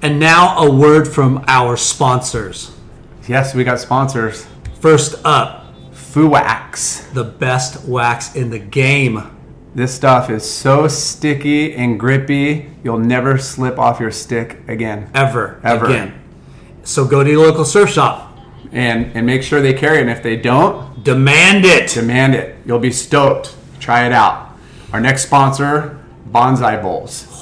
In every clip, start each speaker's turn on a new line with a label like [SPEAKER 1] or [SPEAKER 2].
[SPEAKER 1] And now, a word from our sponsors.
[SPEAKER 2] Yes, we got sponsors.
[SPEAKER 1] First up,
[SPEAKER 2] Fuax.
[SPEAKER 1] the best wax in the game.
[SPEAKER 2] This stuff is so sticky and grippy, you'll never slip off your stick again.
[SPEAKER 1] Ever.
[SPEAKER 2] Ever.
[SPEAKER 1] Again. So go to your local surf shop,
[SPEAKER 2] And and make sure they carry it. And if they don't,
[SPEAKER 1] demand it.
[SPEAKER 2] demand it. You'll be stoked. Try it out. Our next sponsor, Bonsai Bowls.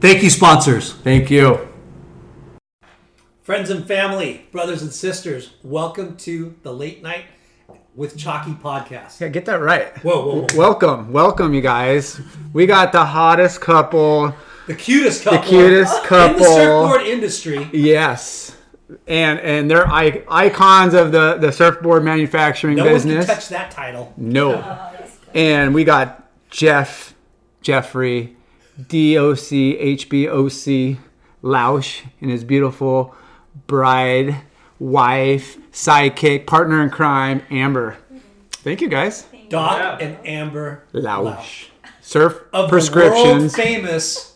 [SPEAKER 1] Thank you, sponsors.
[SPEAKER 2] Thank you.
[SPEAKER 1] Friends and family, brothers and sisters, welcome to the Late Night with Chalky podcast.
[SPEAKER 2] Yeah, get that right.
[SPEAKER 1] Whoa, whoa, whoa.
[SPEAKER 2] Welcome, welcome, you guys. We got the hottest couple.
[SPEAKER 1] The cutest couple.
[SPEAKER 2] cutest
[SPEAKER 1] In
[SPEAKER 2] couple.
[SPEAKER 1] the surfboard industry.
[SPEAKER 2] Yes, and and they're I- icons of the the surfboard manufacturing
[SPEAKER 1] No one
[SPEAKER 2] business.
[SPEAKER 1] can touch that title.
[SPEAKER 2] No. And we got Jeff, Jeffrey, DOC, HBOC, Lausch, and his beautiful bride, wife, sidekick, partner in crime, Amber. Thank you guys.
[SPEAKER 1] Doc and Amber
[SPEAKER 2] Lausch. Surf
[SPEAKER 1] Of
[SPEAKER 2] prescriptions.
[SPEAKER 1] The world famous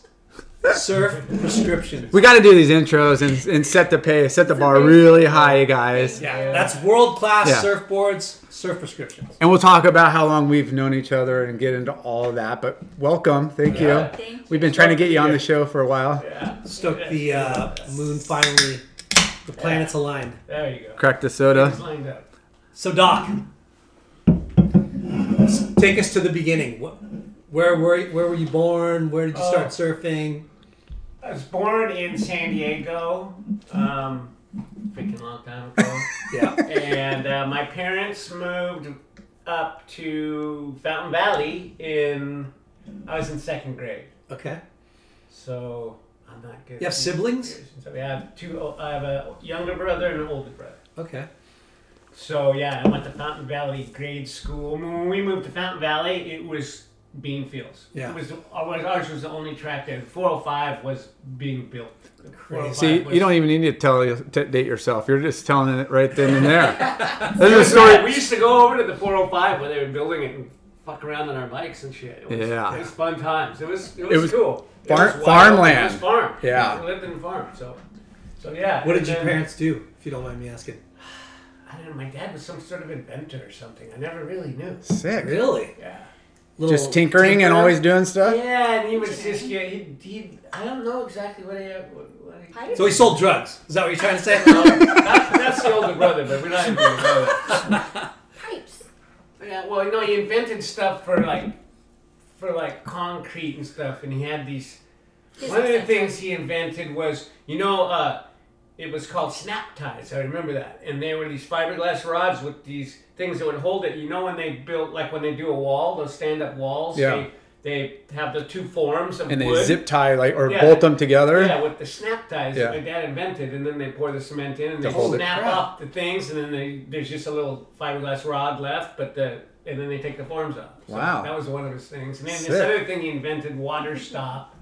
[SPEAKER 1] surf prescriptions.
[SPEAKER 2] We got to do these intros and, and set the pace, set the bar really high, you guys.
[SPEAKER 1] Yeah, that's world class
[SPEAKER 2] Yeah.
[SPEAKER 1] surfboards, surf prescriptions.
[SPEAKER 2] And we'll talk about how long we've known each other and get into all of that. But welcome. Thank you.
[SPEAKER 3] Thank you.
[SPEAKER 2] We've been trying to get you on the show for a while.
[SPEAKER 1] Stoked the uh, moon finally, the planets aligned.
[SPEAKER 4] There you go.
[SPEAKER 2] Crack the soda.
[SPEAKER 4] It's lined up.
[SPEAKER 1] So Doc, s- take us to the beginning. What, where were where were you born? Where did you start surfing?
[SPEAKER 4] I was born in San Diego, um, freaking long time ago.
[SPEAKER 5] Yeah.
[SPEAKER 4] and uh, my parents moved up to Fountain Valley in. I was in second grade,
[SPEAKER 5] Okay.
[SPEAKER 4] so I'm not good.
[SPEAKER 5] You have siblings?
[SPEAKER 4] So we have two. o- I have a younger brother and an older brother.
[SPEAKER 5] Okay.
[SPEAKER 4] So yeah, I went to Fountain Valley grade school. When we moved to Fountain Valley, it was bean fields.
[SPEAKER 5] Yeah.
[SPEAKER 4] it was ours ours was the only track that 405 was being built. The 405
[SPEAKER 6] See,
[SPEAKER 4] was-
[SPEAKER 6] you don't even need to tell to date yourself. You're just telling it right then and there. this is a
[SPEAKER 4] That's right.
[SPEAKER 6] story.
[SPEAKER 4] We used to go over to the 405 when they were building it and fuck around on our bikes and shit. It was,
[SPEAKER 6] Yeah.
[SPEAKER 4] It was fun times. It was, it was,
[SPEAKER 6] was
[SPEAKER 4] cool. It
[SPEAKER 6] far-
[SPEAKER 4] was wild.
[SPEAKER 6] farmland.
[SPEAKER 4] It was farm.
[SPEAKER 6] Yeah.
[SPEAKER 4] We lived in farm. So, so yeah.
[SPEAKER 5] What
[SPEAKER 4] and
[SPEAKER 5] did your
[SPEAKER 4] then-
[SPEAKER 5] parents do, if you don't mind me asking?
[SPEAKER 4] I don't know. My dad was some sort of inventor or something. I never really knew.
[SPEAKER 6] Sick.
[SPEAKER 5] Really?
[SPEAKER 4] Yeah.
[SPEAKER 5] Little
[SPEAKER 6] Just tinkering and
[SPEAKER 5] tinkerer?
[SPEAKER 6] always doing stuff.
[SPEAKER 4] Yeah, and he was just, yeah, he, he, I don't know exactly what he, what he
[SPEAKER 7] I
[SPEAKER 5] So he sold drugs. Is that what you're trying to say?
[SPEAKER 4] that's, that's the older brother, but we're not even older brother.
[SPEAKER 7] pipes.
[SPEAKER 4] Yeah, well, no, he invented stuff for like, for like concrete and stuff, and he had these.
[SPEAKER 7] His
[SPEAKER 4] One of the
[SPEAKER 7] accent.
[SPEAKER 4] things he invented was, you know, uh, it was called snap ties. I remember that, and they were these fiberglass rods with these things that would hold it. You know, when they built, like when they do a wall, those stand-up walls.
[SPEAKER 6] Yeah.
[SPEAKER 4] They, they have the two forms of
[SPEAKER 6] And they
[SPEAKER 4] wood.
[SPEAKER 6] zip tie like or
[SPEAKER 4] Yeah.
[SPEAKER 6] bolt them together.
[SPEAKER 4] Yeah, with the snap ties
[SPEAKER 6] Yeah.
[SPEAKER 4] that my dad invented, and then they pour the cement in, and
[SPEAKER 6] To
[SPEAKER 4] they
[SPEAKER 6] hold it.
[SPEAKER 4] snap
[SPEAKER 5] Wow.
[SPEAKER 4] off the things, and then they, there's just a little fiberglass rod left, but the and then they take the forms off. So
[SPEAKER 6] Wow.
[SPEAKER 4] that was one of his things. And then this
[SPEAKER 6] Sick.
[SPEAKER 4] other thing he invented, water stop.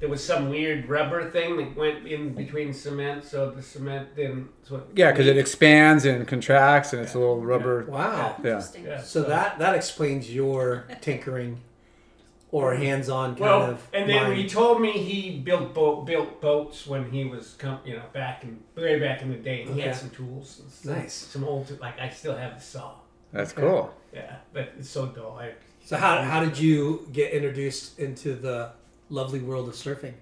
[SPEAKER 4] There was some weird rubber thing that went in between cement, so the cement didn't. So
[SPEAKER 6] Yeah, because it expands and contracts, and it's a little rubber.
[SPEAKER 5] Wow.
[SPEAKER 6] Yeah.
[SPEAKER 7] Interesting.
[SPEAKER 4] Yeah,
[SPEAKER 1] So that that explains your tinkering or hands-on kind
[SPEAKER 4] Well,
[SPEAKER 1] of.
[SPEAKER 4] and then
[SPEAKER 1] mind.
[SPEAKER 4] he told me he built boat built boats when he was com- you know back in way back in the day. And He had
[SPEAKER 1] Okay.
[SPEAKER 4] some tools, and stuff,
[SPEAKER 1] Nice.
[SPEAKER 4] some old like I still have the saw.
[SPEAKER 6] That's cool.
[SPEAKER 4] Yeah, but it's so dull. I,
[SPEAKER 1] So how how did you get introduced into the lovely world of surfing?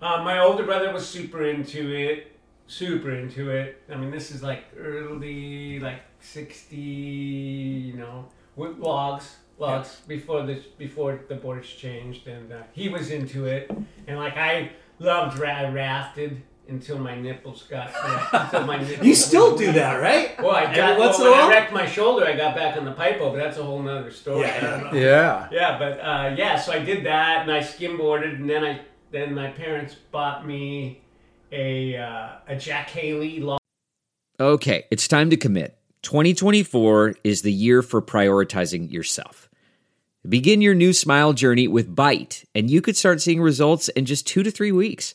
[SPEAKER 4] uh, my older brother was super into it, super into it. I mean, this is like early, like sixty, you know, with logs, logs before the before the boards changed, and uh, he was into it, and like I loved ra- I rafted. Until my nipples got, until my nipples
[SPEAKER 1] You still do that, right?
[SPEAKER 4] Well, I
[SPEAKER 1] Every
[SPEAKER 4] got,
[SPEAKER 1] once
[SPEAKER 4] well,
[SPEAKER 1] in a
[SPEAKER 4] when
[SPEAKER 1] while?
[SPEAKER 4] I wrecked my shoulder. I got back on the pipe, but that's a whole nother story.
[SPEAKER 1] Yeah.
[SPEAKER 4] I don't know.
[SPEAKER 6] Yeah.
[SPEAKER 4] Yeah, but uh, yeah, so I did that, and I skimboarded, and then I then my parents bought me a uh, a Jack Haley log.
[SPEAKER 8] Okay, it's time to commit. 2024 is the year for prioritizing yourself. Begin your new smile journey with Bite, and you could start seeing results in just two to three weeks.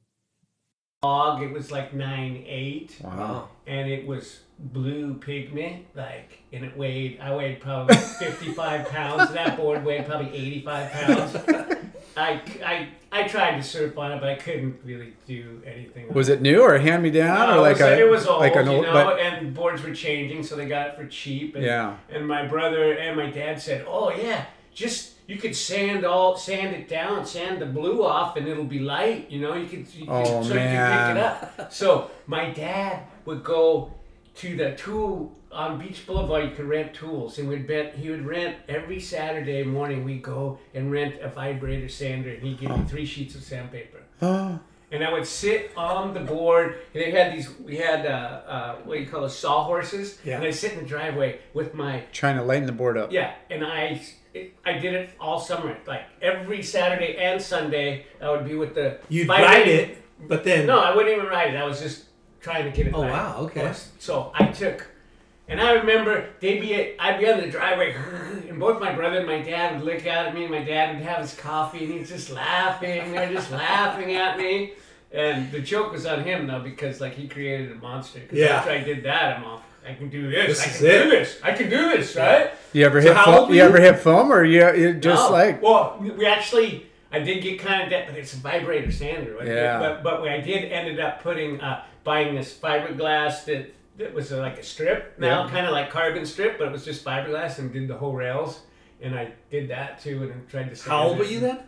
[SPEAKER 4] log. It was like nine eight, and it was blue pigment, like, and it weighed. I weighed probably fifty five pounds. That board weighed probably eighty five pounds. I, I, I tried to surf on it, but I couldn't really do anything. on
[SPEAKER 6] Was it new or hand me down
[SPEAKER 4] No,
[SPEAKER 6] or like
[SPEAKER 4] it was,
[SPEAKER 6] a
[SPEAKER 4] it was old,
[SPEAKER 6] like an
[SPEAKER 4] you
[SPEAKER 6] old?
[SPEAKER 4] know,
[SPEAKER 6] but-
[SPEAKER 4] and boards were changing, so they got it for cheap. And,
[SPEAKER 6] Yeah.
[SPEAKER 4] And my brother and my dad said, "Oh yeah, just you could sand all sand it down, sand the blue off, and it'll be light. You know, you could you could-
[SPEAKER 6] Oh,
[SPEAKER 4] so
[SPEAKER 6] man.
[SPEAKER 4] you could pick it up." So my dad would go to the tool on Beach Boulevard. You could rent tools, and we'd bet he would rent every Saturday morning. We would go and rent a vibrator sander, and he'd give me three sheets of sandpaper and I would sit on the board. And they had these, we had uh, uh, what do you call those sawhorses?
[SPEAKER 1] Yeah.
[SPEAKER 4] And I sit in the driveway with my
[SPEAKER 6] trying to lighten the board up.
[SPEAKER 4] yeah, and I it, I did it all summer, like every Saturday and Sunday. I would be with the
[SPEAKER 1] You'd
[SPEAKER 4] my-
[SPEAKER 1] ride it, but then
[SPEAKER 4] No, I wouldn't even ride it. I was just trying to get it.
[SPEAKER 1] Oh,
[SPEAKER 4] light.
[SPEAKER 1] wow, okay.
[SPEAKER 4] So I took And I remember they'd be at, I'd be on the driveway, and both my brother and my dad would look out at me, and my dad would have his coffee, and he's just laughing. They're just laughing at me. And the joke was on him though, because like he created a monster. 'Cause
[SPEAKER 1] Yeah.
[SPEAKER 4] After I did that, I'm off. I can do this.
[SPEAKER 1] This
[SPEAKER 4] I
[SPEAKER 1] is
[SPEAKER 4] can
[SPEAKER 1] it.
[SPEAKER 4] do this. I can do this, right?
[SPEAKER 2] You ever
[SPEAKER 4] So
[SPEAKER 2] hit
[SPEAKER 4] how
[SPEAKER 2] fo-
[SPEAKER 4] old were
[SPEAKER 2] you,
[SPEAKER 4] you?
[SPEAKER 2] ever hit foam or you you just
[SPEAKER 4] No.
[SPEAKER 2] like
[SPEAKER 4] Oh, well we actually i did get kind of that but it's a vibrator sander right?
[SPEAKER 2] Yeah.
[SPEAKER 4] but but i did ended up putting uh buying this fiberglass that that was uh, like a strip now kind of like carbon strip but it was just fiberglass and did the whole rails and i did that too and tried to sand
[SPEAKER 5] How old
[SPEAKER 4] it.
[SPEAKER 5] were you then?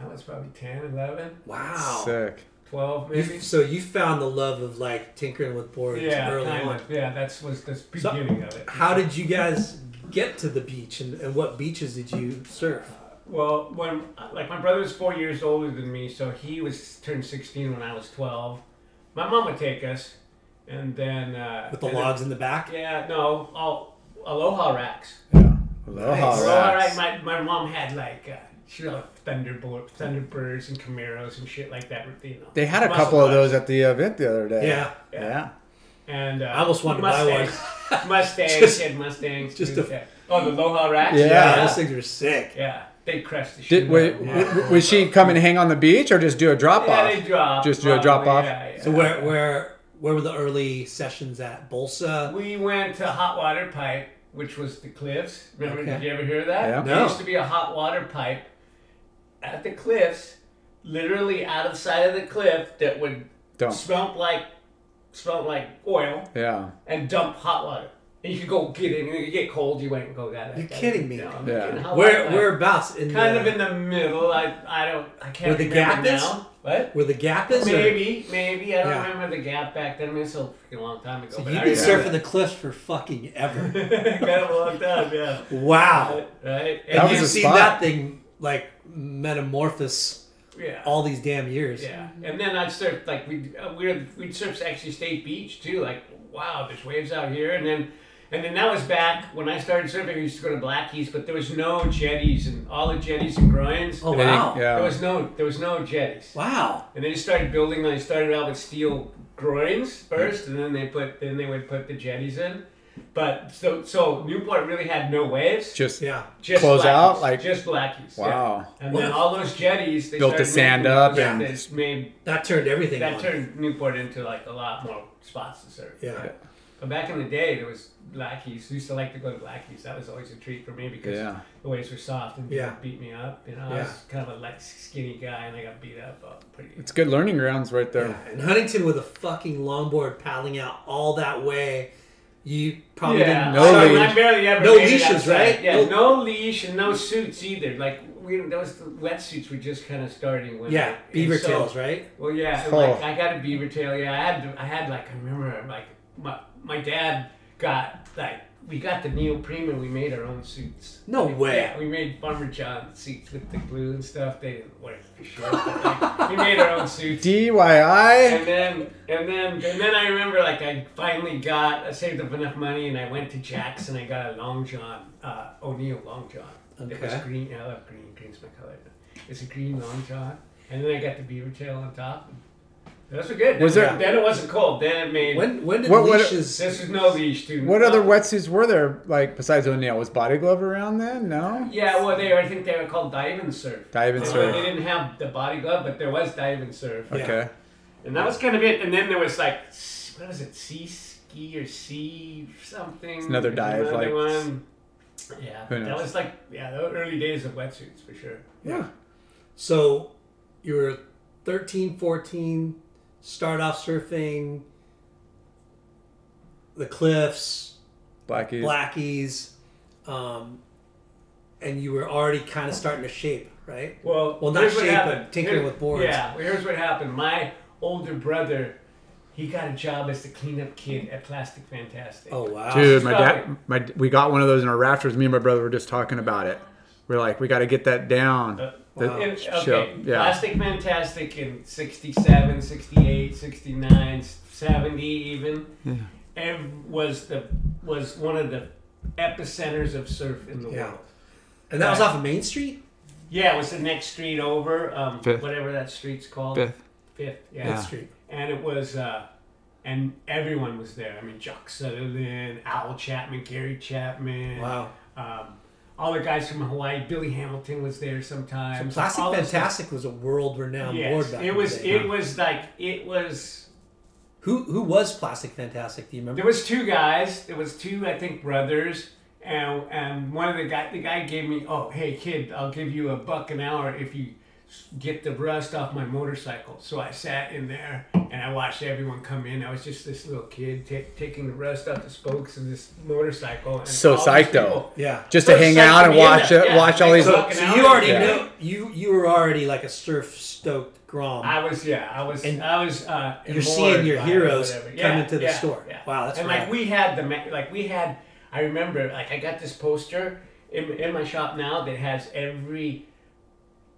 [SPEAKER 4] i was probably 10 11
[SPEAKER 5] Wow.
[SPEAKER 2] sick?
[SPEAKER 4] 12 maybe
[SPEAKER 1] You, so you found the love of like tinkering with boards
[SPEAKER 4] yeah
[SPEAKER 1] early
[SPEAKER 4] kind
[SPEAKER 1] on.
[SPEAKER 4] of. yeah that's was the beginning of it
[SPEAKER 1] How did you guys get to the beach, and, and what beaches did you surf?
[SPEAKER 4] Well, when like my brother was four years older than me, so he was turned sixteen when I was twelve. My mom would take us, and then uh,
[SPEAKER 1] With the
[SPEAKER 4] and
[SPEAKER 1] logs in the back.
[SPEAKER 4] Then, yeah, no, all aloha racks.
[SPEAKER 2] Aloha,
[SPEAKER 4] Aloha
[SPEAKER 2] rats.
[SPEAKER 4] rack. My, my mom had like uh, she had thunderbolt, thunderbirds, and camaros and shit like that. You know,
[SPEAKER 2] They had a
[SPEAKER 4] muscle
[SPEAKER 2] couple of those
[SPEAKER 4] cars.
[SPEAKER 2] at the event the other day.
[SPEAKER 1] Yeah.
[SPEAKER 2] Yeah.
[SPEAKER 4] And uh, I
[SPEAKER 1] almost wanted to buy one.
[SPEAKER 4] buy one. Mustangs
[SPEAKER 1] Just-
[SPEAKER 4] and Mustangs.
[SPEAKER 1] just
[SPEAKER 4] too,
[SPEAKER 1] a-
[SPEAKER 4] yeah. oh the aloha racks.
[SPEAKER 2] Yeah.
[SPEAKER 1] Yeah,
[SPEAKER 4] yeah,
[SPEAKER 1] those things are sick.
[SPEAKER 4] Yeah. They crushed the shit.
[SPEAKER 2] Did,
[SPEAKER 4] out
[SPEAKER 2] wait,
[SPEAKER 4] of them.
[SPEAKER 2] w- w- was she come and hang on the beach or just do a drop
[SPEAKER 4] uh, Yeah,
[SPEAKER 2] off?
[SPEAKER 4] they dropped.
[SPEAKER 2] Just do a drop off?
[SPEAKER 4] Yeah, yeah.
[SPEAKER 1] So where where where were the early sessions at? Bolsa.
[SPEAKER 4] We went to Hot Water Pipe, which was the cliffs. Remember,
[SPEAKER 1] Okay.
[SPEAKER 4] did you ever hear that?
[SPEAKER 2] Yeah.
[SPEAKER 4] There
[SPEAKER 1] No.
[SPEAKER 4] used to be a hot water pipe at the cliffs, literally out of the side of the cliff that would
[SPEAKER 2] Dump.
[SPEAKER 4] smelt like smelt like oil
[SPEAKER 2] Yeah.
[SPEAKER 4] and dump hot water. And you could go get in, you could get cold, you went and go that.
[SPEAKER 1] You're kidding me.
[SPEAKER 4] No, I'm
[SPEAKER 2] Yeah.
[SPEAKER 4] kidding. Hot water
[SPEAKER 1] Where
[SPEAKER 4] pipe.
[SPEAKER 1] whereabouts in
[SPEAKER 4] kind
[SPEAKER 1] the,
[SPEAKER 4] of in the middle. I I don't I can't
[SPEAKER 1] Where the
[SPEAKER 4] remember
[SPEAKER 1] gap is?
[SPEAKER 4] now. What?
[SPEAKER 1] where the gap is? or-
[SPEAKER 4] Maybe, maybe. I don't
[SPEAKER 1] Yeah.
[SPEAKER 4] remember the gap back then. I mean, it's a freaking long time ago.
[SPEAKER 1] So
[SPEAKER 4] but
[SPEAKER 1] you've
[SPEAKER 4] I
[SPEAKER 1] been
[SPEAKER 4] remember
[SPEAKER 1] surfing the cliffs for fucking ever.
[SPEAKER 4] got a long time, yeah.
[SPEAKER 1] wow.
[SPEAKER 4] Right? And
[SPEAKER 2] That
[SPEAKER 1] And
[SPEAKER 2] was
[SPEAKER 1] you've
[SPEAKER 2] a
[SPEAKER 1] seen
[SPEAKER 2] spot.
[SPEAKER 1] that thing like metamorphose
[SPEAKER 4] yeah.
[SPEAKER 1] all these damn years.
[SPEAKER 4] yeah. And then I'd surf, like, we'd, uh, we'd, we'd surf actually State Beach, too. Like, wow, there's waves out here. And then and then that was back when I started surfing. We used to go to Blackheath, but there was no jetties, and all the jetties and groins.
[SPEAKER 1] Oh
[SPEAKER 2] They-
[SPEAKER 1] wow.
[SPEAKER 2] yeah.
[SPEAKER 4] There was no, there was no jetties.
[SPEAKER 1] Wow.
[SPEAKER 4] And they just started building. They started out with steel groins first, and then they put, then they would put the jetties in. But so, so Newport really had no waves.
[SPEAKER 2] Just
[SPEAKER 1] Yeah.
[SPEAKER 4] just
[SPEAKER 2] close
[SPEAKER 4] blackies,
[SPEAKER 2] out, like-
[SPEAKER 4] just blackies. yeah.
[SPEAKER 2] Wow.
[SPEAKER 4] And then all those jetties they
[SPEAKER 2] Built the
[SPEAKER 4] started
[SPEAKER 2] sand
[SPEAKER 4] making-
[SPEAKER 2] up
[SPEAKER 4] yeah,
[SPEAKER 2] and-
[SPEAKER 4] they just made
[SPEAKER 1] That turned everything
[SPEAKER 4] that
[SPEAKER 1] on.
[SPEAKER 4] turned Newport into like a lot more spots to serve.
[SPEAKER 1] Yeah.
[SPEAKER 4] right? But back in the day, there was blackies. We used to like to go to blackies. That was always a treat for me because
[SPEAKER 2] Yeah.
[SPEAKER 4] the waves were soft and people
[SPEAKER 1] Yeah.
[SPEAKER 4] beat me up. You know, I
[SPEAKER 1] Yeah.
[SPEAKER 4] was kind of a like skinny guy and I got beat up uh, pretty.
[SPEAKER 2] It's good learning grounds right there.
[SPEAKER 1] Yeah, And Huntington with a fucking longboard paddling out all that way, you probably
[SPEAKER 4] yeah,
[SPEAKER 1] didn't
[SPEAKER 2] no
[SPEAKER 4] so
[SPEAKER 1] know.
[SPEAKER 2] leash.
[SPEAKER 4] I barely ever
[SPEAKER 1] No
[SPEAKER 4] made it
[SPEAKER 1] leashes,
[SPEAKER 4] outside.
[SPEAKER 1] right?
[SPEAKER 4] Yeah,
[SPEAKER 1] No-
[SPEAKER 4] no leash and no suits either. Like we, those wetsuits were just kind of starting when
[SPEAKER 1] Yeah,
[SPEAKER 4] and
[SPEAKER 1] beaver
[SPEAKER 4] so-
[SPEAKER 1] tails, right?
[SPEAKER 4] Well, yeah, and,
[SPEAKER 2] Oh.
[SPEAKER 4] like I got a beaver tail. Yeah, I had, I had like I remember like my my dad got like we got the neoprene and we made our own suits.
[SPEAKER 1] No way.
[SPEAKER 4] Yeah, we made Farmer John suits with the glue and stuff. They didn't work for sure. but, like, we made our own suits.
[SPEAKER 2] DIY.
[SPEAKER 4] And then, and then, and then I remember, like, I finally got, I saved up enough money, and I went to Jack's, and I got a long john, uh, O'Neill long john. It was
[SPEAKER 1] Okay.
[SPEAKER 4] green. I love green. Green's my color. It's a green long john, and then I got the beaver tail on top. Those were good.
[SPEAKER 2] Was
[SPEAKER 4] then,
[SPEAKER 2] there-
[SPEAKER 4] Then it wasn't cold. Then it made.
[SPEAKER 1] When when did
[SPEAKER 2] What- what-
[SPEAKER 1] leashes?
[SPEAKER 4] this was no leash, dude.
[SPEAKER 2] What other wetsuits were there like besides O'Neill? Was Body Glove around then? No.
[SPEAKER 4] Yeah, well, they were, I think they were called dive and surf.
[SPEAKER 2] Dive and
[SPEAKER 4] They-
[SPEAKER 2] surf.
[SPEAKER 4] They didn't have the body glove, but there was dive and surf.
[SPEAKER 2] Okay.
[SPEAKER 4] And that was kind of it. And then there was like, s- what was it, sea ski or sea something? It's
[SPEAKER 2] another dive, like-
[SPEAKER 4] one. Yeah,
[SPEAKER 2] Who
[SPEAKER 4] that
[SPEAKER 2] knows?
[SPEAKER 4] was like yeah, the early days of wetsuits for sure.
[SPEAKER 2] Yeah.
[SPEAKER 1] So you were 13, 14, start off surfing the cliffs,
[SPEAKER 2] Blackies.
[SPEAKER 1] blackies, um, and you were already kind of starting to shape, right?
[SPEAKER 4] Well,
[SPEAKER 1] Well, not
[SPEAKER 4] here's what
[SPEAKER 1] shape, but
[SPEAKER 4] happened.
[SPEAKER 1] tinkering with boards.
[SPEAKER 4] Yeah, well, here's what happened. My older brother, he got a job as the cleanup kid at Plastic Fantastic.
[SPEAKER 1] Oh wow!
[SPEAKER 2] Dude, my
[SPEAKER 4] Stop
[SPEAKER 2] dad, my we got one of those in our rafters. Me and my brother were just talking about it. We're like, we got to get that down. The-
[SPEAKER 4] In-
[SPEAKER 2] show-
[SPEAKER 4] Uh, okay,
[SPEAKER 2] yeah.
[SPEAKER 4] Plastic Fantastic in 67, 68, 69, 70 even. And was the was one of the epicenters of surf in the
[SPEAKER 1] Yeah.
[SPEAKER 4] world.
[SPEAKER 1] And that was off of Main Street.
[SPEAKER 4] Yeah, it was the next street over, um,
[SPEAKER 2] Fifth.
[SPEAKER 4] whatever that street's called.
[SPEAKER 2] Fifth.
[SPEAKER 4] Fifth, yeah.
[SPEAKER 1] Main Street.
[SPEAKER 4] And it was uh, and everyone was there. I mean, Jock Sutherland, Al Chapman, Gary Chapman.
[SPEAKER 1] Wow.
[SPEAKER 4] Um, all the guys from Hawaii. Billy Hamilton was there sometimes.
[SPEAKER 1] Plastic
[SPEAKER 4] All those guys-
[SPEAKER 1] Fantastic was a world renowned board
[SPEAKER 4] Yes,
[SPEAKER 1] back
[SPEAKER 4] it
[SPEAKER 1] in
[SPEAKER 4] was.
[SPEAKER 1] the day.
[SPEAKER 4] It was like it was.
[SPEAKER 1] who who was Plastic Fantastic? Do you remember?
[SPEAKER 4] There was two guys. There was two, I think, brothers. And, and one of the guy, the guy gave me, oh, hey kid, I'll give you a buck an hour if you s- get the rust off my motorcycle. So I sat in there and I watched everyone come in. I was just this little kid ta- taking the rust off the spokes of this motorcycle. And
[SPEAKER 2] So
[SPEAKER 4] all these
[SPEAKER 2] psyched, though.
[SPEAKER 4] people-
[SPEAKER 1] yeah.
[SPEAKER 2] Just to
[SPEAKER 4] First
[SPEAKER 2] hang
[SPEAKER 4] sight
[SPEAKER 2] out
[SPEAKER 4] to
[SPEAKER 2] and
[SPEAKER 4] be in
[SPEAKER 2] watch
[SPEAKER 4] there.
[SPEAKER 2] it,
[SPEAKER 4] Yeah,
[SPEAKER 2] watch all
[SPEAKER 4] like
[SPEAKER 2] these.
[SPEAKER 4] a buck an
[SPEAKER 1] So
[SPEAKER 4] hour.
[SPEAKER 1] you already
[SPEAKER 2] Yeah.
[SPEAKER 1] knew you you were already like a surf stoked grom.
[SPEAKER 4] I was yeah, I was
[SPEAKER 1] Um, And
[SPEAKER 4] I was uh
[SPEAKER 1] you're seeing your
[SPEAKER 4] emboldened by
[SPEAKER 1] heroes
[SPEAKER 4] it or whatever.
[SPEAKER 1] come into the store. Wow, that's
[SPEAKER 4] And
[SPEAKER 1] rad.
[SPEAKER 4] like we had the ma- like we had I remember like I got this poster in, in my shop now that has every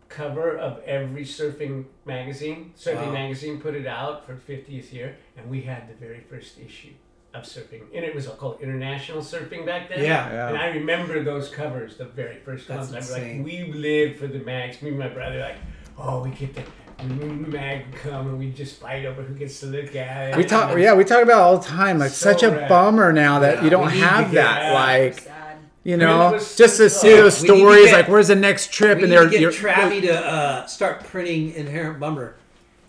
[SPEAKER 4] cover of every surfing magazine. Surfing
[SPEAKER 1] Wow.
[SPEAKER 4] magazine put it out for 50th year and we had the very first issue of surfing. And it was called International Surfing back then.
[SPEAKER 1] Yeah.
[SPEAKER 2] Yeah.
[SPEAKER 4] And I remember those covers, the very first
[SPEAKER 1] That's
[SPEAKER 4] ones. I was like,
[SPEAKER 1] insane.
[SPEAKER 4] we lived for the mags. Me and my brother, like, oh, we get the the mag would come and we just fight over who gets to look at it.
[SPEAKER 2] We talk, yeah, we talk about it all the time. Like,
[SPEAKER 4] So
[SPEAKER 2] such a
[SPEAKER 4] rad.
[SPEAKER 2] bummer now that you don't
[SPEAKER 1] we need to
[SPEAKER 2] have
[SPEAKER 1] get
[SPEAKER 2] that.
[SPEAKER 4] out.
[SPEAKER 2] Like,
[SPEAKER 7] Sad.
[SPEAKER 2] you
[SPEAKER 4] mean,
[SPEAKER 2] know,
[SPEAKER 4] it was
[SPEAKER 2] just to
[SPEAKER 4] so
[SPEAKER 2] see
[SPEAKER 4] fun.
[SPEAKER 2] those
[SPEAKER 1] We need to
[SPEAKER 2] stories.
[SPEAKER 1] get-
[SPEAKER 2] Like, where's the next trip?
[SPEAKER 1] we
[SPEAKER 2] and
[SPEAKER 1] need to
[SPEAKER 2] they're
[SPEAKER 1] get
[SPEAKER 2] you're,
[SPEAKER 1] Travi to uh, start printing Inherent Bummer,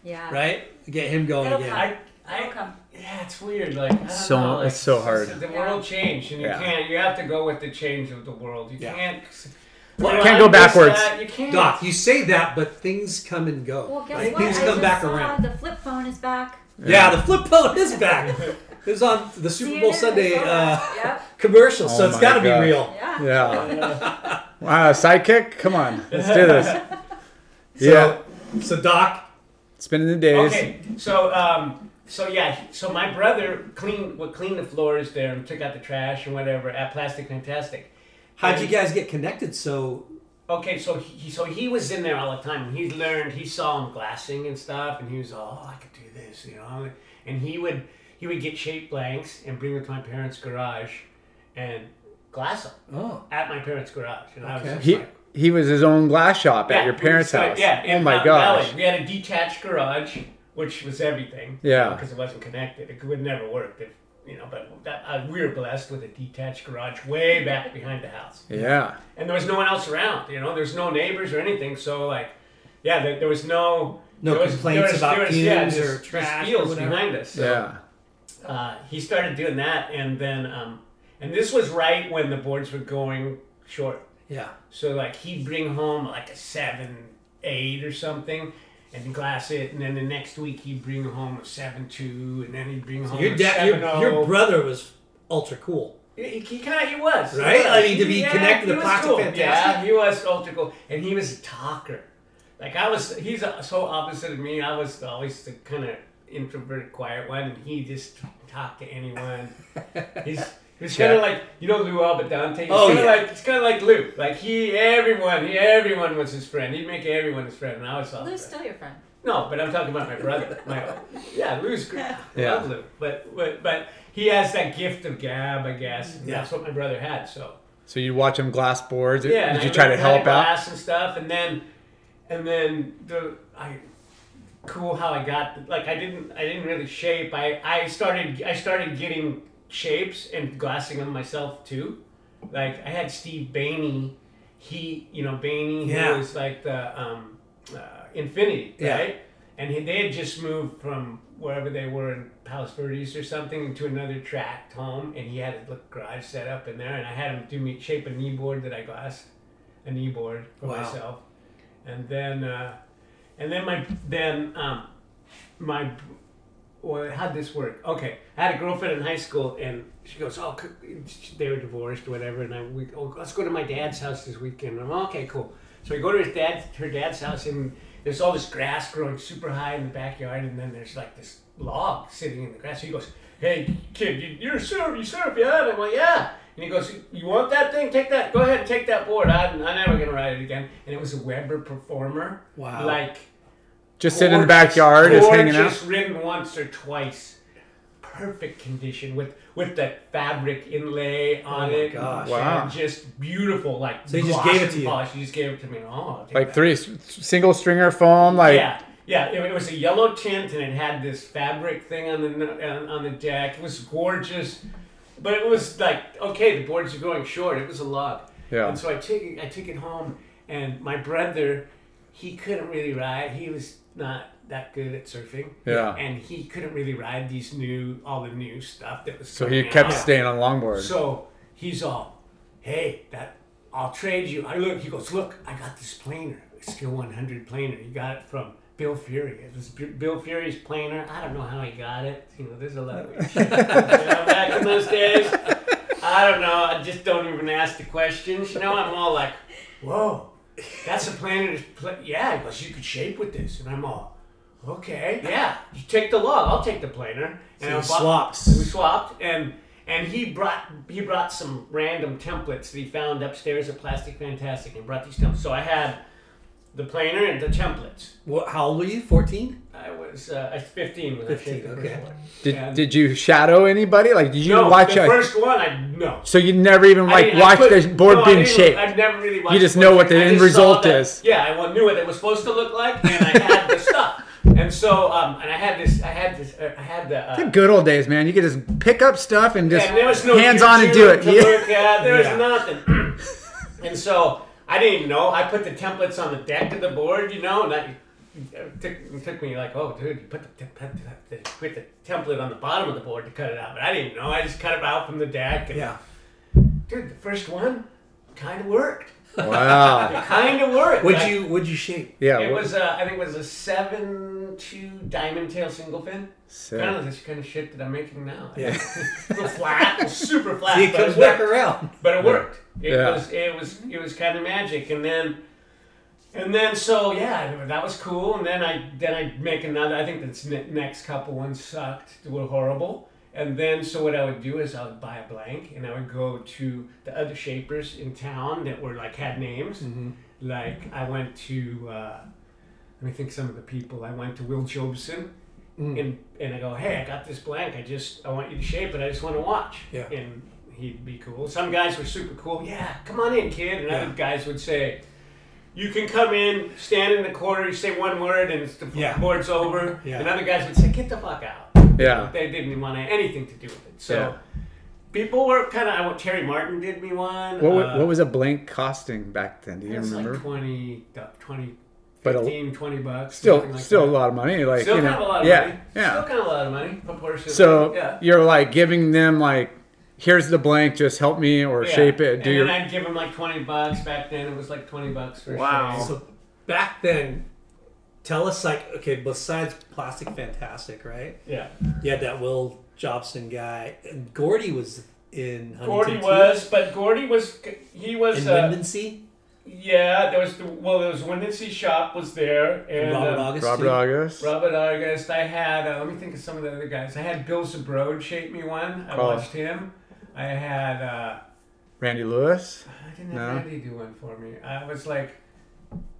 [SPEAKER 7] Yeah.
[SPEAKER 1] right? Get him going
[SPEAKER 7] It'll
[SPEAKER 1] again.
[SPEAKER 7] come.
[SPEAKER 4] I, I,
[SPEAKER 7] It'll come.
[SPEAKER 4] yeah, it's weird. Like, I don't
[SPEAKER 2] So-
[SPEAKER 4] know, like,
[SPEAKER 2] it's so hard.
[SPEAKER 4] The world changed, and you
[SPEAKER 2] Yeah.
[SPEAKER 4] can't. You have to go with the change of the world. You
[SPEAKER 1] Yeah.
[SPEAKER 4] can't.
[SPEAKER 2] Well, can't go
[SPEAKER 4] I miss
[SPEAKER 2] backwards.
[SPEAKER 4] that. You can't.
[SPEAKER 1] Doc, you say that, but things come and go.
[SPEAKER 7] Well, guess
[SPEAKER 1] Like,
[SPEAKER 7] what?
[SPEAKER 1] Things
[SPEAKER 7] I
[SPEAKER 1] come
[SPEAKER 7] just
[SPEAKER 1] back
[SPEAKER 7] saw
[SPEAKER 1] around.
[SPEAKER 7] The flip phone is back.
[SPEAKER 1] Yeah, the flip phone is back. it was on the Super Bowl
[SPEAKER 7] CNN,
[SPEAKER 1] Sunday
[SPEAKER 7] I saw
[SPEAKER 1] uh,
[SPEAKER 7] that. yep.
[SPEAKER 1] commercial,
[SPEAKER 2] Oh
[SPEAKER 1] so it's
[SPEAKER 2] my
[SPEAKER 1] got to be
[SPEAKER 2] God.
[SPEAKER 1] real.
[SPEAKER 7] Yeah.
[SPEAKER 2] yeah. wow, sidekick? Come on, let's do this.
[SPEAKER 1] So,
[SPEAKER 2] yeah,
[SPEAKER 1] So Doc,
[SPEAKER 2] spending the days.
[SPEAKER 4] Okay, so um, so yeah, so my brother cleaned would clean the floors there and took out the trash and whatever at Plastic Fantastic.
[SPEAKER 1] how'd you guys get connected? So
[SPEAKER 4] Okay, so he so he was in there all the time. He learned, he saw him glassing and stuff, and he was all, oh, I could do this, you know. And he would he would get shape blanks and bring them to my parents' garage, and glass them
[SPEAKER 1] oh,
[SPEAKER 4] at my parents' garage. And I was
[SPEAKER 1] Okay.
[SPEAKER 4] just
[SPEAKER 2] He
[SPEAKER 4] like,
[SPEAKER 2] he was his own glass shop at your
[SPEAKER 4] we
[SPEAKER 2] parents'
[SPEAKER 4] started-
[SPEAKER 2] house.
[SPEAKER 4] Yeah,
[SPEAKER 2] oh
[SPEAKER 4] in
[SPEAKER 2] my
[SPEAKER 4] Mountain Valley.
[SPEAKER 2] gosh.
[SPEAKER 4] We had a detached garage, which was everything.
[SPEAKER 2] Yeah.
[SPEAKER 4] Because it wasn't connected. It would never work. If, you know, but that, uh, we were blessed with a detached garage way back behind the house.
[SPEAKER 2] Yeah.
[SPEAKER 4] And there was no one else around. You know, there's no neighbors or anything. So, like, yeah, there, there was no.
[SPEAKER 1] No
[SPEAKER 4] there was,
[SPEAKER 1] complaints
[SPEAKER 4] there was,
[SPEAKER 1] about
[SPEAKER 4] there was, yeah,
[SPEAKER 1] fumes
[SPEAKER 4] just-
[SPEAKER 1] or
[SPEAKER 4] just
[SPEAKER 1] trash or
[SPEAKER 4] fields
[SPEAKER 1] whatever.
[SPEAKER 4] behind us. So,
[SPEAKER 2] Yeah.
[SPEAKER 4] uh, he started doing that, and then, um, and this was right when the boards were going short.
[SPEAKER 1] yeah.
[SPEAKER 4] So like he'd bring home like a seven eight or something, and glass it, and then the next week he'd bring home a seven two, and then he'd bring home
[SPEAKER 1] Your
[SPEAKER 4] a
[SPEAKER 1] dad,
[SPEAKER 4] seven
[SPEAKER 1] your,
[SPEAKER 4] oh.
[SPEAKER 1] your brother was ultra cool.
[SPEAKER 4] He, he kind of he was he
[SPEAKER 1] Right?
[SPEAKER 4] was.
[SPEAKER 1] I mean, to be
[SPEAKER 4] Yeah,
[SPEAKER 1] connected
[SPEAKER 4] he
[SPEAKER 1] to
[SPEAKER 4] was
[SPEAKER 1] Plastic
[SPEAKER 4] cool. Yeah,
[SPEAKER 1] Fantastic.
[SPEAKER 4] he was ultra cool, and he was a talker. Like I was, he's uh so opposite of me. I was always the kind of introverted, quiet one, and he just talked to anyone. He's he was kind
[SPEAKER 2] Yeah.
[SPEAKER 4] of like you know Lou Albadante. He's
[SPEAKER 1] Oh,
[SPEAKER 4] kind of
[SPEAKER 1] yeah.
[SPEAKER 4] like it's kind of like Lou. Like he, everyone, he, everyone was his friend. He'd make everyone his friend, and I was all
[SPEAKER 7] Lou's
[SPEAKER 4] friend.
[SPEAKER 7] still your friend.
[SPEAKER 4] No, but I'm talking about my brother. My yeah, Lou's great. I
[SPEAKER 2] Yeah.
[SPEAKER 4] Love Lou, but, but but he has that gift of gab, I guess. And
[SPEAKER 1] Yeah.
[SPEAKER 4] That's what my brother had. So
[SPEAKER 2] So you watch him glass boards.
[SPEAKER 4] yeah,
[SPEAKER 2] Did
[SPEAKER 4] and
[SPEAKER 2] you
[SPEAKER 4] I
[SPEAKER 2] try to
[SPEAKER 4] learned how
[SPEAKER 2] help out?
[SPEAKER 4] glass and stuff, and then and then the I cool how I got like I didn't I didn't really shape. I I started I started getting shapes and glassing them myself too. Like I had Steve Bainey, he you know Bainey
[SPEAKER 1] Yeah.
[SPEAKER 4] who was like the um, uh, Infinity
[SPEAKER 1] Yeah.
[SPEAKER 4] right, and he, they had just moved from wherever they were in Palos Verdes or something to another tract home, and he had a little garage set up in there, and I had him do me shape a knee board that I glassed, a knee board for
[SPEAKER 1] Wow.
[SPEAKER 4] myself, and then. Uh, and then my then um, my well, how'd this work? Okay, I had a girlfriend in high school, and she goes, "Oh, c- they were divorced, whatever." And I we oh, let's go to my dad's house this weekend. And I'm okay, cool. So we go to his dad's her dad's house, and there's all this grass growing super high in the backyard, and then there's like this log sitting in the grass. He goes, "Hey, kid, you, you're a surf, you surf, yeah?" And I'm like, "Yeah." And he goes, "You want that thing? Take that. Go ahead and take that board. I, I'm never gonna ride it again." And it was a Weber Performer,
[SPEAKER 1] Wow.
[SPEAKER 4] like
[SPEAKER 2] Just sit in the backyard, just hanging out.
[SPEAKER 4] Gorgeous, ridden once or twice. Perfect condition with with that fabric inlay on
[SPEAKER 1] Oh my
[SPEAKER 4] it.
[SPEAKER 1] gosh.
[SPEAKER 2] Wow.
[SPEAKER 4] And just beautiful, like
[SPEAKER 1] So you just
[SPEAKER 4] gloss
[SPEAKER 1] gave it
[SPEAKER 4] and
[SPEAKER 1] to you?
[SPEAKER 4] polish. You just gave it to me. Oh, I'll take
[SPEAKER 2] Like
[SPEAKER 4] that.
[SPEAKER 2] three s- single stringer foam. Like
[SPEAKER 4] yeah. Yeah, it, it was a yellow tint, and it had this fabric thing on the on, on the deck. It was gorgeous, but it was like okay, the boards are going short. It was a log.
[SPEAKER 2] Yeah.
[SPEAKER 4] And so I took it, I took it home, and my brother, he couldn't really ride. He was not that good at surfing.
[SPEAKER 2] Yeah.
[SPEAKER 4] And he couldn't really ride these new all the new stuff that was.
[SPEAKER 2] So he
[SPEAKER 4] coming
[SPEAKER 2] kept
[SPEAKER 4] out.
[SPEAKER 2] staying on longboard.
[SPEAKER 4] So he's all, hey, that I'll trade you. I look. He goes, look, I got this planer, Skill 100 planer. He got it from Bill Fury. It was B- Bill Fury's planer. I don't know how he got it. You know, there's a lot of weird shit. you know, back in those days. I don't know. I just don't even ask the questions. You know, I'm all like, whoa, that's a planer. to pla- Yeah, he goes, you could shape with this, and I'm all. Okay. Yeah. You take the log. I'll take the planer.
[SPEAKER 1] you
[SPEAKER 4] And I bought-
[SPEAKER 1] swapped.
[SPEAKER 4] We swapped, and and he brought he brought some random templates that he found upstairs at Plastic Fantastic, and brought these templates. So I had the planer and the templates.
[SPEAKER 1] What, how old were you? 14?
[SPEAKER 4] I was uh, I was fifteen when
[SPEAKER 1] 15,
[SPEAKER 4] I did the
[SPEAKER 1] okay.
[SPEAKER 4] first one.
[SPEAKER 2] Did,
[SPEAKER 4] And-
[SPEAKER 2] did you shadow anybody? Like, did you
[SPEAKER 4] no,
[SPEAKER 2] watch
[SPEAKER 4] the
[SPEAKER 2] a,
[SPEAKER 4] first one? I no.
[SPEAKER 2] So you never even
[SPEAKER 4] I
[SPEAKER 2] like
[SPEAKER 4] didn't- I
[SPEAKER 2] watch
[SPEAKER 4] couldn't-
[SPEAKER 2] the board
[SPEAKER 4] no, I
[SPEAKER 2] being
[SPEAKER 4] didn't-
[SPEAKER 2] shaped.
[SPEAKER 4] I've never really watched.
[SPEAKER 2] just
[SPEAKER 4] the
[SPEAKER 2] know
[SPEAKER 4] board
[SPEAKER 2] what the
[SPEAKER 4] being- I
[SPEAKER 2] end
[SPEAKER 4] just
[SPEAKER 2] result
[SPEAKER 4] saw that-
[SPEAKER 2] is.
[SPEAKER 4] Yeah, I wa- knew what it was supposed to look like, and I had the stuff. And so, um, and I had this, I had this, uh, I had the. Uh,
[SPEAKER 2] Good old days, man. You could just pick up stuff and just
[SPEAKER 4] and there was no
[SPEAKER 2] hands on and
[SPEAKER 4] YouTube
[SPEAKER 2] do it.
[SPEAKER 4] To look at. There was
[SPEAKER 1] Yeah.
[SPEAKER 4] nothing. and so I didn't even know. I put the templates on the deck of the board, you know, and that it took, it took me like, oh, dude, you put the, tem- put the- put the template on the bottom of the board to cut it out, but I didn't know. I just cut it out from the deck. And,
[SPEAKER 1] Yeah.
[SPEAKER 4] Dude, the first one kind of worked.
[SPEAKER 2] Wow.
[SPEAKER 4] Kind of worked.
[SPEAKER 1] Would
[SPEAKER 4] Like,
[SPEAKER 1] you would you shape?
[SPEAKER 2] Yeah.
[SPEAKER 4] It
[SPEAKER 2] wha-
[SPEAKER 4] was, uh, I think it was a 7-2 diamond tail single fin.
[SPEAKER 2] Sick.
[SPEAKER 4] Kind of this kind of shit that I'm making now.
[SPEAKER 1] Yeah.
[SPEAKER 4] Real flat, real super flat.
[SPEAKER 1] See, it
[SPEAKER 4] but
[SPEAKER 1] comes back
[SPEAKER 4] worked.
[SPEAKER 1] around.
[SPEAKER 4] but Ah, it worked. It
[SPEAKER 2] Yeah.
[SPEAKER 4] was it was it was kind of magic, and then and then so yeah, that was cool. And then I then I make another. I think the ne- next couple ones sucked, were horrible. And then so what I would do is I would buy a blank, and I would go to the other shapers in town that were like had names.
[SPEAKER 2] Mm-hmm.
[SPEAKER 4] Like I went to. Uh, let me think some of the people. I went to Will Jobson
[SPEAKER 1] Mm.
[SPEAKER 4] and and I go, Hey, I got this blank, I just I want you to shape it, I just want to watch.
[SPEAKER 1] Yeah.
[SPEAKER 4] And he'd be cool. Some guys were super cool, yeah, come on in, kid. And other guys would say, You can come in, stand in the corner, you say one word and it's the
[SPEAKER 1] Yeah.
[SPEAKER 4] board's over.
[SPEAKER 1] Yeah.
[SPEAKER 4] And other guys would say, Get the fuck out.
[SPEAKER 2] Yeah.
[SPEAKER 4] They didn't want anything to do with it. So
[SPEAKER 2] Yeah.
[SPEAKER 4] people were kinda I Terry Martin did me one.
[SPEAKER 2] What,
[SPEAKER 4] uh,
[SPEAKER 2] wa- what was a blank costing back then? Do you
[SPEAKER 4] it's
[SPEAKER 2] remember?
[SPEAKER 4] like uh, 20, 20
[SPEAKER 2] But a-
[SPEAKER 4] 15, 20 bucks.
[SPEAKER 2] still,
[SPEAKER 4] something like
[SPEAKER 2] still
[SPEAKER 4] that.
[SPEAKER 2] a lot of money. Like
[SPEAKER 4] Still
[SPEAKER 2] you know,
[SPEAKER 4] kind of a lot of
[SPEAKER 2] yeah,
[SPEAKER 4] money. Still
[SPEAKER 2] yeah.
[SPEAKER 4] kind of a lot of money, proportionately.
[SPEAKER 2] So
[SPEAKER 4] yeah.
[SPEAKER 2] you're like giving them like, here's the blank, just help me or
[SPEAKER 4] Yeah.
[SPEAKER 2] shape it.
[SPEAKER 4] And
[SPEAKER 2] Do
[SPEAKER 4] then
[SPEAKER 2] your
[SPEAKER 4] I'd give him like twenty bucks back then. It was like twenty bucks for
[SPEAKER 2] Wow.
[SPEAKER 4] Shane.
[SPEAKER 1] So back then, tell us like okay, besides Plastic Fantastic, right?
[SPEAKER 4] Yeah,
[SPEAKER 1] You had that Will Jobson guy, and Gordy was in Huntington
[SPEAKER 4] Gordy
[SPEAKER 1] too,
[SPEAKER 4] was, but Gordy was he was
[SPEAKER 1] in
[SPEAKER 4] uh,
[SPEAKER 1] Windensee,
[SPEAKER 4] yeah. There was the well, there was Windancy shop was there and.
[SPEAKER 1] and Robert
[SPEAKER 4] uh,
[SPEAKER 1] August.
[SPEAKER 2] Robert
[SPEAKER 1] too.
[SPEAKER 2] August.
[SPEAKER 4] Robert August. I had, uh, let me think of some of the other guys. I had Bill Zabrod shape me one. I
[SPEAKER 2] Oh.
[SPEAKER 4] watched him. I had, uh,
[SPEAKER 2] Randy Lewis.
[SPEAKER 4] I didn't
[SPEAKER 2] No.
[SPEAKER 4] have Randy do one for me. I was like,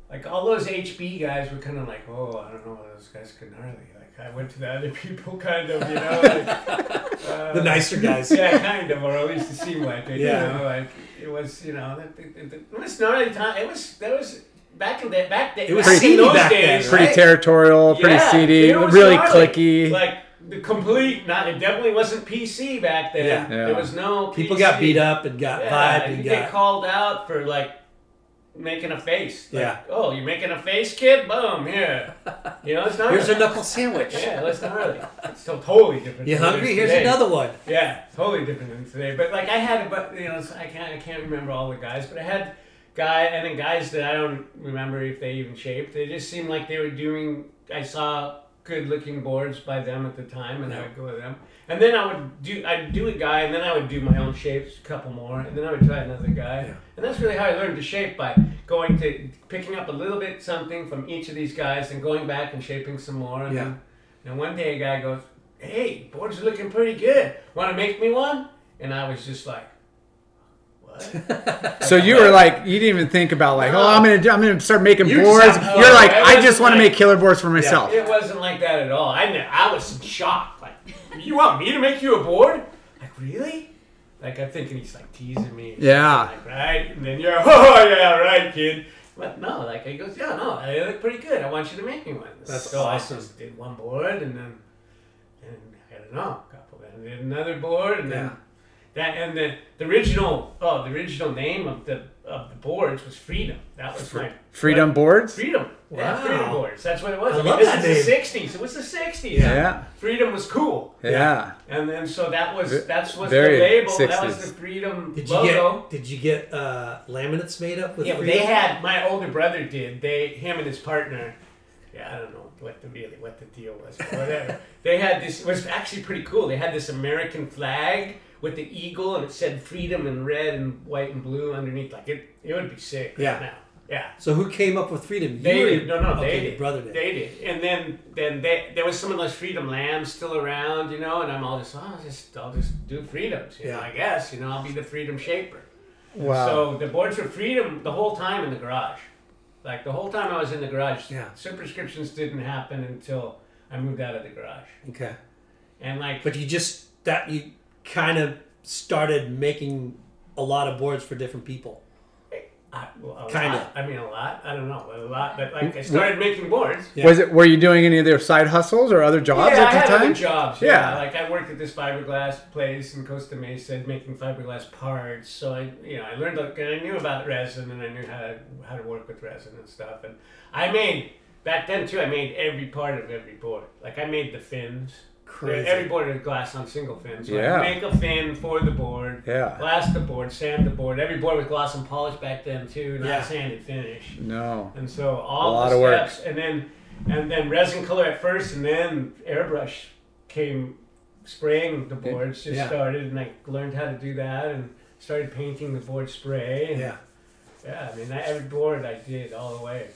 [SPEAKER 4] like all those HB guys were kind of like, oh, I don't know, those guys could gnarly. Like I went to the other people, kind of, you know, like, uh,
[SPEAKER 1] the nicer guys.
[SPEAKER 4] yeah, kind of, or at least it seemed like it.
[SPEAKER 1] Yeah.
[SPEAKER 4] You know, like it was, you know, it, it, it, it was gnarly time. It was that was back in that back day.
[SPEAKER 1] It was
[SPEAKER 4] back in
[SPEAKER 1] seedy
[SPEAKER 4] those
[SPEAKER 1] back then,
[SPEAKER 4] days,
[SPEAKER 1] right?
[SPEAKER 2] Pretty territorial, pretty
[SPEAKER 4] yeah,
[SPEAKER 2] seedy,
[SPEAKER 4] it was
[SPEAKER 2] really
[SPEAKER 4] gnarly.
[SPEAKER 2] clicky.
[SPEAKER 4] Like the complete, not it definitely wasn't PC back then.
[SPEAKER 1] Yeah.
[SPEAKER 2] Yeah.
[SPEAKER 4] There was no.
[SPEAKER 1] People
[SPEAKER 4] PC.
[SPEAKER 1] got beat up and got
[SPEAKER 4] Yeah,
[SPEAKER 1] vibed
[SPEAKER 4] you
[SPEAKER 1] and
[SPEAKER 4] get
[SPEAKER 1] got
[SPEAKER 4] called out for like making a face. Like,
[SPEAKER 1] Yeah.
[SPEAKER 4] Oh, you're making a face, kid. Boom. Here. You know, it's not.
[SPEAKER 1] Here's a knuckle sandwich.
[SPEAKER 4] Yeah, it's not really. It's still totally different.
[SPEAKER 1] You
[SPEAKER 4] than it
[SPEAKER 1] hungry?
[SPEAKER 4] is
[SPEAKER 1] Here's
[SPEAKER 4] today.
[SPEAKER 1] another one.
[SPEAKER 4] Yeah, totally different than today. But like I had, but you know, I can't, I can't remember all the guys, but I had guy and then guys that I don't remember if they even shaped. They just seemed like they were doing. I saw good looking boards by them at the time, and I would go to them. And then I would do, I'd do a guy, and then I would do my own shapes, a couple more, and then I would try another guy.
[SPEAKER 1] Yeah.
[SPEAKER 4] And that's really how I learned to shape by going to picking up a little bit something from each of these guys, and going back and shaping some more. And
[SPEAKER 1] Yeah.
[SPEAKER 4] then and one day a guy goes, Hey, boards are looking pretty good. Want to make me one? And I was just like, What?
[SPEAKER 2] So you were like, you didn't even think about like,
[SPEAKER 4] No.
[SPEAKER 2] oh, I'm gonna, do, I'm gonna start making
[SPEAKER 1] You just
[SPEAKER 2] boards.
[SPEAKER 1] have fun.
[SPEAKER 2] You're like,
[SPEAKER 4] It
[SPEAKER 2] I
[SPEAKER 4] was
[SPEAKER 2] just want to
[SPEAKER 4] uh, like-
[SPEAKER 2] make killer boards for myself.
[SPEAKER 4] it wasn't like that at all. I, kn- I was in shock. Like, You want me to make you a board? Like, really? Like, I'm thinking he's like teasing me.
[SPEAKER 2] Yeah.
[SPEAKER 4] Like, right? And then you're, Oh, yeah, right, kid. But no, like he goes, yeah, no, they look pretty good. I want you to make me one.
[SPEAKER 1] That's
[SPEAKER 4] so
[SPEAKER 1] awesome.
[SPEAKER 4] I just did one board and then, and I don't know, a couple. Then I did another board and
[SPEAKER 1] Yeah.
[SPEAKER 4] then that and the, the original oh the original name of the of the boards was Freedom. That was my
[SPEAKER 2] Freedom boards.
[SPEAKER 4] Freedom. Yeah,
[SPEAKER 1] Wow.
[SPEAKER 4] Freedom boards. That's what it
[SPEAKER 1] I
[SPEAKER 4] was. I, mean,
[SPEAKER 1] love
[SPEAKER 4] this
[SPEAKER 1] that
[SPEAKER 4] is
[SPEAKER 1] name.
[SPEAKER 4] the '60s. It was the '60s.
[SPEAKER 2] Yeah.
[SPEAKER 4] Freedom was cool.
[SPEAKER 2] Yeah.
[SPEAKER 4] And then so that
[SPEAKER 2] Ve-
[SPEAKER 4] was that's was the
[SPEAKER 2] very
[SPEAKER 4] label. That was
[SPEAKER 2] 60s.
[SPEAKER 4] the Freedom
[SPEAKER 1] Did you
[SPEAKER 4] logo.
[SPEAKER 1] get did you get uh, laminates made up with
[SPEAKER 4] yeah,
[SPEAKER 1] freedom?
[SPEAKER 4] they had my older brother did. They him and his partner. Yeah, I don't know what the really what the deal was, but whatever. they had this it was actually pretty cool. They had this American flag with the eagle and it said freedom in red and white and blue underneath. Like it, it would be sick. right
[SPEAKER 1] Yeah.
[SPEAKER 4] now. Yeah.
[SPEAKER 1] So who came up with freedom? You
[SPEAKER 4] They
[SPEAKER 1] were-
[SPEAKER 4] did. No, no,
[SPEAKER 1] okay,
[SPEAKER 4] they
[SPEAKER 1] your
[SPEAKER 4] did.
[SPEAKER 1] brother did.
[SPEAKER 4] They did. And then, then they, there was some of those freedom lambs still around, you know. And I'm all just, oh, I'll just, I'll just do freedoms, you know.
[SPEAKER 1] Yeah.
[SPEAKER 4] I guess, you know, I'll be the freedom shaper.
[SPEAKER 2] Wow.
[SPEAKER 4] So the boards for freedom the whole time in the garage, like the whole time I was in the garage.
[SPEAKER 1] Yeah.
[SPEAKER 4] Superscriptions didn't happen until I moved out of the garage,
[SPEAKER 1] Okay,
[SPEAKER 4] and like
[SPEAKER 1] but you just that you kind of started making a lot of boards for different people.
[SPEAKER 4] I, well, a
[SPEAKER 1] Kinda.
[SPEAKER 4] lot. I mean, a lot. I don't know, a lot. But like I started making boards.
[SPEAKER 1] Yeah.
[SPEAKER 2] Was it? Were you doing any of their side hustles or other jobs
[SPEAKER 4] yeah,
[SPEAKER 2] at the
[SPEAKER 4] I had
[SPEAKER 2] time?
[SPEAKER 4] Other jobs. Yeah.
[SPEAKER 2] Yeah.
[SPEAKER 4] like I worked at this fiberglass place in Costa Mesa, making fiberglass parts. So I, you know, I learned like and I knew about resin and I knew how to how to work with resin and stuff. And I made back then too. I made every part of every board. Like I made the fins.
[SPEAKER 1] Crazy.
[SPEAKER 4] Every board is glass on single fins. So
[SPEAKER 2] Yeah.
[SPEAKER 4] I make a fin for the board.
[SPEAKER 2] Yeah.
[SPEAKER 4] Glass the board, sand the board. Every board was gloss and polished back then too, not
[SPEAKER 1] Yeah.
[SPEAKER 4] sanded finish.
[SPEAKER 2] No.
[SPEAKER 4] And so
[SPEAKER 2] A
[SPEAKER 4] all
[SPEAKER 2] lot
[SPEAKER 4] the
[SPEAKER 2] of work.
[SPEAKER 4] steps, and then and then resin color at first, and then airbrush came spraying the boards. Just
[SPEAKER 1] Yeah.
[SPEAKER 4] started, and I learned how to do that, and started painting the board spray. And
[SPEAKER 1] Yeah.
[SPEAKER 4] yeah, I mean I, every board I did all the way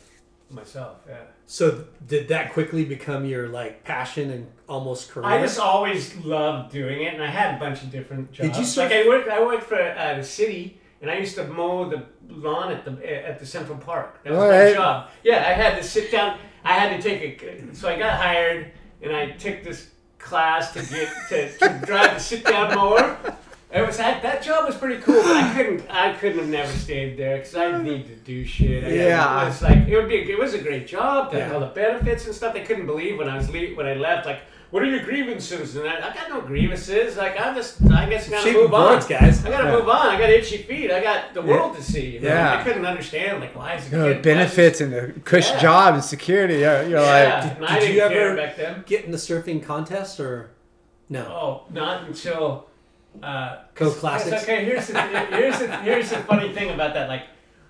[SPEAKER 4] myself. Yeah,
[SPEAKER 1] So did that quickly become your like passion and almost career?
[SPEAKER 4] I just always loved doing it, and I had a bunch of different
[SPEAKER 1] Did
[SPEAKER 4] jobs.
[SPEAKER 1] you
[SPEAKER 4] like I worked, I worked for uh, the city. And I used to mow the lawn at the at the Central Park. That was my
[SPEAKER 2] Alright.
[SPEAKER 4] job. job. Yeah, I had to sit down. I had to take a. So I got hired, and I took this class to get to, to drive the sit down mower. It was that, that job was pretty cool, but I couldn't I couldn't have never stayed there because I need to do shit. I-
[SPEAKER 2] Yeah.
[SPEAKER 4] it was like it would be it was a great job. They had
[SPEAKER 1] Yeah.
[SPEAKER 4] all the benefits and stuff. They couldn't believe when I was le- when I left. Like, what are your grievances? And I, I got no grievances. Like I just I guess I gotta
[SPEAKER 1] Shaping
[SPEAKER 4] move on,
[SPEAKER 1] boards, guys.
[SPEAKER 4] I gotta
[SPEAKER 1] Yeah.
[SPEAKER 4] move on. I got itchy feet. I got the world to see. You know?
[SPEAKER 2] Yeah.
[SPEAKER 4] I couldn't understand like why is it
[SPEAKER 2] You know, the
[SPEAKER 4] kid-
[SPEAKER 2] Oh, benefits and the cush
[SPEAKER 4] Yeah.
[SPEAKER 2] job and security. Yeah, you're
[SPEAKER 4] yeah,
[SPEAKER 2] like,
[SPEAKER 4] and
[SPEAKER 1] did
[SPEAKER 4] I didn't
[SPEAKER 1] you
[SPEAKER 4] care
[SPEAKER 1] ever-
[SPEAKER 4] back then.
[SPEAKER 1] get in the surfing contest or no?
[SPEAKER 4] Oh, not until uh,
[SPEAKER 1] Go classics.
[SPEAKER 4] Okay, here's the, here's the, here's the funny thing about that. Like,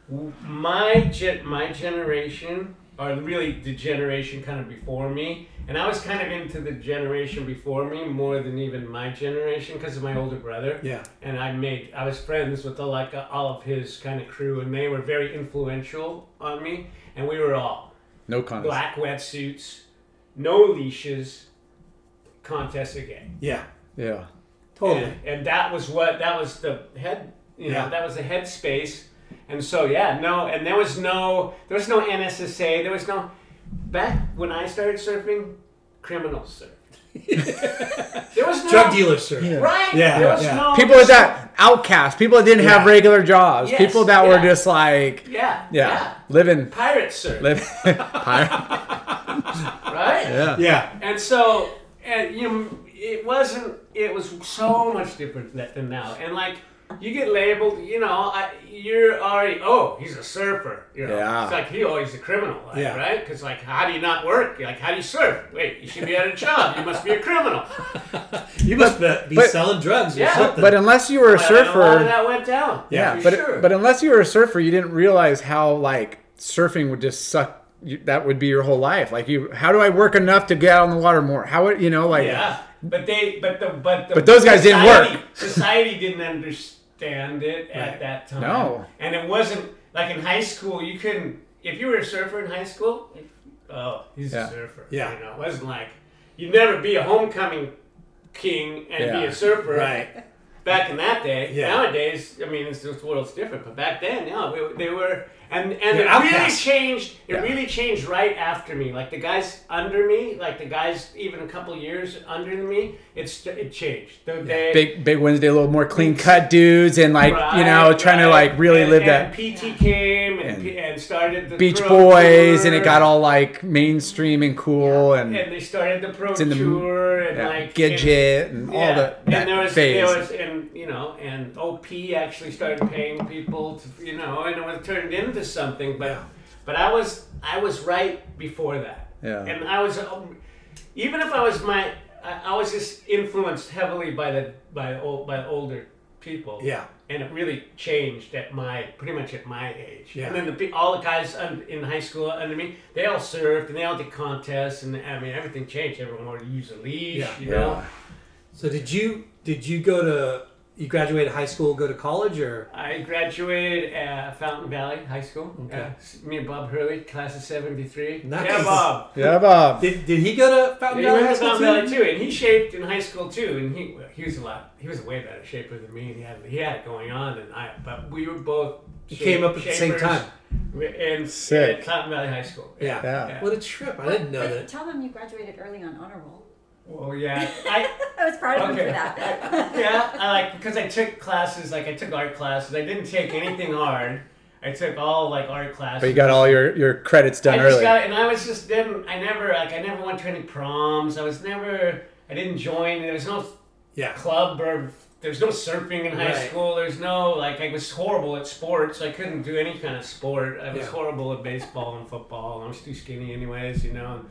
[SPEAKER 4] w- my gen, my generation, or really the generation kind of before me, and I was kind of into the generation before me more than even my generation because of my older brother.
[SPEAKER 1] Yeah.
[SPEAKER 4] And I made I was friends with the, like uh, all of his kind of crew, and they were very influential on me. And we were all
[SPEAKER 2] no comments.
[SPEAKER 4] black wetsuits, no leashes, contest again.
[SPEAKER 1] Yeah.
[SPEAKER 2] Yeah.
[SPEAKER 1] Totally.
[SPEAKER 4] And, and that was what that was the head you know,
[SPEAKER 1] Yeah.
[SPEAKER 4] that was the headspace. And so yeah, no and there was no there was no NSSA, there was no back when I started surfing, criminals surfed. there was no
[SPEAKER 1] Drug dealers, sir.
[SPEAKER 4] Right?
[SPEAKER 1] Yeah,
[SPEAKER 4] There was
[SPEAKER 1] yeah.
[SPEAKER 4] no
[SPEAKER 2] People with that outcast, people that didn't have
[SPEAKER 1] Yeah.
[SPEAKER 2] regular jobs,
[SPEAKER 4] Yes,
[SPEAKER 2] people that were
[SPEAKER 4] yeah.
[SPEAKER 2] just like, yeah,
[SPEAKER 4] Yeah.
[SPEAKER 2] living,
[SPEAKER 4] Pirates surf,
[SPEAKER 2] living. Pirate.
[SPEAKER 4] right?
[SPEAKER 2] yeah.
[SPEAKER 1] Yeah.
[SPEAKER 4] And so, and you know, it wasn't. It was so much different tha- than now. And like, you get labeled. You know, I, you're already. Oh, he's a surfer. You know,
[SPEAKER 2] Yeah.
[SPEAKER 4] it's like he oh, he's a criminal. Like,
[SPEAKER 1] Yeah.
[SPEAKER 4] Right? Because like, how do you not work? Like, how do you surf? Wait, you should be at a job. You must be a criminal.
[SPEAKER 1] You must be, be
[SPEAKER 2] but-
[SPEAKER 1] selling drugs or
[SPEAKER 4] Yeah.
[SPEAKER 1] something.
[SPEAKER 2] But unless you were a
[SPEAKER 4] But I mean, a lot of
[SPEAKER 2] surfer,
[SPEAKER 4] that went down.
[SPEAKER 1] Yeah,
[SPEAKER 4] for
[SPEAKER 2] but
[SPEAKER 4] sure.
[SPEAKER 2] but unless you were a surfer, you didn't realize how like surfing would just suck. You, that would be your whole life. Like you, how do I work enough to get out on the water more? How would you know? Like
[SPEAKER 4] Yeah, but they, but the, but the,
[SPEAKER 2] But those guys didn't
[SPEAKER 4] society-
[SPEAKER 2] work.
[SPEAKER 4] Society didn't understand it at that time.
[SPEAKER 2] No.
[SPEAKER 4] and it wasn't like in high school. You couldn't if you were a surfer in high school. like, Oh, he's
[SPEAKER 2] Yeah.
[SPEAKER 4] a surfer.
[SPEAKER 1] Yeah.
[SPEAKER 4] you know, it wasn't like you'd never be a homecoming king and be
[SPEAKER 2] Yeah.
[SPEAKER 4] a surfer.
[SPEAKER 1] right.
[SPEAKER 4] Back in that day,
[SPEAKER 1] Yeah.
[SPEAKER 4] nowadays, I mean, it's, this world's different. But back then, yeah, we, they were, and and
[SPEAKER 1] They're
[SPEAKER 4] it really
[SPEAKER 1] outcasts.
[SPEAKER 4] changed. It really changed right after me. Like the guys under me, like the guys even a couple years under me, it's it changed. The, they,
[SPEAKER 2] big big Wednesday, a little more clean cut dudes, and like you know
[SPEAKER 4] Right,
[SPEAKER 2] trying to
[SPEAKER 4] right.
[SPEAKER 2] like really
[SPEAKER 4] And-
[SPEAKER 2] live
[SPEAKER 4] and
[SPEAKER 2] that.
[SPEAKER 4] PT came and,
[SPEAKER 2] And-
[SPEAKER 4] P- and started the
[SPEAKER 2] Beach
[SPEAKER 4] pro
[SPEAKER 2] Boys, and
[SPEAKER 4] tour,
[SPEAKER 2] it got all like mainstream and cool and,
[SPEAKER 4] And they started the pro
[SPEAKER 2] in the-
[SPEAKER 4] tour and
[SPEAKER 2] yeah,
[SPEAKER 4] like
[SPEAKER 2] Gidget and, all
[SPEAKER 4] yeah,
[SPEAKER 2] the that
[SPEAKER 4] and there was,
[SPEAKER 2] phase.
[SPEAKER 4] There was, and you know, and OP actually started paying people to, you know, and it was turned into something. But but I was I was right before that.
[SPEAKER 2] Yeah.
[SPEAKER 4] And I was um, even if I was my I, I was just influenced heavily by the by old by older people.
[SPEAKER 1] Yeah.
[SPEAKER 4] And it really changed at my pretty much at my age.
[SPEAKER 1] Yeah.
[SPEAKER 4] And then the pe- all the guys un, in high school under me, they all served and they all did contests and I mean everything changed. Everyone wanted to use a leash,
[SPEAKER 1] Yeah.
[SPEAKER 4] you know.
[SPEAKER 1] So did you did you go to you graduated high school, go to college, or
[SPEAKER 4] I graduated at Fountain Valley High School.
[SPEAKER 1] Okay.
[SPEAKER 4] Uh, me and Bob Hurley, class of 73.
[SPEAKER 1] Nice.
[SPEAKER 4] Yeah, Bob.
[SPEAKER 2] yeah, Bob.
[SPEAKER 1] did, did he go to Fountain
[SPEAKER 4] He
[SPEAKER 1] Valley
[SPEAKER 4] went
[SPEAKER 1] High
[SPEAKER 4] to
[SPEAKER 1] School
[SPEAKER 4] Fountain
[SPEAKER 1] too?
[SPEAKER 4] Valley too, and he shaped in high school too. And he well, he was a lot he was a way better shaper than me. And he had he had it going on, and I but we were both
[SPEAKER 1] You came up at the same
[SPEAKER 4] shapers
[SPEAKER 1] time.
[SPEAKER 4] and
[SPEAKER 2] Sick.
[SPEAKER 4] at Fountain Valley High School.
[SPEAKER 1] Yeah.
[SPEAKER 2] Yeah.
[SPEAKER 1] What a trip! I didn't know that.
[SPEAKER 7] Tell them you graduated early on honor roll.
[SPEAKER 4] Well, yeah. I
[SPEAKER 7] I was proud of him
[SPEAKER 4] Okay.
[SPEAKER 7] for that.
[SPEAKER 4] yeah, I like because I took classes like I took art classes. I didn't take anything hard. I took all like art classes.
[SPEAKER 2] But you got all your, your credits done
[SPEAKER 4] I just
[SPEAKER 2] early.
[SPEAKER 4] got, and I was just didn't. I never like I never went to any proms. I was never. I didn't join. There was no
[SPEAKER 1] Yeah.
[SPEAKER 4] club or there's no surfing in high
[SPEAKER 1] Right.
[SPEAKER 4] school. There's no like I was horrible at sports. I couldn't do any kind of sport. I was
[SPEAKER 1] Yeah.
[SPEAKER 4] horrible at baseball and football. I was too skinny, anyways. You know.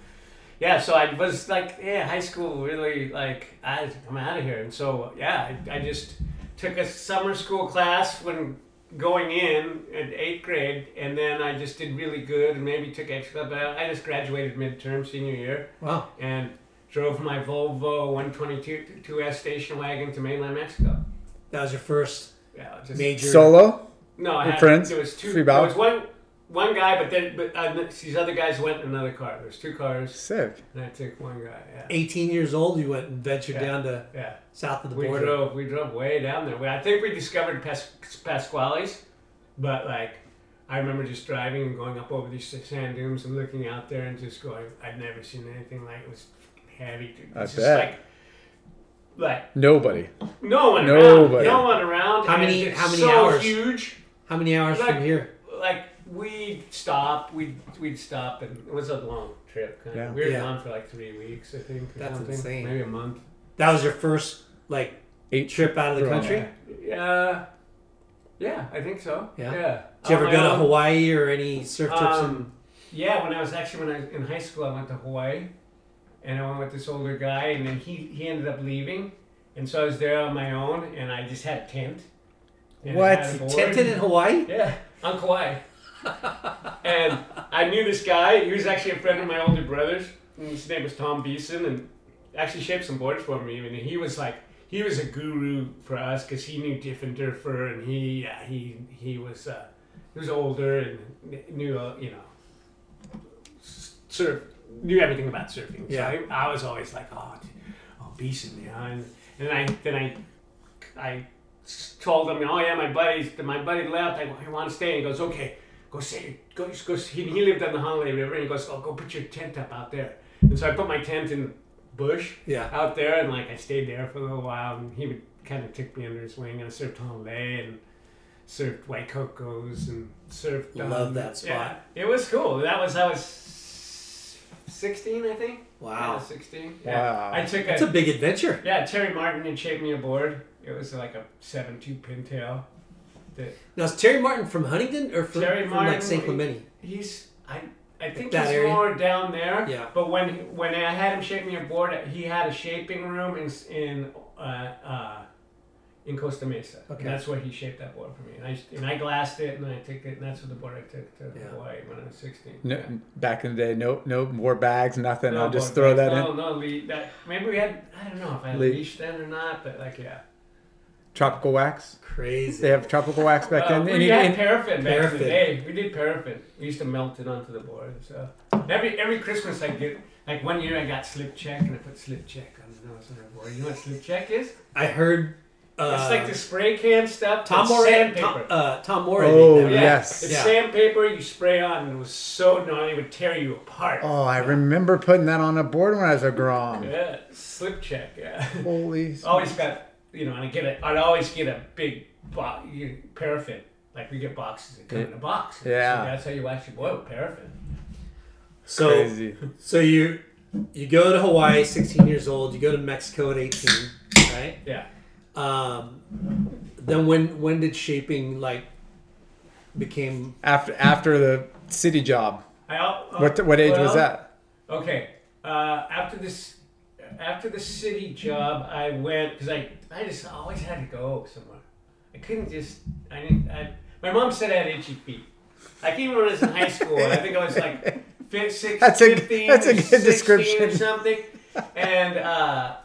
[SPEAKER 4] Yeah, so I was like, yeah, high school really like I I'm out of here, and so yeah, I, I just took a summer school class when going in at eighth grade, and then I just did really good, and maybe took extra, but I just graduated midterm senior year
[SPEAKER 1] Wow.
[SPEAKER 4] and drove my Volvo 122 2S station wagon to mainland Mexico.
[SPEAKER 1] That was your first
[SPEAKER 4] Yeah, just
[SPEAKER 1] major.
[SPEAKER 2] Solo?
[SPEAKER 4] no, I
[SPEAKER 2] With
[SPEAKER 4] had,
[SPEAKER 2] friends?
[SPEAKER 4] There was two.
[SPEAKER 2] Free
[SPEAKER 4] there
[SPEAKER 2] bow?
[SPEAKER 4] was one one guy, but then but uh, these other guys went in another car. There's two cars,
[SPEAKER 2] Sick.
[SPEAKER 4] and I took one guy. Yeah,
[SPEAKER 1] 18 years old, you went and ventured
[SPEAKER 4] Yeah.
[SPEAKER 1] down to
[SPEAKER 4] yeah.
[SPEAKER 1] south of the
[SPEAKER 4] We
[SPEAKER 1] border.
[SPEAKER 4] drove. We drove way down there. We- I think we discovered Pas- Pasquale's, but like. I remember just driving and going up over these sand dunes and looking out there and just going, I've never seen anything like it. It was heavy. dude. It's
[SPEAKER 2] I
[SPEAKER 4] just
[SPEAKER 2] bet.
[SPEAKER 4] like, like
[SPEAKER 2] Nobody.
[SPEAKER 4] No one
[SPEAKER 2] Nobody.
[SPEAKER 4] around. No one around.
[SPEAKER 1] How
[SPEAKER 4] and
[SPEAKER 1] many-
[SPEAKER 4] it's
[SPEAKER 1] how many
[SPEAKER 4] so
[SPEAKER 1] hours?
[SPEAKER 4] Huge.
[SPEAKER 1] How many hours
[SPEAKER 4] Like-
[SPEAKER 1] from here?
[SPEAKER 4] Like we'd stop. We'd we'd stop, and it was a long trip. Kind
[SPEAKER 2] Yeah.
[SPEAKER 4] of. We were
[SPEAKER 1] Yeah.
[SPEAKER 4] gone for like three weeks, I think. Or
[SPEAKER 1] That's
[SPEAKER 4] something.
[SPEAKER 1] insane.
[SPEAKER 4] Maybe a month.
[SPEAKER 1] That was your first like
[SPEAKER 2] Eight
[SPEAKER 1] trip out of the
[SPEAKER 2] Throw it
[SPEAKER 1] country.
[SPEAKER 2] away.
[SPEAKER 4] Yeah. Yeah, I think so.
[SPEAKER 1] Yeah.
[SPEAKER 4] Yeah.
[SPEAKER 1] Did you ever
[SPEAKER 4] On my
[SPEAKER 1] go to
[SPEAKER 4] own.
[SPEAKER 1] Hawaii or any surf trips?
[SPEAKER 4] Um, yeah, when I was actually when I was in high school, I went to Hawaii, and I went with this older guy, and then he he ended up leaving, and so I was there on my own, and I just had a tent. and I
[SPEAKER 2] What?
[SPEAKER 4] had a
[SPEAKER 1] and
[SPEAKER 4] board.
[SPEAKER 1] tented in Hawaii?
[SPEAKER 4] Yeah, on Kauai. and I knew this guy. He was actually a friend of my older brother's. And his name was Tom Beeson, and actually shaped some boards for me. And he was like, he was a guru for us because he knew Diffenderfer, and he yeah, he he was uh, he was older and kn- knew uh, you know s- surf knew everything about surfing.
[SPEAKER 1] Yeah.
[SPEAKER 4] so I, I was always like, oh, d- oh Beeson, yeah. And, and I then I I told him, oh yeah, my buddy's my buddy left. I, I want to stay. And he goes, okay, go stay. Go, just go. He, he lived on the Honolulu River, and he goes, oh, go put your tent up out there. And so I put my tent in the bush
[SPEAKER 1] Yeah.
[SPEAKER 4] out there, and like I stayed there for a little while. And he would kind of took me under his wing, and I surfed Honolulu and surfed Waikokos and surfed.
[SPEAKER 1] Love
[SPEAKER 2] Um,
[SPEAKER 1] that spot.
[SPEAKER 4] Yeah, it was cool. That was I was sixteen, I think.
[SPEAKER 1] Wow.
[SPEAKER 4] Yeah, sixteen. Yeah.
[SPEAKER 2] Wow.
[SPEAKER 4] I took
[SPEAKER 1] That's a big adventure.
[SPEAKER 4] yeah, Terry Martin had shaped me a board. It was like a seven-two pintail. That
[SPEAKER 1] Now is Terry Martin from Huntington or from,
[SPEAKER 4] Terry
[SPEAKER 1] from
[SPEAKER 4] Martin.
[SPEAKER 1] like San Clemente?
[SPEAKER 4] He's I. I think
[SPEAKER 1] That
[SPEAKER 4] he's
[SPEAKER 1] area?
[SPEAKER 4] more down there.
[SPEAKER 1] Yeah.
[SPEAKER 4] But when when I had him shape me a board, he had a shaping room in s- in uh, uh, in Costa Mesa.
[SPEAKER 1] Okay.
[SPEAKER 4] And that's where he shaped that board for me, and I and I glassed it, and I took it, and that's what the board I took to
[SPEAKER 1] Yeah.
[SPEAKER 4] Hawaii when I was sixteen.
[SPEAKER 2] No,
[SPEAKER 4] Yeah.
[SPEAKER 2] back in the day, no, no more bags, nothing. I'll just throw
[SPEAKER 4] board bags. Oh.
[SPEAKER 2] that
[SPEAKER 4] no,
[SPEAKER 2] in.
[SPEAKER 4] No, le- that maybe we had. I don't know if I had
[SPEAKER 2] Le-
[SPEAKER 4] leash then or not, but like yeah.
[SPEAKER 2] Tropical wax.
[SPEAKER 1] Crazy.
[SPEAKER 2] They have tropical wax back
[SPEAKER 4] Uh,
[SPEAKER 2] then.
[SPEAKER 4] we
[SPEAKER 2] And you-
[SPEAKER 4] had
[SPEAKER 2] and-
[SPEAKER 4] paraffin back in
[SPEAKER 1] Paraffin.
[SPEAKER 4] the day. We did paraffin. We used to melt it onto the board. So every every Christmas I get like one year I got slip check and I put slip check on the nose on the board. You know what slip check is?
[SPEAKER 1] I heard. Uh,
[SPEAKER 4] it's like the spray can stuff.
[SPEAKER 1] Tom
[SPEAKER 4] it's
[SPEAKER 1] Moore. Tom,
[SPEAKER 4] sandpaper.
[SPEAKER 1] uh, Tom Moore.
[SPEAKER 2] Oh,
[SPEAKER 1] made that.
[SPEAKER 2] yeah. yes.
[SPEAKER 4] It's
[SPEAKER 1] Yeah.
[SPEAKER 4] sandpaper you spray on and it was so naughty it would tear you apart.
[SPEAKER 2] oh, I remember putting that on a board when I was a grom.
[SPEAKER 4] Yeah, Oh, slip check. Yeah.
[SPEAKER 2] Holy. s-
[SPEAKER 4] always got you know, and I get a, I'd always get a big bo- you- paraffin Like we get boxes that come in a box.
[SPEAKER 2] Yeah.
[SPEAKER 4] So that's how you actually boil paraffin.
[SPEAKER 1] So
[SPEAKER 2] Crazy.
[SPEAKER 1] so you you go to Hawaii, 16 years old. You go to Mexico at 18, right?
[SPEAKER 4] Yeah.
[SPEAKER 1] Um, then when when did shaping like became
[SPEAKER 2] After after the city job,
[SPEAKER 4] I, al-
[SPEAKER 2] what what age was
[SPEAKER 4] uh, Oh, well,
[SPEAKER 2] that?
[SPEAKER 4] Okay. Uh, after this, after the city job, I went because I I just always had to go somewhere. I couldn't just I didn't. I, my mom said I had itchy feet. Like even when I was in high school, I think I was like fifth, six,
[SPEAKER 2] That's a-
[SPEAKER 4] 15,
[SPEAKER 2] that's a
[SPEAKER 4] or
[SPEAKER 2] good
[SPEAKER 4] 16 or
[SPEAKER 2] description.
[SPEAKER 4] something. And uh,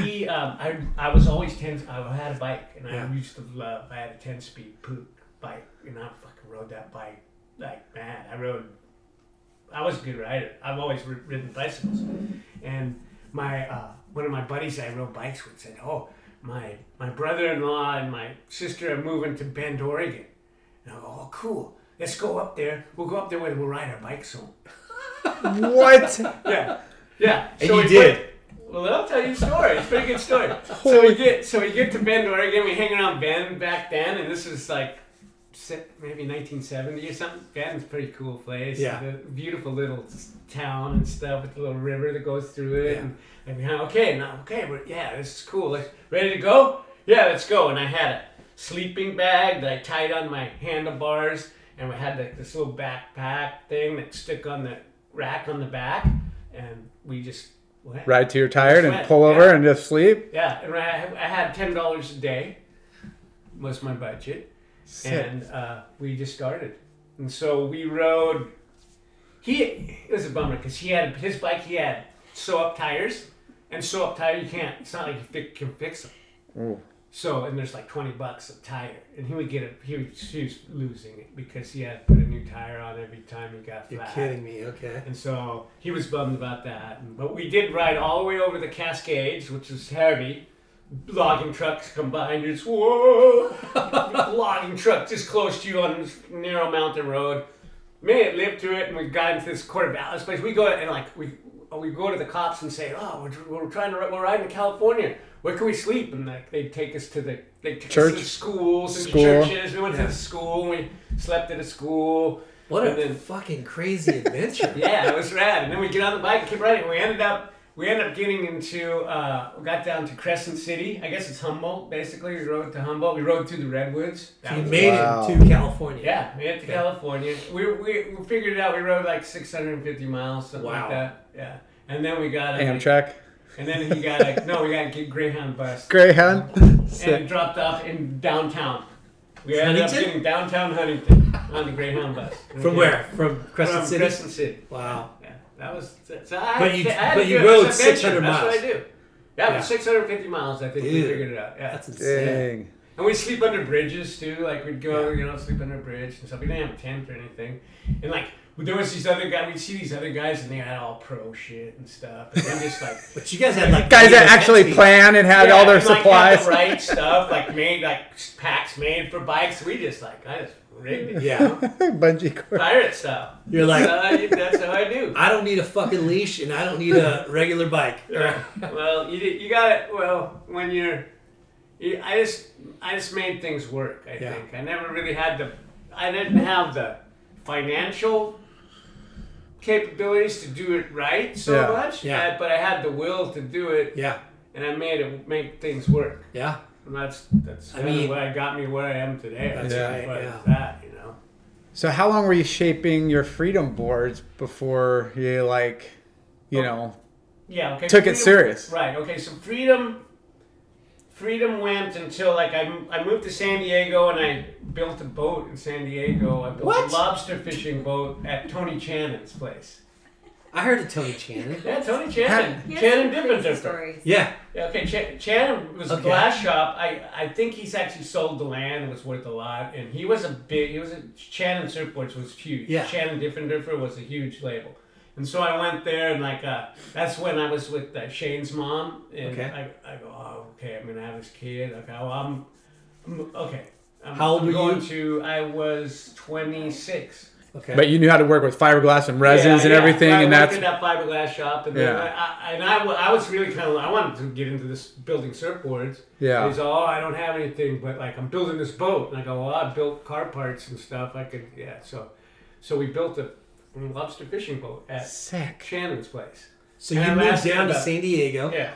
[SPEAKER 4] he, um, I, I was always ten. I had a bike, and I used to love. I had a ten speed poop bike, and I fucking rode that bike like mad. I rode I was a good rider. I've always ri- ridden bicycles, and my uh, one of my buddies I rode bikes with said, "Oh, my my brother-in-law and my sister are moving to Bend, Oregon." And I go, "Oh, cool. Let's go up there. We'll go up there and we'll ride our bikes home."
[SPEAKER 2] What?
[SPEAKER 4] Yeah, yeah.
[SPEAKER 1] And
[SPEAKER 4] So
[SPEAKER 1] you
[SPEAKER 4] we
[SPEAKER 1] did.
[SPEAKER 4] went- well, I'll tell you a story. It's a pretty good story. so we get so we get to Bend, Oregon. We hang around Bend back then, and this is like se- maybe 1970 or something. Ben's a pretty cool place.
[SPEAKER 1] Yeah.
[SPEAKER 4] The beautiful little s- town and stuff with the little river that goes through it. And, and we okay, now, okay, we're, yeah, this is cool. Like, ready to go? Yeah, let's go. And I had a sleeping bag that I tied on my handlebars, and we had like this little backpack thing that stuck on the rack on the back, and we just went.
[SPEAKER 2] Ride till you're tired and
[SPEAKER 4] Sweat,
[SPEAKER 2] pull over
[SPEAKER 4] yeah.
[SPEAKER 2] and just sleep.
[SPEAKER 4] Yeah, and I, I had ten dollars a day was my budget, and uh, we just started. And so we rode. He it was a bummer because he had his bike. He had sew up tires, and sew up tire you can't. It's not like you fi- can fix them.
[SPEAKER 1] Mm.
[SPEAKER 4] So and there's like twenty bucks a tire, and he would get a he was, he was losing it because he had to put a new tire on every time he got
[SPEAKER 1] You're
[SPEAKER 4] flat.
[SPEAKER 1] kidding me, okay?
[SPEAKER 4] And so he was bummed about that. But we did ride all the way over the Cascades, which was heavy. Logging trucks combined, it's whoa! Logging truck just close to you on this narrow mountain road. Man, lived through it, and we got into this Court of Alice place. We go and like we uh, we go to the cops and say, "Oh, we're, we're trying to we're riding to California. Where can we sleep?" And like they take us to the they take us
[SPEAKER 2] Church.
[SPEAKER 4] to the schools and
[SPEAKER 2] School.
[SPEAKER 4] churches. We went to the school. and We slept at a school.
[SPEAKER 1] What a
[SPEAKER 4] and then-
[SPEAKER 1] fucking crazy adventure.
[SPEAKER 4] yeah, it was rad. And then we get on the bike and keep riding. We ended up we ended up getting into uh, we got down to Crescent City. I guess it's Humboldt basically. We rode to Humboldt. We rode through the redwoods. That
[SPEAKER 1] You
[SPEAKER 4] was-
[SPEAKER 1] made
[SPEAKER 2] Wow.
[SPEAKER 1] it to California.
[SPEAKER 4] yeah, we went to California. We, we, we figured it out. We rode like 650 miles, something
[SPEAKER 1] Wow.
[SPEAKER 4] like that. Yeah. And then we got a,
[SPEAKER 2] Amtrak,
[SPEAKER 4] And then he got a no, we got a Greyhound bus
[SPEAKER 2] Greyhound.
[SPEAKER 4] and dropped off in downtown. We ended up
[SPEAKER 1] Huntington?
[SPEAKER 4] getting downtown Huntington on the Greyhound bus.
[SPEAKER 1] From where? From Crescent
[SPEAKER 4] From
[SPEAKER 1] City.
[SPEAKER 4] Crescent City.
[SPEAKER 1] Wow.
[SPEAKER 4] Yeah, that was. So I,
[SPEAKER 1] But you-
[SPEAKER 4] I had
[SPEAKER 1] but
[SPEAKER 4] to
[SPEAKER 1] you
[SPEAKER 4] do it.
[SPEAKER 1] rode
[SPEAKER 4] It's adventure.
[SPEAKER 1] 600 miles.
[SPEAKER 4] That's what I do. Yeah,
[SPEAKER 1] Yeah.
[SPEAKER 4] but 650 miles. I think we
[SPEAKER 1] Dude.
[SPEAKER 4] figured it out. Yeah,
[SPEAKER 1] That's insane.
[SPEAKER 2] Dang.
[SPEAKER 4] and we sleep under bridges too. Like we'd go, you know, sleep under a bridge and stuff. We didn't have a tent or anything. And like there was these other guys. We'd see these other guys, and they had all pro shit and stuff. And I'm just like.
[SPEAKER 1] But you guys had like
[SPEAKER 2] Guys that
[SPEAKER 1] Leo
[SPEAKER 2] actually
[SPEAKER 1] Messi.
[SPEAKER 2] plan and had all their
[SPEAKER 4] and, like, had
[SPEAKER 2] supplies.
[SPEAKER 4] the right stuff, like made like packs made for bikes. We just like I just rigged it,
[SPEAKER 1] Yeah.
[SPEAKER 2] Bungee cord.
[SPEAKER 4] pirate style.
[SPEAKER 1] You're like-
[SPEAKER 4] that's how I, that's how I do.
[SPEAKER 1] I don't need a fucking leash and I don't need a regular bike.
[SPEAKER 4] well, you did, you got it. Well, when you're, you, I just I just made things work. I
[SPEAKER 1] Yeah.
[SPEAKER 4] think I never really had the, I didn't have the financial capabilities to do it right so
[SPEAKER 2] Yeah.
[SPEAKER 4] much.
[SPEAKER 1] Yeah.
[SPEAKER 4] I- but I had the will to do it,
[SPEAKER 1] Yeah.
[SPEAKER 4] and I made it make things work.
[SPEAKER 1] Yeah.
[SPEAKER 4] And that's that's
[SPEAKER 1] I
[SPEAKER 4] kind of
[SPEAKER 1] mean-
[SPEAKER 4] what got me where I am today.
[SPEAKER 1] That's
[SPEAKER 4] I
[SPEAKER 1] right,
[SPEAKER 4] think, but
[SPEAKER 1] yeah.
[SPEAKER 4] that you know.
[SPEAKER 2] So how long were you shaping your freedom boards before you like, you know,
[SPEAKER 4] yeah okay
[SPEAKER 2] took it serious.
[SPEAKER 4] right okay so freedom freedom went until like I, m- I moved to san diego and i built a boat in san diego i built
[SPEAKER 1] What?
[SPEAKER 4] a lobster fishing boat at tony channon's place
[SPEAKER 1] I heard of Tony Channon.
[SPEAKER 4] yeah tony channon
[SPEAKER 7] He has
[SPEAKER 4] channon
[SPEAKER 7] some
[SPEAKER 4] different
[SPEAKER 7] crazy
[SPEAKER 4] different
[SPEAKER 7] stories.
[SPEAKER 1] Yeah.
[SPEAKER 4] yeah, okay Ch- channon was a
[SPEAKER 1] Okay.
[SPEAKER 4] glass shop I, I think he's actually sold the land and was worth a lot and he was a big he was a channon surfboards was huge
[SPEAKER 1] Yeah.
[SPEAKER 4] channon different was a huge label and so I went there, and like uh, that's when I was with uh, Shane's mom, and
[SPEAKER 1] Okay.
[SPEAKER 4] I, I go, oh, okay, I'm gonna have this kid. Okay, well, I'm, I'm okay. I'm,
[SPEAKER 1] How old
[SPEAKER 4] I'm
[SPEAKER 1] were
[SPEAKER 4] going
[SPEAKER 1] you?
[SPEAKER 4] To I was 26.
[SPEAKER 1] Okay.
[SPEAKER 2] But you knew how to work with fiberglass and
[SPEAKER 4] Yeah,
[SPEAKER 2] resins and
[SPEAKER 4] yeah.
[SPEAKER 2] everything,
[SPEAKER 4] When I
[SPEAKER 2] and
[SPEAKER 4] worked
[SPEAKER 2] that's
[SPEAKER 4] in that fiberglass shop, and then
[SPEAKER 2] Yeah.
[SPEAKER 4] I, I, and I, wa- I was really kind of I wanted to get into this building surfboards.
[SPEAKER 2] Yeah.
[SPEAKER 4] He's all, oh, I don't have anything, but like I'm building this boat, and I go, well, I built car parts and stuff. I could, yeah. So, so we built a lobster fishing boat at
[SPEAKER 2] sick.
[SPEAKER 4] Shannon's place.
[SPEAKER 1] so you
[SPEAKER 4] and I
[SPEAKER 1] moved
[SPEAKER 4] last
[SPEAKER 1] down to
[SPEAKER 4] ended up-
[SPEAKER 1] San Diego.
[SPEAKER 4] Yeah.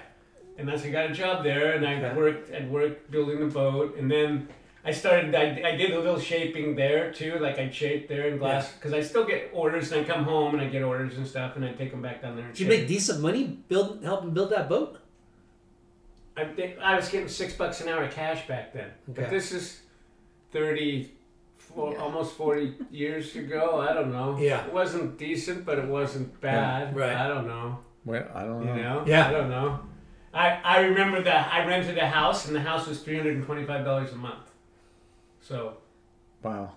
[SPEAKER 4] And that's I got a job there, and I
[SPEAKER 1] Okay.
[SPEAKER 4] worked and worked building the boat, and then I started. I, I did a little shaping there too, like I shaped there in glass, because I still get orders, and I come home and I get orders and stuff, and I take them back down there. And
[SPEAKER 1] Did you
[SPEAKER 4] shape.
[SPEAKER 1] make decent money building, helping build that boat?
[SPEAKER 4] I, think- I was getting six bucks an hour cash back then, but
[SPEAKER 1] Okay.
[SPEAKER 4] this is thirty, four, almost forty years ago. I don't know.
[SPEAKER 1] Yeah.
[SPEAKER 4] it wasn't decent, but it wasn't bad.
[SPEAKER 1] Right.
[SPEAKER 4] I don't know.
[SPEAKER 2] Well, I don't know.
[SPEAKER 4] You know?
[SPEAKER 1] Yeah.
[SPEAKER 4] I don't know. I, I remember that I rented a house and the house was three hundred and twenty five dollars a month. So
[SPEAKER 2] Wow.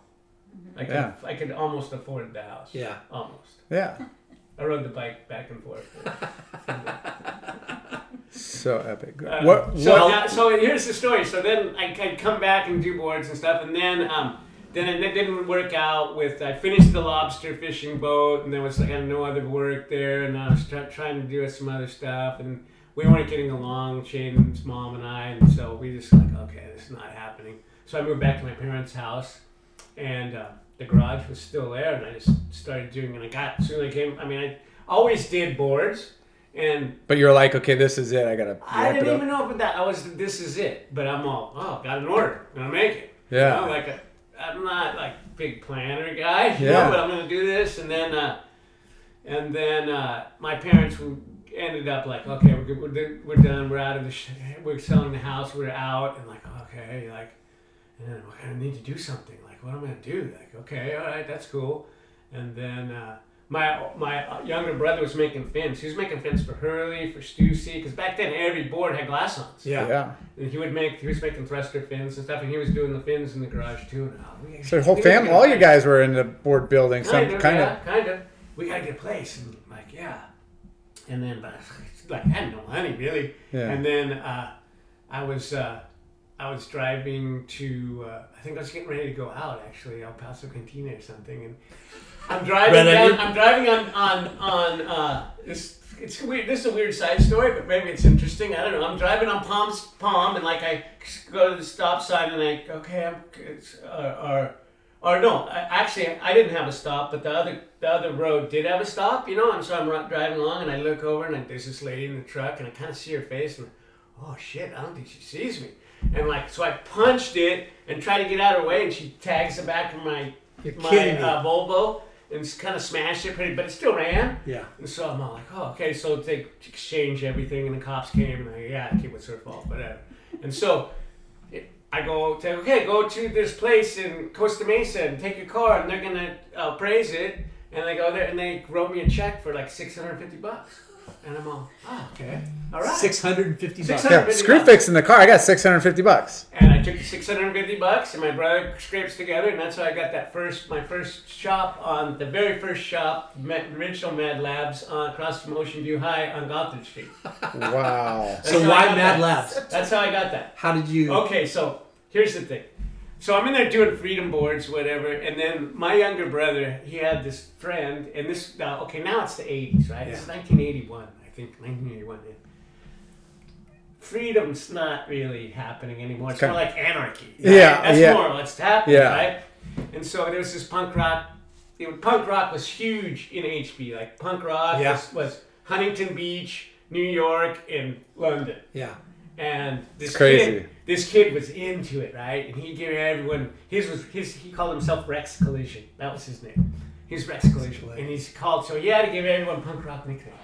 [SPEAKER 4] I could
[SPEAKER 2] Yeah.
[SPEAKER 4] I could almost afford the house.
[SPEAKER 1] Yeah.
[SPEAKER 4] Almost.
[SPEAKER 2] Yeah.
[SPEAKER 4] I rode the bike back and forth.
[SPEAKER 2] So epic.
[SPEAKER 4] Uh,
[SPEAKER 2] what?
[SPEAKER 4] so,
[SPEAKER 2] what-
[SPEAKER 4] yeah, so here's the story. So then I I'd come back and do boards and stuff, and then um, then it didn't work out. With I finished the lobster fishing boat, and there was like no other work there, and I was try trying to do some other stuff, and we weren't getting along. Shane's mom and I, and so we just like okay, this is not happening. So I moved back to my parents' house, and uh, the garage was still there, and I just started doing, and I got soon. I came. I mean, I always did boards, and
[SPEAKER 2] but you're like, okay, this is it. I gotta
[SPEAKER 4] I
[SPEAKER 2] wrap it
[SPEAKER 4] didn't
[SPEAKER 2] up.
[SPEAKER 4] even know if that I was. This is it. But I'm all, oh, got an order. Gonna make it.
[SPEAKER 2] Yeah.
[SPEAKER 4] You know, like a, I'm not like big planner guy. You
[SPEAKER 2] Yeah.
[SPEAKER 4] Know, but I'm gonna do this, and then, uh, and then uh, my parents w- ended up like, okay, we're, good, we're, do- we're done. We're out of the. Sh- we're selling the house. We're out, and like, okay, like, and then I'm gonna need to do something. Like, what am I gonna do? Like, okay, all right, that's cool. And then uh, my my younger brother was making fins. He was making fins for Hurley, for Stussy, because back then every board had glass ons.
[SPEAKER 2] yeah.
[SPEAKER 4] And he would make he was making thruster fins and stuff, and he was doing the fins in the garage too. And, oh, we-
[SPEAKER 2] So your whole
[SPEAKER 4] we gotta
[SPEAKER 2] family,
[SPEAKER 4] get a
[SPEAKER 2] all you
[SPEAKER 4] place.
[SPEAKER 2] guys were in the board building, some
[SPEAKER 4] Kind of,
[SPEAKER 2] kind
[SPEAKER 4] yeah,
[SPEAKER 2] of.
[SPEAKER 4] kind of. We gotta get a place, and like yeah. And then, but like I had no money really.
[SPEAKER 2] Yeah.
[SPEAKER 4] And then uh, I was uh, I was driving to uh, I think I was getting ready to go out actually El Paso Cantina or something, and I'm driving
[SPEAKER 1] Red
[SPEAKER 4] down,
[SPEAKER 1] onion?
[SPEAKER 4] I'm driving on on on uh, this. It's weird. This is a weird side story, but maybe it's interesting. I don't know. I'm driving on Palm's Palm, and like I go to the stop sign, and I okay, I'm it's, uh, or or no, I, actually I didn't have a stop, but the other the other road did have a stop, you know. And so I'm ri- driving along, and I look over, and I, there's this lady in the truck, and I kind of see her face, and oh shit, I don't think she sees me. And like, so I punched it and tried to get out of her way, and she tags the back of my
[SPEAKER 1] You're
[SPEAKER 4] my
[SPEAKER 1] kidding me.
[SPEAKER 4] uh, Volvo and kind of smashed it pretty, but it still ran.
[SPEAKER 1] Yeah.
[SPEAKER 4] And so I'm all like, oh, okay. So they exchanged everything, and the cops came, and I, yeah, I think it was her fault, whatever. And so it- I go, to, okay, go to this place in Costa Mesa and take your car, and they're gonna uh, appraise it. And they go there, and they wrote me a check for like 650 bucks. And I'm all, oh, okay, all right.
[SPEAKER 1] Six hundred and fifty bucks.
[SPEAKER 4] 600
[SPEAKER 2] Yeah, screw fixing the car. I got 650 bucks.
[SPEAKER 4] and I took the 650 bucks, and my brother scrapes together, and that's how I got that first, my first shop on the very first shop, Met, original Mad Labs, uh, across from Ocean View High on Gotham Street.
[SPEAKER 2] Wow. Oh
[SPEAKER 1] So
[SPEAKER 4] That's how I
[SPEAKER 1] why
[SPEAKER 4] got
[SPEAKER 1] Mad
[SPEAKER 4] that.
[SPEAKER 1] Labs?
[SPEAKER 4] That's how I got that.
[SPEAKER 1] How did you?
[SPEAKER 4] Okay, so here's the thing. So I'm in there doing freedom boards, whatever, and then my younger brother, he had this friend, and this now, okay, now it's the 80s, right? It's 1981, I think, 1981. yeah. Freedom's not really happening anymore. It's
[SPEAKER 2] Okay.
[SPEAKER 4] more like anarchy. right?
[SPEAKER 2] Yeah,
[SPEAKER 4] that's
[SPEAKER 2] yeah.
[SPEAKER 4] more what's happening,
[SPEAKER 2] Yeah.
[SPEAKER 4] right? And so there was this punk rock. It, was- punk rock was huge in HB. Like punk rock
[SPEAKER 1] Yeah.
[SPEAKER 4] was, was Huntington Beach, New York, and London
[SPEAKER 1] Yeah.
[SPEAKER 4] and this
[SPEAKER 2] crazy.
[SPEAKER 4] kid, this kid was into it, right? And he gave everyone his was his. He called himself Rex Collision. That was his name. He's Rex Collision, and he's called. So he had to give everyone punk rock nickname.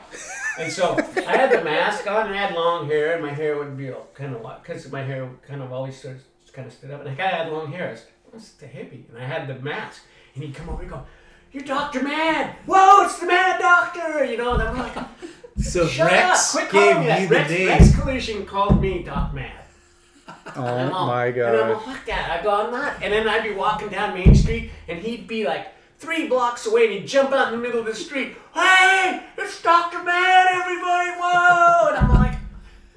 [SPEAKER 4] And so I had the mask on, and I had long hair, and my hair would be all kind of because my hair kind of always sort of, kind of stood up, and like I had long hair. I was, I was the hippie, and I had the mask, and he'd come over and go. You're Dr. Mad! Whoa, it's the Mad Doctor! You know, and I'm like,
[SPEAKER 1] So
[SPEAKER 4] shut
[SPEAKER 1] Rex
[SPEAKER 4] up! Quit
[SPEAKER 1] gave
[SPEAKER 4] calling me that.
[SPEAKER 1] you the
[SPEAKER 4] Rex,
[SPEAKER 1] name.
[SPEAKER 4] Rex Collision called me Doc Mad.
[SPEAKER 2] Oh
[SPEAKER 4] I'm all-
[SPEAKER 2] my
[SPEAKER 4] And I'm all,
[SPEAKER 2] god.
[SPEAKER 4] fuck that. I go, I'm not. And then I'd be walking down Main Street, and he'd be like three blocks away, and he'd jump out in the middle of the street. Hey, it's Dr. Mad, everybody, whoa! And I'm like,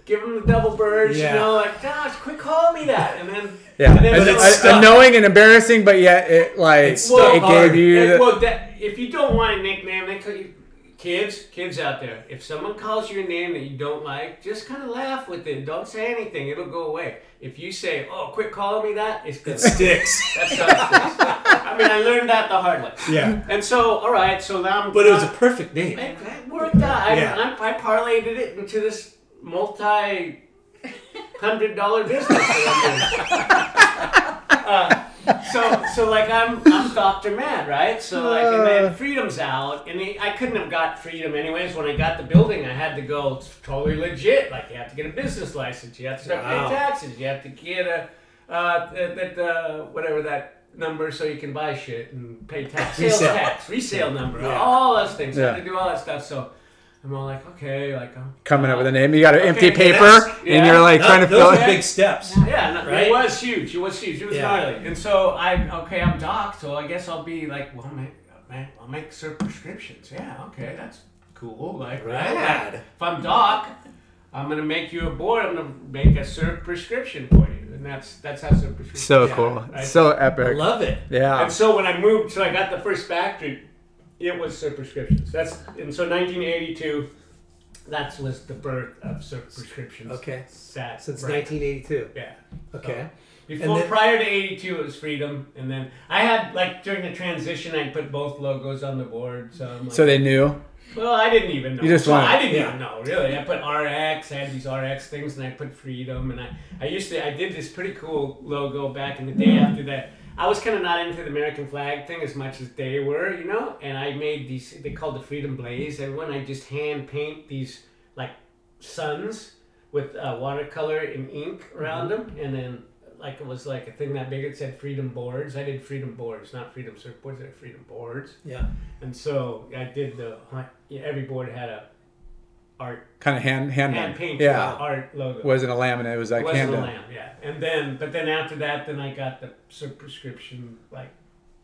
[SPEAKER 4] give them the double birds,
[SPEAKER 1] Yeah.
[SPEAKER 4] you know, like, gosh, quit calling me that. And then,
[SPEAKER 2] Yeah,
[SPEAKER 4] and then
[SPEAKER 2] it's,
[SPEAKER 4] they'll-
[SPEAKER 2] it's annoying and embarrassing, but yet it like
[SPEAKER 4] well,
[SPEAKER 2] it
[SPEAKER 4] hard.
[SPEAKER 2] gave you.
[SPEAKER 4] It-
[SPEAKER 2] the-
[SPEAKER 4] well, that, if you don't want a nickname, they call you, kids, kids out there. If someone calls you a name that you don't like, just kind of laugh with it. Don't say anything; it'll go away. If you say, "Oh, quit calling me that," it's good.
[SPEAKER 1] It sticks.
[SPEAKER 4] That's how it is. I mean, I learned that the hard way.
[SPEAKER 1] yeah.
[SPEAKER 4] And so, all right, so now I'm.
[SPEAKER 1] But it was a perfect name.
[SPEAKER 4] It, it worked out. I,
[SPEAKER 1] Yeah.
[SPEAKER 4] I, I parlayed it into this multi hundred dollar business. That I'm doing. Uh, so, so like I'm, I'm Doctor Mad, right? So like, and
[SPEAKER 1] Uh.
[SPEAKER 4] then Freedom's out, and he, I couldn't have got Freedom anyways. When I got the building, I had to go totally legit. Like you have to get a business license, you have to start
[SPEAKER 1] Wow.
[SPEAKER 4] paying taxes, you have to get a uh, that, that uh, whatever that number so you can buy shit and pay tax, sales
[SPEAKER 1] Resale.
[SPEAKER 4] tax, resale number,
[SPEAKER 1] Yeah.
[SPEAKER 4] all those things. I
[SPEAKER 2] Yeah.
[SPEAKER 4] had to do all that stuff. So I'm all like, okay, like, um,
[SPEAKER 2] coming up with a name, you got an empty
[SPEAKER 4] Okay,
[SPEAKER 2] paper,
[SPEAKER 1] that's-
[SPEAKER 2] and
[SPEAKER 4] yeah.
[SPEAKER 2] you're like
[SPEAKER 1] That-
[SPEAKER 2] trying to
[SPEAKER 1] those
[SPEAKER 2] fill
[SPEAKER 1] are
[SPEAKER 2] it.
[SPEAKER 1] big steps.
[SPEAKER 4] yeah, no,
[SPEAKER 1] Right?
[SPEAKER 4] it was huge. It was huge. It was
[SPEAKER 1] Yeah.
[SPEAKER 4] gnarly. And so I'm okay. I'm doc, so I guess I'll be like, well, make, man, I'll make certain prescriptions. Yeah, okay, that's cool. Like, right?
[SPEAKER 1] Rad.
[SPEAKER 4] If I'm doc, I'm gonna make you a board. I'm gonna make a certain prescription for you, and that's that's how certain prescription.
[SPEAKER 2] So
[SPEAKER 1] Yeah,
[SPEAKER 2] cool,
[SPEAKER 4] I-
[SPEAKER 2] so
[SPEAKER 1] I
[SPEAKER 2] epic.
[SPEAKER 1] love it.
[SPEAKER 2] Yeah,
[SPEAKER 4] And so when I moved, so I got the first factory, it was Sir Prescriptions. That's and so 1982, that was the birth of Sir Prescriptions.
[SPEAKER 1] Okay.
[SPEAKER 4] Sad.
[SPEAKER 1] Since
[SPEAKER 4] brand.
[SPEAKER 1] 1982.
[SPEAKER 4] Yeah.
[SPEAKER 1] Okay.
[SPEAKER 4] Oh. Before
[SPEAKER 1] then-
[SPEAKER 4] prior to 82, it was Freedom, and then I had like during the transition, I put both logos on the board. So I'm like,
[SPEAKER 2] so they knew.
[SPEAKER 4] well, I didn't even know.
[SPEAKER 2] You just
[SPEAKER 4] Well,
[SPEAKER 2] wanted-
[SPEAKER 4] I didn't
[SPEAKER 1] yeah.
[SPEAKER 4] even know, really. I put RX, I had these RX things, and I put Freedom, and I, I used to, I did this pretty cool logo back in the day
[SPEAKER 2] Mm-hmm.
[SPEAKER 4] after that. I was kind of not into the American flag thing as much as they were, you know? And I made these, they called the Freedom Blaze, and when I just hand paint these, like, suns with uh, watercolor and ink
[SPEAKER 2] Mm-hmm.
[SPEAKER 4] around them, and then like it was like a thing that big. It said Freedom Boards. I did Freedom Boards, not Freedom Surfboards. I did Freedom Boards.
[SPEAKER 1] Yeah.
[SPEAKER 4] And so I did the yeah, every board had a art
[SPEAKER 2] Kind of hand hand,
[SPEAKER 4] hand
[SPEAKER 2] done.
[SPEAKER 4] paint
[SPEAKER 2] Yeah,
[SPEAKER 4] art logo.
[SPEAKER 2] wasn't a laminate. It was like
[SPEAKER 4] It wasn't
[SPEAKER 2] hand
[SPEAKER 4] a
[SPEAKER 2] done.
[SPEAKER 4] lamp, yeah. And then but then after that then I got the sub prescription like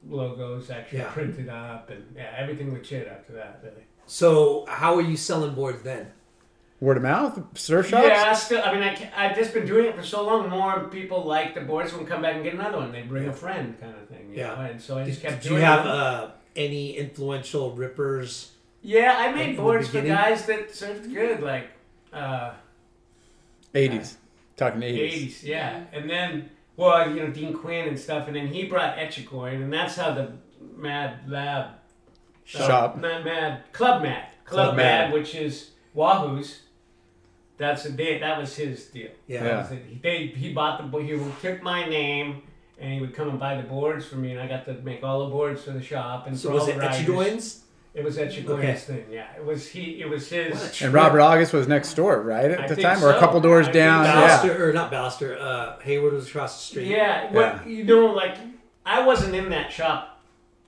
[SPEAKER 4] logos actually
[SPEAKER 1] Yeah.
[SPEAKER 4] printed up and yeah, everything legit after that really.
[SPEAKER 1] So how are you selling boards then?
[SPEAKER 2] Word of mouth, surf shops.
[SPEAKER 4] Yeah, I still. I mean, I, ca- I've just been doing it for so long. More people like the boards would come back and get another one. They bring a friend, kind of thing. You
[SPEAKER 1] Yeah.
[SPEAKER 4] Know? And so I just kept
[SPEAKER 1] Do you
[SPEAKER 4] doing.
[SPEAKER 1] have
[SPEAKER 4] it.
[SPEAKER 1] uh, any influential rippers?
[SPEAKER 4] yeah, I
[SPEAKER 1] like, in
[SPEAKER 4] made
[SPEAKER 1] the
[SPEAKER 4] boards for
[SPEAKER 1] beginning?
[SPEAKER 4] guys that surfed good, like uh,
[SPEAKER 2] 80s, talking 80s.
[SPEAKER 4] eighties. Yeah, and then well, you know, Dean Quinn and stuff, and then he brought Etchicoin, and that's how the Mad Lab uh,
[SPEAKER 2] Shop.
[SPEAKER 4] Mad Mad Club Mad Club,
[SPEAKER 2] Club
[SPEAKER 4] Mad,
[SPEAKER 2] Mad.
[SPEAKER 4] which is Wahoo's. That's a they, that was his deal.
[SPEAKER 1] Yeah.
[SPEAKER 2] Yeah.
[SPEAKER 4] That was it. He- They, he bought the bo- he took my name and he would come and buy the boards for me and I got to make all the boards for the shop and
[SPEAKER 1] So
[SPEAKER 4] for
[SPEAKER 1] was
[SPEAKER 4] all
[SPEAKER 1] it
[SPEAKER 4] the riders.
[SPEAKER 1] Etchidoins?
[SPEAKER 4] It was Etchigoin's
[SPEAKER 1] Okay.
[SPEAKER 4] thing. Yeah, it was he. It was his.
[SPEAKER 1] What a
[SPEAKER 2] And Robert August was next door, right at
[SPEAKER 4] I
[SPEAKER 2] the
[SPEAKER 4] think
[SPEAKER 2] time, or a
[SPEAKER 4] so.
[SPEAKER 2] couple doors
[SPEAKER 4] I think
[SPEAKER 2] down.
[SPEAKER 4] so.
[SPEAKER 2] Yeah.
[SPEAKER 1] Ballaster or not Ballaster? Uh, Hayward was across the street.
[SPEAKER 4] Yeah, what you know, like I wasn't in that shop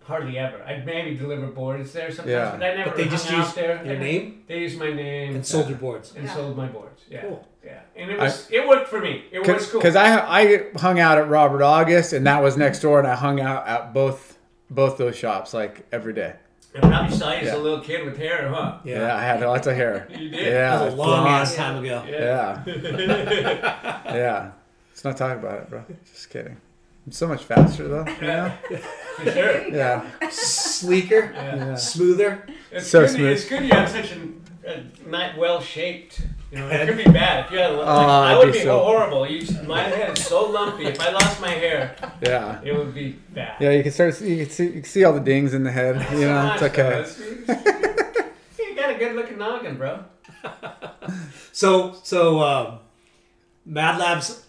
[SPEAKER 4] hardly ever. I'd maybe deliver boards there sometimes,
[SPEAKER 2] Yeah.
[SPEAKER 4] but I never
[SPEAKER 1] But they
[SPEAKER 4] hung
[SPEAKER 1] just
[SPEAKER 4] out
[SPEAKER 1] used
[SPEAKER 4] there.
[SPEAKER 1] your
[SPEAKER 4] I-
[SPEAKER 1] name?
[SPEAKER 4] They used my name
[SPEAKER 1] And sold your boards.
[SPEAKER 4] and
[SPEAKER 7] Yeah.
[SPEAKER 4] sold my boards. Yeah,
[SPEAKER 1] Cool.
[SPEAKER 4] yeah, and it was it worked for me. It was cool.
[SPEAKER 2] Because I I hung out at Robert August, and that was next door, and I hung out at both both those shops like every day.
[SPEAKER 4] and probably saw you as
[SPEAKER 2] Yeah.
[SPEAKER 4] a little kid with hair, huh?
[SPEAKER 1] Yeah.
[SPEAKER 2] Yeah, I had lots of hair.
[SPEAKER 4] You did.
[SPEAKER 2] Yeah,
[SPEAKER 1] That was a long ass time ago.
[SPEAKER 2] Yeah. yeah. Let's not talk about it, bro. Just kidding. I'm so much faster though. You know?
[SPEAKER 4] For sure.
[SPEAKER 2] Yeah.
[SPEAKER 1] Sleeker,
[SPEAKER 2] Yeah.
[SPEAKER 1] smoother.
[SPEAKER 4] It's
[SPEAKER 2] So
[SPEAKER 4] good,
[SPEAKER 2] smooth.
[SPEAKER 4] It's good you have such an, a not well shaped. You know, it could be bad if you had. A, like, I
[SPEAKER 2] it'd
[SPEAKER 4] would
[SPEAKER 2] be
[SPEAKER 4] be
[SPEAKER 2] so-
[SPEAKER 4] horrible. You, my head is so lumpy. If I lost my hair,
[SPEAKER 2] Yeah.
[SPEAKER 4] it would be bad.
[SPEAKER 2] Yeah, you can start. You can see, you can see all the dings in the head. You know, it's
[SPEAKER 4] Gosh,
[SPEAKER 2] okay.
[SPEAKER 4] bro, it's- You got a good looking noggin, bro.
[SPEAKER 1] So so um, Mad Labs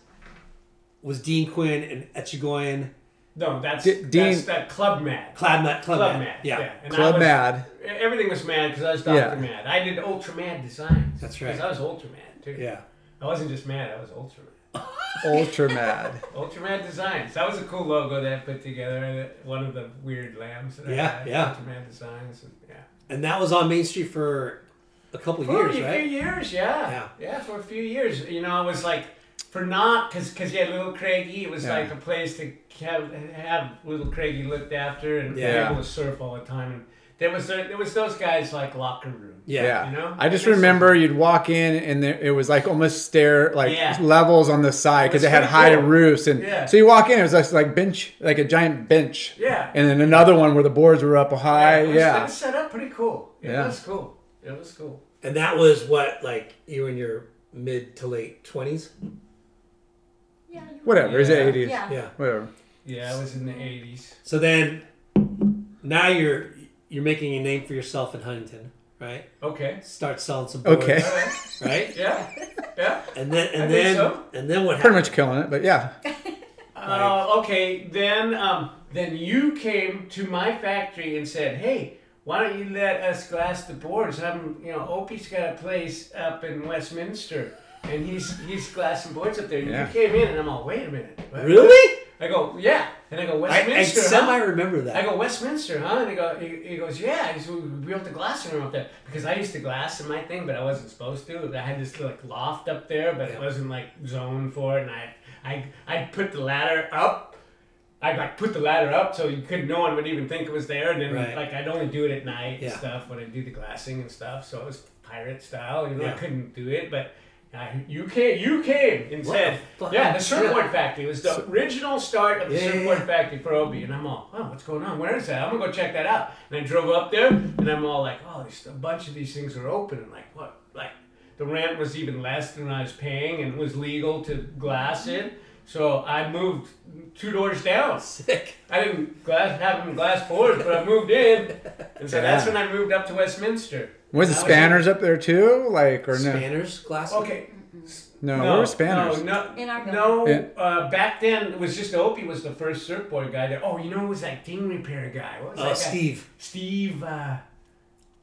[SPEAKER 1] was Dean Quinn and Etchigoin,
[SPEAKER 4] No, that's
[SPEAKER 2] D- Dean-
[SPEAKER 4] that's that club mad.
[SPEAKER 1] Club Mad, Club,
[SPEAKER 4] Club
[SPEAKER 1] Mad.
[SPEAKER 4] mad.
[SPEAKER 1] Yeah.
[SPEAKER 4] And I
[SPEAKER 2] Club
[SPEAKER 4] was-
[SPEAKER 2] Mad.
[SPEAKER 4] Everything was mad because I was Doctor
[SPEAKER 2] Yeah.
[SPEAKER 4] Mad. I did Ultra Mad designs.
[SPEAKER 1] That's right.
[SPEAKER 4] Because I was Ultra Mad too.
[SPEAKER 1] yeah.
[SPEAKER 4] I wasn't just mad. I was Ultra Mad.
[SPEAKER 2] Ultra mad.
[SPEAKER 4] Ultraman Designs. That was a cool logo that I put together. and it- One of the weird lambs. That
[SPEAKER 1] Yeah,
[SPEAKER 4] I had.
[SPEAKER 1] yeah.
[SPEAKER 4] Ultraman Designs. And, yeah.
[SPEAKER 1] And that was on Main Street for a couple years,
[SPEAKER 4] for a
[SPEAKER 1] right?
[SPEAKER 4] few years, yeah.
[SPEAKER 1] Yeah.
[SPEAKER 4] yeah. for a few years. You know, I was like, for not, because cause, yeah, Little Craigie was
[SPEAKER 2] Yeah.
[SPEAKER 4] like a place to have, have Little Craigie looked after and
[SPEAKER 1] Yeah.
[SPEAKER 4] people would surf all the time. And There was there was those guys like locker room.
[SPEAKER 1] Yeah.
[SPEAKER 2] Yeah.
[SPEAKER 4] You know?
[SPEAKER 2] I just
[SPEAKER 4] I guess-
[SPEAKER 2] remember you'd walk in and there, it was like almost stair like
[SPEAKER 4] Yeah.
[SPEAKER 2] levels on the side because
[SPEAKER 4] It
[SPEAKER 2] it
[SPEAKER 4] was
[SPEAKER 2] had
[SPEAKER 4] pretty
[SPEAKER 2] high
[SPEAKER 4] cool.
[SPEAKER 2] roofs and
[SPEAKER 4] Yeah.
[SPEAKER 2] so you walk in it was just like bench like a giant bench.
[SPEAKER 4] Yeah.
[SPEAKER 2] And then another one where the boards were up high.
[SPEAKER 4] it
[SPEAKER 2] Yeah.
[SPEAKER 4] was- It was set up pretty cool. It
[SPEAKER 2] Yeah.
[SPEAKER 4] was cool. It was cool.
[SPEAKER 1] And that was what, like, you were in your mid to late 20s?
[SPEAKER 7] Yeah. you-
[SPEAKER 2] Whatever. Is it
[SPEAKER 4] Yeah.
[SPEAKER 2] eighties?
[SPEAKER 7] Yeah.
[SPEAKER 1] Yeah.
[SPEAKER 2] Whatever.
[SPEAKER 4] Yeah, it was in the eighties.
[SPEAKER 1] So then, now you're you're making a name for yourself in Huntington, right?
[SPEAKER 4] Okay.
[SPEAKER 1] Start selling some boards,
[SPEAKER 2] Okay.
[SPEAKER 1] right?
[SPEAKER 4] Yeah. Yeah.
[SPEAKER 1] And then and
[SPEAKER 4] I think
[SPEAKER 1] then
[SPEAKER 4] so.
[SPEAKER 1] and then what
[SPEAKER 2] Pretty
[SPEAKER 1] happened?
[SPEAKER 2] much killing it, but yeah.
[SPEAKER 4] Uh, okay. Then um, then you came to my factory and said, "Hey, why don't you let us glass the boards? I'm, you know, Opie's got a place up in Westminster, and he's he's glassing boards up there." And
[SPEAKER 2] Yeah.
[SPEAKER 4] you came in, and I'm all, "Wait a minute, what?"
[SPEAKER 1] Really?
[SPEAKER 4] I go, "Yeah," and I go,
[SPEAKER 1] I, I
[SPEAKER 4] "Westminster." huh?"
[SPEAKER 1] semi remember that.
[SPEAKER 4] I go Westminster, huh? And he, go, he, he goes, yeah. He said, we built a glass room up there because I used to glass in my thing, but I wasn't supposed to. I had this like loft up there, but it wasn't like zoned for it. And I, I, I put the ladder up. I like put the ladder up so you could no one would even think it was there. And then
[SPEAKER 1] Right.
[SPEAKER 4] like I'd only do it at night
[SPEAKER 1] Yeah.
[SPEAKER 4] and stuff when I do the glassing and stuff. So it was pirate style. You know,
[SPEAKER 1] Yeah.
[SPEAKER 4] I couldn't do it, but. I, you came, you came and
[SPEAKER 1] What
[SPEAKER 4] said,
[SPEAKER 1] the fuck?
[SPEAKER 4] "Yeah, the surfboard factory was the original start of the
[SPEAKER 1] Yeah, yeah,
[SPEAKER 4] surfboard
[SPEAKER 1] yeah.
[SPEAKER 4] factory for Obi, and I'm all, oh, what's going on? Where is that? I'm gonna go check that out. And I drove up there, and I'm all like, oh, there's a bunch of these things are open, and like what? Like the rent was even less than I was paying, and it was legal to glass it. So I moved two doors down.
[SPEAKER 1] Sick.
[SPEAKER 4] I didn't glass have them glass boards, but I moved in, and so that's when I moved up to Westminster.
[SPEAKER 2] Was the
[SPEAKER 4] That
[SPEAKER 2] spanners up there too? Like or no?
[SPEAKER 1] Spanners glasses.
[SPEAKER 4] Okay,
[SPEAKER 2] No,
[SPEAKER 4] no,
[SPEAKER 2] Uh, where were spanners?
[SPEAKER 4] No, no,
[SPEAKER 7] In our
[SPEAKER 4] no
[SPEAKER 2] building.
[SPEAKER 4] uh, back then it was just Opie was the first surfboard guy there. Oh, you know it was that ding repair guy. What was
[SPEAKER 1] Uh,
[SPEAKER 4] that guy?
[SPEAKER 1] Steve
[SPEAKER 4] Steve uh,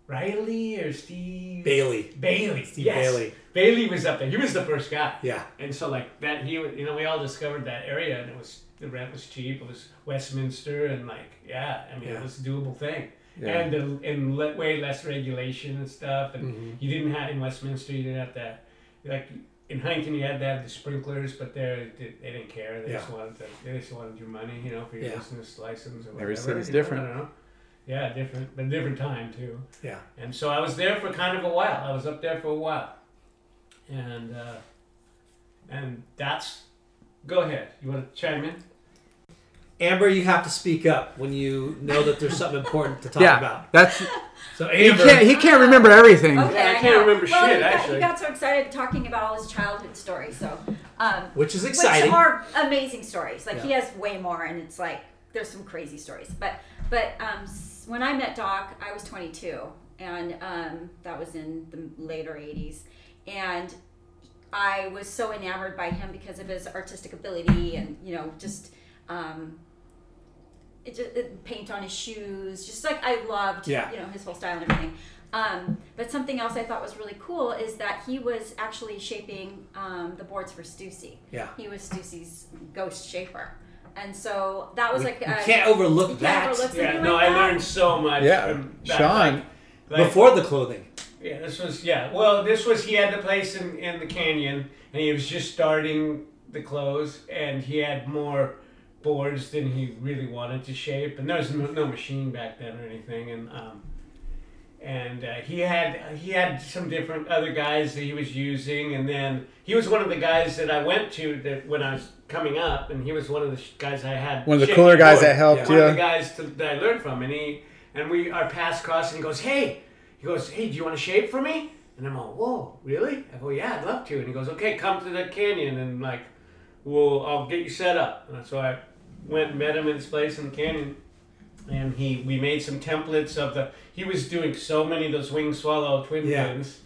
[SPEAKER 4] Riley or Steve
[SPEAKER 1] Bailey.
[SPEAKER 4] Bailey.
[SPEAKER 1] Steve
[SPEAKER 4] yes.
[SPEAKER 1] Bailey.
[SPEAKER 4] Bailey was up there. He was the first guy.
[SPEAKER 1] Yeah.
[SPEAKER 4] And so like that he you know we all discovered that area and it was the rent was cheap. It was Westminster and like yeah, I mean
[SPEAKER 1] Yeah.
[SPEAKER 4] it was a doable thing.
[SPEAKER 2] Yeah.
[SPEAKER 4] And the, and le- way less regulation and stuff. And
[SPEAKER 1] Mm-hmm.
[SPEAKER 4] you didn't have in Westminster you didn't have to like in Huntington you had to have the sprinklers, but there they they didn't care. They just
[SPEAKER 1] Yeah.
[SPEAKER 4] wanted to, they just wanted your money, you know, for your
[SPEAKER 1] Yeah.
[SPEAKER 4] business license or whatever.
[SPEAKER 2] Every city's
[SPEAKER 4] you know, I
[SPEAKER 2] different.
[SPEAKER 4] don't know. Yeah, different, but different time too.
[SPEAKER 1] Yeah.
[SPEAKER 4] And so I was there for kind of a while. I was up there for a while, and uh, and that's. Go ahead. You want to chime in?
[SPEAKER 1] Amber, you have to speak up when you know that there's something important to talk
[SPEAKER 2] yeah.
[SPEAKER 1] about.
[SPEAKER 2] That's
[SPEAKER 1] So
[SPEAKER 2] he
[SPEAKER 1] Amber,
[SPEAKER 2] can't he can't remember everything.
[SPEAKER 7] Okay,
[SPEAKER 4] Yeah, I can't
[SPEAKER 7] know.
[SPEAKER 4] remember
[SPEAKER 7] well,
[SPEAKER 4] shit,
[SPEAKER 7] he got,
[SPEAKER 4] actually.
[SPEAKER 7] he got so excited talking about all his childhood stories. So, um,
[SPEAKER 1] which is
[SPEAKER 7] Which
[SPEAKER 1] exciting.
[SPEAKER 7] are amazing stories. Like he
[SPEAKER 1] Yeah.
[SPEAKER 7] has way more, and it's like there's some crazy stories. But but um, s- when I met Doc, I was 22, and um, that was in the later 80s, and I was so enamored by him because of his artistic ability, and you know just. Um, it just it, paint on his shoes, just like I loved,
[SPEAKER 1] Yeah.
[SPEAKER 7] you know, his whole style and everything. Um, but something else I thought was really cool is that he was actually shaping um, the boards for Stussy.
[SPEAKER 1] Yeah.
[SPEAKER 7] He was Stussy's ghost shaper. And so that was like. uh,
[SPEAKER 1] you
[SPEAKER 7] a-
[SPEAKER 1] can't overlook
[SPEAKER 7] you can't
[SPEAKER 1] that.
[SPEAKER 7] overlook something
[SPEAKER 4] Yeah.
[SPEAKER 7] like
[SPEAKER 4] No, I
[SPEAKER 7] that.
[SPEAKER 4] learned so much.
[SPEAKER 2] Yeah.
[SPEAKER 4] from that,
[SPEAKER 2] Sean.
[SPEAKER 4] like- like-
[SPEAKER 1] Before the clothing.
[SPEAKER 4] Yeah, this was yeah. Well, this was he had the place in in the canyon, and he was just starting the clothes, and he had more boards than he really wanted to shape, and there was no, no machine back then or anything, and um, and uh, he had he had some different other guys that he was using, and then he was one of the guys that I went to that when I was coming up, and he was one of the sh- guys I had
[SPEAKER 2] One of the
[SPEAKER 4] shape
[SPEAKER 2] cooler guys
[SPEAKER 4] board.
[SPEAKER 2] that helped
[SPEAKER 4] One of
[SPEAKER 2] you.
[SPEAKER 4] the guys to, that I learned from, and he and we our paths crossed, and he goes, "Hey," he goes, "Hey, do you want to shave for me?" And I'm all, "Whoa, really?" I go, "Yeah, I'd love to." And he goes, "Okay, come to the canyon, and like, we'll I'll get you set up." And so I went and met him in his place in the canyon, and he we made some templates of the. He was doing so many of those wing swallow twin
[SPEAKER 1] Yeah.
[SPEAKER 4] fins.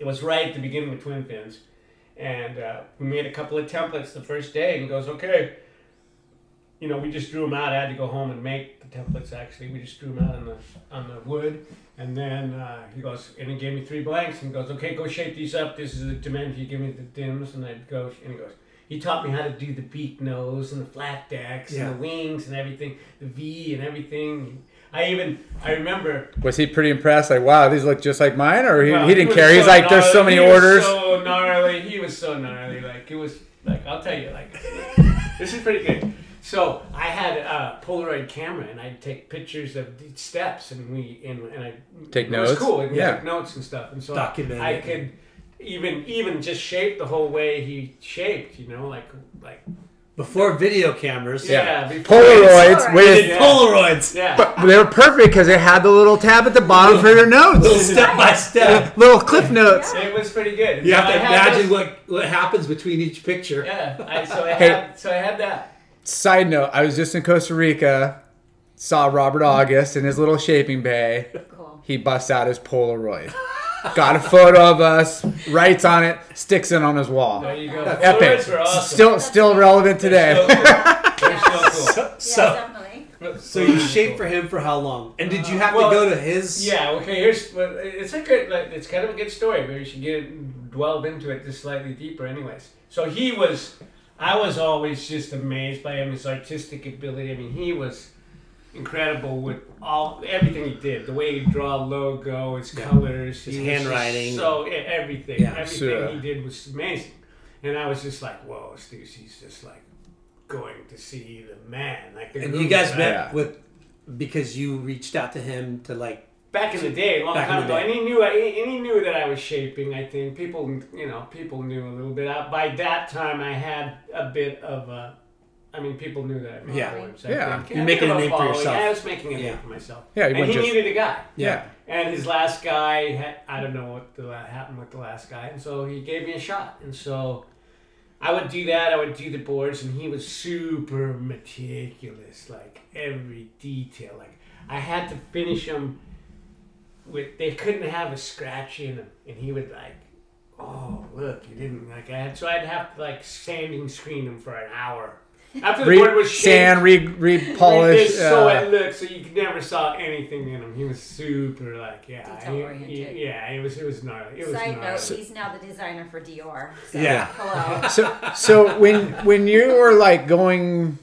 [SPEAKER 4] It was right at the beginning of twin fins. And uh, we made a couple of templates the first day, and he goes, "Okay, you know, we just drew them out. I had to go home and make the templates. Actually, we just drew them out on the on the wood, and then uh, he goes and he gave me three blanks and goes, okay, go shape these up. This is the dimension. You give me the dims, and I'd go. And he goes, he taught me how to do the beak nose and the flat decks
[SPEAKER 1] Yeah.
[SPEAKER 4] and the wings and everything, the V and everything. I even I remember
[SPEAKER 2] Was he pretty impressed? Like, wow, these look just like mine, or he,
[SPEAKER 4] well,
[SPEAKER 2] he didn't
[SPEAKER 4] was
[SPEAKER 2] care. He's
[SPEAKER 4] so
[SPEAKER 2] like, there's so
[SPEAKER 4] gnarly.
[SPEAKER 2] many
[SPEAKER 4] He was
[SPEAKER 2] orders.
[SPEAKER 4] So gnarly. He was so gnarly. Like it was like I'll tell you. Like this is pretty good. So I had a Polaroid camera, and I'd take pictures of the steps, and we and, and I
[SPEAKER 2] Take
[SPEAKER 4] it
[SPEAKER 2] notes?
[SPEAKER 4] was cool. And we
[SPEAKER 2] Yeah.
[SPEAKER 4] took notes and stuff, and so
[SPEAKER 1] Document
[SPEAKER 4] I
[SPEAKER 1] it.
[SPEAKER 4] could even even just shape the whole way he shaped. You know, like like
[SPEAKER 1] Before video cameras,
[SPEAKER 4] yeah, before-
[SPEAKER 2] Polaroids
[SPEAKER 7] Polaroid.
[SPEAKER 2] with.
[SPEAKER 1] did Polaroids.
[SPEAKER 4] Yeah.
[SPEAKER 2] But they were perfect because they had the little tab at the bottom for your
[SPEAKER 1] Little
[SPEAKER 2] notes,
[SPEAKER 1] step by step.
[SPEAKER 2] little clip notes.
[SPEAKER 4] It was pretty good.
[SPEAKER 1] You
[SPEAKER 4] So
[SPEAKER 1] have to
[SPEAKER 4] I had
[SPEAKER 1] imagine
[SPEAKER 4] those-
[SPEAKER 1] what what happens between each picture.
[SPEAKER 4] Yeah, I, so I
[SPEAKER 2] Hey.
[SPEAKER 4] had so I had that.
[SPEAKER 2] Side note: I was just in Costa Rica, saw Robert August in his little shaping bay.
[SPEAKER 7] Cool.
[SPEAKER 2] He busts out his Polaroid, got a photo of us, writes on it, sticks it on his wall.
[SPEAKER 4] There you go.
[SPEAKER 2] Epic.
[SPEAKER 4] Polaroids were awesome.
[SPEAKER 2] Still, still relevant
[SPEAKER 4] So
[SPEAKER 2] today.
[SPEAKER 4] cool. They're so
[SPEAKER 1] So,
[SPEAKER 7] Yeah,
[SPEAKER 1] so,
[SPEAKER 7] definitely.
[SPEAKER 4] cool.
[SPEAKER 1] so you shaped for him for how long? And did you have
[SPEAKER 4] Well,
[SPEAKER 1] to go to his?
[SPEAKER 4] Yeah. Okay. Here's. well, It's a good. Like, it's kind of a good story, but you should get delve into it just slightly deeper, anyways. So he was. I was always just amazed by him, his artistic ability. I mean, he was incredible with all everything he did. The way he draw a logo, his colors,
[SPEAKER 1] His
[SPEAKER 4] he was just
[SPEAKER 1] handwriting.
[SPEAKER 4] So yeah, everything.
[SPEAKER 1] Yeah,
[SPEAKER 4] everything
[SPEAKER 2] sure.
[SPEAKER 4] he did was amazing, and I was just like, whoa, Stussy's just like going to see the man. Like the
[SPEAKER 1] And
[SPEAKER 4] guru,
[SPEAKER 1] you guys
[SPEAKER 4] right?
[SPEAKER 1] met
[SPEAKER 2] Yeah.
[SPEAKER 1] with because you reached out to him to like
[SPEAKER 4] back in the day, a long
[SPEAKER 1] Back in
[SPEAKER 4] time
[SPEAKER 1] the
[SPEAKER 4] ago,
[SPEAKER 1] day.
[SPEAKER 4] and he knew I, and he knew that I was shaping. I think people, you know, people knew a little bit. I, by that time, I had a bit of a. I mean, people knew that. I made
[SPEAKER 1] Yeah.
[SPEAKER 4] boards, I
[SPEAKER 2] Yeah.
[SPEAKER 4] think.
[SPEAKER 1] You're
[SPEAKER 4] I
[SPEAKER 1] making
[SPEAKER 4] think
[SPEAKER 1] a
[SPEAKER 4] I'm
[SPEAKER 1] name for
[SPEAKER 4] following.
[SPEAKER 1] yourself.
[SPEAKER 4] I was making a
[SPEAKER 1] Yeah.
[SPEAKER 4] name for myself.
[SPEAKER 2] Yeah, you
[SPEAKER 4] and
[SPEAKER 2] wouldn't
[SPEAKER 4] he
[SPEAKER 2] just-
[SPEAKER 4] needed a guy.
[SPEAKER 2] Yeah.
[SPEAKER 4] And his last guy, had- I don't know what the, la- happened with the last guy, and so he gave me a shot. And so I would do that. I would do the boards, and he was super meticulous, like every detail. Like I had to finish them with. They couldn't have a scratch in them, and he would like, oh look, you didn't like. I had, so I'd have to like sanding screen them for an hour. After the board
[SPEAKER 2] Re-
[SPEAKER 4] was
[SPEAKER 2] sand,
[SPEAKER 4] shaped,
[SPEAKER 2] re, re polish.
[SPEAKER 4] this, so
[SPEAKER 2] uh,
[SPEAKER 4] it looked, so you never saw anything in him. He was super like, yeah,
[SPEAKER 7] Detail
[SPEAKER 4] he-
[SPEAKER 7] oriented.
[SPEAKER 4] he- yeah, it was, it was gnarly. It was
[SPEAKER 7] Side
[SPEAKER 4] gnarly.
[SPEAKER 7] note, he's now the designer for Dior. So,
[SPEAKER 1] Yeah.
[SPEAKER 7] Hello.
[SPEAKER 2] so so when when you are like going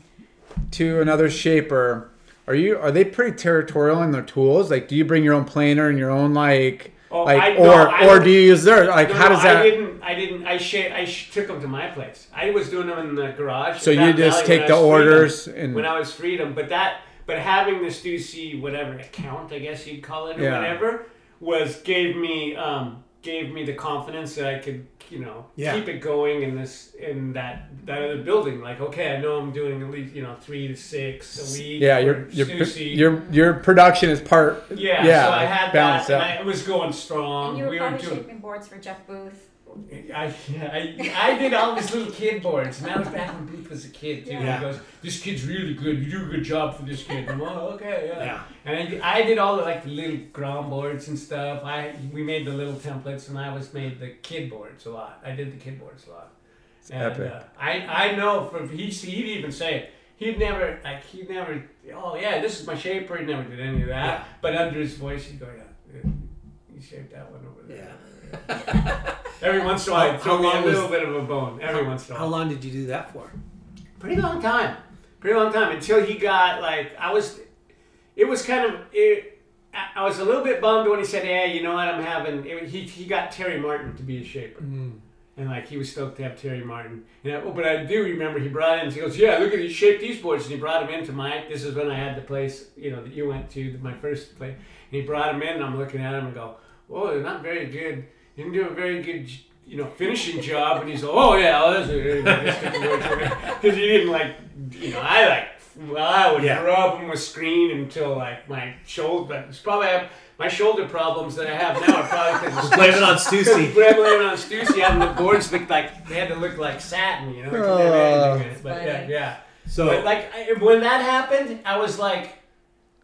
[SPEAKER 2] to another shaper are you are they pretty territorial in their tools like do you bring your own planer and your own like
[SPEAKER 4] Oh,
[SPEAKER 2] like
[SPEAKER 4] I- no,
[SPEAKER 2] or
[SPEAKER 4] I
[SPEAKER 2] or
[SPEAKER 4] would-
[SPEAKER 2] do you use theirs like
[SPEAKER 4] No,
[SPEAKER 2] how
[SPEAKER 4] no,
[SPEAKER 2] does
[SPEAKER 4] I
[SPEAKER 2] that
[SPEAKER 4] didn't. I didn't. I sh- I sh- took them to my place. I was doing them in the garage.
[SPEAKER 2] So
[SPEAKER 4] at
[SPEAKER 2] you
[SPEAKER 4] Bat
[SPEAKER 2] just
[SPEAKER 4] Valley when
[SPEAKER 2] take
[SPEAKER 4] I
[SPEAKER 2] the
[SPEAKER 4] was freedom-
[SPEAKER 2] orders and-
[SPEAKER 4] when I was freedom, but that, but having this Stussy whatever account, I guess you'd call it or
[SPEAKER 2] Yeah.
[SPEAKER 4] whatever, was gave me um gave me the confidence that I could you know
[SPEAKER 1] Yeah.
[SPEAKER 4] keep it going in this in that that other building. Like okay, I know I'm doing at least you know three to six a week.
[SPEAKER 2] yeah
[SPEAKER 4] for
[SPEAKER 2] your your pr-
[SPEAKER 4] Stussy.
[SPEAKER 2] your your production is part
[SPEAKER 4] yeah,
[SPEAKER 2] yeah
[SPEAKER 4] so I had
[SPEAKER 2] balance
[SPEAKER 4] that, and I, it was going strong.
[SPEAKER 7] And you were
[SPEAKER 4] Um, we were
[SPEAKER 7] probably
[SPEAKER 4] doing
[SPEAKER 7] shaping boards for Jeff Booth.
[SPEAKER 4] I, I, I did all these little kid boards, and that was back when Booth was a kid, too.
[SPEAKER 1] Yeah.
[SPEAKER 4] He goes, This kid's really good. You do a good job for this kid. I'm oh, okay, yeah.
[SPEAKER 1] Yeah.
[SPEAKER 4] And I, I did all the like the little ground boards and stuff. I We made the little templates, and I was made the kid boards a lot. I did the kid boards a lot. And,
[SPEAKER 2] epic.
[SPEAKER 4] Uh, I, I know from he, he'd even say, He'd never, like, he'd never, oh, yeah, this is my shaper. He never did any of that. But under his voice, he'd go, Yeah, you shaped that one over there. Every once in a while,
[SPEAKER 1] How-
[SPEAKER 4] I'd throw
[SPEAKER 1] how
[SPEAKER 4] me
[SPEAKER 1] long
[SPEAKER 4] a
[SPEAKER 1] was-
[SPEAKER 4] little bit of a bone. Every once in a
[SPEAKER 1] How
[SPEAKER 4] while.
[SPEAKER 1] long did you do that for?
[SPEAKER 4] Pretty long time. Pretty long time until he got like I was. It was kind of. It, I I was a little bit bummed when he said, "Yeah, you know what? I'm having." It, he he got Terry Martin to be his shaper. And like he was stoked to have Terry Martin, and I, oh, but I do remember he brought in. He goes, "Yeah, look at he shaped these boards." And he brought him into my. This is when I had the place, you know, that you went to, my first place. And he brought him in, and I'm looking at him and go, "Whoa, they're not very good. He didn't do a very good, you know, finishing job." And he's like, "Oh yeah, well, that's because he didn't like, you know, I like." Well, I would
[SPEAKER 1] Yeah.
[SPEAKER 4] rub him with screen until like my shoulder. But it's probably my shoulder problems that I have now are probably because
[SPEAKER 1] Blame it on Stussy.
[SPEAKER 4] Grab lemon on Stussy and the boards looked like they had to look like satin, you know. they couldn't have anything in it, But yeah,
[SPEAKER 7] funny.
[SPEAKER 4] yeah. But
[SPEAKER 1] So
[SPEAKER 4] like I, when that happened, I was like,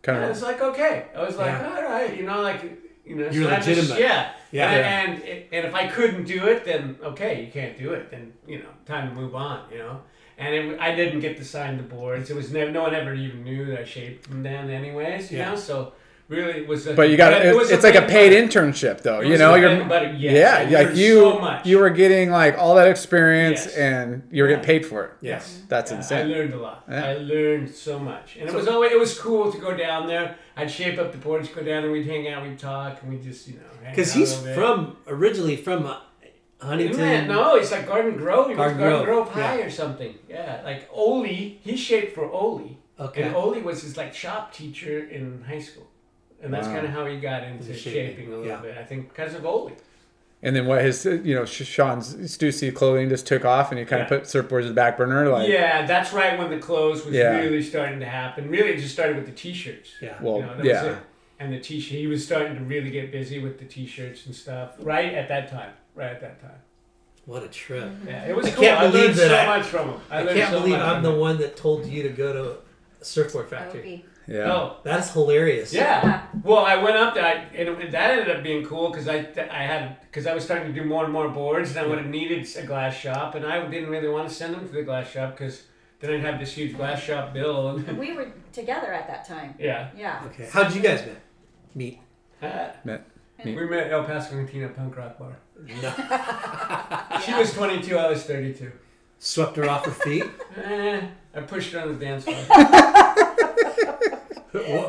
[SPEAKER 2] kind
[SPEAKER 4] I
[SPEAKER 2] of
[SPEAKER 4] was like, okay. I was like,
[SPEAKER 1] Yeah.
[SPEAKER 4] all right, you know, like, you know,
[SPEAKER 1] You're
[SPEAKER 4] so I just-
[SPEAKER 1] legitimate.
[SPEAKER 4] yeah.
[SPEAKER 1] Yeah.
[SPEAKER 4] And, and and if I couldn't do it, then okay, you can't do it. Then you know, time to move on. You know. And it, I didn't get to sign the boards. It was never, no one ever even knew that I shaped them then, anyways. You
[SPEAKER 1] Yeah.
[SPEAKER 4] know, so really it was. A,
[SPEAKER 2] but you got
[SPEAKER 4] it
[SPEAKER 2] it's,
[SPEAKER 4] was
[SPEAKER 2] it's like a
[SPEAKER 4] big-
[SPEAKER 2] paid internship though
[SPEAKER 4] it
[SPEAKER 2] you
[SPEAKER 4] was
[SPEAKER 2] know
[SPEAKER 4] a
[SPEAKER 2] you're
[SPEAKER 4] big buddy, yes, Oh, I
[SPEAKER 2] yeah like
[SPEAKER 4] learned
[SPEAKER 2] you
[SPEAKER 4] so much.
[SPEAKER 2] you were getting like all that experience
[SPEAKER 4] Yes.
[SPEAKER 2] and you were getting paid for it
[SPEAKER 1] yes,
[SPEAKER 2] that's
[SPEAKER 4] I
[SPEAKER 2] insane
[SPEAKER 4] learned a lot.
[SPEAKER 2] Yeah.
[SPEAKER 4] I learned so much, and it was always it was cool to go down there. I'd shape up the porch, go down, and we'd hang out, we'd talk, and we would just you know. hang
[SPEAKER 1] because
[SPEAKER 4] out a
[SPEAKER 1] he's
[SPEAKER 4] little bit.
[SPEAKER 1] from originally from uh, Huntington.
[SPEAKER 4] Inland, no, it's like Garden Grove. He
[SPEAKER 1] Garden
[SPEAKER 4] Garden, Garden
[SPEAKER 1] Grove,
[SPEAKER 4] Grove, High
[SPEAKER 1] yeah.
[SPEAKER 4] or something. Yeah, like Oli. He's shaped for Oli.
[SPEAKER 1] Okay.
[SPEAKER 4] And Oli was his like shop teacher in high school, and that's
[SPEAKER 2] Wow.
[SPEAKER 4] kind of how he got into
[SPEAKER 1] Into shaping,
[SPEAKER 4] shaping, a little
[SPEAKER 1] yeah.
[SPEAKER 4] bit. I think because of Oli.
[SPEAKER 2] And then what his, you know, Sh- Sean's Stussy clothing just took off and he kind of
[SPEAKER 4] Yeah.
[SPEAKER 2] put surfboards in the back burner. Like,
[SPEAKER 4] yeah, that's right when the clothes was
[SPEAKER 2] Yeah.
[SPEAKER 4] really starting to happen. Really, it just started with the t-shirts.
[SPEAKER 1] Yeah.
[SPEAKER 2] well,
[SPEAKER 4] You know, that
[SPEAKER 2] yeah.
[SPEAKER 4] was it. And the t-shirt, he was starting to really get busy with the t-shirts and stuff. Right at that time. Right at that time.
[SPEAKER 1] What a trip.
[SPEAKER 4] Yeah, it was
[SPEAKER 1] I
[SPEAKER 4] cool.
[SPEAKER 1] can't
[SPEAKER 4] I
[SPEAKER 1] believe
[SPEAKER 4] learned
[SPEAKER 1] that
[SPEAKER 4] so
[SPEAKER 1] I-
[SPEAKER 4] much from him. I,
[SPEAKER 1] I
[SPEAKER 4] learned
[SPEAKER 1] can't
[SPEAKER 4] so
[SPEAKER 1] believe
[SPEAKER 4] much
[SPEAKER 1] I'm
[SPEAKER 4] from
[SPEAKER 1] the
[SPEAKER 4] him.
[SPEAKER 1] one that told you to go to Surfboard Factory.
[SPEAKER 7] Opie.
[SPEAKER 2] Yeah.
[SPEAKER 4] Oh,
[SPEAKER 1] That's hilarious.
[SPEAKER 4] yeah. Well, I went up there, I, and it- that ended up being cool because I, I had because I was starting to do more and more boards, and I would have needed a glass shop, and I didn't really want to send them to the glass shop because then I'd have this huge glass shop bill. And,
[SPEAKER 7] We were together at that time.
[SPEAKER 4] yeah.
[SPEAKER 7] Yeah.
[SPEAKER 1] Okay. How'd you guys meet? Meet.
[SPEAKER 4] Uh,
[SPEAKER 2] Met-
[SPEAKER 4] we met El Paso Argentina punk rock bar.
[SPEAKER 1] No.
[SPEAKER 4] She was 22, I was 32.
[SPEAKER 1] Swept her off her feet.
[SPEAKER 4] Eh, I pushed her on the dance floor.
[SPEAKER 1] what,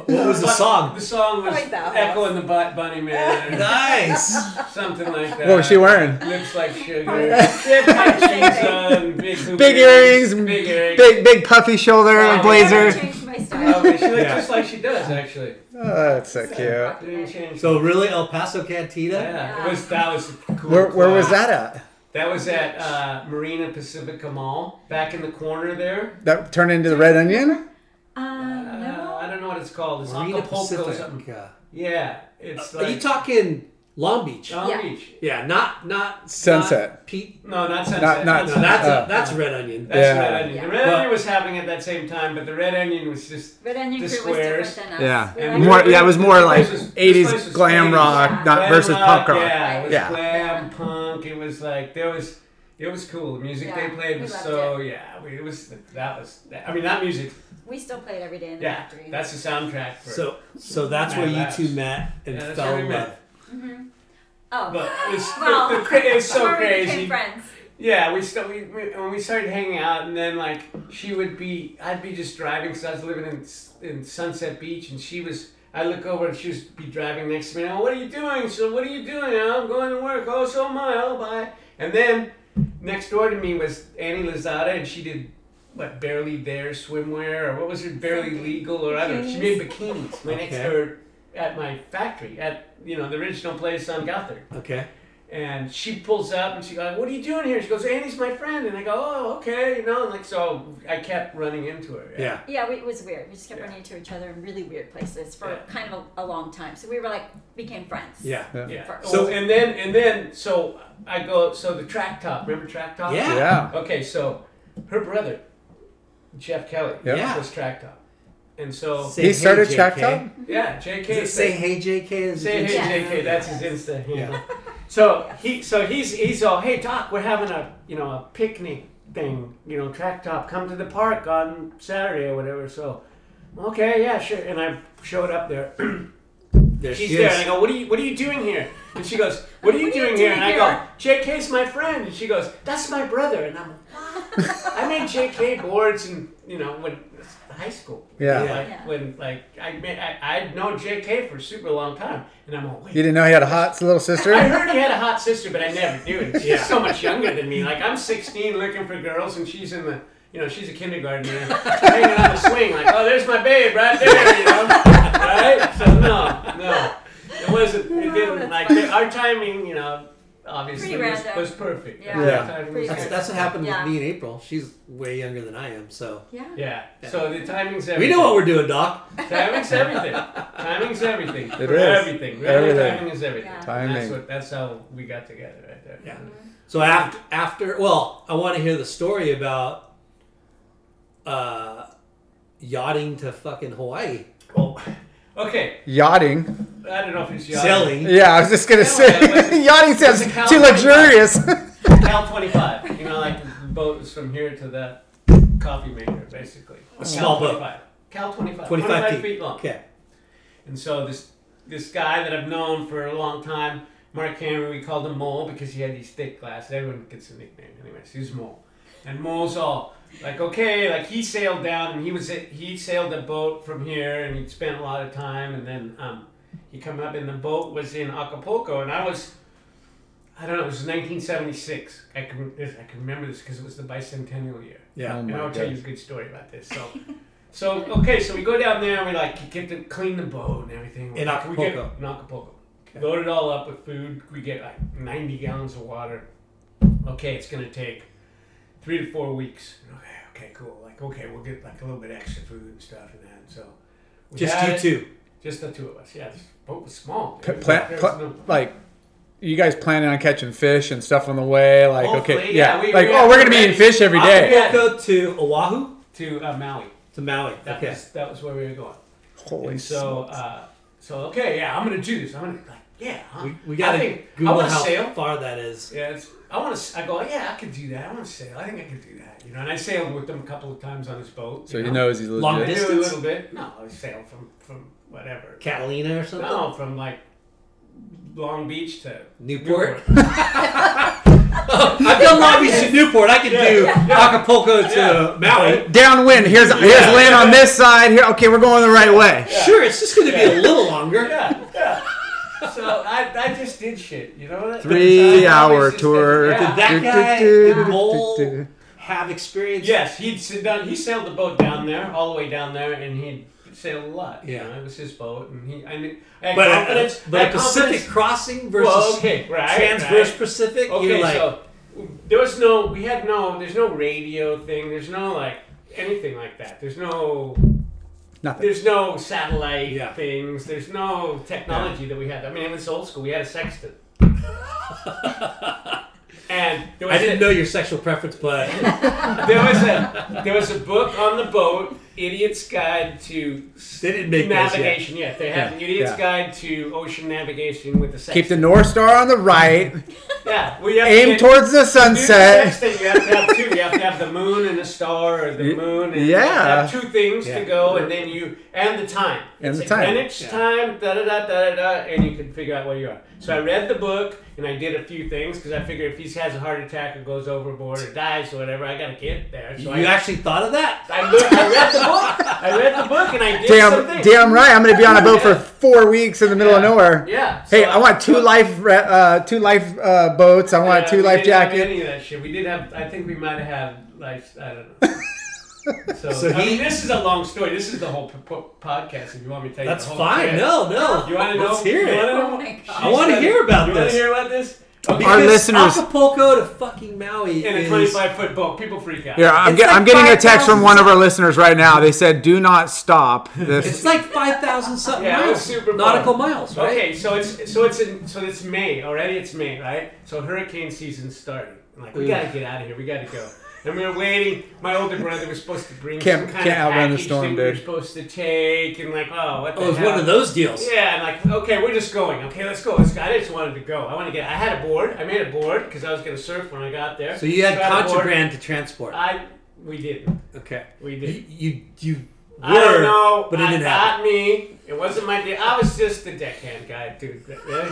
[SPEAKER 1] what was the song?
[SPEAKER 4] The song was
[SPEAKER 7] Like that
[SPEAKER 4] Echo
[SPEAKER 7] was.
[SPEAKER 4] and the Butt Bunny Man, or
[SPEAKER 1] Nice.
[SPEAKER 4] something like that.
[SPEAKER 2] What was she wearing?
[SPEAKER 4] Lips like sugar. Lips like cheese on, big, hoop
[SPEAKER 2] Big earrings,
[SPEAKER 4] Big earrings.
[SPEAKER 2] Big, big puffy shoulder
[SPEAKER 4] Oh,
[SPEAKER 7] I never
[SPEAKER 2] blazer.
[SPEAKER 7] changed my style. Um,
[SPEAKER 4] Lovely. She looks
[SPEAKER 1] Yeah.
[SPEAKER 4] just like she does, actually.
[SPEAKER 2] Oh, that's so cute.
[SPEAKER 4] Didn't change.
[SPEAKER 1] So really, El Paso Cantina.
[SPEAKER 4] yeah, it was that was a cool.
[SPEAKER 2] Where, where was
[SPEAKER 4] club.
[SPEAKER 2] that at?
[SPEAKER 4] That was at uh, Marina Pacifica Mall, back in the corner there.
[SPEAKER 2] That turned into the Red Onion?
[SPEAKER 7] Um,
[SPEAKER 4] Uh,
[SPEAKER 7] no.
[SPEAKER 4] I don't know what it's called. It's
[SPEAKER 1] Marina
[SPEAKER 4] Acapulco or
[SPEAKER 1] Pacific.
[SPEAKER 4] something.
[SPEAKER 1] Uh,
[SPEAKER 4] Yeah, it's
[SPEAKER 1] Are you
[SPEAKER 4] like Oh.
[SPEAKER 1] talking Long Beach?
[SPEAKER 4] Long
[SPEAKER 7] Yeah.
[SPEAKER 4] Beach.
[SPEAKER 1] yeah, not not
[SPEAKER 2] Sunset.
[SPEAKER 1] Not Pete.
[SPEAKER 4] No, not Sunset.
[SPEAKER 2] Not- not-
[SPEAKER 1] No, that's
[SPEAKER 2] Uh,
[SPEAKER 1] that's Red Onion.
[SPEAKER 4] That's
[SPEAKER 2] Yeah.
[SPEAKER 4] Red Onion. The Red
[SPEAKER 1] Yeah.
[SPEAKER 4] Onion was happening at that same time, but the Red Onion was just.
[SPEAKER 7] Red Onion
[SPEAKER 4] The
[SPEAKER 7] Crew was
[SPEAKER 4] squares.
[SPEAKER 7] different than us.
[SPEAKER 2] Yeah.
[SPEAKER 7] We were
[SPEAKER 4] And
[SPEAKER 7] like-
[SPEAKER 2] More, yeah, it was more
[SPEAKER 4] This
[SPEAKER 2] like
[SPEAKER 4] place is- this
[SPEAKER 2] 80s
[SPEAKER 4] place is
[SPEAKER 2] glam
[SPEAKER 4] 80s.
[SPEAKER 2] rock, not
[SPEAKER 4] Glam
[SPEAKER 2] versus
[SPEAKER 4] rock,
[SPEAKER 2] punk rock.
[SPEAKER 4] Yeah, it was
[SPEAKER 2] Yeah.
[SPEAKER 4] glam punk. It was like there was, it was cool. The music
[SPEAKER 7] Yeah,
[SPEAKER 4] they played
[SPEAKER 7] we
[SPEAKER 4] was
[SPEAKER 7] loved
[SPEAKER 4] so yeah. we- It was that was. I mean that music.
[SPEAKER 7] we still played every day in the
[SPEAKER 4] Yeah,
[SPEAKER 7] factory.
[SPEAKER 4] that's the soundtrack for.
[SPEAKER 1] So so that's
[SPEAKER 4] Mad
[SPEAKER 1] where you
[SPEAKER 4] Labs.
[SPEAKER 1] two met and
[SPEAKER 4] yeah, that's
[SPEAKER 1] fell
[SPEAKER 4] where we
[SPEAKER 1] in love.
[SPEAKER 4] met.
[SPEAKER 7] oh.
[SPEAKER 4] But it's,
[SPEAKER 7] well,
[SPEAKER 4] the, the, cra- it's
[SPEAKER 7] that's
[SPEAKER 4] so
[SPEAKER 7] where we became
[SPEAKER 4] crazy.
[SPEAKER 7] friends.
[SPEAKER 4] Yeah, we still we, we when we started hanging out, and then like she would be, I'd be just driving because I was living in S- in Sunset Beach, and she was. I look over and she was be driving next to me. Oh, what are you doing? So what are you doing? "Oh, I'm going to work. Oh, so am I. Oh, bye. And then next door to me was Annie Lozada, and she did what barely there swimwear or what was it barely legal or I don't know. She made bikinis. My next
[SPEAKER 1] Okay.
[SPEAKER 4] door at my factory at you know the original place on Gothard.
[SPEAKER 1] Okay.
[SPEAKER 4] And she pulls up and she goes, "What are you doing here?" She goes, "Annie's my friend." And I go, "Oh, okay," you know. And like so, I kept running into her.
[SPEAKER 1] Yeah.
[SPEAKER 7] Yeah, we, it was weird. We just kept running into each other in really weird places for
[SPEAKER 4] Yeah.
[SPEAKER 7] kind of a, a long time. So we were like became friends.
[SPEAKER 1] Yeah.
[SPEAKER 2] Yeah.
[SPEAKER 4] yeah.
[SPEAKER 1] So-
[SPEAKER 4] So and then and then so I go. So the track top, remember track top?
[SPEAKER 1] Yeah.
[SPEAKER 2] Yeah.
[SPEAKER 4] Okay, so her brother, Jeff Kelly,
[SPEAKER 2] Yeah.
[SPEAKER 1] Yeah.
[SPEAKER 4] was track top, and so
[SPEAKER 1] Say
[SPEAKER 2] He
[SPEAKER 1] hey,
[SPEAKER 2] started
[SPEAKER 1] JK.
[SPEAKER 2] Track Top?
[SPEAKER 4] yeah, J.K.
[SPEAKER 1] Does it say hey JK? Is
[SPEAKER 4] Say
[SPEAKER 1] it-
[SPEAKER 4] hey
[SPEAKER 7] Yeah.
[SPEAKER 4] JK, that's his Insta. handle. So he so he's he's all hey Doc, we're having a you know a picnic thing, you know, track top, come to the park on Saturday or whatever. So okay, yeah, sure. And I showed up there.
[SPEAKER 1] There
[SPEAKER 4] She's
[SPEAKER 1] she
[SPEAKER 4] there
[SPEAKER 1] is.
[SPEAKER 4] and I go, What are you what are you doing here? And she goes, What are you,
[SPEAKER 7] What are
[SPEAKER 4] doing,
[SPEAKER 7] you
[SPEAKER 4] here?
[SPEAKER 7] doing
[SPEAKER 4] And I
[SPEAKER 7] here?
[SPEAKER 4] go, JK's my friend and she goes, That's my brother and I'm like, "What?" I made JK boards and you know, when high school.
[SPEAKER 2] Yeah.
[SPEAKER 4] Like
[SPEAKER 7] Yeah.
[SPEAKER 4] when like I made I, I'd known JK for a super long time and I'm all wait.
[SPEAKER 2] You didn't know he had a hot little sister?
[SPEAKER 4] I heard he had a hot sister, but I never knew it. She's
[SPEAKER 1] Yeah.
[SPEAKER 4] so much younger than me. Like I'm 16, looking for girls, and she's in the, you know, she's a kindergartner, hanging on the swing. Like, oh, there's my babe right there, you know. right? So no, no, it wasn't. It didn't.
[SPEAKER 7] that's
[SPEAKER 4] Like
[SPEAKER 7] funny.
[SPEAKER 4] our timing, you know, obviously
[SPEAKER 7] Pretty
[SPEAKER 4] was,
[SPEAKER 7] random.
[SPEAKER 4] was perfect.
[SPEAKER 7] Yeah.
[SPEAKER 4] Our
[SPEAKER 2] Yeah.
[SPEAKER 4] timing
[SPEAKER 7] Pretty
[SPEAKER 4] was
[SPEAKER 1] That's,
[SPEAKER 4] good.
[SPEAKER 1] that's what happened
[SPEAKER 7] Yeah.
[SPEAKER 1] with me and April. She's way younger than I am, so
[SPEAKER 7] Yeah.
[SPEAKER 4] Yeah. So the timing's
[SPEAKER 1] we
[SPEAKER 4] everything.
[SPEAKER 1] know what we're doing, Doc.
[SPEAKER 4] Timing's everything. Timing's
[SPEAKER 2] It
[SPEAKER 4] everything. For
[SPEAKER 2] is.
[SPEAKER 4] Everything. Really,
[SPEAKER 2] Everything.
[SPEAKER 4] timing is everything.
[SPEAKER 7] Yeah. Mm-hmm.
[SPEAKER 4] And That's
[SPEAKER 2] Timing.
[SPEAKER 4] what. That's how we got together right there.
[SPEAKER 1] Yeah. So after, after, well, I want to hear the story about uh, yachting to fucking Hawaii,
[SPEAKER 4] Oh. Okay.
[SPEAKER 2] Yachting.
[SPEAKER 4] I don't know if it's yachting.
[SPEAKER 1] sailing.
[SPEAKER 2] Yeah, I was just gonna say yachting sounds
[SPEAKER 4] It's a
[SPEAKER 2] too
[SPEAKER 4] California
[SPEAKER 2] luxurious.
[SPEAKER 4] Cal 25. You know, like the boat is from here to that coffee maker, basically. A
[SPEAKER 1] small boat.
[SPEAKER 4] Cal 25.
[SPEAKER 1] 25,
[SPEAKER 4] 25
[SPEAKER 1] feet.
[SPEAKER 4] feet. long.
[SPEAKER 1] Okay.
[SPEAKER 4] And so this this guy that I've known for a long time, Mark Cameron, we called him Mole because he had these thick glasses. Everyone gets a nickname. Anyways, he's Mole. And Mole's all like, okay, like he sailed down and he was he sailed a boat from here and he'd spent a lot of time and then um, he come up and the boat was in Acapulco and I was I don't know. It was 1976. I can this, I can remember this because it was the bicentennial year.
[SPEAKER 2] Yeah. Oh
[SPEAKER 4] and
[SPEAKER 2] my
[SPEAKER 4] I'll tell you a
[SPEAKER 2] gosh.
[SPEAKER 4] good story about this. So, so okay, so we go down there and we like get to clean the boat and everything.
[SPEAKER 1] In
[SPEAKER 4] We get-
[SPEAKER 1] Acapulco.
[SPEAKER 4] in Acapulco. Load it all up with food. We get like 90 gallons of water. Okay, it's gonna take three to four weeks. Okay, okay, cool. Like okay, we'll get like a little bit extra food and stuff and that. So we
[SPEAKER 1] Just
[SPEAKER 4] had
[SPEAKER 1] you
[SPEAKER 4] it.
[SPEAKER 1] two.
[SPEAKER 4] Just the two of us. Yeah, the boat was small.
[SPEAKER 2] P-
[SPEAKER 4] dude.
[SPEAKER 2] pla-
[SPEAKER 4] There was
[SPEAKER 2] pla-
[SPEAKER 4] no-
[SPEAKER 2] like you guys planning on catching fish and stuff on the way like
[SPEAKER 4] Hopefully,
[SPEAKER 2] okay
[SPEAKER 4] yeah,
[SPEAKER 2] yeah,
[SPEAKER 4] we-
[SPEAKER 2] like
[SPEAKER 4] we
[SPEAKER 2] oh
[SPEAKER 4] have
[SPEAKER 2] we're gonna be
[SPEAKER 4] to
[SPEAKER 2] eating fish every day
[SPEAKER 1] Acapulco to Oahu
[SPEAKER 4] to uh, Maui.
[SPEAKER 1] to Maui.
[SPEAKER 4] That
[SPEAKER 1] okay.
[SPEAKER 4] was that was where we were going.
[SPEAKER 2] holy
[SPEAKER 4] And so, uh, so okay, yeah, I'm gonna do this. I'm gonna like, yeah, huh?
[SPEAKER 1] We, we
[SPEAKER 4] I
[SPEAKER 1] gotta
[SPEAKER 4] think I
[SPEAKER 1] Google
[SPEAKER 4] want to
[SPEAKER 1] how
[SPEAKER 4] sail.
[SPEAKER 1] far that is.
[SPEAKER 4] Yeah, it's, I want to. I go, yeah, I could do that. I want to sail. I think I could do that. You know, and I sailed with them a couple of times on this boat.
[SPEAKER 2] so
[SPEAKER 4] you
[SPEAKER 2] he
[SPEAKER 4] know,
[SPEAKER 2] knows he's legit
[SPEAKER 1] Long
[SPEAKER 4] I knew a
[SPEAKER 1] distance?
[SPEAKER 4] little bit. No, I sailed from from whatever.
[SPEAKER 1] Catalina or something?
[SPEAKER 4] No, from like Long Beach to
[SPEAKER 1] Newport. I've done Long Beach to Newport. I can do Acapulco to
[SPEAKER 4] Yeah.
[SPEAKER 1] Maui.
[SPEAKER 6] Downwind. Here's here's land on this side. Here, okay, we're going the right way.
[SPEAKER 1] Sure, it's just going to be a little longer.
[SPEAKER 4] Yeah, yeah. so I, I just did shit. You know.
[SPEAKER 6] Three
[SPEAKER 4] I always
[SPEAKER 6] hour
[SPEAKER 4] just did-
[SPEAKER 6] tour.
[SPEAKER 4] yeah.
[SPEAKER 1] Did that
[SPEAKER 6] Do, do,
[SPEAKER 1] guy
[SPEAKER 6] do, do,
[SPEAKER 1] Mole
[SPEAKER 6] do, do.
[SPEAKER 1] have experience?
[SPEAKER 4] Yes, he'd sit down. He sailed the boat down there, all the way down there, and he'd sailed a lot. you
[SPEAKER 1] Yeah.
[SPEAKER 4] know, it was his boat, and he. I, knew, I had
[SPEAKER 1] But
[SPEAKER 4] confidence.
[SPEAKER 1] a, but
[SPEAKER 4] I
[SPEAKER 1] a
[SPEAKER 4] had
[SPEAKER 1] Pacific
[SPEAKER 4] confidence-
[SPEAKER 1] crossing versus
[SPEAKER 4] Well, okay, right,
[SPEAKER 1] transverse
[SPEAKER 4] right.
[SPEAKER 1] Pacific.
[SPEAKER 4] Okay,
[SPEAKER 1] you're like,
[SPEAKER 4] so there was no. We had no. There's no radio thing. There's no like anything like that. There's no.
[SPEAKER 2] nothing
[SPEAKER 4] There's no satellite
[SPEAKER 1] Yeah.
[SPEAKER 4] things. There's no technology that we had. I mean, it was old school. We had a sextant. and there was
[SPEAKER 1] I didn't
[SPEAKER 4] a-
[SPEAKER 1] know your sexual preference, but
[SPEAKER 4] there was a there was a book on the boat, Idiot's Guide to
[SPEAKER 1] They didn't make those yet.
[SPEAKER 4] navigation. Yeah, they had an Idiot's
[SPEAKER 2] yeah.
[SPEAKER 4] Guide to Ocean Navigation with the
[SPEAKER 2] keep the
[SPEAKER 4] sextant.
[SPEAKER 2] north star on the right
[SPEAKER 4] yeah, well, you have to
[SPEAKER 2] aim
[SPEAKER 4] get-
[SPEAKER 2] towards the
[SPEAKER 4] do the
[SPEAKER 2] sunset
[SPEAKER 4] sextant, You have to have two. You have to have the moon and a star, or the moon. And you
[SPEAKER 2] yeah.
[SPEAKER 4] have to have two things
[SPEAKER 1] Yeah.
[SPEAKER 4] to go, and then you and the time.
[SPEAKER 2] And
[SPEAKER 4] It's
[SPEAKER 2] the time.
[SPEAKER 4] Greenwich
[SPEAKER 1] Yeah.
[SPEAKER 4] time. Da da da da da da, and you can figure out where you are. So I read the book and I did a few things because I figured if he has a heart attack or goes overboard or dies or whatever, I gotta get there. So
[SPEAKER 1] you
[SPEAKER 4] I
[SPEAKER 1] actually thought of that?
[SPEAKER 4] I, looked, I read the book. I read the book and I did
[SPEAKER 2] damn
[SPEAKER 4] something.
[SPEAKER 2] damn right I'm gonna be on a boat for four weeks in the middle of
[SPEAKER 4] Yeah.
[SPEAKER 2] nowhere
[SPEAKER 4] Yeah.
[SPEAKER 2] hey
[SPEAKER 4] so
[SPEAKER 2] I want two life re- uh, two life uh, boats I want
[SPEAKER 4] yeah,
[SPEAKER 2] two
[SPEAKER 4] we
[SPEAKER 2] life
[SPEAKER 4] didn't have
[SPEAKER 2] jackets
[SPEAKER 4] Any of that shit. We did have. I think we might have had life. I don't know. So,
[SPEAKER 1] So
[SPEAKER 4] I mean,
[SPEAKER 1] he-
[SPEAKER 4] this is a long story. This is the whole p- p- podcast. If you want me to tell you,
[SPEAKER 1] That's
[SPEAKER 4] the whole
[SPEAKER 1] fine.
[SPEAKER 4] thing.
[SPEAKER 1] No, no.
[SPEAKER 4] You want to know?
[SPEAKER 1] Let's hear
[SPEAKER 4] you
[SPEAKER 1] it.
[SPEAKER 4] wanna
[SPEAKER 7] Oh
[SPEAKER 4] know?
[SPEAKER 7] my God.
[SPEAKER 1] I want to
[SPEAKER 4] She's
[SPEAKER 1] hear about
[SPEAKER 4] got- You want to
[SPEAKER 1] this.
[SPEAKER 4] hear about this? Okay.
[SPEAKER 1] Because
[SPEAKER 6] listeners-
[SPEAKER 1] Acapulco to fucking Maui
[SPEAKER 4] in a
[SPEAKER 1] is
[SPEAKER 4] 25 foot boat, people freak out.
[SPEAKER 2] Yeah, I'm,
[SPEAKER 7] It's
[SPEAKER 2] get,
[SPEAKER 7] like
[SPEAKER 2] I'm getting a text
[SPEAKER 7] 5,000
[SPEAKER 2] from one of our listeners right now. They said, "Do not stop."
[SPEAKER 1] it's
[SPEAKER 2] This
[SPEAKER 1] like five thousand something
[SPEAKER 4] Yeah, it was
[SPEAKER 1] miles,
[SPEAKER 4] super
[SPEAKER 1] nautical
[SPEAKER 4] fun.
[SPEAKER 1] miles, right?
[SPEAKER 4] Okay, so it's so it's in so it's May already. It's May, right? So hurricane season started. I'm like, we
[SPEAKER 1] Ooh.
[SPEAKER 4] gotta get out of here. We gotta go. And we were waiting. My older brother was supposed to bring
[SPEAKER 2] Can't-
[SPEAKER 4] some kind
[SPEAKER 2] can't
[SPEAKER 4] of
[SPEAKER 2] outrun the
[SPEAKER 4] package
[SPEAKER 2] storm,
[SPEAKER 4] that we were
[SPEAKER 2] dude.
[SPEAKER 4] supposed to take, and like, oh, what the
[SPEAKER 1] Oh, it was
[SPEAKER 4] hell?
[SPEAKER 1] one of those deals.
[SPEAKER 4] Yeah, and like, okay, we're just going. Okay, let's go. Let's go. I just wanted to go. I want to get. I had a board. I made a board because I was gonna surf when I got there.
[SPEAKER 1] So you had
[SPEAKER 4] I a board.
[SPEAKER 1] contraband to transport.
[SPEAKER 4] I we didn't.
[SPEAKER 1] okay.
[SPEAKER 4] We did.
[SPEAKER 1] You you, you were,
[SPEAKER 4] I don't know.
[SPEAKER 1] but it
[SPEAKER 4] I
[SPEAKER 1] didn't happen.
[SPEAKER 4] not me. It wasn't my day. I was just the deckhand guy, dude.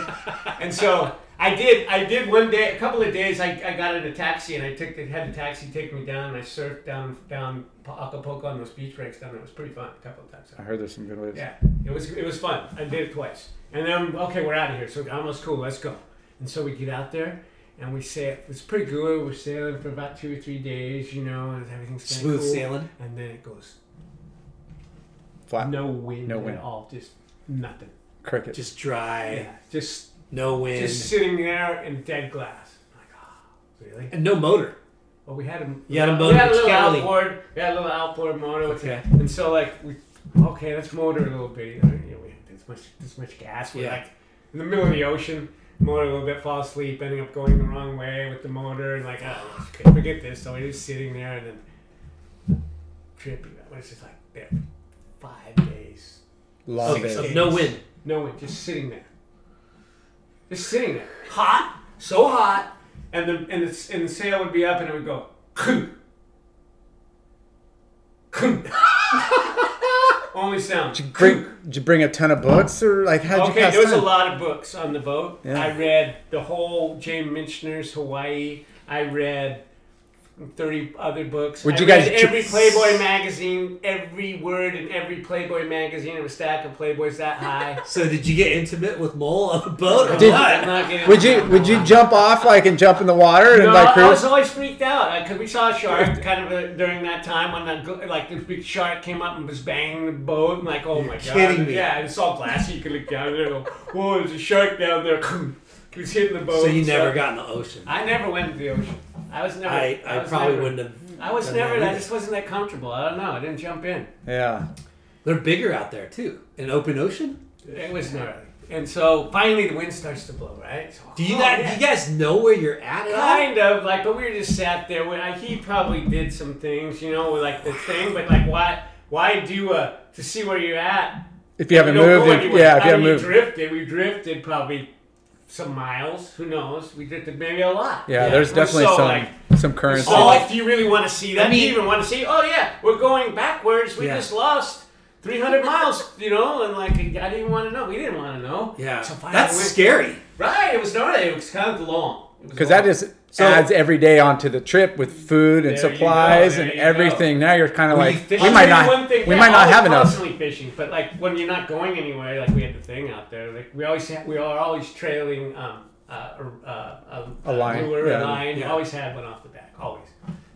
[SPEAKER 4] and so I did. I did one day, a couple of days. I, I got in a taxi and I took the, had the taxi take me down and I surfed down down Acapulco on those beach breaks down there. It was pretty fun. A couple of times.
[SPEAKER 2] I heard there's some good waves.
[SPEAKER 4] Yeah, it was it was fun. I did it twice, and then okay, we're out of here. So almost cool. Let's go. And so we get out there, and we sail. It's pretty good. We're sailing for about two or three days, you know, and everything's kinda
[SPEAKER 1] Smooth
[SPEAKER 4] cool.
[SPEAKER 1] sailing.
[SPEAKER 4] And then it goes
[SPEAKER 2] Flat
[SPEAKER 4] no wind,
[SPEAKER 2] No
[SPEAKER 4] at
[SPEAKER 2] wind.
[SPEAKER 4] all, just nothing.
[SPEAKER 2] cricket.
[SPEAKER 1] Just dry,
[SPEAKER 4] Yeah, just
[SPEAKER 1] no wind,
[SPEAKER 4] just sitting there in dead glass. I'm like, oh, really?
[SPEAKER 1] and no motor.
[SPEAKER 4] Well, we had a
[SPEAKER 1] You had a motor,
[SPEAKER 4] We had a
[SPEAKER 1] but
[SPEAKER 4] little
[SPEAKER 1] you gotta leave.
[SPEAKER 4] outboard. We had a little outboard motor.
[SPEAKER 1] Okay.
[SPEAKER 4] And so like we, okay, let's motor a little bit. You know, we have this much this much gas. We're
[SPEAKER 1] Yeah.
[SPEAKER 4] like in the middle of the ocean. Motor a little bit, fall asleep, ending up going the wrong way with the motor, and like, oh, okay, forget this. So we're just sitting there and then tripping. It was just like there, five days, Oh,
[SPEAKER 2] Love
[SPEAKER 1] Okay,
[SPEAKER 2] it.
[SPEAKER 1] so no wind.
[SPEAKER 4] No one, just sitting there. Just sitting there. Hot, so hot. And the, and the, and the sail would be up and it would go, "Koo." Koo. Only sound.
[SPEAKER 2] Bring, did you bring a ton of books, or like how'd you
[SPEAKER 4] Okay,
[SPEAKER 2] pass
[SPEAKER 4] there was a
[SPEAKER 2] time?
[SPEAKER 4] lot of books on the boat.
[SPEAKER 2] Yeah.
[SPEAKER 4] I read the whole James Michener's Hawaii. I read and thirty other books.
[SPEAKER 2] Would
[SPEAKER 4] I
[SPEAKER 2] you guys
[SPEAKER 4] read
[SPEAKER 2] tr-
[SPEAKER 4] every Playboy magazine, every word in every Playboy magazine, and a stack of Playboys that high.
[SPEAKER 1] So did you get intimate with Mole on the boat or
[SPEAKER 2] Did-
[SPEAKER 1] what?
[SPEAKER 4] I'm not getting
[SPEAKER 2] Would you would you jump off like and jump in the water and
[SPEAKER 4] No,
[SPEAKER 2] like
[SPEAKER 4] I was
[SPEAKER 2] cruise?
[SPEAKER 4] always freaked out because we saw a shark kind of uh, during that time when the gl- like the big shark came up and was banging the boat and like oh my god
[SPEAKER 1] kidding me.
[SPEAKER 4] yeah it's all glassy you could look down there and go whoa there's a shark down there he was hitting the boat
[SPEAKER 1] So you
[SPEAKER 4] and
[SPEAKER 1] never
[SPEAKER 4] stuff.
[SPEAKER 1] got in the ocean. I
[SPEAKER 4] I never went to the ocean I was never
[SPEAKER 1] I,
[SPEAKER 4] was
[SPEAKER 1] probably
[SPEAKER 4] never-
[SPEAKER 1] wouldn't have.
[SPEAKER 4] I was
[SPEAKER 1] done
[SPEAKER 4] never
[SPEAKER 1] that
[SPEAKER 4] I
[SPEAKER 1] either.
[SPEAKER 4] just wasn't that comfortable I don't know I didn't jump in
[SPEAKER 2] Yeah.
[SPEAKER 1] They're bigger out there too. In open ocean.
[SPEAKER 4] it was gnarly and so finally the wind starts to blow right So,
[SPEAKER 1] Do you
[SPEAKER 4] oh,
[SPEAKER 1] guys?
[SPEAKER 4] yeah.
[SPEAKER 1] Do you guys know where you're at at all?
[SPEAKER 4] Kind of like, but we were just sat there. When I, he probably did some things, you know, with like the thing. But like, why? Why do uh to see where you're at?
[SPEAKER 2] If you haven't
[SPEAKER 4] You don't
[SPEAKER 2] moved,
[SPEAKER 4] go
[SPEAKER 2] if-
[SPEAKER 4] anywhere.
[SPEAKER 2] yeah. If
[SPEAKER 4] I
[SPEAKER 2] you haven't
[SPEAKER 4] mean,
[SPEAKER 2] moved,
[SPEAKER 4] drifted. We drifted probably some miles. Who knows? We drifted maybe a lot.
[SPEAKER 2] yeah, There's
[SPEAKER 4] We're
[SPEAKER 2] definitely
[SPEAKER 4] so,
[SPEAKER 2] some
[SPEAKER 4] Like,
[SPEAKER 2] some currency.
[SPEAKER 4] oh, like, do you really want to see that?
[SPEAKER 1] I
[SPEAKER 4] do
[SPEAKER 1] mean-
[SPEAKER 4] you even want to see? Oh yeah, we're going backwards. We
[SPEAKER 1] Yeah.
[SPEAKER 4] just lost. 300 miles, you know, and like, I didn't even want to know. We didn't want to know.
[SPEAKER 1] Yeah,
[SPEAKER 4] So finally
[SPEAKER 1] that's
[SPEAKER 4] we-
[SPEAKER 1] scary.
[SPEAKER 4] Right, it was not, it was kind of long. It was
[SPEAKER 2] because
[SPEAKER 4] long.
[SPEAKER 2] that just
[SPEAKER 1] So-
[SPEAKER 2] adds every day onto the trip with food and
[SPEAKER 4] There you
[SPEAKER 2] supplies
[SPEAKER 4] go, there
[SPEAKER 2] and
[SPEAKER 4] you go.
[SPEAKER 2] everything. Now you're kind of
[SPEAKER 1] Were you
[SPEAKER 2] like we
[SPEAKER 1] fishing?
[SPEAKER 2] might
[SPEAKER 4] I'll tell you
[SPEAKER 2] not
[SPEAKER 4] one thing,
[SPEAKER 2] we
[SPEAKER 4] yeah,
[SPEAKER 2] might not
[SPEAKER 4] always
[SPEAKER 2] have enough.
[SPEAKER 4] Constantly fishing, but like when you're not going anywhere, like we had the thing out there. Like we always ha we are always trailing um uh, uh, uh,
[SPEAKER 2] A line,
[SPEAKER 4] lure,
[SPEAKER 2] yeah.
[SPEAKER 4] a line.
[SPEAKER 1] Yeah.
[SPEAKER 4] Always had one off the back, always.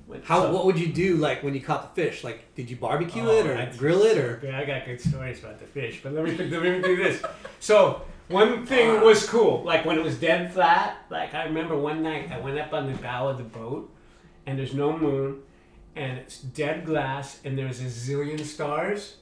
[SPEAKER 4] But-
[SPEAKER 1] How?
[SPEAKER 4] so-
[SPEAKER 1] what would you do like when you caught the fish? Like, did you barbecue
[SPEAKER 4] Oh,
[SPEAKER 1] it or
[SPEAKER 4] that's-
[SPEAKER 1] grill it or?
[SPEAKER 4] Yeah, I got good stories about the fish, but let me let me do this. So one thing was cool, like when it was dead flat. Like I remember one night I went up on the bow of the boat, and there's no moon, and it's dead glass, and there's a zillion stars,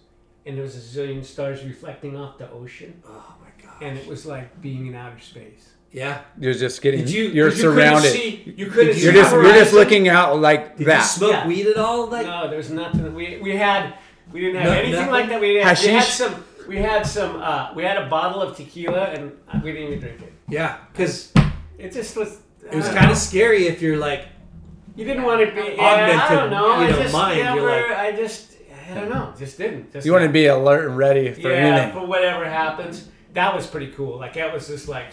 [SPEAKER 4] and there's a zillion stars reflecting off the ocean,
[SPEAKER 1] Oh my god.
[SPEAKER 4] and it was like being in outer space.
[SPEAKER 1] Yeah.
[SPEAKER 2] You're just getting
[SPEAKER 4] Did you?
[SPEAKER 2] you, are
[SPEAKER 4] 'cause you couldn't
[SPEAKER 2] surrounded.
[SPEAKER 4] see- you couldn't.
[SPEAKER 1] Did
[SPEAKER 4] see
[SPEAKER 1] you
[SPEAKER 2] you're
[SPEAKER 4] the
[SPEAKER 2] just you're just
[SPEAKER 4] horizon.
[SPEAKER 2] looking out like
[SPEAKER 1] Did you
[SPEAKER 2] that.
[SPEAKER 1] smoke
[SPEAKER 4] Yeah.
[SPEAKER 1] weed at all? Like,
[SPEAKER 4] No, there was nothing. We we had we didn't have
[SPEAKER 1] No-
[SPEAKER 4] anything
[SPEAKER 1] nothing?
[SPEAKER 4] like that. We didn't have, we had
[SPEAKER 2] Hashish?
[SPEAKER 4] some. We had some. Uh, we had a bottle of tequila, and uh, we didn't even drink it.
[SPEAKER 1] yeah, because
[SPEAKER 4] It just was.
[SPEAKER 1] it was
[SPEAKER 4] uh,
[SPEAKER 1] kind of scary if you're like
[SPEAKER 4] you didn't want to be. Yeah, I
[SPEAKER 1] Augmented,
[SPEAKER 4] don't know.
[SPEAKER 1] you know,
[SPEAKER 4] I just
[SPEAKER 1] mind, you're
[SPEAKER 4] never.
[SPEAKER 1] like-
[SPEAKER 4] I just. I don't know. Just didn't. Just
[SPEAKER 2] You want to be alert and ready for
[SPEAKER 4] Yeah,
[SPEAKER 2] anything.
[SPEAKER 4] for whatever happens. That was pretty cool. Like that was just like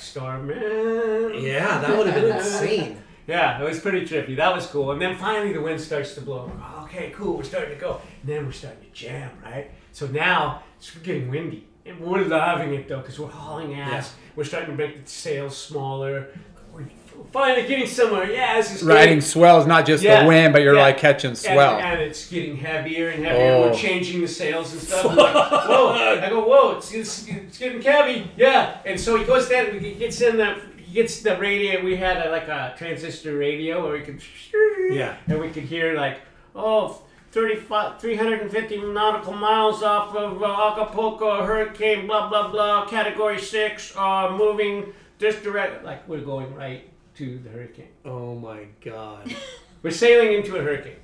[SPEAKER 4] Starman.
[SPEAKER 1] Yeah, that would have been insane.
[SPEAKER 4] Yeah, it was pretty trippy. That was cool. And then finally the wind starts to blow. We're, Okay, cool. We're starting to go. And then we're starting to jam, right? So now it's getting windy. And we're loving it though because we're hauling ass. We're starting to make the sails smaller. We're finally getting somewhere. Yeah, this is great.
[SPEAKER 2] Riding swell is not just
[SPEAKER 4] Yeah,
[SPEAKER 2] the wind, but you're
[SPEAKER 4] yeah.
[SPEAKER 2] like catching swell.
[SPEAKER 4] And, and it's getting heavier and heavier.
[SPEAKER 2] Oh.
[SPEAKER 4] We're changing the sails and stuff. I'm like, whoa! I go, whoa! It's, it's, it's getting heavy. Yeah. And so he goes down. He gets in the he gets the radio. We had a, like a transistor radio where we could
[SPEAKER 1] Yeah.
[SPEAKER 4] and we could hear like oh. 35 350 nautical miles off of uh, Acapulco, hurricane, blah, blah, blah, category six, uh, moving this direct. Like, we're going right to the hurricane.
[SPEAKER 1] Oh my god.
[SPEAKER 4] We're sailing into a hurricane.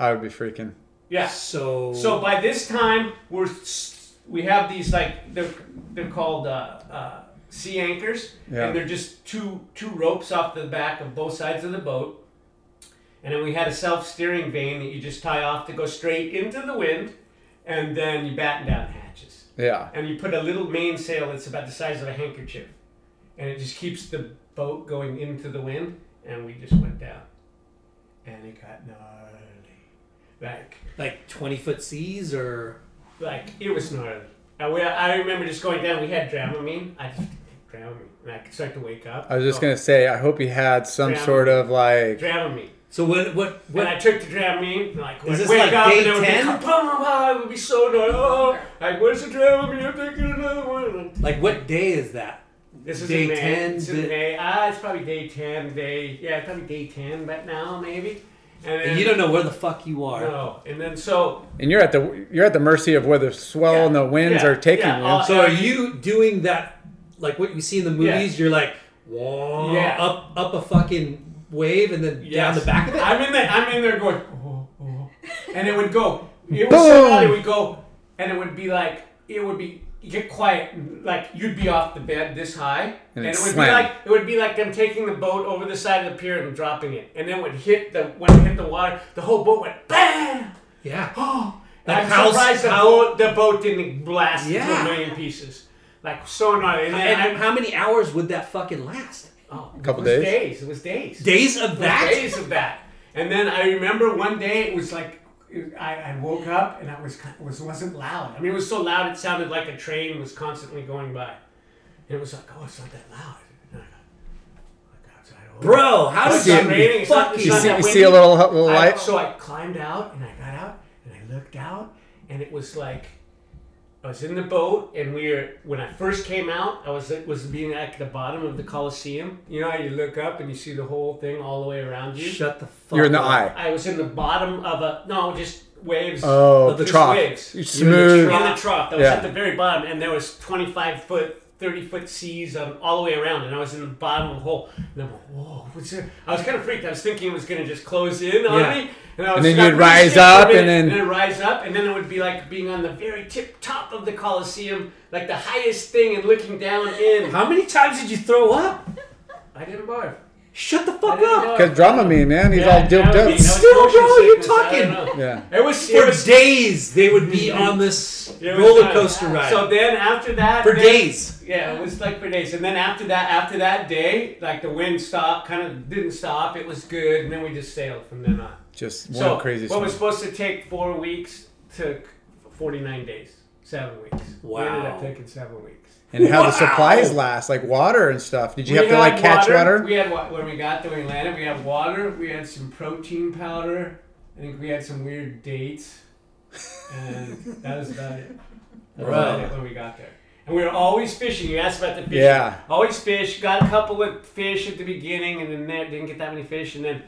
[SPEAKER 2] I would be freaking.
[SPEAKER 4] Yeah.
[SPEAKER 1] So
[SPEAKER 4] So by this time, we're s- we have these like they're they're called uh, uh, sea anchors,
[SPEAKER 2] Yeah.
[SPEAKER 4] and they're just two two ropes off the back of both sides of the boat, and then we had a self steering vane that you just tie off to go straight into the wind, and then you batten down hatches,
[SPEAKER 2] Yeah.
[SPEAKER 4] and you put a little mainsail that's about the size of a handkerchief, and it just keeps the boat going into the wind, and we just went down, and it got gnarly, like
[SPEAKER 1] like twenty foot seas or
[SPEAKER 4] like it was gnarly. I, we, I remember just going down. We had Dramamine. I just Dramamine, and I started to wake up.
[SPEAKER 2] I was just gonna say, I hope he had some
[SPEAKER 4] Yeah.
[SPEAKER 2] sort of like
[SPEAKER 4] Dramamine.
[SPEAKER 1] so what what
[SPEAKER 4] When
[SPEAKER 1] what
[SPEAKER 4] I took the Dramamine, like
[SPEAKER 1] Is
[SPEAKER 4] would
[SPEAKER 1] this like
[SPEAKER 4] wake up
[SPEAKER 1] day
[SPEAKER 4] and it would
[SPEAKER 1] 10?
[SPEAKER 4] be "Kabum!" it would be so gnarly. Oh, like where's the Dramamine? I'm taking another one.
[SPEAKER 1] like what day is that?
[SPEAKER 4] This is
[SPEAKER 1] Day
[SPEAKER 4] in May.
[SPEAKER 1] 10,
[SPEAKER 4] It's in
[SPEAKER 1] day-
[SPEAKER 4] May. Ah, it's probably day ten. Day yeah, it's probably day ten. But now maybe. And then,
[SPEAKER 1] And you don't know where the fuck you are.
[SPEAKER 4] know. And then so
[SPEAKER 2] and you're at the you're at the mercy of where the swell
[SPEAKER 4] Yeah.
[SPEAKER 2] and the winds
[SPEAKER 4] Yeah.
[SPEAKER 2] are taking
[SPEAKER 4] Yeah.
[SPEAKER 2] you.
[SPEAKER 4] Uh,
[SPEAKER 1] So are you doing that like what you see in the movies? You're like whoa,
[SPEAKER 4] Yeah.
[SPEAKER 1] up up a fucking wave and then down
[SPEAKER 4] Yes.
[SPEAKER 1] the back of it?
[SPEAKER 4] I'm in there. I'm in there going, oh, oh. and it would go. It was
[SPEAKER 2] Boom.
[SPEAKER 4] somebody would go, and it would be like it would be you get quiet, like you'd be off the bed this high, and,
[SPEAKER 2] it'd
[SPEAKER 4] it would
[SPEAKER 2] slam.
[SPEAKER 4] be like it would be like them taking the boat over the side of the pier and dropping it, and then it would hit the when it hit the water, the whole boat went bam.
[SPEAKER 1] yeah.
[SPEAKER 4] Oh,
[SPEAKER 1] Like
[SPEAKER 4] I'm
[SPEAKER 1] how-
[SPEAKER 4] surprised the
[SPEAKER 1] how-
[SPEAKER 4] boat the boat didn't blast into
[SPEAKER 1] Yeah.
[SPEAKER 4] a million pieces. Like so gnarly. And then
[SPEAKER 1] And
[SPEAKER 4] I'm-
[SPEAKER 1] how many hours would that fucking last?
[SPEAKER 4] Oh,
[SPEAKER 2] Couple
[SPEAKER 4] it was
[SPEAKER 2] days?
[SPEAKER 4] It was days.
[SPEAKER 5] Days of
[SPEAKER 4] It was
[SPEAKER 5] that?
[SPEAKER 4] Days of that. And then I remember one day it was like it- I, I woke up and I was kind- it was wasn't loud. I mean, it was so loud it sounded like a train was constantly going by. And it was like, oh, it's not that loud. And I got- I got outside, oh,
[SPEAKER 5] Bro, how
[SPEAKER 4] It's
[SPEAKER 5] did
[SPEAKER 4] not
[SPEAKER 5] you
[SPEAKER 4] raining, it's not-
[SPEAKER 5] fucking-
[SPEAKER 4] it's not
[SPEAKER 2] You see,
[SPEAKER 4] that
[SPEAKER 2] you see a
[SPEAKER 4] windy.
[SPEAKER 2] little, little
[SPEAKER 4] I-
[SPEAKER 2] light.
[SPEAKER 4] so I climbed out and I got out and I looked out and it was like I was in the boat and we were when I first came out I was it was being at the bottom of the Coliseum. You know how you look up and you see the whole thing all the way around you.
[SPEAKER 5] Shut the fuck
[SPEAKER 2] You're in the
[SPEAKER 5] up.
[SPEAKER 2] eye.
[SPEAKER 4] I was in the bottom of a no, just waves.
[SPEAKER 2] Oh,
[SPEAKER 4] Of the
[SPEAKER 2] the trough.
[SPEAKER 4] waves.
[SPEAKER 2] It's
[SPEAKER 4] You were in the
[SPEAKER 2] smooth.
[SPEAKER 4] trough- in the trough. I was
[SPEAKER 2] Yeah.
[SPEAKER 4] at the very bottom, and there was twenty five foot, thirty foot seas um, all the way around, and I was in the bottom of the hole. And I'm like, whoa, what's there? I was kind of freaked. I was thinking it was going to just close in on
[SPEAKER 5] Yeah.
[SPEAKER 4] me, and I was
[SPEAKER 2] And then
[SPEAKER 4] I
[SPEAKER 2] you'd
[SPEAKER 4] really
[SPEAKER 2] rise
[SPEAKER 4] shook for a
[SPEAKER 2] up, and
[SPEAKER 4] minute,
[SPEAKER 2] then-
[SPEAKER 4] and rise up, and then it would be like being on the very tip top of the Coliseum, like the highest thing, and looking down in.
[SPEAKER 5] How many times did you throw up?
[SPEAKER 4] I didn't barf.
[SPEAKER 5] Shut the
[SPEAKER 4] I
[SPEAKER 5] fuck
[SPEAKER 4] didn't
[SPEAKER 5] up.
[SPEAKER 4] barf.
[SPEAKER 2] Because Dramamine, man, he's
[SPEAKER 4] Oh. Yeah,
[SPEAKER 2] all doped
[SPEAKER 4] that would be- that
[SPEAKER 2] up.
[SPEAKER 4] was
[SPEAKER 5] Still,
[SPEAKER 4] motion
[SPEAKER 5] bro, you're
[SPEAKER 4] sickness, I don't
[SPEAKER 5] talking.
[SPEAKER 4] know.
[SPEAKER 2] Yeah.
[SPEAKER 4] It was it
[SPEAKER 5] For
[SPEAKER 4] was Mm-hmm.
[SPEAKER 5] days, they would be on this
[SPEAKER 4] It was
[SPEAKER 5] roller
[SPEAKER 4] fun.
[SPEAKER 5] coaster ride.
[SPEAKER 4] So then after that,
[SPEAKER 5] for
[SPEAKER 4] then-
[SPEAKER 5] days.
[SPEAKER 4] Yeah, it was like for days. And then after that, after that day, like the wind stopped, kind of didn't stop. It was good, and then we just sailed from then on.
[SPEAKER 2] Just one
[SPEAKER 4] so
[SPEAKER 2] crazy
[SPEAKER 4] what was
[SPEAKER 2] story.
[SPEAKER 4] supposed to take four weeks took forty nine days, seven weeks. We ended
[SPEAKER 5] Wow.
[SPEAKER 4] up taking seven weeks.
[SPEAKER 2] And how
[SPEAKER 5] Wow.
[SPEAKER 2] the supplies last, like water and stuff. Did you
[SPEAKER 4] We
[SPEAKER 2] have to
[SPEAKER 4] had
[SPEAKER 2] like catch water?
[SPEAKER 4] We had wa- when we got there, we landed. We had water. We had some protein powder. I think we had some weird dates, and that was about it. That was about
[SPEAKER 5] Right.
[SPEAKER 4] it when we got there. And we were always fishing. You asked about the fishing.
[SPEAKER 2] Yeah.
[SPEAKER 4] Always fish. Got a couple of fish at the beginning, and then there, didn't get that many fish. And then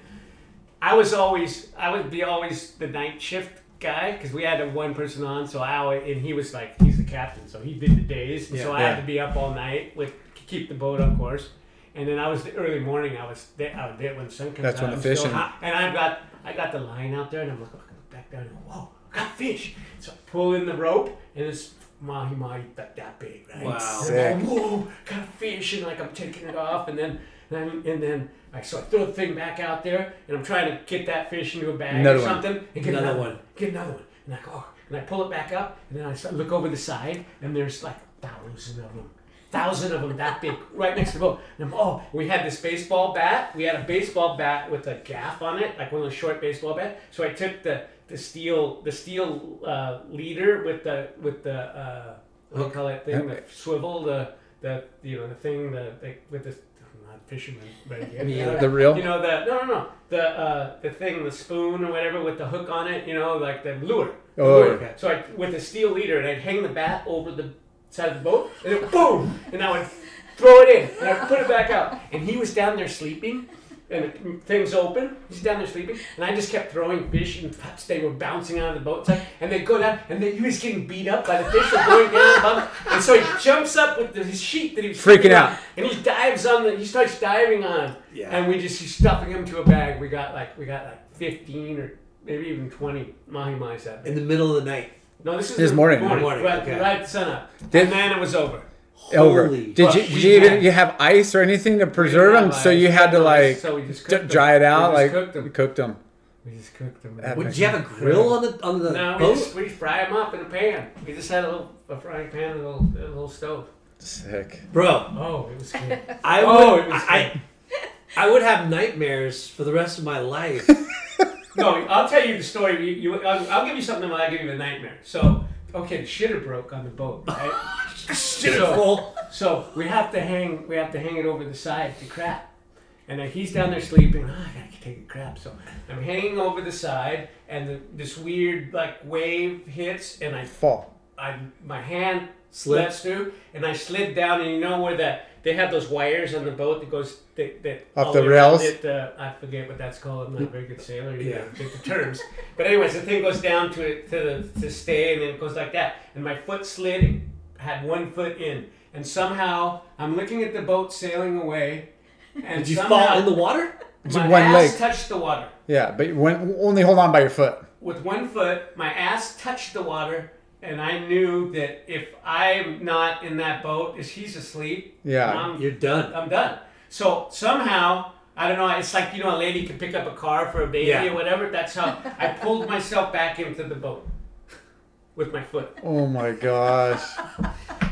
[SPEAKER 4] I was always I would be always the night shift guy because we had a one person on. So I always, and he was like he's the captain, so he did the days. and so I
[SPEAKER 2] Yeah.
[SPEAKER 4] had to be up all night with keep the boat on course. And then I was the early morning. I was there, I was there when the sun comes
[SPEAKER 2] That's
[SPEAKER 4] out.
[SPEAKER 2] when the
[SPEAKER 4] I'm still
[SPEAKER 2] fishing-
[SPEAKER 4] hot. And I got I got the line out there, and I'm like look back down and whoa, I got fish. So I pull in the rope, and it's mahi mahi that, that big, right?
[SPEAKER 5] Wow.
[SPEAKER 4] And I'm like, whoa, got fish, and like I'm taking it off, and then and then, and then I so I throw the thing back out there, and I'm trying to get that fish into a bag
[SPEAKER 2] Another
[SPEAKER 4] or
[SPEAKER 2] one.
[SPEAKER 4] something, and get
[SPEAKER 5] Another
[SPEAKER 4] another,
[SPEAKER 5] one.
[SPEAKER 4] one, get another one, and I go, oh, and I pull it back up, and then I start, look over the side, and there's like thousands of them. Thousand of them that big, right next to the boat. And I'm, oh, we had this baseball bat. We had a baseball bat with a gaff on it, like one of those short baseball bat. So I took the the steel the steel uh, leader with the with the uh, what do you call that thing? The swivel, the the you know the thing, the, the with the I'm not a fisherman, but yeah,
[SPEAKER 2] The reel?
[SPEAKER 4] You know the no no no the uh, the thing, the spoon or whatever with the hook on it. You know like the lure. the
[SPEAKER 2] Oh,
[SPEAKER 4] lure.
[SPEAKER 2] yeah.
[SPEAKER 4] So I with a steel leader and I'd hang the bat over the side of the boat and then boom and I would throw it in and I'd put it back out and he was down there sleeping. And the things open. He's down there sleeping, and I just kept throwing fish, and perhaps they were bouncing out of the boat. And they go down, and then he was getting beat up by the fish that were going down. above. And so he jumps up with the- his sheet that he was
[SPEAKER 2] Freaking
[SPEAKER 4] sleeping on,
[SPEAKER 2] out.
[SPEAKER 4] and he dives on the. He starts diving on him,
[SPEAKER 5] Yeah.
[SPEAKER 4] and we just he's stuffing him to a bag. We got like we got like fifteen or maybe even twenty mahi mahis out.
[SPEAKER 5] In the middle of the night.
[SPEAKER 4] No, this is
[SPEAKER 2] This morning.
[SPEAKER 5] Morning,
[SPEAKER 4] Right,
[SPEAKER 5] okay.
[SPEAKER 4] right, sun up.
[SPEAKER 2] Did-
[SPEAKER 4] and then it was over.
[SPEAKER 2] Over.
[SPEAKER 5] Holy
[SPEAKER 2] Did you,
[SPEAKER 4] fuck.
[SPEAKER 2] did
[SPEAKER 4] We
[SPEAKER 2] you even
[SPEAKER 4] had-
[SPEAKER 2] you have ice or anything to preserve them? So
[SPEAKER 4] Ice,
[SPEAKER 2] you had to like
[SPEAKER 4] so we just
[SPEAKER 2] d-
[SPEAKER 4] cooked 'em.
[SPEAKER 2] dry it out,
[SPEAKER 4] we
[SPEAKER 2] like
[SPEAKER 4] just cooked them.
[SPEAKER 2] cooked them.
[SPEAKER 4] We just cooked them.
[SPEAKER 2] That
[SPEAKER 5] What, did you have a grill on the on the
[SPEAKER 4] No, we
[SPEAKER 5] boat?
[SPEAKER 4] just we fry them up in a pan. We just had a little a frying pan and a little, a little stove.
[SPEAKER 2] Sick.
[SPEAKER 5] Bro,
[SPEAKER 4] Oh, it was good.
[SPEAKER 5] I
[SPEAKER 4] Oh,
[SPEAKER 5] would
[SPEAKER 4] it was
[SPEAKER 5] I, I would have nightmares for the rest of my life.
[SPEAKER 4] no, I'll tell you the story. You, you, I'll, I'll give you something that will give you the nightmare. So, okay, the shitter broke on the boat, right?
[SPEAKER 5] Shit,
[SPEAKER 4] So-
[SPEAKER 5] full.
[SPEAKER 4] so we have to hang we have to hang it over the side to crap. And then he's down there sleeping. Oh, I gotta take a crap. So I'm hanging over the side, and the, this weird like wave hits, and I
[SPEAKER 2] Fall.
[SPEAKER 4] I my hand
[SPEAKER 5] Slipped.
[SPEAKER 4] slips through, and I slid down. And you know where the they have those wires on the boat that goes that, that
[SPEAKER 2] Off
[SPEAKER 4] all
[SPEAKER 2] the
[SPEAKER 4] way around
[SPEAKER 2] rails?
[SPEAKER 4] It, uh, I forget what that's called. I'm not a very good sailor. You know, get the terms. But anyways, the thing goes down to it to the to stay, and then it goes like that. And my foot slid, and had one foot in, and somehow I'm looking at the boat sailing away. And
[SPEAKER 5] Did you
[SPEAKER 4] somehow
[SPEAKER 5] fall in the water?
[SPEAKER 4] my
[SPEAKER 2] one
[SPEAKER 4] ass
[SPEAKER 2] leg?
[SPEAKER 4] touched the water
[SPEAKER 2] Yeah, but you went, only hold on by your foot.
[SPEAKER 4] with one foot, my ass touched the water, and I knew that if I'm not in that boat, if he's asleep,
[SPEAKER 2] Yeah.
[SPEAKER 4] I'm,
[SPEAKER 5] You're done.
[SPEAKER 4] I'm done. So somehow, I don't know, it's like, you know, a lady can pick up a car for a baby
[SPEAKER 5] Yeah.
[SPEAKER 4] or whatever. That's how I pulled myself back into the boat with my foot.
[SPEAKER 2] Oh my gosh.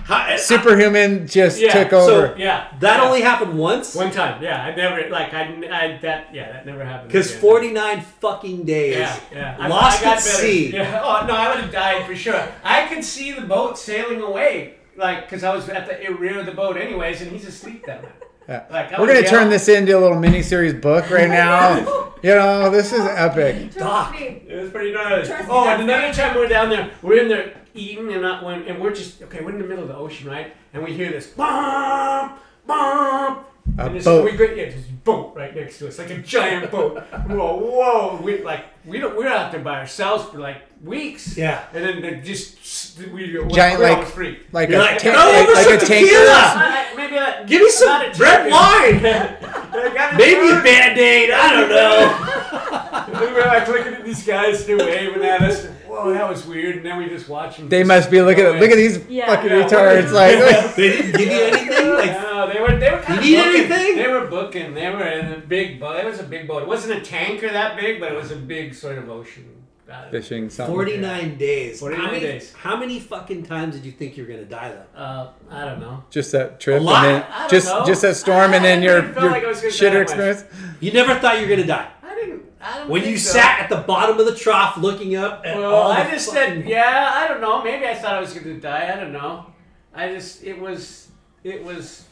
[SPEAKER 4] How-
[SPEAKER 2] Superhuman just
[SPEAKER 4] yeah,
[SPEAKER 2] took
[SPEAKER 4] so-
[SPEAKER 2] over.
[SPEAKER 4] yeah,
[SPEAKER 1] That
[SPEAKER 4] yeah.
[SPEAKER 1] only happened once.
[SPEAKER 4] one time. Yeah, I never like I, I that yeah that never happened.
[SPEAKER 1] Because
[SPEAKER 4] again.
[SPEAKER 1] 49 fucking days.
[SPEAKER 4] Yeah, yeah. I-
[SPEAKER 1] Lost
[SPEAKER 4] I got
[SPEAKER 1] at
[SPEAKER 4] better.
[SPEAKER 1] sea.
[SPEAKER 4] Yeah. Oh no, I would have died for sure. I could see the boat sailing away, like because I was at the rear of the boat anyways, and he's asleep that night.
[SPEAKER 2] Yeah.
[SPEAKER 4] Like, I
[SPEAKER 2] We're
[SPEAKER 4] would
[SPEAKER 2] gonna turn
[SPEAKER 4] yell.
[SPEAKER 2] this into a little miniseries book right now. you know, this is epic.
[SPEAKER 1] Doc.
[SPEAKER 7] me.
[SPEAKER 4] It was pretty gnarly.
[SPEAKER 7] Trust me,
[SPEAKER 4] Oh, and
[SPEAKER 7] that's
[SPEAKER 4] another time we're down there, we're in there eating and not when, and we're just okay. We're in the middle of the ocean, right? And we hear this bomb, bomb.
[SPEAKER 2] A
[SPEAKER 4] and this,
[SPEAKER 2] boat.
[SPEAKER 4] We go, yeah, this boat right next to us, like a giant boat. Whoa, whoa! We like we don't we're out there by ourselves for like weeks.
[SPEAKER 1] Yeah.
[SPEAKER 4] And then they just we go,
[SPEAKER 2] Giant
[SPEAKER 4] we're
[SPEAKER 2] like
[SPEAKER 4] all freaked.
[SPEAKER 2] like
[SPEAKER 1] You're
[SPEAKER 2] a
[SPEAKER 1] like,
[SPEAKER 2] tank,
[SPEAKER 4] "Oh,
[SPEAKER 1] "Throw over
[SPEAKER 2] like
[SPEAKER 1] some
[SPEAKER 2] a tanker.
[SPEAKER 1] tequila!"
[SPEAKER 4] I- I- maybe I,
[SPEAKER 1] Give me some
[SPEAKER 4] not a
[SPEAKER 1] red
[SPEAKER 4] chicken.
[SPEAKER 1] wine.
[SPEAKER 4] I got it
[SPEAKER 1] Maybe
[SPEAKER 4] wrong.
[SPEAKER 1] a band aid. I don't know.
[SPEAKER 4] We were like looking at these guys, they're waving at us. Whoa, that was weird. And then we just watch them.
[SPEAKER 2] They
[SPEAKER 4] just
[SPEAKER 2] must be
[SPEAKER 4] go
[SPEAKER 2] looking at
[SPEAKER 4] in.
[SPEAKER 2] look at these
[SPEAKER 7] Yeah.
[SPEAKER 2] fucking
[SPEAKER 4] Yeah.
[SPEAKER 2] retards. Like,
[SPEAKER 1] they didn't give you anything? Like,
[SPEAKER 4] No, they were they were kind of
[SPEAKER 1] You need
[SPEAKER 4] booking.
[SPEAKER 1] anything?
[SPEAKER 4] They were booking. They were in a big boat. It was a big boat. It wasn't a tanker that big, but it was a big sort of ocean. Uh,
[SPEAKER 2] fishing something.
[SPEAKER 1] 49 days.
[SPEAKER 4] 49
[SPEAKER 1] how many,
[SPEAKER 4] days.
[SPEAKER 1] How many fucking times did you think you were going to die, though?
[SPEAKER 4] Uh, I don't know.
[SPEAKER 2] Just that trip,
[SPEAKER 1] lot.
[SPEAKER 2] and
[SPEAKER 4] I
[SPEAKER 2] then
[SPEAKER 4] don't
[SPEAKER 2] just
[SPEAKER 4] know.
[SPEAKER 2] just that storm, and then
[SPEAKER 4] I
[SPEAKER 2] your
[SPEAKER 4] didn't feel
[SPEAKER 2] your
[SPEAKER 4] like I was gonna die
[SPEAKER 2] shitter
[SPEAKER 4] much.
[SPEAKER 2] experience.
[SPEAKER 1] You never thought you were going to die.
[SPEAKER 4] I didn't. I don't
[SPEAKER 1] When
[SPEAKER 4] think
[SPEAKER 1] you
[SPEAKER 4] so.
[SPEAKER 1] sat at the bottom of the trough looking up at
[SPEAKER 4] Well,
[SPEAKER 1] all
[SPEAKER 4] I
[SPEAKER 1] the
[SPEAKER 4] just
[SPEAKER 1] fucking-
[SPEAKER 4] said, yeah, I don't know. Maybe I thought I was going to die. I don't know. I just, it was, it was,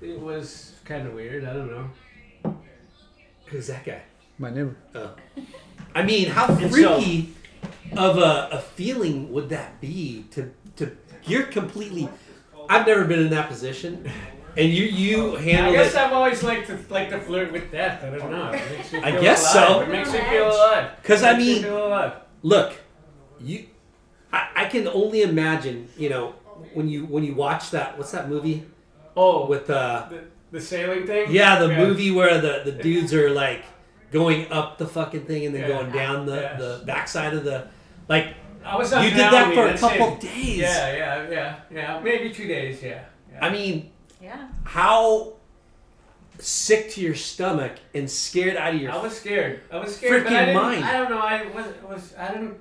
[SPEAKER 4] it was kind of weird. I don't know.
[SPEAKER 1] Who's that guy?
[SPEAKER 2] My neighbor.
[SPEAKER 1] I mean, how
[SPEAKER 4] And so-
[SPEAKER 1] freaky of a, a feeling would that be to to you're completely I've never been in that position and you you
[SPEAKER 4] I
[SPEAKER 1] handle
[SPEAKER 4] guess
[SPEAKER 1] it
[SPEAKER 4] I've always liked to like to flirt with death. I don't know. It makes you
[SPEAKER 1] I
[SPEAKER 4] feel
[SPEAKER 1] guess
[SPEAKER 4] alive.
[SPEAKER 1] so.
[SPEAKER 4] It makes you feel alive.
[SPEAKER 1] 'Cause I
[SPEAKER 4] Makes you
[SPEAKER 1] mean-
[SPEAKER 4] feel alive.
[SPEAKER 1] look you I, I can only imagine you know when you when you watch that what's that movie
[SPEAKER 4] oh, with
[SPEAKER 1] with uh
[SPEAKER 4] the, the sailing thing.
[SPEAKER 1] yeah the movie where the the dudes are like going up the fucking thing and then
[SPEAKER 4] Yeah.
[SPEAKER 1] going down the
[SPEAKER 4] Yeah.
[SPEAKER 1] the backside of the like
[SPEAKER 4] I was not
[SPEAKER 1] You did that
[SPEAKER 4] drowning,
[SPEAKER 1] for a
[SPEAKER 4] that's
[SPEAKER 1] couple
[SPEAKER 4] it.
[SPEAKER 1] days.
[SPEAKER 4] Yeah, yeah, yeah, yeah. Maybe two days. Yeah. yeah.
[SPEAKER 1] I mean
[SPEAKER 7] Yeah.
[SPEAKER 1] how sick to your stomach and scared out of your
[SPEAKER 4] I was scared. I was scared. but
[SPEAKER 1] Freaking
[SPEAKER 4] I didn't,
[SPEAKER 1] mind.
[SPEAKER 4] I don't know. I was. was I didn't.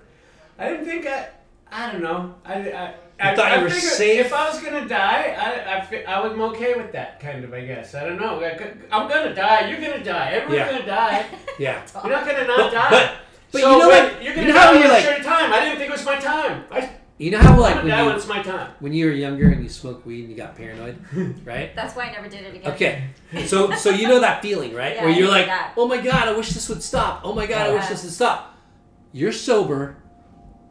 [SPEAKER 4] I didn't think I. I don't know. I. I I,
[SPEAKER 1] thought
[SPEAKER 4] I
[SPEAKER 1] you were
[SPEAKER 4] figured
[SPEAKER 1] safe?
[SPEAKER 4] If I was gonna die, I, I, fi- I was okay with that kind of. I guess I don't know. I could- I'm gonna die. You're gonna die. Everyone's
[SPEAKER 1] Yeah.
[SPEAKER 4] gonna die.
[SPEAKER 1] yeah
[SPEAKER 4] You're not gonna not
[SPEAKER 1] But-
[SPEAKER 4] die.
[SPEAKER 1] but- but
[SPEAKER 4] so
[SPEAKER 1] you know
[SPEAKER 4] when-
[SPEAKER 1] what?
[SPEAKER 4] You're
[SPEAKER 1] You
[SPEAKER 4] gonna
[SPEAKER 1] know how
[SPEAKER 4] die
[SPEAKER 1] you're
[SPEAKER 4] when
[SPEAKER 1] like-
[SPEAKER 4] it's your time. I didn't think it was my time. I,
[SPEAKER 1] You know how
[SPEAKER 4] I'm
[SPEAKER 1] like
[SPEAKER 4] gonna
[SPEAKER 1] when
[SPEAKER 4] die when
[SPEAKER 1] you,
[SPEAKER 4] it's my time.
[SPEAKER 1] when you were younger and you smoked weed and you got paranoid, right?
[SPEAKER 7] That's why I never did it again.
[SPEAKER 1] Okay, so so you know that feeling, right?
[SPEAKER 7] Yeah,
[SPEAKER 1] Where
[SPEAKER 7] I
[SPEAKER 1] you're
[SPEAKER 7] know
[SPEAKER 1] like,
[SPEAKER 7] that.
[SPEAKER 1] oh my god, I wish this would stop. Oh my god, I wish this would stop. You're sober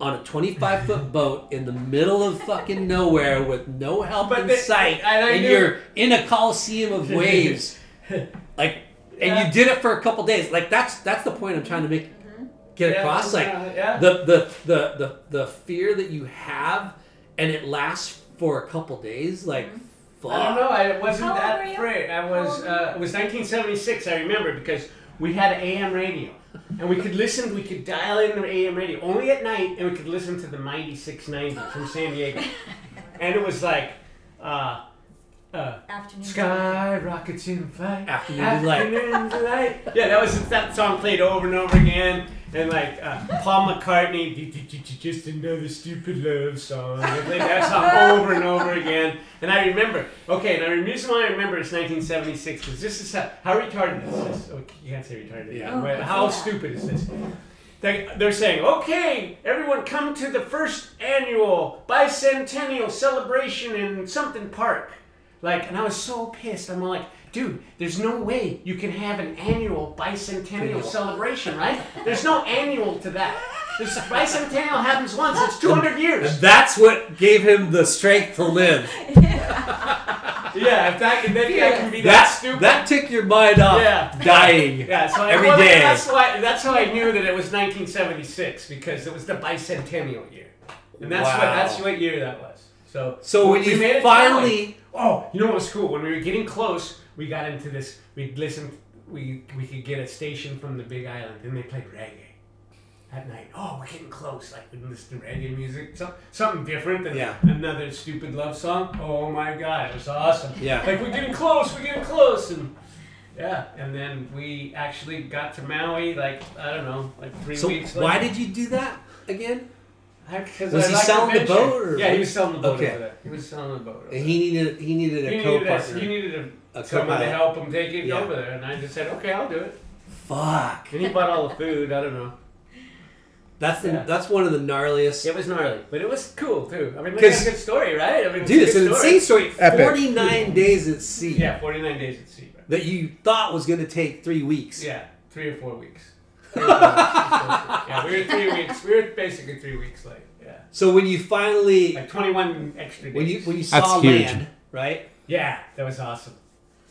[SPEAKER 1] on a 25 foot boat in the middle of fucking nowhere with no help
[SPEAKER 4] But
[SPEAKER 1] in
[SPEAKER 4] they-
[SPEAKER 1] sight,
[SPEAKER 4] and I
[SPEAKER 1] and
[SPEAKER 4] knew-
[SPEAKER 1] you're in a coliseum of waves, like, and
[SPEAKER 4] Yeah.
[SPEAKER 1] you did it for a couple days. Like that's that's the point I'm trying to make
[SPEAKER 7] Mm-hmm.
[SPEAKER 1] get
[SPEAKER 4] Yeah,
[SPEAKER 1] across. Like
[SPEAKER 4] yeah, yeah.
[SPEAKER 1] the the the the the fear that you have and it lasts for a couple days like fuck
[SPEAKER 4] I don't know. I wasn't
[SPEAKER 7] How old were
[SPEAKER 4] that
[SPEAKER 7] you?
[SPEAKER 4] afraid. I
[SPEAKER 7] How
[SPEAKER 4] was.
[SPEAKER 7] old were
[SPEAKER 4] Uh, it was 1976. I remember because we had AM radio, and we could listen. We could dial in the AM radio only at night, and we could listen to the mighty 690 from San Diego, and it was like. Uh, uh,
[SPEAKER 7] Afternoon.
[SPEAKER 4] Sky rockets in flight.
[SPEAKER 1] Afternoon delight.
[SPEAKER 4] Afternoon delight. Yeah, that was that song played over and over again, and like uh, Paul McCartney, "D- d- d- d- just another stupid love song. They played that song over and over again, and I remember. Okay, and the reason why I remember it's 1976 because this is how, how retarded is this? Oh, you can't say retarded.
[SPEAKER 1] Yeah.
[SPEAKER 4] But how stupid is this? They, they're saying, okay, everyone come to the first annual bicentennial celebration in something park. Like, and I was so pissed. I'm like, dude, there's no way you can have an annual bicentennial celebration, right? There's no annual to that. This bicentennial happens once, it's 200 years.
[SPEAKER 1] that's what gave him the strength to live
[SPEAKER 4] Yeah, if that, if that guy can be that,
[SPEAKER 1] that
[SPEAKER 4] stupid.
[SPEAKER 1] that took your mind off
[SPEAKER 4] Yeah.
[SPEAKER 1] dying
[SPEAKER 4] yeah, so I,
[SPEAKER 1] every
[SPEAKER 4] well,
[SPEAKER 1] day.
[SPEAKER 4] That's why. That's how I knew that it was 1976 because it was the bicentennial year, and that's what
[SPEAKER 1] Wow.
[SPEAKER 4] that's what year that was. So
[SPEAKER 1] so when
[SPEAKER 4] we
[SPEAKER 1] you
[SPEAKER 4] made it
[SPEAKER 1] finally
[SPEAKER 4] Oh, you know what was cool? When we were getting close, we got into this. We listened. We we could get a station from the Big Island, and they played reggae at night. Oh, we're getting close. Like we listened to reggae music, so, something different than
[SPEAKER 1] Yeah.
[SPEAKER 4] another stupid love song. Oh my god, it was awesome.
[SPEAKER 1] Yeah.
[SPEAKER 4] like we're getting close. We're getting close, and yeah, and then we actually got to Maui. Like I don't know, like three
[SPEAKER 1] so
[SPEAKER 4] weeks.
[SPEAKER 1] why
[SPEAKER 4] later.
[SPEAKER 1] did you do that again
[SPEAKER 4] 'cause
[SPEAKER 1] Was
[SPEAKER 4] I
[SPEAKER 1] he
[SPEAKER 4] like
[SPEAKER 1] selling the
[SPEAKER 4] adventure.
[SPEAKER 1] boat, or-
[SPEAKER 4] Yeah, he was selling the boat
[SPEAKER 1] Okay.
[SPEAKER 4] over there. He was selling the boat. Over
[SPEAKER 1] And he needed he needed
[SPEAKER 4] there.
[SPEAKER 1] a
[SPEAKER 4] He
[SPEAKER 1] co
[SPEAKER 4] needed, us-
[SPEAKER 1] partner.
[SPEAKER 4] he needed a,
[SPEAKER 1] A
[SPEAKER 4] someone to
[SPEAKER 1] co-pilot.
[SPEAKER 4] help him take it
[SPEAKER 1] Yeah.
[SPEAKER 4] over there, and I just said, okay, I'll do it.
[SPEAKER 1] Fuck.
[SPEAKER 4] And he bought all the food. I don't know.
[SPEAKER 1] That's the,
[SPEAKER 4] Yeah.
[SPEAKER 1] that's one of the gnarliest.
[SPEAKER 4] It was gnarly, but it was cool too. I mean, look,
[SPEAKER 1] 'Cause-
[SPEAKER 4] that's a good story, right? I mean,
[SPEAKER 1] Dude,
[SPEAKER 4] a
[SPEAKER 1] it's
[SPEAKER 4] good
[SPEAKER 1] an insane story.
[SPEAKER 2] Epic.
[SPEAKER 1] Forty nine days at sea
[SPEAKER 4] Yeah, 49 days at sea. Right?
[SPEAKER 1] that you thought was going to take three weeks.
[SPEAKER 4] Yeah, three or four weeks. Three or four weeks. yeah, we were three weeks. We were basically three weeks late. Yeah,
[SPEAKER 1] So when you finally
[SPEAKER 4] like 21 extra days.
[SPEAKER 1] when you when you
[SPEAKER 2] That's
[SPEAKER 1] saw
[SPEAKER 2] huge.
[SPEAKER 1] land, right?
[SPEAKER 4] yeah, that was awesome.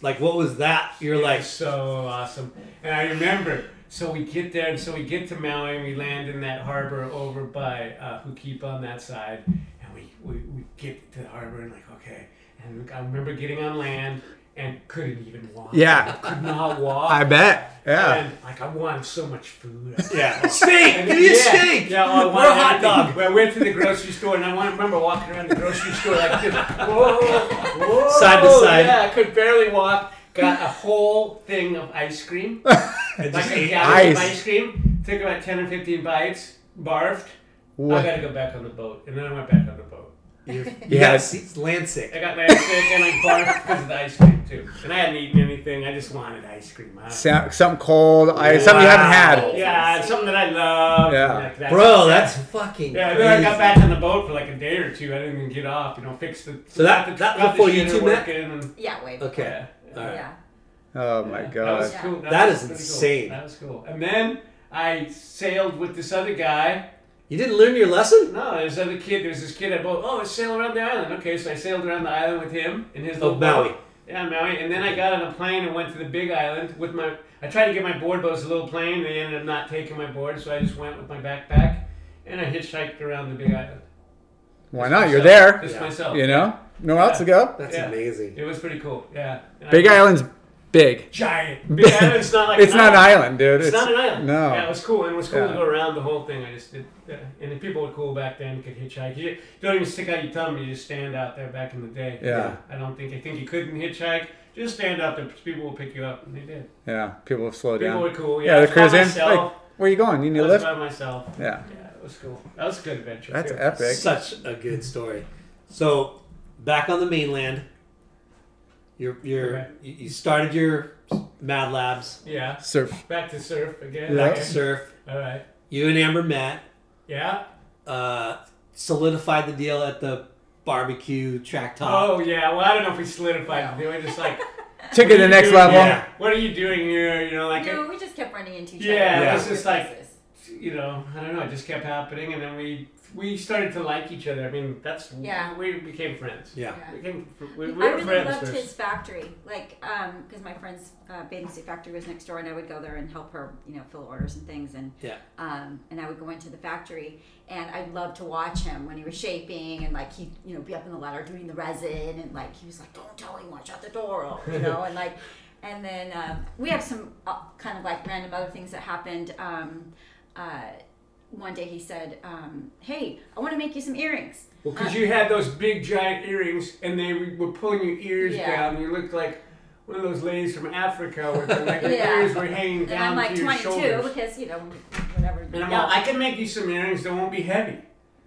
[SPEAKER 1] Like what was that? You're
[SPEAKER 4] It
[SPEAKER 1] like,
[SPEAKER 4] was so awesome. And I remember, so we get there, and so we get to Maui, and we land in that harbor over by uh, Hukipa on that side, and we, we, we get to the harbor and like okay, and I remember getting on land and couldn't even walk.
[SPEAKER 2] Yeah.
[SPEAKER 4] could not walk.
[SPEAKER 2] I bet. Yeah.
[SPEAKER 4] And like I wanted so much food.
[SPEAKER 1] yeah, steak.
[SPEAKER 4] And-
[SPEAKER 1] Give me a
[SPEAKER 4] yeah,
[SPEAKER 1] steak.
[SPEAKER 4] Yeah, well, I
[SPEAKER 1] Or a
[SPEAKER 4] wanted
[SPEAKER 1] hot
[SPEAKER 4] everything.
[SPEAKER 1] dog.
[SPEAKER 4] Well, I went to the grocery store and I want- remember walking around the grocery store like this. Whoa, whoa.
[SPEAKER 1] Side to side.
[SPEAKER 4] Yeah, I could barely walk. Got a whole thing of ice cream.
[SPEAKER 1] And
[SPEAKER 4] Like
[SPEAKER 1] just
[SPEAKER 4] a
[SPEAKER 1] ate
[SPEAKER 4] gallon of
[SPEAKER 2] ice.
[SPEAKER 4] ice cream. Took about 10 or 15 bites. Barfed. I
[SPEAKER 2] What?
[SPEAKER 4] gotta go back on the boat. And then I went back on the boat.
[SPEAKER 1] You
[SPEAKER 2] Yeah.
[SPEAKER 1] got se- land
[SPEAKER 4] I
[SPEAKER 1] sick.
[SPEAKER 4] got my sick and I barfed because of the ice cream too. And I hadn't eaten anything. I just wanted ice cream. I-
[SPEAKER 2] Sa- something cold, I, something you haven't had.
[SPEAKER 4] Yeah, it's something that I love.
[SPEAKER 2] Yeah.
[SPEAKER 4] Like, that's-
[SPEAKER 1] Bro, that's fucking
[SPEAKER 4] Yeah, and then I got
[SPEAKER 1] crazy.
[SPEAKER 4] back on the boat for like a day or two. I didn't even get off. You know, fix the.
[SPEAKER 1] So that-
[SPEAKER 4] got the-
[SPEAKER 1] that
[SPEAKER 4] got the
[SPEAKER 1] before you
[SPEAKER 4] shitter
[SPEAKER 1] two met?
[SPEAKER 4] working And,
[SPEAKER 7] Yeah, wait.
[SPEAKER 1] Okay. All right.
[SPEAKER 7] Yeah.
[SPEAKER 2] Oh my
[SPEAKER 4] That was
[SPEAKER 2] god.
[SPEAKER 4] cool.
[SPEAKER 1] That
[SPEAKER 4] was
[SPEAKER 1] is
[SPEAKER 4] pretty cool.
[SPEAKER 1] insane.
[SPEAKER 4] That was cool. And then I sailed with this other guy.
[SPEAKER 1] You didn't learn your lesson?
[SPEAKER 4] No, there's other kid. There's this kid at boat. Oh, let's sail around the island. Okay, so I sailed around the island with him in his
[SPEAKER 1] Oh,
[SPEAKER 4] little
[SPEAKER 1] Maui.
[SPEAKER 4] boat. Yeah, Maui. And then I got on a plane and went to the Big Island with my. I tried to get my board, but it was a little plane. They ended up not taking my board, so I just went with my backpack and I hitchhiked around the Big Island.
[SPEAKER 2] Why not? You're
[SPEAKER 4] Myself.
[SPEAKER 2] there.
[SPEAKER 4] Just myself.
[SPEAKER 2] You know? Nowhere else to go.
[SPEAKER 1] That's
[SPEAKER 4] Yeah.
[SPEAKER 1] amazing.
[SPEAKER 4] It was pretty cool. Yeah. And I
[SPEAKER 2] Big
[SPEAKER 4] was
[SPEAKER 2] Island's big.
[SPEAKER 4] Giant. Big Island's not like
[SPEAKER 2] It's not an island, dude.
[SPEAKER 4] It's, not an island.
[SPEAKER 2] No.
[SPEAKER 4] Yeah, it was cool. And it was cool
[SPEAKER 2] Yeah.
[SPEAKER 4] to go around the whole thing. I just did. Yeah. And the people were cool back then. Could hitchhike. You don't even stick out your thumb. You just stand out there back in the day.
[SPEAKER 2] Yeah.
[SPEAKER 4] I don't think. I think you couldn't hitchhike. Just stand out there. People will pick you up. And they did.
[SPEAKER 2] Yeah, people have slowed
[SPEAKER 4] People
[SPEAKER 2] down.
[SPEAKER 4] were cool. Yeah.
[SPEAKER 2] Oh, Yeah,
[SPEAKER 4] I
[SPEAKER 2] the
[SPEAKER 4] was by
[SPEAKER 2] cruise in.
[SPEAKER 4] myself.
[SPEAKER 2] Like, where you going? You need
[SPEAKER 4] I
[SPEAKER 2] a
[SPEAKER 4] was
[SPEAKER 2] lift?
[SPEAKER 4] by myself.
[SPEAKER 2] Yeah,
[SPEAKER 4] Yeah, it was cool. That was a good adventure.
[SPEAKER 2] that's
[SPEAKER 4] too.
[SPEAKER 2] epic.
[SPEAKER 1] Such a good story. So, back on the mainland, you're you're
[SPEAKER 4] Okay.
[SPEAKER 1] you you started your Mad Labs
[SPEAKER 4] Yeah.
[SPEAKER 2] Surf.
[SPEAKER 4] Back to surf again.
[SPEAKER 2] Yeah.
[SPEAKER 4] Okay.
[SPEAKER 1] surf.
[SPEAKER 4] All right.
[SPEAKER 1] You and Amber met,
[SPEAKER 4] Yeah.
[SPEAKER 1] uh, solidified the deal at the barbecue track top.
[SPEAKER 4] Oh yeah. Well, I don't know if we solidified. We were just like.
[SPEAKER 2] Took it to the next level.
[SPEAKER 4] Yeah. What are you doing here? You know, like,
[SPEAKER 7] No, we just kept running into each other.
[SPEAKER 4] Yeah,
[SPEAKER 1] it
[SPEAKER 4] was just like- you know, I don't know. It just kept happening, and then we we started to like each other. I mean, that's
[SPEAKER 7] Yeah.
[SPEAKER 4] We became friends.
[SPEAKER 1] Yeah.
[SPEAKER 7] Yeah.
[SPEAKER 4] We became fr- we, we
[SPEAKER 7] I
[SPEAKER 4] were
[SPEAKER 7] really
[SPEAKER 4] friends
[SPEAKER 7] loved
[SPEAKER 4] first.
[SPEAKER 7] his factory, like, um, because my friend's uh, bathing suit factory was next door, and I would go there and help her, you know, fill orders and things, and
[SPEAKER 1] Yeah.
[SPEAKER 7] um, and I would go into the factory, and I loved to watch him when he was shaping, and like he, you know, be up in the ladder doing the resin, and like he was like, "Don't tell anyone, shut the door," up," you know, and like, and then um, we have some uh, kind of like random other things that happened. Um, uh, one day he said, um, "Hey, I want to make you some earrings."
[SPEAKER 4] Well, because
[SPEAKER 7] uh,
[SPEAKER 4] you had those big giant earrings, and they were pulling your ears
[SPEAKER 7] Yeah.
[SPEAKER 4] down. You looked like one of those ladies from Africa, where the like, the
[SPEAKER 7] Yeah.
[SPEAKER 4] ears were hanging
[SPEAKER 7] And
[SPEAKER 4] down
[SPEAKER 7] I'm like
[SPEAKER 4] to your
[SPEAKER 7] 22
[SPEAKER 4] shoulders.
[SPEAKER 7] because you know whatever.
[SPEAKER 4] And I'm
[SPEAKER 7] yeah,
[SPEAKER 4] all, I can make you some earrings that won't be heavy.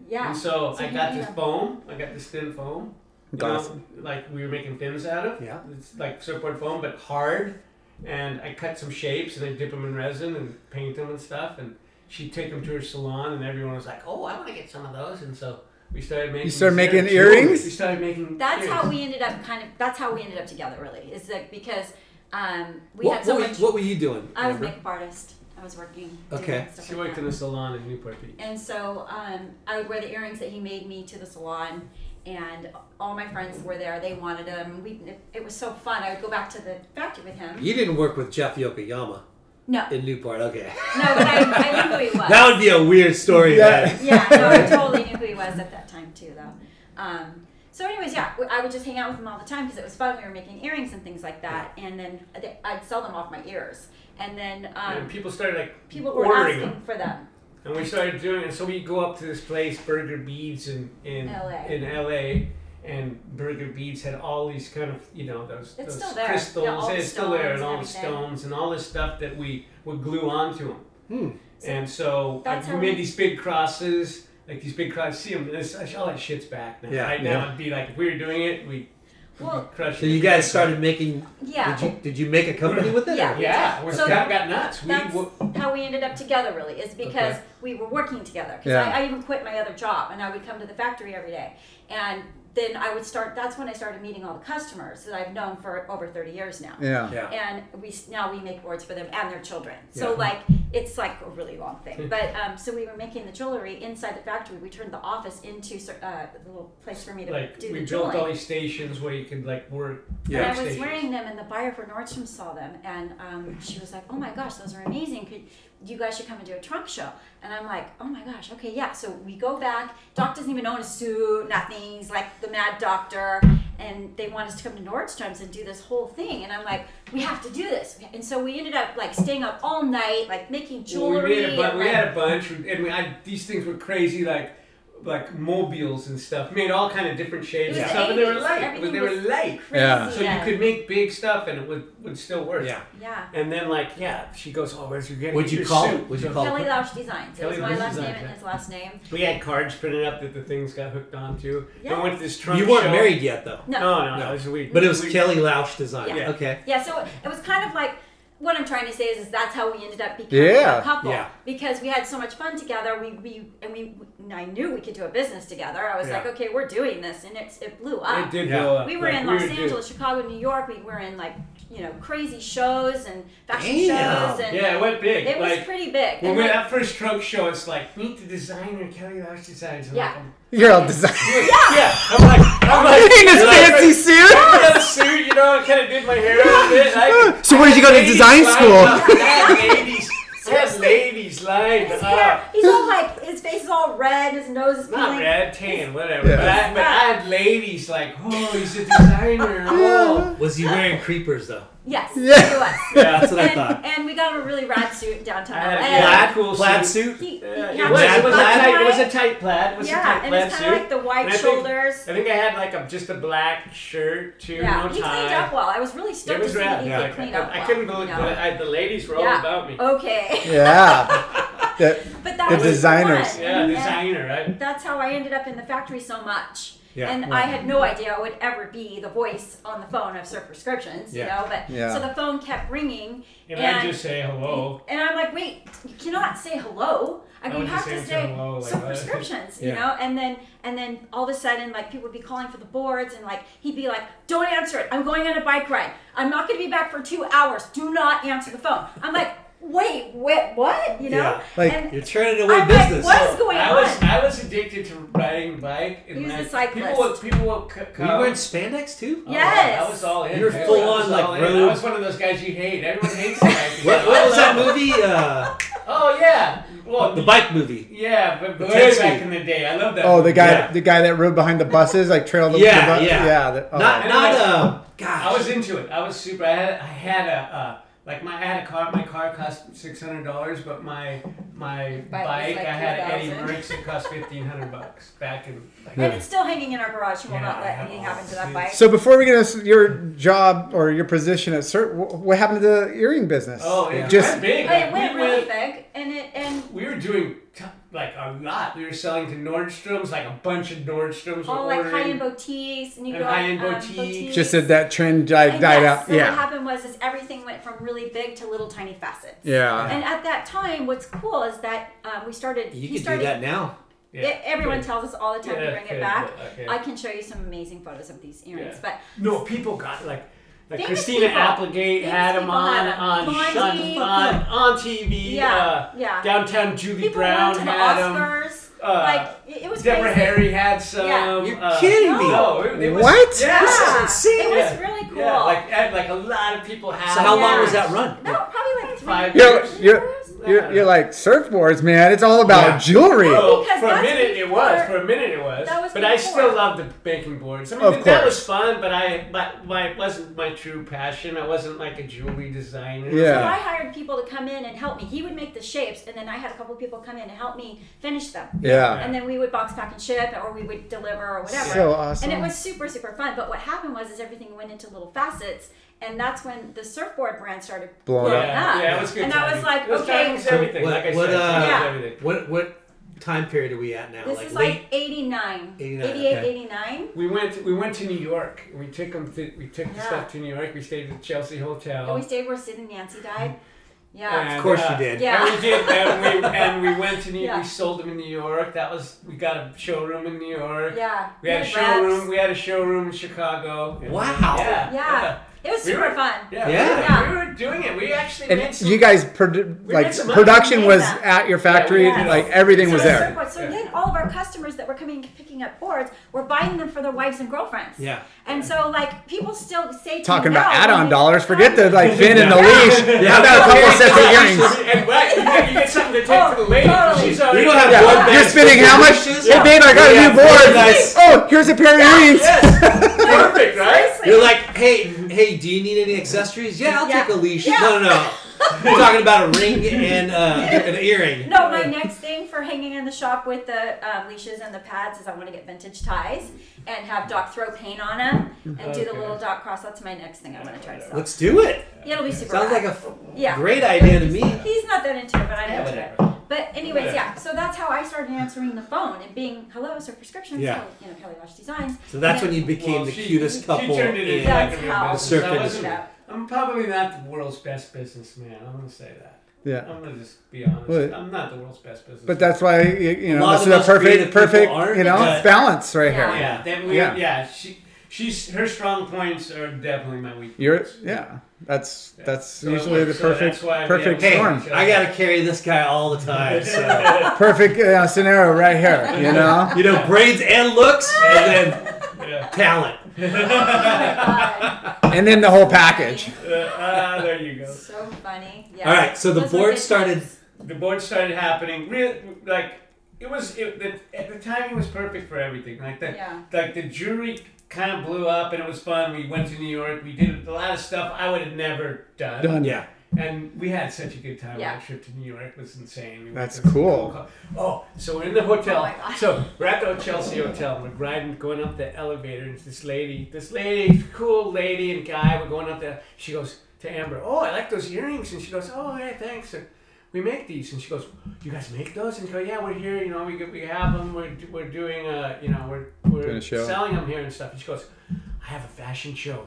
[SPEAKER 7] yeah.
[SPEAKER 4] And so,
[SPEAKER 7] So
[SPEAKER 4] I
[SPEAKER 7] you
[SPEAKER 4] got
[SPEAKER 7] need
[SPEAKER 4] this
[SPEAKER 7] them.
[SPEAKER 4] foam. I got this thin foam. you know,
[SPEAKER 2] Glass.
[SPEAKER 4] like we were making fins out of.
[SPEAKER 1] Yeah.
[SPEAKER 4] It's like surfboard foam, but hard. And I cut some shapes and I dip them in resin and paint them and stuff. And she'd take them to her salon, and everyone was like, "Oh, I want to get some of those." And so we started making.
[SPEAKER 2] You started
[SPEAKER 4] these
[SPEAKER 2] making earrings?
[SPEAKER 4] We started making.
[SPEAKER 7] that's
[SPEAKER 4] earrings.
[SPEAKER 7] how we ended up kind of that's how we ended up together really is that because um, we
[SPEAKER 1] What,
[SPEAKER 7] had so
[SPEAKER 1] what,
[SPEAKER 7] much
[SPEAKER 1] were, what were you doing?
[SPEAKER 7] i was a
[SPEAKER 1] Amber?
[SPEAKER 7] makeup artist i was working doing
[SPEAKER 1] Okay.
[SPEAKER 7] stuff
[SPEAKER 4] She
[SPEAKER 7] like
[SPEAKER 4] worked
[SPEAKER 7] that.
[SPEAKER 4] in a salon in Newport Beach.
[SPEAKER 7] and so um, i would wear the earrings that he made me to the salon and all my friends were there they wanted them we, it was so fun i would go back to the factory with him
[SPEAKER 1] You didn't work with Jeff Yokoyama
[SPEAKER 7] no
[SPEAKER 1] in Newport, okay?
[SPEAKER 7] no but i, I knew who he was
[SPEAKER 1] That would be a weird story,
[SPEAKER 2] Yeah.
[SPEAKER 1] man.
[SPEAKER 7] yeah, no, I totally knew who he was at that time too, though. Um, so, anyways, yeah, w- I would just hang out with him all the time because it was fun. We were making earrings and things like that, and then th- I'd sell them off my ears, and then um,
[SPEAKER 4] and people started like
[SPEAKER 7] people were
[SPEAKER 4] ordering
[SPEAKER 7] asking
[SPEAKER 4] them.
[SPEAKER 7] for them.
[SPEAKER 4] And we started doing it. So we go up to this place, Burger Beads, in in
[SPEAKER 7] LA.
[SPEAKER 4] in L.A. And Burger Beads had all these kind of you know those,
[SPEAKER 7] It's
[SPEAKER 4] those
[SPEAKER 7] still there. Yeah,
[SPEAKER 4] crystals,
[SPEAKER 7] all the
[SPEAKER 4] it's still there, and
[SPEAKER 7] stones and
[SPEAKER 4] all the
[SPEAKER 7] everything.
[SPEAKER 4] stones and all this stuff that we would glue onto them.
[SPEAKER 1] Hmm.
[SPEAKER 4] And so
[SPEAKER 7] That's
[SPEAKER 4] I,
[SPEAKER 7] how
[SPEAKER 4] we made
[SPEAKER 7] we-
[SPEAKER 4] these big crosses. like these big crowds see them. This all that shit's back now.
[SPEAKER 5] Yeah,
[SPEAKER 4] right now, it'd be like if we were doing it, we
[SPEAKER 7] Well,
[SPEAKER 4] crush it.
[SPEAKER 1] So you guys started making.
[SPEAKER 7] Yeah.
[SPEAKER 1] Did you did you make a company with it? or-
[SPEAKER 7] Yeah.
[SPEAKER 4] Yeah, we're
[SPEAKER 7] So-
[SPEAKER 4] kind of got nuts. We,
[SPEAKER 7] That's
[SPEAKER 4] were,
[SPEAKER 7] how we ended up together, really, is because
[SPEAKER 1] Okay.
[SPEAKER 7] we were working together. Because
[SPEAKER 2] Yeah.
[SPEAKER 7] I, I even quit my other job, and I would come to the factory every day. And then I would start, that's when I started meeting all the customers that I've known for over 30 years now.
[SPEAKER 2] Yeah.
[SPEAKER 1] Yeah.
[SPEAKER 7] And we s- now we make boards for them and their children. So
[SPEAKER 1] Yeah.
[SPEAKER 7] like it's like a really long thing. But um, so we were making the jewelry inside the factory. We turned the office into cer- uh, the little place for me to
[SPEAKER 4] like
[SPEAKER 7] do
[SPEAKER 4] we
[SPEAKER 7] the
[SPEAKER 4] built
[SPEAKER 7] jewelry.
[SPEAKER 4] all these stations where you could like work.
[SPEAKER 7] And
[SPEAKER 4] work
[SPEAKER 7] I was
[SPEAKER 4] stations.
[SPEAKER 7] wearing them, and the buyer for Nordstrom saw them, and um, she was like, "Oh my gosh, those are amazing! Could, you guys should come and do a trunk show." And I'm like, "Oh my gosh, okay, yeah." So we go back. Doc doesn't even own a suit, nothing. He's like the mad doctor, and they want us to come to Nordstrom's and do this whole thing. And I'm like, "We have to do this." And so we ended up like staying up all night, like making
[SPEAKER 4] Well,
[SPEAKER 7] jewelry.
[SPEAKER 4] we, made a
[SPEAKER 7] and,
[SPEAKER 4] bu- we
[SPEAKER 7] like-
[SPEAKER 4] had a bunch, and we had these things were crazy, like like mobiles and stuff. Made all kind of different shapes
[SPEAKER 7] It
[SPEAKER 4] and
[SPEAKER 7] was
[SPEAKER 4] stuff, and they were
[SPEAKER 7] 80s,
[SPEAKER 4] light.
[SPEAKER 7] everything
[SPEAKER 4] they were
[SPEAKER 7] was-
[SPEAKER 4] light.
[SPEAKER 7] crazy
[SPEAKER 2] Yeah.
[SPEAKER 4] So you
[SPEAKER 7] then.
[SPEAKER 4] could make big stuff, and it would would still work.
[SPEAKER 1] Yeah.
[SPEAKER 7] yeah.
[SPEAKER 4] And then like yeah, she goes, oh, where's your getting?
[SPEAKER 1] Would you
[SPEAKER 4] your
[SPEAKER 1] call?
[SPEAKER 4] suit?"
[SPEAKER 1] Would you
[SPEAKER 4] So
[SPEAKER 1] call?
[SPEAKER 7] Kelly Lausch Designs. It
[SPEAKER 4] Kelly
[SPEAKER 7] was my
[SPEAKER 4] Lausch
[SPEAKER 7] last
[SPEAKER 4] Designs,
[SPEAKER 7] name and
[SPEAKER 4] yeah.
[SPEAKER 7] his last name.
[SPEAKER 4] We had cards printed up that the things got hooked onto.
[SPEAKER 7] Yeah.
[SPEAKER 4] I went to this trunk.
[SPEAKER 1] You weren't
[SPEAKER 4] show.
[SPEAKER 1] married yet though.
[SPEAKER 7] No.
[SPEAKER 4] No, no,
[SPEAKER 1] No.
[SPEAKER 4] it was a week.
[SPEAKER 1] But it was
[SPEAKER 4] we,
[SPEAKER 1] Kelly Lausch design.
[SPEAKER 7] Yeah.
[SPEAKER 1] Okay.
[SPEAKER 7] Yeah, so it was kind of like what I'm trying to say is, is that's how we ended up becoming
[SPEAKER 2] Yeah.
[SPEAKER 7] a couple
[SPEAKER 1] Yeah.
[SPEAKER 7] because we had so much fun together. We we and we and I knew we could do a business together. I was
[SPEAKER 1] Yeah.
[SPEAKER 7] like, okay, we're doing this, and it's it blew up.
[SPEAKER 4] It did
[SPEAKER 1] Yeah.
[SPEAKER 4] blow up.
[SPEAKER 7] Uh, We were
[SPEAKER 4] Like,
[SPEAKER 7] in Los
[SPEAKER 4] doing-
[SPEAKER 7] Angeles, Chicago, New York. We were in like you know crazy shows and fashion
[SPEAKER 1] Damn.
[SPEAKER 7] shows, and
[SPEAKER 4] Yeah, it went big.
[SPEAKER 7] it was
[SPEAKER 4] like,
[SPEAKER 7] pretty big.
[SPEAKER 4] when
[SPEAKER 7] And,
[SPEAKER 4] we
[SPEAKER 7] like,
[SPEAKER 4] that first trunk show, it's like meet the designer Kelly Lausch designs. I'm
[SPEAKER 7] Yeah.
[SPEAKER 4] Like, I'm-
[SPEAKER 2] You're all designed.
[SPEAKER 4] yeah. I'm like, I'm like,
[SPEAKER 2] In his
[SPEAKER 4] you're like,
[SPEAKER 2] fancy
[SPEAKER 4] I
[SPEAKER 2] suit.
[SPEAKER 4] got a suit, you know, I kind of did my hair a little bit. I,
[SPEAKER 2] So where did you go to
[SPEAKER 4] Ladies
[SPEAKER 2] design
[SPEAKER 4] lined
[SPEAKER 2] school?
[SPEAKER 4] up. I had ladies. I had ladies uh, lined
[SPEAKER 7] his
[SPEAKER 4] up.
[SPEAKER 7] hair, he's all like his face is all red, his nose is
[SPEAKER 4] Not
[SPEAKER 7] peeling.
[SPEAKER 4] red, tan, whatever.
[SPEAKER 2] Yeah.
[SPEAKER 4] But, I, but I had ladies like, oh, he's a designer. Oh.
[SPEAKER 1] Was he wearing creepers though?
[SPEAKER 7] Yes,
[SPEAKER 2] Yeah.
[SPEAKER 7] he was.
[SPEAKER 1] Yeah, that's what I
[SPEAKER 7] And,
[SPEAKER 1] thought.
[SPEAKER 7] and we got him a really rad suit in downtown
[SPEAKER 4] I
[SPEAKER 7] LA.
[SPEAKER 4] had a black cool
[SPEAKER 1] Plaid
[SPEAKER 4] suit.
[SPEAKER 1] suit.
[SPEAKER 7] He, he
[SPEAKER 4] Yeah,
[SPEAKER 7] had
[SPEAKER 4] it was. It was, a
[SPEAKER 7] black
[SPEAKER 4] tight, it
[SPEAKER 7] tie.
[SPEAKER 4] was a tight plaid. It was a
[SPEAKER 7] yeah,
[SPEAKER 4] tight
[SPEAKER 7] and it's
[SPEAKER 4] plaid
[SPEAKER 7] kind of
[SPEAKER 4] suit.
[SPEAKER 7] like the
[SPEAKER 4] And
[SPEAKER 7] wide
[SPEAKER 4] I think-
[SPEAKER 7] shoulders.
[SPEAKER 4] I think I had like a, just a black shirt too,
[SPEAKER 7] yeah,
[SPEAKER 4] no
[SPEAKER 7] he
[SPEAKER 4] tie.
[SPEAKER 7] cleaned up well. I was really
[SPEAKER 4] It
[SPEAKER 7] stoked to
[SPEAKER 4] was
[SPEAKER 7] see that
[SPEAKER 4] rad.
[SPEAKER 7] he
[SPEAKER 4] Yeah,
[SPEAKER 7] could clean up.
[SPEAKER 4] I,
[SPEAKER 7] well,
[SPEAKER 4] couldn't believe
[SPEAKER 7] you know?
[SPEAKER 4] but I, the ladies were all
[SPEAKER 7] Yeah. Oh,
[SPEAKER 4] about me.
[SPEAKER 7] Okay,
[SPEAKER 2] Yeah. That-
[SPEAKER 7] but that
[SPEAKER 2] The
[SPEAKER 7] was
[SPEAKER 2] designers.
[SPEAKER 7] fun.
[SPEAKER 4] Yeah,
[SPEAKER 7] And-
[SPEAKER 4] designer, right?
[SPEAKER 7] and That's how I ended up in the factory so much.
[SPEAKER 1] Yeah,
[SPEAKER 7] and I had no idea I would ever be the voice on the phone of Surf Prescriptions,
[SPEAKER 1] Yeah.
[SPEAKER 7] you know. But
[SPEAKER 2] Yeah.
[SPEAKER 7] so the phone kept ringing,
[SPEAKER 4] And, I
[SPEAKER 7] and
[SPEAKER 4] just say hello.
[SPEAKER 7] And I'm like, wait, you cannot say hello. I
[SPEAKER 4] I
[SPEAKER 7] mean, you
[SPEAKER 4] would
[SPEAKER 7] have
[SPEAKER 4] Oh. just
[SPEAKER 7] to
[SPEAKER 4] say
[SPEAKER 7] say
[SPEAKER 4] hello, like
[SPEAKER 7] some
[SPEAKER 4] that.
[SPEAKER 7] prescriptions, you
[SPEAKER 1] Yeah.
[SPEAKER 7] know. And then, and then all of a sudden, like people would be calling for the boards, and like he'd be like, "Don't answer it. I'm going on a bike ride. I'm not going to be back for two hours. Do not answer the phone." I'm like, wait, wait, what? You know?
[SPEAKER 1] Yeah,
[SPEAKER 2] like,
[SPEAKER 7] and
[SPEAKER 1] You're turning away
[SPEAKER 7] I'm
[SPEAKER 1] business.
[SPEAKER 7] like, what is going
[SPEAKER 4] I was
[SPEAKER 7] on?
[SPEAKER 4] I was addicted to riding bike. And
[SPEAKER 7] He was a
[SPEAKER 4] like,
[SPEAKER 7] cyclist.
[SPEAKER 4] People would people would c-
[SPEAKER 1] Were
[SPEAKER 4] come.
[SPEAKER 1] you wearing spandex too?
[SPEAKER 4] Oh,
[SPEAKER 7] Yes.
[SPEAKER 4] I was all in.
[SPEAKER 1] You were
[SPEAKER 4] man.
[SPEAKER 1] full
[SPEAKER 4] I was
[SPEAKER 1] on, like,
[SPEAKER 4] all in. I
[SPEAKER 1] road-
[SPEAKER 4] was one of those guys you hate. Everyone hates cyclists.
[SPEAKER 1] What, what was that movie? Uh,
[SPEAKER 4] Oh yeah. Well,
[SPEAKER 1] the bike movie.
[SPEAKER 4] Yeah, but
[SPEAKER 1] The
[SPEAKER 4] way
[SPEAKER 1] jet
[SPEAKER 4] back
[SPEAKER 1] ski.
[SPEAKER 4] in the day, I love that.
[SPEAKER 2] oh, the guy,
[SPEAKER 1] Yeah.
[SPEAKER 2] the guy that rode behind the buses, like trailed the,
[SPEAKER 1] Yeah,
[SPEAKER 2] the bu-
[SPEAKER 1] yeah.
[SPEAKER 2] that- oh.
[SPEAKER 1] Not, not uh,
[SPEAKER 4] I was
[SPEAKER 1] gosh.
[SPEAKER 4] into it. I was super. I had, I had a uh, like my I had a car. My car cost six hundred dollars, but my my bike,
[SPEAKER 7] Bike was like
[SPEAKER 4] I had Eddie
[SPEAKER 7] 2,000.
[SPEAKER 4] Merckx. It cost fifteen hundred bucks back in. Like,
[SPEAKER 7] And it's still hanging in our garage. He will
[SPEAKER 4] Yeah,
[SPEAKER 7] not let
[SPEAKER 4] I
[SPEAKER 7] anything
[SPEAKER 4] know.
[SPEAKER 7] happen to that
[SPEAKER 4] It's-
[SPEAKER 7] bike.
[SPEAKER 2] So before we get into your job or your position at CERT, wh- what happened to the earring business?
[SPEAKER 4] Oh, it
[SPEAKER 2] just
[SPEAKER 4] went big.
[SPEAKER 7] But it
[SPEAKER 4] Like,
[SPEAKER 7] went
[SPEAKER 4] we
[SPEAKER 7] really
[SPEAKER 4] went-
[SPEAKER 7] big, and it and
[SPEAKER 4] We were doing t- like a lot. We were selling to Nordstroms, like a bunch of Nordstroms.
[SPEAKER 7] all
[SPEAKER 4] were
[SPEAKER 7] like
[SPEAKER 4] ordering.
[SPEAKER 7] high-end boutiques, New
[SPEAKER 4] And
[SPEAKER 7] York
[SPEAKER 4] high-end
[SPEAKER 7] um,
[SPEAKER 4] boutiques.
[SPEAKER 7] boutiques.
[SPEAKER 2] just that that trend died,
[SPEAKER 7] And
[SPEAKER 2] died
[SPEAKER 7] yes,
[SPEAKER 2] out.
[SPEAKER 7] So what
[SPEAKER 2] Yeah.
[SPEAKER 7] happened was is everything went from really big to little tiny facets.
[SPEAKER 2] Yeah.
[SPEAKER 7] And at that time, what's cool is that um, we started.
[SPEAKER 1] You
[SPEAKER 7] he
[SPEAKER 1] could do
[SPEAKER 7] started,
[SPEAKER 1] that now.
[SPEAKER 4] Yeah.
[SPEAKER 7] e- everyone tells us all the time
[SPEAKER 4] Yeah,
[SPEAKER 7] to bring
[SPEAKER 4] okay,
[SPEAKER 7] it back.
[SPEAKER 4] okay.
[SPEAKER 7] I can show you some amazing photos of these earrings,
[SPEAKER 4] Yeah.
[SPEAKER 7] but
[SPEAKER 4] No, people got like. Like
[SPEAKER 7] Famous
[SPEAKER 4] Christina
[SPEAKER 7] people.
[SPEAKER 4] Applegate
[SPEAKER 7] Famous
[SPEAKER 4] had him
[SPEAKER 7] people
[SPEAKER 4] on
[SPEAKER 7] had 'em.
[SPEAKER 4] on, Shut
[SPEAKER 7] Blondie.
[SPEAKER 4] on on TV.
[SPEAKER 7] Yeah,
[SPEAKER 4] uh,
[SPEAKER 7] yeah.
[SPEAKER 4] Downtown Julie
[SPEAKER 7] people
[SPEAKER 4] Brown
[SPEAKER 7] went to the
[SPEAKER 4] had him.
[SPEAKER 7] Oscars.
[SPEAKER 4] uh,
[SPEAKER 7] like it, it was
[SPEAKER 4] Deborah
[SPEAKER 7] crazy.
[SPEAKER 4] Harry had some.
[SPEAKER 7] Yeah.
[SPEAKER 1] You're
[SPEAKER 4] uh,
[SPEAKER 1] kidding me.
[SPEAKER 4] No, it, it was,
[SPEAKER 2] What?
[SPEAKER 4] Yeah.
[SPEAKER 1] This is
[SPEAKER 7] Yeah,
[SPEAKER 1] insane.
[SPEAKER 7] It
[SPEAKER 4] Yeah.
[SPEAKER 7] was really cool.
[SPEAKER 4] Yeah, like and, like a lot of people had.
[SPEAKER 1] So how
[SPEAKER 4] it.
[SPEAKER 1] long
[SPEAKER 7] Uh, Yeah.
[SPEAKER 1] was that run?
[SPEAKER 7] no, probably like three
[SPEAKER 4] Five
[SPEAKER 2] You're,
[SPEAKER 7] years.
[SPEAKER 2] you're, you're, you're like surfboards, man. It's all about
[SPEAKER 1] Yeah. Oh.
[SPEAKER 2] jewelry.
[SPEAKER 4] Well,
[SPEAKER 7] Because
[SPEAKER 4] for a
[SPEAKER 7] that's
[SPEAKER 4] minute it was.
[SPEAKER 7] before-
[SPEAKER 4] For a minute it was.
[SPEAKER 7] that was
[SPEAKER 4] but I
[SPEAKER 7] before.
[SPEAKER 4] still loved the banking boards. I mean,
[SPEAKER 2] Of
[SPEAKER 4] that was
[SPEAKER 2] course.
[SPEAKER 4] fun, but I, but my, it wasn't my true passion. I wasn't like a jewelry designer.
[SPEAKER 7] So
[SPEAKER 2] Yeah.
[SPEAKER 7] I hired people to come in and help me. He would make the shapes, and then I had a couple people come in and help me finish them.
[SPEAKER 2] Yeah.
[SPEAKER 7] And then we would box pack and ship, or we would deliver, or whatever.
[SPEAKER 2] So awesome.
[SPEAKER 7] And it was super, super fun. But what happened was, is everything went into little facets, and that's when the surfboard brand started
[SPEAKER 2] Blowing
[SPEAKER 7] blowing
[SPEAKER 2] up.
[SPEAKER 4] Yeah,
[SPEAKER 7] up.
[SPEAKER 4] yeah, it was good.
[SPEAKER 7] And I
[SPEAKER 4] timing.
[SPEAKER 7] was like,
[SPEAKER 4] It was
[SPEAKER 7] okay,
[SPEAKER 4] timing was everything.
[SPEAKER 1] What,
[SPEAKER 4] like I
[SPEAKER 1] what,
[SPEAKER 4] said, timing was
[SPEAKER 7] uh,
[SPEAKER 4] everything.
[SPEAKER 1] What what time period are we at now?
[SPEAKER 7] This
[SPEAKER 1] like
[SPEAKER 7] is
[SPEAKER 1] late.
[SPEAKER 7] like 89,
[SPEAKER 1] 89,
[SPEAKER 7] 88,
[SPEAKER 1] okay.
[SPEAKER 7] 89.
[SPEAKER 4] We went. To, we went to New York. We took them. To, we took the
[SPEAKER 7] Yeah.
[SPEAKER 4] stuff to New York. We stayed at the Chelsea Hotel.
[SPEAKER 7] And we stayed where Sid and Nancy died. Yeah.
[SPEAKER 4] And,
[SPEAKER 1] Of course
[SPEAKER 4] uh,
[SPEAKER 1] you did.
[SPEAKER 7] Yeah.
[SPEAKER 4] And we did, and we, and we went to New
[SPEAKER 7] Yeah.
[SPEAKER 4] We sold them in New York. That was, we got a showroom in New York.
[SPEAKER 7] yeah.
[SPEAKER 4] We had a
[SPEAKER 7] Good
[SPEAKER 4] showroom.
[SPEAKER 7] reps.
[SPEAKER 4] We had a showroom in Chicago.
[SPEAKER 1] Wow.
[SPEAKER 4] Yeah.
[SPEAKER 7] Yeah. It was
[SPEAKER 4] We
[SPEAKER 7] super
[SPEAKER 4] were-
[SPEAKER 7] fun.
[SPEAKER 4] Yeah.
[SPEAKER 1] Yeah.
[SPEAKER 4] We were doing it. We actually made
[SPEAKER 2] And
[SPEAKER 4] some.
[SPEAKER 2] you guys, produ-
[SPEAKER 4] We
[SPEAKER 2] like
[SPEAKER 4] made some money.
[SPEAKER 2] production
[SPEAKER 7] We
[SPEAKER 2] was
[SPEAKER 7] made
[SPEAKER 2] at your factory,
[SPEAKER 7] Yeah.
[SPEAKER 2] like everything
[SPEAKER 7] So
[SPEAKER 2] was
[SPEAKER 7] it's
[SPEAKER 2] there.
[SPEAKER 7] so cool. So
[SPEAKER 4] Yeah.
[SPEAKER 7] then all of our customers that were coming and picking up boards were buying them for their wives and girlfriends.
[SPEAKER 1] Yeah.
[SPEAKER 7] And so like people still say to me "Oh,
[SPEAKER 2] Talking about
[SPEAKER 7] now,
[SPEAKER 2] add-on
[SPEAKER 7] when they-
[SPEAKER 2] dollars, forget the like fin and the
[SPEAKER 1] Yeah.
[SPEAKER 2] leash. How about a couple sets of earrings?
[SPEAKER 4] and right, you get- you get something to take
[SPEAKER 7] Oh,
[SPEAKER 4] for the lady. 'cause
[SPEAKER 7] totally.
[SPEAKER 4] She's already
[SPEAKER 1] We don't have
[SPEAKER 2] Yeah.
[SPEAKER 1] one bag
[SPEAKER 2] You're
[SPEAKER 1] of
[SPEAKER 2] spending how much?
[SPEAKER 1] squishes?
[SPEAKER 2] Hey babe, I got
[SPEAKER 1] Yeah,
[SPEAKER 2] a new board.
[SPEAKER 1] very nice.
[SPEAKER 2] Oh, here's a pair of earrings.
[SPEAKER 4] perfect, right?
[SPEAKER 7] Seriously.
[SPEAKER 1] You're like, hey, hey, do you need any accessories? Yeah, I'll
[SPEAKER 7] Yeah.
[SPEAKER 1] take a leash.
[SPEAKER 7] Yeah.
[SPEAKER 1] No, no, no. We're talking about a ring and uh, an earring.
[SPEAKER 7] No, my next thing for hanging in the shop with the um, leashes and the pads is I want to get vintage ties and have Doc throw paint on them and do the
[SPEAKER 4] Okay.
[SPEAKER 7] little Doc cross. That's my next thing I want to try to sell.
[SPEAKER 1] Let's do it.
[SPEAKER 7] Yeah, it'll be super.
[SPEAKER 1] Sounds like
[SPEAKER 7] rad.
[SPEAKER 1] a f-
[SPEAKER 7] yeah.
[SPEAKER 1] great idea to me.
[SPEAKER 7] He's not that into it, but I'm
[SPEAKER 1] Yeah,
[SPEAKER 7] into
[SPEAKER 1] whatever.
[SPEAKER 7] it. But anyways, yeah. So that's how I started answering the phone and being, "Hello, is there prescriptions?"
[SPEAKER 1] Yeah.
[SPEAKER 7] Kelly- You know, Kelly Wash Designs.
[SPEAKER 1] So that's
[SPEAKER 7] And
[SPEAKER 1] when you became
[SPEAKER 4] Well,
[SPEAKER 1] the
[SPEAKER 4] she-
[SPEAKER 1] cutest
[SPEAKER 4] she
[SPEAKER 1] couple.
[SPEAKER 4] turned it
[SPEAKER 1] in-
[SPEAKER 4] into like a
[SPEAKER 7] That's
[SPEAKER 4] real
[SPEAKER 7] how-
[SPEAKER 4] business.
[SPEAKER 1] Surf
[SPEAKER 4] I wasn't-
[SPEAKER 1] industry.
[SPEAKER 4] I'm probably not the world's best businessman. I'm gonna say that.
[SPEAKER 2] Yeah,
[SPEAKER 4] I'm gonna just be honest.
[SPEAKER 2] Well,
[SPEAKER 4] I'm not the world's best businessman.
[SPEAKER 2] but that's why you, you
[SPEAKER 1] A
[SPEAKER 2] know
[SPEAKER 1] lot
[SPEAKER 2] this
[SPEAKER 1] of
[SPEAKER 2] is a
[SPEAKER 1] us creative
[SPEAKER 2] perfect,
[SPEAKER 1] people
[SPEAKER 2] perfect,
[SPEAKER 1] aren't,
[SPEAKER 2] you know,
[SPEAKER 1] but-
[SPEAKER 2] balance right
[SPEAKER 7] Yeah.
[SPEAKER 2] here.
[SPEAKER 4] Yeah, then we,
[SPEAKER 2] Yeah.
[SPEAKER 4] yeah. she, she's her strong points are definitely my weak.
[SPEAKER 2] You're
[SPEAKER 4] points.
[SPEAKER 2] yeah. That's
[SPEAKER 4] Yeah.
[SPEAKER 2] that's
[SPEAKER 4] So it
[SPEAKER 2] usually the
[SPEAKER 1] uh,
[SPEAKER 4] works, so that's
[SPEAKER 2] perfect
[SPEAKER 4] why we
[SPEAKER 2] perfect
[SPEAKER 4] have-
[SPEAKER 1] Hey,
[SPEAKER 2] storm,
[SPEAKER 1] I gotta carry this guy all the time. So
[SPEAKER 2] perfect uh, scenario right here. You know.
[SPEAKER 1] you know, braids and looks, and then
[SPEAKER 4] Yeah.
[SPEAKER 1] talent.
[SPEAKER 7] Oh God,
[SPEAKER 2] and then the whole package.
[SPEAKER 4] Uh, ah, there you go.
[SPEAKER 7] so funny. Yeah.
[SPEAKER 1] All right, so the
[SPEAKER 7] Those were
[SPEAKER 1] board
[SPEAKER 7] good
[SPEAKER 1] started.
[SPEAKER 7] times.
[SPEAKER 4] The board started happening. Real like it was. It, the, at the timing was perfect for everything. Like the
[SPEAKER 7] Yeah.
[SPEAKER 4] like the jury kind of blew up, and it was fun. We went to New York. We did a lot of stuff I would have never done.
[SPEAKER 2] Done.
[SPEAKER 1] Yeah,
[SPEAKER 4] And we had such a good time.
[SPEAKER 7] Yeah.
[SPEAKER 4] Our trip to New York was insane. We
[SPEAKER 2] That's
[SPEAKER 4] went to-
[SPEAKER 2] cool.
[SPEAKER 4] Oh, so we're in the hotel.
[SPEAKER 7] Oh my God.
[SPEAKER 4] So we're at the Chelsea Hotel. and We're riding, going up the elevator, and this lady, this lady, cool lady and guy, we're going up there. She goes to Amber, "Oh, I like those earrings," and she goes, "Oh, hey, thanks." And we make these, and she goes, "You guys make those?" And she goes, "Yeah, we're here. You know, we get- we have them. We're do- we're doing uh, you know, we're
[SPEAKER 2] Doing
[SPEAKER 4] we're
[SPEAKER 2] a show.
[SPEAKER 4] selling them here and stuff." And she goes, "I have a fashion show.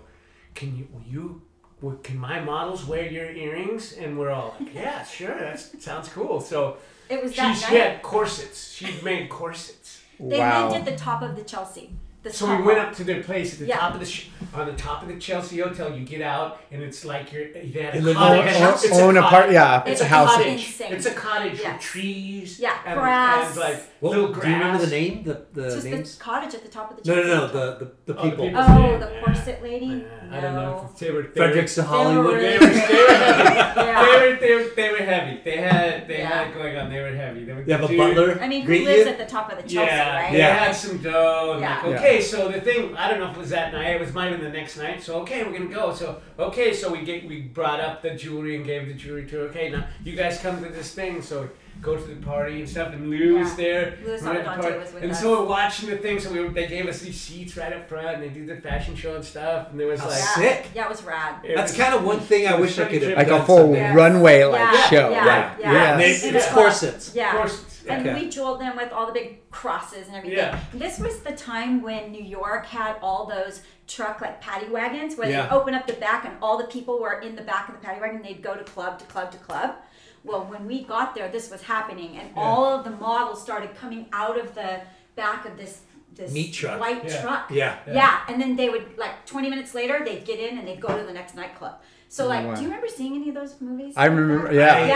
[SPEAKER 4] Can you will you well, can my models wear your earrings? And we're all like, yeah, sure, that sounds cool. So
[SPEAKER 7] It was
[SPEAKER 4] she,
[SPEAKER 7] that
[SPEAKER 4] she
[SPEAKER 7] night.
[SPEAKER 4] had corsets. She made corsets.
[SPEAKER 7] They lived
[SPEAKER 2] Wow.
[SPEAKER 7] at the top of the Chelsea. The
[SPEAKER 4] So we
[SPEAKER 7] top
[SPEAKER 4] went
[SPEAKER 7] one.
[SPEAKER 4] up to their place at the
[SPEAKER 7] Yeah.
[SPEAKER 4] top of the sh- on the top of the Chelsea Hotel. You get out and it's like you're they had
[SPEAKER 1] In the
[SPEAKER 4] a cottage.
[SPEAKER 1] own-
[SPEAKER 4] it's a
[SPEAKER 2] own
[SPEAKER 4] cottage.
[SPEAKER 2] apart- yeah,
[SPEAKER 4] it's,
[SPEAKER 7] it's
[SPEAKER 4] a
[SPEAKER 7] a
[SPEAKER 4] house.
[SPEAKER 7] cottage.
[SPEAKER 4] Cottage.
[SPEAKER 7] Insane.
[SPEAKER 4] It's a cottage
[SPEAKER 7] Yeah.
[SPEAKER 4] with trees.
[SPEAKER 7] Yeah,
[SPEAKER 4] and,
[SPEAKER 7] grass.
[SPEAKER 4] and like
[SPEAKER 1] Well,
[SPEAKER 4] little grass.
[SPEAKER 1] do you remember the name? The
[SPEAKER 7] It's
[SPEAKER 1] the
[SPEAKER 7] just
[SPEAKER 1] names?
[SPEAKER 7] the cottage at the top of the
[SPEAKER 1] No, no,
[SPEAKER 7] Chelsea.
[SPEAKER 1] no. The the, the
[SPEAKER 4] Oh, the
[SPEAKER 1] people.
[SPEAKER 4] people.
[SPEAKER 7] Oh, the
[SPEAKER 4] Yeah.
[SPEAKER 7] corset lady.
[SPEAKER 4] Uh, I don't know. If they were, they were-
[SPEAKER 1] Fredericks of Hollywood.
[SPEAKER 7] They
[SPEAKER 4] They were, they were heavy.
[SPEAKER 7] Yeah.
[SPEAKER 4] They were, they, were, they were heavy. They had they
[SPEAKER 7] Yeah.
[SPEAKER 4] had it going on. They were heavy. They were,
[SPEAKER 1] You have a
[SPEAKER 4] dude-
[SPEAKER 1] butler.
[SPEAKER 7] I mean, who
[SPEAKER 1] greet
[SPEAKER 7] lives
[SPEAKER 1] you.
[SPEAKER 7] at the top of the Chelsea,
[SPEAKER 4] Yeah,
[SPEAKER 7] right?
[SPEAKER 4] they
[SPEAKER 1] Yeah.
[SPEAKER 4] had some dough. and
[SPEAKER 7] Yeah.
[SPEAKER 4] Like, okay, so the thing I don't know if it was that night. It was might have been the next night. So okay, we're gonna go. So okay, so we get we brought up the jewelry and gave the jewelry to. her. Okay, now you guys come to this thing. So we go to the party and stuff. And Lou was
[SPEAKER 7] Yeah.
[SPEAKER 4] there.
[SPEAKER 7] Lou's
[SPEAKER 4] We went to the
[SPEAKER 7] Amadante
[SPEAKER 4] party.
[SPEAKER 7] was with
[SPEAKER 4] and
[SPEAKER 7] us.
[SPEAKER 4] so we're watching the thing. So we were, they gave us these seats right up front, and they did the fashion show and stuff. And there was
[SPEAKER 1] How
[SPEAKER 4] like
[SPEAKER 7] Oh, Yeah.
[SPEAKER 1] Sick.
[SPEAKER 7] Yeah, it was rad.
[SPEAKER 4] it
[SPEAKER 1] That's
[SPEAKER 4] was-
[SPEAKER 1] kind of one thing I wish I could have
[SPEAKER 2] Like
[SPEAKER 1] done
[SPEAKER 2] a full
[SPEAKER 1] someday.
[SPEAKER 7] Yes.
[SPEAKER 2] runway like
[SPEAKER 7] Yeah,
[SPEAKER 2] show.
[SPEAKER 7] yeah,
[SPEAKER 2] right?
[SPEAKER 7] yeah.
[SPEAKER 1] And they-
[SPEAKER 2] Yes.
[SPEAKER 7] Yeah.
[SPEAKER 1] It's corsets.
[SPEAKER 7] Yeah.
[SPEAKER 4] Of course.
[SPEAKER 7] And
[SPEAKER 1] Okay.
[SPEAKER 7] we jeweled them with all the big crosses and everything.
[SPEAKER 4] Yeah.
[SPEAKER 7] This was the time when New York had all those truck like paddy wagons where
[SPEAKER 1] Yeah.
[SPEAKER 7] they open up the back and all the people were in the back of the paddy wagon. They'd go to club to club to club. Well, when we got there, this was happening, and all of the models started coming out of the back of this this
[SPEAKER 1] Meat truck.
[SPEAKER 7] white
[SPEAKER 4] Yeah.
[SPEAKER 7] truck.
[SPEAKER 1] Yeah.
[SPEAKER 7] yeah, And then they would like 20 minutes later, they'd get in and they'd go to the next nightclub. So, like,
[SPEAKER 2] wow.
[SPEAKER 7] do you remember seeing any of those movies?
[SPEAKER 2] I
[SPEAKER 7] like
[SPEAKER 2] remember-
[SPEAKER 7] that?
[SPEAKER 2] yeah.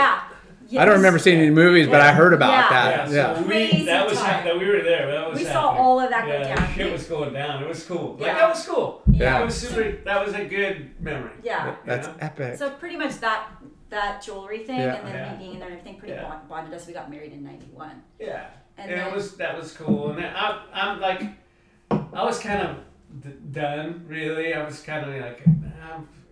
[SPEAKER 7] Yeah.
[SPEAKER 2] I don't
[SPEAKER 7] Yes.
[SPEAKER 2] remember seeing any movies, but I heard about
[SPEAKER 7] Yeah.
[SPEAKER 2] that.
[SPEAKER 4] Yeah,
[SPEAKER 2] Yeah.
[SPEAKER 4] so we,
[SPEAKER 7] Crazy
[SPEAKER 4] that was
[SPEAKER 7] time.
[SPEAKER 4] that we were there. That was
[SPEAKER 7] We saw
[SPEAKER 4] happening.
[SPEAKER 7] all of that go
[SPEAKER 4] yeah,
[SPEAKER 7] down.
[SPEAKER 4] Shit was going down. It was cool. Like
[SPEAKER 7] Yeah.
[SPEAKER 4] that was cool.
[SPEAKER 2] Yeah.
[SPEAKER 4] That was super. That was a good memory.
[SPEAKER 7] Yeah.
[SPEAKER 2] That's
[SPEAKER 4] You know?
[SPEAKER 2] epic.
[SPEAKER 7] So pretty much that that jewelry thing,
[SPEAKER 2] Yeah.
[SPEAKER 7] and then
[SPEAKER 4] Yeah.
[SPEAKER 7] me being in there and everything pretty
[SPEAKER 4] Yeah.
[SPEAKER 7] bond- bonded us. We got married in '91.
[SPEAKER 4] yeah.
[SPEAKER 7] And
[SPEAKER 4] And,
[SPEAKER 7] then-
[SPEAKER 4] it was that was cool. And then I, I'm like, I was kind of d- done. Really, I was kind of like, i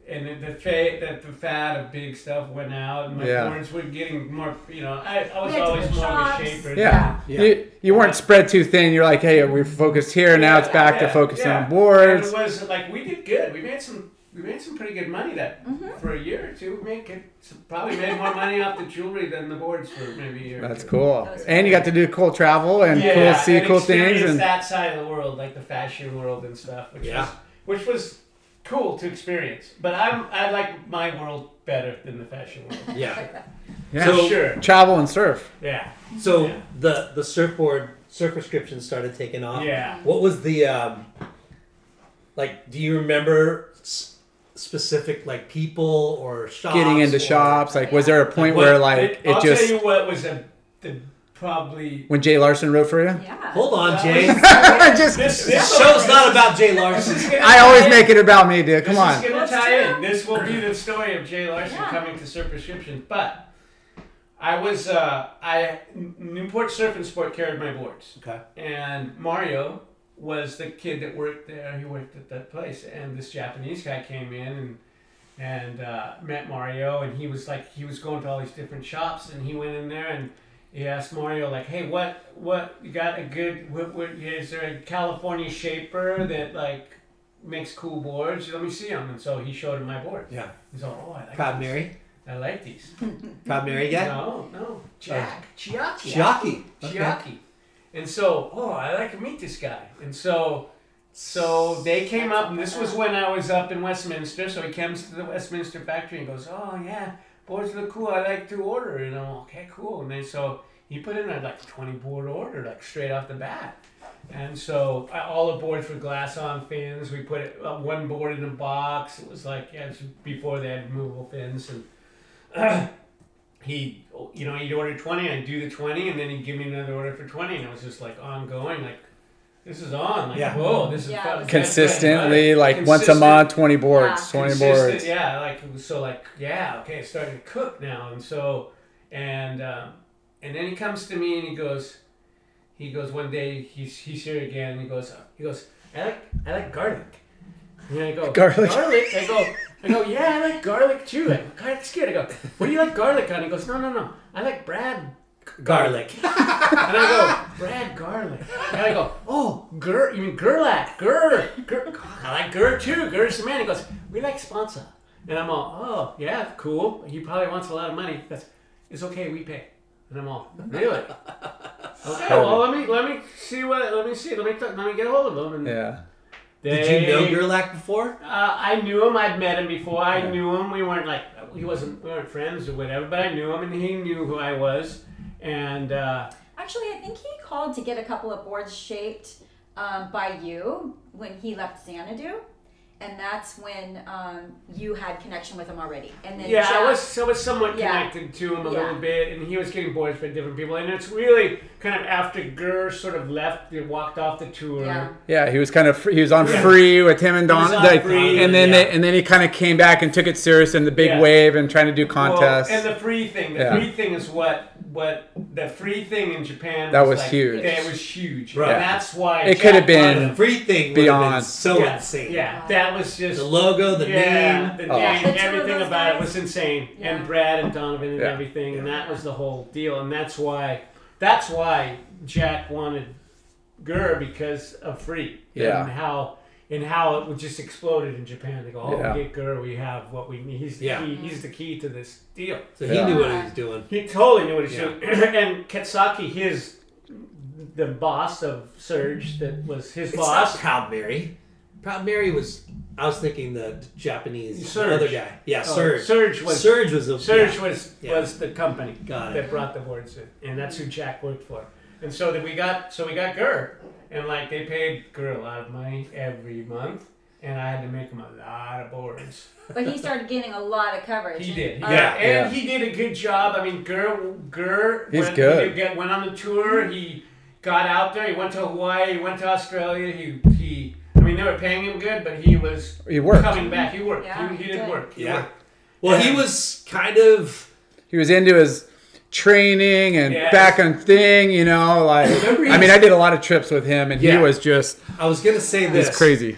[SPEAKER 4] and then the fat that the fad of big stuff went out, and my
[SPEAKER 2] Yeah.
[SPEAKER 4] boards were getting more. You know, I, I was
[SPEAKER 7] had
[SPEAKER 4] always
[SPEAKER 7] different
[SPEAKER 4] more of a
[SPEAKER 7] jobs.
[SPEAKER 4] shaper.
[SPEAKER 2] Yeah.
[SPEAKER 1] Yeah.
[SPEAKER 2] You, you weren't spread too thin. You're like, hey, we're focused here. Now it's back to
[SPEAKER 4] Uh-huh. Yeah,
[SPEAKER 2] focus
[SPEAKER 4] yeah.
[SPEAKER 2] on boards.
[SPEAKER 4] And it was like we did good. We made some we made some pretty good money that for a year or two. We made good, probably made more money off the jewelry than the boards for maybe a year. or
[SPEAKER 2] That's
[SPEAKER 4] two.
[SPEAKER 2] cool.
[SPEAKER 7] That was
[SPEAKER 2] And you got to do cool travel and
[SPEAKER 4] Yeah,
[SPEAKER 2] cool
[SPEAKER 4] yeah,
[SPEAKER 2] see
[SPEAKER 4] and
[SPEAKER 2] cool things
[SPEAKER 4] experience
[SPEAKER 2] and
[SPEAKER 4] that side of the world, like the fashion world and stuff, which
[SPEAKER 1] Yeah.
[SPEAKER 4] was which was cool to experience. But I'm I like my world better than the fashion world.
[SPEAKER 1] Yeah.
[SPEAKER 2] yeah.
[SPEAKER 1] So-
[SPEAKER 4] sure.
[SPEAKER 2] travel and surf.
[SPEAKER 4] Yeah.
[SPEAKER 1] So
[SPEAKER 4] Yeah.
[SPEAKER 1] the the surfboard surf prescription started taking off.
[SPEAKER 4] Yeah.
[SPEAKER 1] What was the um, like? Do you remember s- specific like people or shops?
[SPEAKER 2] Getting into
[SPEAKER 1] or-
[SPEAKER 2] shops, like was there a point
[SPEAKER 1] What-
[SPEAKER 2] where like
[SPEAKER 4] I'll
[SPEAKER 2] it just
[SPEAKER 4] tell you what was a the probably
[SPEAKER 2] when Jay Larson wrote for you?
[SPEAKER 7] Yeah.
[SPEAKER 1] Hold on, Jay.
[SPEAKER 2] just
[SPEAKER 4] this,
[SPEAKER 1] this
[SPEAKER 4] this
[SPEAKER 1] show's not about Jay Larson.
[SPEAKER 4] This is gonna
[SPEAKER 2] I always
[SPEAKER 4] tie
[SPEAKER 2] make
[SPEAKER 4] in.
[SPEAKER 2] it about me, dude.
[SPEAKER 4] This
[SPEAKER 2] Come
[SPEAKER 4] is
[SPEAKER 2] on.
[SPEAKER 4] gonna
[SPEAKER 7] That's
[SPEAKER 4] tie
[SPEAKER 7] true.
[SPEAKER 4] in. This will be the story of Jay Larson
[SPEAKER 7] Yeah.
[SPEAKER 4] coming to Surf Prescription. But I was uh, I Newport Surf and Sport carried my boards.
[SPEAKER 1] Okay.
[SPEAKER 4] and Mario was the kid that worked there. He worked at that place, and this Japanese guy came in and and uh, met Mario, and he was like he was going to all these different shops, and he went in there and he asked Mario like, hey, what what you got a good what, what is there a California shaper that like makes cool boards? Let me see them. And so he showed him my board.
[SPEAKER 1] Yeah.
[SPEAKER 4] He's all, oh, I like
[SPEAKER 1] Proud
[SPEAKER 4] these.
[SPEAKER 1] Mary.
[SPEAKER 4] I like these.
[SPEAKER 1] Proud Mary guy.
[SPEAKER 4] No, no, Jack, Chiaki.
[SPEAKER 1] Uh, Chiaki. Okay.
[SPEAKER 4] Chiaki. And so, oh, I like to meet this guy. And so, so they came up, and this was when I was up in Westminster. So he comes to the Westminster factory and goes, oh yeah, boards look cool. I like to order. And I'm okay, cool. And then so he put in a like 20 board order, like straight off the bat. And so uh, all the boards were glass on fins. We put it, uh, one board in a box. It was like yeah, it was before they had movable fins and he you know he'd order 20 i'd do the 20 and then he'd give me another order for 20 and i was just like ongoing like this is on like
[SPEAKER 1] Yeah.
[SPEAKER 4] whoa this is
[SPEAKER 7] Yeah,
[SPEAKER 4] fucking-
[SPEAKER 7] it was
[SPEAKER 2] Consistently, like once a
[SPEAKER 4] Consistent-
[SPEAKER 2] month, twenty boards, twenty
[SPEAKER 4] consistent,
[SPEAKER 2] boards.
[SPEAKER 4] yeah like it was so like yeah okay it's starting to cook now and so and um, and then he comes to me and he goes he goes one day he's he's here again and he goes he goes i like i like garlic and I go
[SPEAKER 2] Garlic.
[SPEAKER 4] garlic. I go, I go, yeah, I like garlic too. I go, garlic's good. I go, what do you like garlic on? He goes, no, no, no, I like Brad
[SPEAKER 1] Garlic.
[SPEAKER 4] and I go, Ah! Brad Garlick. And I go, oh, Gur, you mean Gerlach, Gur, Gur. I like Gur too. Gur's the man. He goes, we like sponsor. And I'm all, oh, yeah, cool. He probably wants a lot of money. He goes, it's okay, we pay. And I'm all, really? okay, well, let me, let me see what, let me see, let me, talk, let me get a hold of him. And
[SPEAKER 2] Yeah.
[SPEAKER 1] Did you know
[SPEAKER 4] they-
[SPEAKER 1] Gerlach before?
[SPEAKER 4] uh, I knew him. I'd met him before. I knew him. We weren't like he wasn't. We weren't friends or whatever. But I knew him, and he knew who I was. And uh,
[SPEAKER 7] Actually, I think he called to get a couple of boards shaped um, by you when he left Xanadu. And that's when um, you had connection with him already. And then
[SPEAKER 4] yeah,
[SPEAKER 7] Jack,
[SPEAKER 4] I was I was somewhat
[SPEAKER 7] Yeah.
[SPEAKER 4] connected to him a
[SPEAKER 7] Yeah.
[SPEAKER 4] little bit, and he was getting boards by different people. And it's really kind of after Gurr sort of left, they walked off the tour.
[SPEAKER 7] Yeah.
[SPEAKER 2] Yeah, he was kind of free, he was on free with him and Don,
[SPEAKER 4] was on
[SPEAKER 2] like,
[SPEAKER 4] free,
[SPEAKER 2] and then
[SPEAKER 1] yeah.
[SPEAKER 2] they, and then he kind of came back and took it serious in the big
[SPEAKER 4] Yeah.
[SPEAKER 2] wave and trying to do
[SPEAKER 4] Well,
[SPEAKER 2] contests.
[SPEAKER 4] and the free thing. The
[SPEAKER 2] Yeah.
[SPEAKER 4] free thing is what what the free thing in Japan.
[SPEAKER 2] That was
[SPEAKER 4] like-
[SPEAKER 2] huge.
[SPEAKER 4] That was huge.
[SPEAKER 1] Right.
[SPEAKER 4] And that's why
[SPEAKER 2] It
[SPEAKER 4] Jack
[SPEAKER 2] could have
[SPEAKER 4] wanted
[SPEAKER 2] been
[SPEAKER 4] him.
[SPEAKER 1] Everything would have been
[SPEAKER 2] Beyond.
[SPEAKER 1] so
[SPEAKER 4] yeah,
[SPEAKER 1] insane.
[SPEAKER 4] Yeah, that was just
[SPEAKER 1] The logo, the
[SPEAKER 4] yeah,
[SPEAKER 1] name.
[SPEAKER 4] the
[SPEAKER 2] Oh.
[SPEAKER 4] name,
[SPEAKER 7] The two of
[SPEAKER 4] everything
[SPEAKER 7] those
[SPEAKER 4] about it
[SPEAKER 7] guys.
[SPEAKER 4] was insane.
[SPEAKER 7] Yeah.
[SPEAKER 4] And Brad and Donovan and
[SPEAKER 2] Yeah.
[SPEAKER 4] everything, and that was the whole deal. And that's why, that's why Jack wanted Gurr because of Free.
[SPEAKER 2] Yeah.
[SPEAKER 4] And how and how it would just exploded in Japan. They go, oh,
[SPEAKER 2] Yeah.
[SPEAKER 4] we get Gurr, we have what we need. He's the
[SPEAKER 1] Yeah.
[SPEAKER 4] key.
[SPEAKER 7] Mm-hmm.
[SPEAKER 4] He's the key to this deal.
[SPEAKER 1] So he
[SPEAKER 2] Yeah.
[SPEAKER 1] knew what he was doing.
[SPEAKER 4] He totally knew what he was doing. and Katsaki, his the boss of Surge, that was his
[SPEAKER 1] It's
[SPEAKER 4] boss.
[SPEAKER 1] not Proud Mary. Proud Mary was. I was thinking the Japanese
[SPEAKER 4] Surge.
[SPEAKER 1] the other guy. Yeah,
[SPEAKER 4] Oh,
[SPEAKER 1] Surge.
[SPEAKER 4] Surge was-
[SPEAKER 1] Surge was a
[SPEAKER 4] Surge
[SPEAKER 1] yeah.
[SPEAKER 4] was
[SPEAKER 1] Yeah.
[SPEAKER 4] was the company
[SPEAKER 1] Got it.
[SPEAKER 4] that brought the boards in, and that's who Jack worked for. And so that we got so we got Gurr, and like they paid Gurr a lot of money every month, and I had to make him a lot of boards.
[SPEAKER 7] But he started getting a lot of coverage.
[SPEAKER 4] He did,
[SPEAKER 7] Uh,
[SPEAKER 4] yeah,
[SPEAKER 2] Yeah.
[SPEAKER 4] and he did a good job. I mean, Gurr Gurr
[SPEAKER 2] He's
[SPEAKER 4] went,
[SPEAKER 2] good.
[SPEAKER 4] He get, went on the tour. He got out there. He went to Hawaii. He went to Australia. He he. I mean, they were paying him good, but he was
[SPEAKER 2] He worked.
[SPEAKER 4] coming back. He worked.
[SPEAKER 7] Yeah,
[SPEAKER 4] he,
[SPEAKER 7] he
[SPEAKER 4] he did
[SPEAKER 7] did.
[SPEAKER 4] work. He
[SPEAKER 1] Yeah.
[SPEAKER 4] worked.
[SPEAKER 1] Well, he was kind of.
[SPEAKER 2] he was into his training and
[SPEAKER 4] Yes.
[SPEAKER 2] back on thing, you know, like
[SPEAKER 1] Remember he
[SPEAKER 2] I mean,
[SPEAKER 1] was-
[SPEAKER 2] I did a lot of trips with him, and
[SPEAKER 1] Yeah.
[SPEAKER 2] he was just
[SPEAKER 1] I was gonna say this.
[SPEAKER 2] it's crazy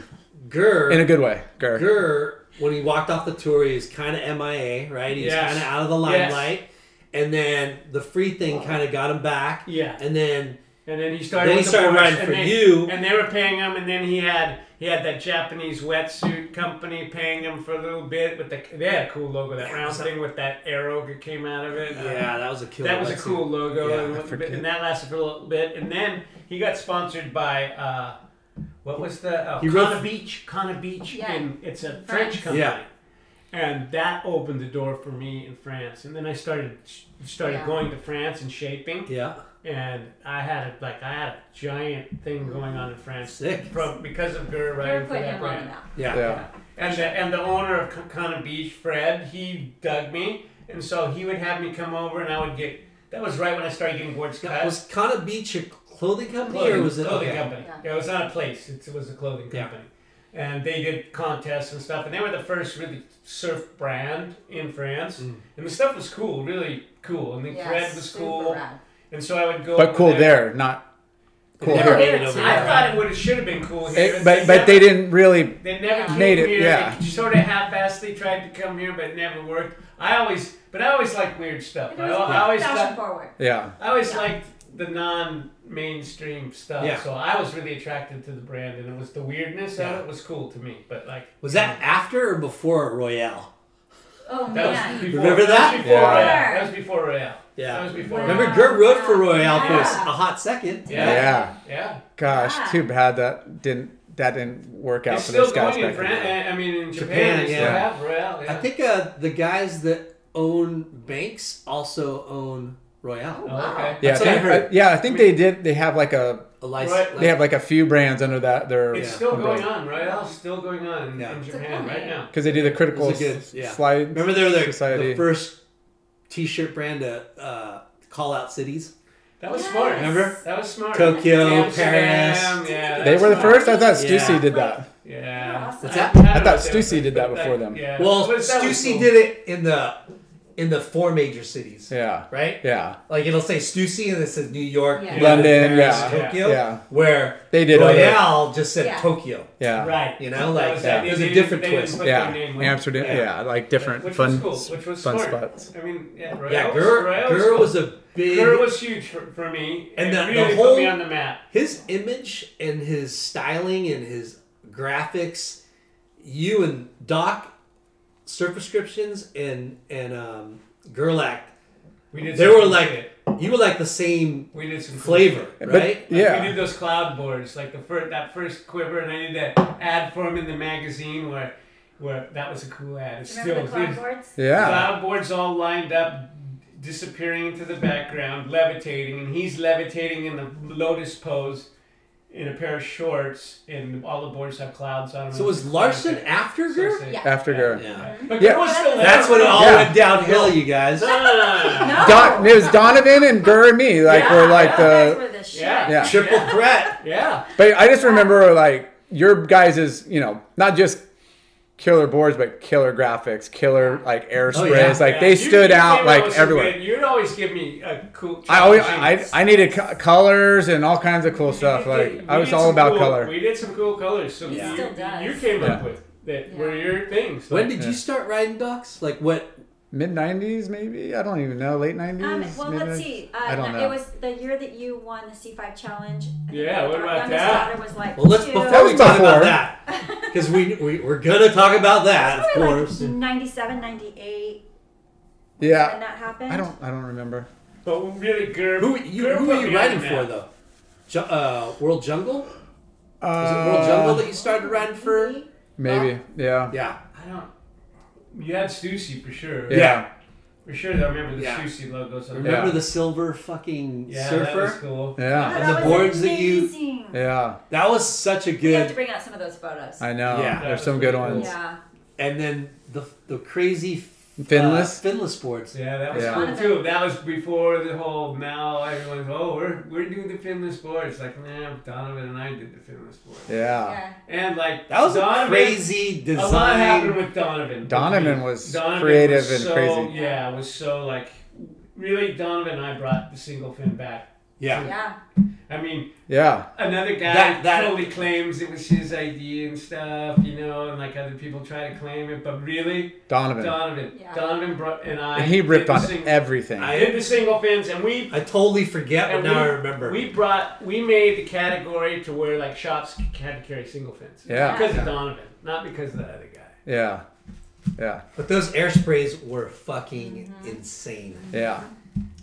[SPEAKER 1] Gurr.
[SPEAKER 2] in a good way. Gar.
[SPEAKER 1] Gurr, when he walked off the tour, he was kind of MIA, right? He was
[SPEAKER 4] Yes.
[SPEAKER 1] kind of out of the
[SPEAKER 4] Yes.
[SPEAKER 1] limelight. And then the free thing kind of got him back.
[SPEAKER 4] Yeah.
[SPEAKER 1] And then
[SPEAKER 4] And then he started.
[SPEAKER 1] Then he
[SPEAKER 4] with the
[SPEAKER 1] started
[SPEAKER 4] Porsche,
[SPEAKER 1] riding
[SPEAKER 4] and
[SPEAKER 1] for
[SPEAKER 4] they-
[SPEAKER 1] you.
[SPEAKER 4] And they were paying him, and then he had he had that Japanese wetsuit company paying him for a little bit with the they had a cool logo that round thing with that arrow that came out of it. Uh-huh.
[SPEAKER 1] Yeah, that was a killer.
[SPEAKER 4] That was a
[SPEAKER 1] wetsuit.
[SPEAKER 4] cool logo,
[SPEAKER 1] Yeah,
[SPEAKER 4] and,
[SPEAKER 1] I
[SPEAKER 4] went- and that lasted for a little bit. And then he got sponsored by uh, what was the oh,
[SPEAKER 1] He wrote-
[SPEAKER 4] Conna Beach? Conna Beach,
[SPEAKER 7] Yeah.
[SPEAKER 4] and it's a
[SPEAKER 7] France.
[SPEAKER 4] French company.
[SPEAKER 1] Yeah.
[SPEAKER 4] And that opened the door for me in France. And then I started started
[SPEAKER 7] Yeah.
[SPEAKER 4] going to France and shaping
[SPEAKER 1] Yeah.
[SPEAKER 4] and I had a, like I had a giant thing going on in France
[SPEAKER 1] Sick.
[SPEAKER 4] from because of Gur
[SPEAKER 7] Never
[SPEAKER 4] writing for that
[SPEAKER 7] put him on the
[SPEAKER 4] brand.
[SPEAKER 7] map.
[SPEAKER 1] Yeah.
[SPEAKER 2] Yeah.
[SPEAKER 4] And the, and the owner of Kana Beach, Fred, he dug me, and so he would have me come over, and I would get. That was right when I started getting boards cut.
[SPEAKER 1] Was Kana Beach a clothing company
[SPEAKER 4] clothing,
[SPEAKER 1] or was it
[SPEAKER 4] clothing
[SPEAKER 1] okay.
[SPEAKER 4] company?
[SPEAKER 7] Yeah.
[SPEAKER 4] Yeah, it was not a place. It, it was a clothing
[SPEAKER 1] Yeah.
[SPEAKER 4] company, and they did contests and stuff. And they were the first really surf brand in France, and the stuff was cool, really cool. And the
[SPEAKER 7] Yes,
[SPEAKER 4] Fred was
[SPEAKER 7] super
[SPEAKER 4] cool,
[SPEAKER 7] rad.
[SPEAKER 4] and so I would go.
[SPEAKER 2] But
[SPEAKER 4] over
[SPEAKER 2] cool
[SPEAKER 4] there.
[SPEAKER 2] there, not cool
[SPEAKER 1] Yeah.
[SPEAKER 2] here.
[SPEAKER 1] Yeah.
[SPEAKER 4] I thought it would have should have been cool here.
[SPEAKER 2] It- but but they
[SPEAKER 4] never-
[SPEAKER 2] didn't really.
[SPEAKER 4] They never came
[SPEAKER 2] Made it,
[SPEAKER 4] here.
[SPEAKER 2] yeah.
[SPEAKER 4] They sort of half-assedly tried to come here, but it never worked. I always, but I always like weird stuff.
[SPEAKER 7] It
[SPEAKER 4] I,
[SPEAKER 7] was
[SPEAKER 4] al- I always, got,
[SPEAKER 7] fashion forward.
[SPEAKER 2] Yeah.
[SPEAKER 4] I always liked the non-mainstream stuff.
[SPEAKER 1] Yeah.
[SPEAKER 4] So I was really attracted to the brand, and it was the weirdness
[SPEAKER 1] Yeah.
[SPEAKER 4] of it was cool to me. But like,
[SPEAKER 1] Was that after or before Royale?
[SPEAKER 7] Oh
[SPEAKER 4] that was
[SPEAKER 7] man.
[SPEAKER 4] before,
[SPEAKER 1] Remember that?
[SPEAKER 4] was before
[SPEAKER 2] Yeah.
[SPEAKER 4] Royale. That was before Royale.
[SPEAKER 1] Yeah.
[SPEAKER 4] That was before.
[SPEAKER 7] Wow.
[SPEAKER 1] Remember, Gert wrote for Royale for a s-
[SPEAKER 7] Uh, Yeah.
[SPEAKER 1] a hot second.
[SPEAKER 4] Yeah.
[SPEAKER 2] Yeah.
[SPEAKER 4] Yeah.
[SPEAKER 2] Gosh,
[SPEAKER 7] Yeah.
[SPEAKER 2] too bad that didn't that didn't work out
[SPEAKER 4] It's
[SPEAKER 2] for
[SPEAKER 4] still
[SPEAKER 2] those guys
[SPEAKER 4] going in
[SPEAKER 2] back
[SPEAKER 4] France.
[SPEAKER 2] then.
[SPEAKER 4] I mean, in Japan,
[SPEAKER 1] Japan,
[SPEAKER 4] they still
[SPEAKER 1] yeah.
[SPEAKER 4] have Royale.
[SPEAKER 1] I
[SPEAKER 4] Yeah.
[SPEAKER 1] think uh, the guys that own banks also own Royale.
[SPEAKER 4] Oh, okay.
[SPEAKER 2] Yeah,
[SPEAKER 1] That's
[SPEAKER 2] I
[SPEAKER 1] what I
[SPEAKER 2] think,
[SPEAKER 1] heard.
[SPEAKER 2] I- yeah, I think they did. They have like a
[SPEAKER 1] A license.
[SPEAKER 4] Right.
[SPEAKER 2] they have like a few brands under that their
[SPEAKER 4] It's still going on, right? It's still going on in,
[SPEAKER 1] Yeah.
[SPEAKER 4] in
[SPEAKER 1] It's
[SPEAKER 7] a
[SPEAKER 4] Japan
[SPEAKER 7] cool
[SPEAKER 4] right
[SPEAKER 7] name.
[SPEAKER 4] now.
[SPEAKER 2] because they do the critical
[SPEAKER 1] It's a good-
[SPEAKER 2] s-
[SPEAKER 1] yeah.
[SPEAKER 2] slide.
[SPEAKER 1] Remember, they were the,
[SPEAKER 2] society.
[SPEAKER 1] the first T-shirt brand to uh, call out cities.
[SPEAKER 4] That was
[SPEAKER 7] Yes.
[SPEAKER 4] smart.
[SPEAKER 1] Remember?
[SPEAKER 4] That was smart.
[SPEAKER 1] Tokyo,
[SPEAKER 4] Amsterdam,
[SPEAKER 1] Paris.
[SPEAKER 4] Yeah,
[SPEAKER 2] they
[SPEAKER 4] that's
[SPEAKER 2] were the
[SPEAKER 4] smart.
[SPEAKER 2] first. I thought
[SPEAKER 1] Yeah.
[SPEAKER 2] Stussy did that.
[SPEAKER 4] Yeah.
[SPEAKER 7] Awesome.
[SPEAKER 1] What's that?
[SPEAKER 4] don't
[SPEAKER 2] I
[SPEAKER 4] know
[SPEAKER 2] thought
[SPEAKER 4] if they were
[SPEAKER 2] Stussy did that
[SPEAKER 4] but
[SPEAKER 2] before
[SPEAKER 4] like,
[SPEAKER 2] them.
[SPEAKER 4] Yeah.
[SPEAKER 1] Well,
[SPEAKER 4] That was- that was
[SPEAKER 1] Stussy
[SPEAKER 4] cool.
[SPEAKER 1] did it in the in the four major cities,
[SPEAKER 2] Yeah,
[SPEAKER 1] right?
[SPEAKER 2] yeah,
[SPEAKER 1] Like it'll say Stussy, and it says New York,
[SPEAKER 7] Yeah.
[SPEAKER 1] London,
[SPEAKER 2] London,
[SPEAKER 1] Paris,
[SPEAKER 2] yeah.
[SPEAKER 1] Tokyo.
[SPEAKER 2] Yeah.
[SPEAKER 1] Where
[SPEAKER 2] They did all that.
[SPEAKER 1] Royale just said
[SPEAKER 7] Yeah.
[SPEAKER 1] Tokyo.
[SPEAKER 2] yeah,
[SPEAKER 4] Right.
[SPEAKER 1] You know,
[SPEAKER 4] That
[SPEAKER 1] like,
[SPEAKER 4] was
[SPEAKER 1] yeah,
[SPEAKER 4] it.
[SPEAKER 1] there's a
[SPEAKER 4] They
[SPEAKER 1] different
[SPEAKER 4] didn't- they
[SPEAKER 1] twist.
[SPEAKER 4] didn't put
[SPEAKER 2] yeah.
[SPEAKER 4] their name on it.
[SPEAKER 2] Amsterdam, yeah. like different
[SPEAKER 4] Which
[SPEAKER 2] fun,
[SPEAKER 4] was cool. Which was
[SPEAKER 2] fun
[SPEAKER 4] smart.
[SPEAKER 2] spots.
[SPEAKER 4] I mean, yeah.
[SPEAKER 1] Yeah,
[SPEAKER 4] Royale
[SPEAKER 1] Gur,
[SPEAKER 4] Royale
[SPEAKER 1] Gur was a big.
[SPEAKER 4] Gur was huge for, for me.
[SPEAKER 1] And
[SPEAKER 4] And
[SPEAKER 1] the-
[SPEAKER 4] that
[SPEAKER 1] the
[SPEAKER 4] really
[SPEAKER 1] whole-
[SPEAKER 4] put me on the map.
[SPEAKER 1] his image and his styling and his graphics you and doc surf prescriptions and and um gerlach
[SPEAKER 4] We did.
[SPEAKER 1] they
[SPEAKER 4] some
[SPEAKER 1] were
[SPEAKER 4] cool
[SPEAKER 1] like
[SPEAKER 4] shit.
[SPEAKER 1] you were like the same
[SPEAKER 4] We did some cool
[SPEAKER 1] flavor
[SPEAKER 2] But
[SPEAKER 1] right
[SPEAKER 4] We did
[SPEAKER 2] yeah,
[SPEAKER 4] those cloud boards, like the first that first quiver, and I did that ad for him in the magazine where, where that was a cool ad. It's still
[SPEAKER 7] Remember the cardboards?
[SPEAKER 2] yeah,
[SPEAKER 4] cloud boards all lined up, disappearing into the background, levitating, and he's levitating in the lotus pose, in a pair of shorts, and all the boards have clouds on them.
[SPEAKER 1] so was larson after Gur?
[SPEAKER 4] Gur?
[SPEAKER 7] Yeah.
[SPEAKER 2] after Gur.
[SPEAKER 1] yeah
[SPEAKER 4] But
[SPEAKER 2] Yeah.
[SPEAKER 4] Gur was still there.
[SPEAKER 1] that's when it all
[SPEAKER 2] Yeah.
[SPEAKER 1] went downhill you guys
[SPEAKER 4] No, no, no, no, no.
[SPEAKER 7] No.
[SPEAKER 2] Don, it was Donovan and Gur and me, like
[SPEAKER 4] Yeah,
[SPEAKER 2] we're like uh,
[SPEAKER 7] Those
[SPEAKER 2] the.
[SPEAKER 7] were the shit.
[SPEAKER 4] Yeah.
[SPEAKER 2] Yeah.
[SPEAKER 1] triple threat
[SPEAKER 4] Yeah.
[SPEAKER 2] But I just remember like your guys is you know not just killer boards, but killer graphics, killer like air
[SPEAKER 1] Oh,
[SPEAKER 2] sprays,
[SPEAKER 1] yeah.
[SPEAKER 2] like
[SPEAKER 4] Yeah.
[SPEAKER 2] they
[SPEAKER 4] You-
[SPEAKER 2] stood
[SPEAKER 4] you
[SPEAKER 2] out
[SPEAKER 4] came
[SPEAKER 2] like
[SPEAKER 4] with some
[SPEAKER 2] everywhere.
[SPEAKER 4] good- You'd always give me a cool.
[SPEAKER 2] I always I,
[SPEAKER 4] challenge.
[SPEAKER 2] I needed co- colors and all kinds of cool stuff. Like
[SPEAKER 4] We
[SPEAKER 2] I was
[SPEAKER 4] did
[SPEAKER 2] all
[SPEAKER 4] some
[SPEAKER 2] about
[SPEAKER 4] cool-
[SPEAKER 2] color.
[SPEAKER 4] We did some cool colors. So
[SPEAKER 1] Yeah.
[SPEAKER 4] you,
[SPEAKER 7] Still does.
[SPEAKER 4] you came up
[SPEAKER 2] Yeah.
[SPEAKER 4] with that
[SPEAKER 7] Yeah.
[SPEAKER 4] were your things.
[SPEAKER 1] when
[SPEAKER 4] Like,
[SPEAKER 1] did you start riding docs like what
[SPEAKER 2] Mid '90s, maybe I don't even know. Late '90s.
[SPEAKER 7] Um, well,
[SPEAKER 2] mid-
[SPEAKER 7] let's see. Uh,
[SPEAKER 2] I don't
[SPEAKER 7] no,
[SPEAKER 2] know.
[SPEAKER 7] It was the year that you won the C5 challenge. I think
[SPEAKER 4] Yeah,
[SPEAKER 7] my
[SPEAKER 4] what about
[SPEAKER 7] youngest
[SPEAKER 4] that?
[SPEAKER 7] daughter was like
[SPEAKER 1] well let's
[SPEAKER 7] two.
[SPEAKER 1] before
[SPEAKER 2] That
[SPEAKER 1] we
[SPEAKER 2] was
[SPEAKER 1] talk about
[SPEAKER 2] before.
[SPEAKER 1] that because we, we we're gonna talk about that of
[SPEAKER 7] Probably
[SPEAKER 1] course
[SPEAKER 7] Like 97, 98 when
[SPEAKER 2] yeah,
[SPEAKER 7] that happened.
[SPEAKER 2] I don't I don't remember.
[SPEAKER 4] but really, Gerb.
[SPEAKER 1] Who you,
[SPEAKER 4] Gerb
[SPEAKER 1] who
[SPEAKER 4] put
[SPEAKER 1] are you
[SPEAKER 4] me on
[SPEAKER 1] riding
[SPEAKER 4] the
[SPEAKER 1] for
[SPEAKER 4] map.
[SPEAKER 1] though? Ju- uh, World Jungle? Is it
[SPEAKER 2] Uh,
[SPEAKER 1] World Jungle that you started riding for?
[SPEAKER 7] Maybe.
[SPEAKER 2] Maybe. Yeah.
[SPEAKER 1] Yeah.
[SPEAKER 4] I don't. You had Stussy for sure.
[SPEAKER 2] Yeah.
[SPEAKER 4] For sure, I remember the
[SPEAKER 1] Yeah.
[SPEAKER 4] Stussy logos. on
[SPEAKER 1] Remember
[SPEAKER 2] Yeah.
[SPEAKER 1] the silver fucking
[SPEAKER 4] there. Yeah,
[SPEAKER 1] surfer?
[SPEAKER 4] that was cool.
[SPEAKER 7] Oh,
[SPEAKER 2] Yeah.
[SPEAKER 1] And
[SPEAKER 7] that
[SPEAKER 1] the
[SPEAKER 7] was
[SPEAKER 1] boards that you-
[SPEAKER 7] amazing.
[SPEAKER 2] Yeah.
[SPEAKER 1] That was such a
[SPEAKER 7] We have to
[SPEAKER 1] good.
[SPEAKER 7] bring out some of those photos.
[SPEAKER 2] I know.
[SPEAKER 1] Yeah.
[SPEAKER 2] There's some good ones.
[SPEAKER 7] yeah.
[SPEAKER 1] And then the the crazy uh,
[SPEAKER 2] Finless?
[SPEAKER 1] finless boards.
[SPEAKER 4] Yeah, that was
[SPEAKER 2] Yeah.
[SPEAKER 4] cool too. That was before the whole now everyone's oh we're we're doing the finless boards like nah Donovan and I did the finless boards
[SPEAKER 2] Yeah.
[SPEAKER 7] Yeah.
[SPEAKER 4] and like
[SPEAKER 1] That was
[SPEAKER 4] Donovan,
[SPEAKER 1] a crazy
[SPEAKER 4] A lot happened
[SPEAKER 1] design.
[SPEAKER 4] with Donovan.
[SPEAKER 2] Donovan was
[SPEAKER 4] Donovan
[SPEAKER 2] creative
[SPEAKER 4] was
[SPEAKER 2] and
[SPEAKER 4] so,
[SPEAKER 2] crazy.
[SPEAKER 4] Yeah, was so like really Donovan and I brought the single fin back
[SPEAKER 1] Yeah.
[SPEAKER 7] Yeah.
[SPEAKER 4] I mean,
[SPEAKER 2] Yeah.
[SPEAKER 4] another guy
[SPEAKER 1] That- that-
[SPEAKER 4] totally claims it was his idea and stuff, you know, and like other people try to claim it, but really,
[SPEAKER 2] Donovan.
[SPEAKER 4] Donovan,
[SPEAKER 7] Yeah.
[SPEAKER 4] Donovan brought, and I,
[SPEAKER 2] and he ripped
[SPEAKER 4] did the
[SPEAKER 2] on
[SPEAKER 4] sing-
[SPEAKER 2] everything.
[SPEAKER 4] I did the single fins, and we
[SPEAKER 1] I totally forget, but
[SPEAKER 4] and
[SPEAKER 1] now
[SPEAKER 4] we,
[SPEAKER 1] I remember.
[SPEAKER 4] We brought, we made the category to where like shops had to carry single fins.
[SPEAKER 2] Yeah.
[SPEAKER 4] Because of Donovan, not because of the other guy.
[SPEAKER 2] yeah. Yeah.
[SPEAKER 1] but those air sprays were fucking insane.
[SPEAKER 2] Yeah.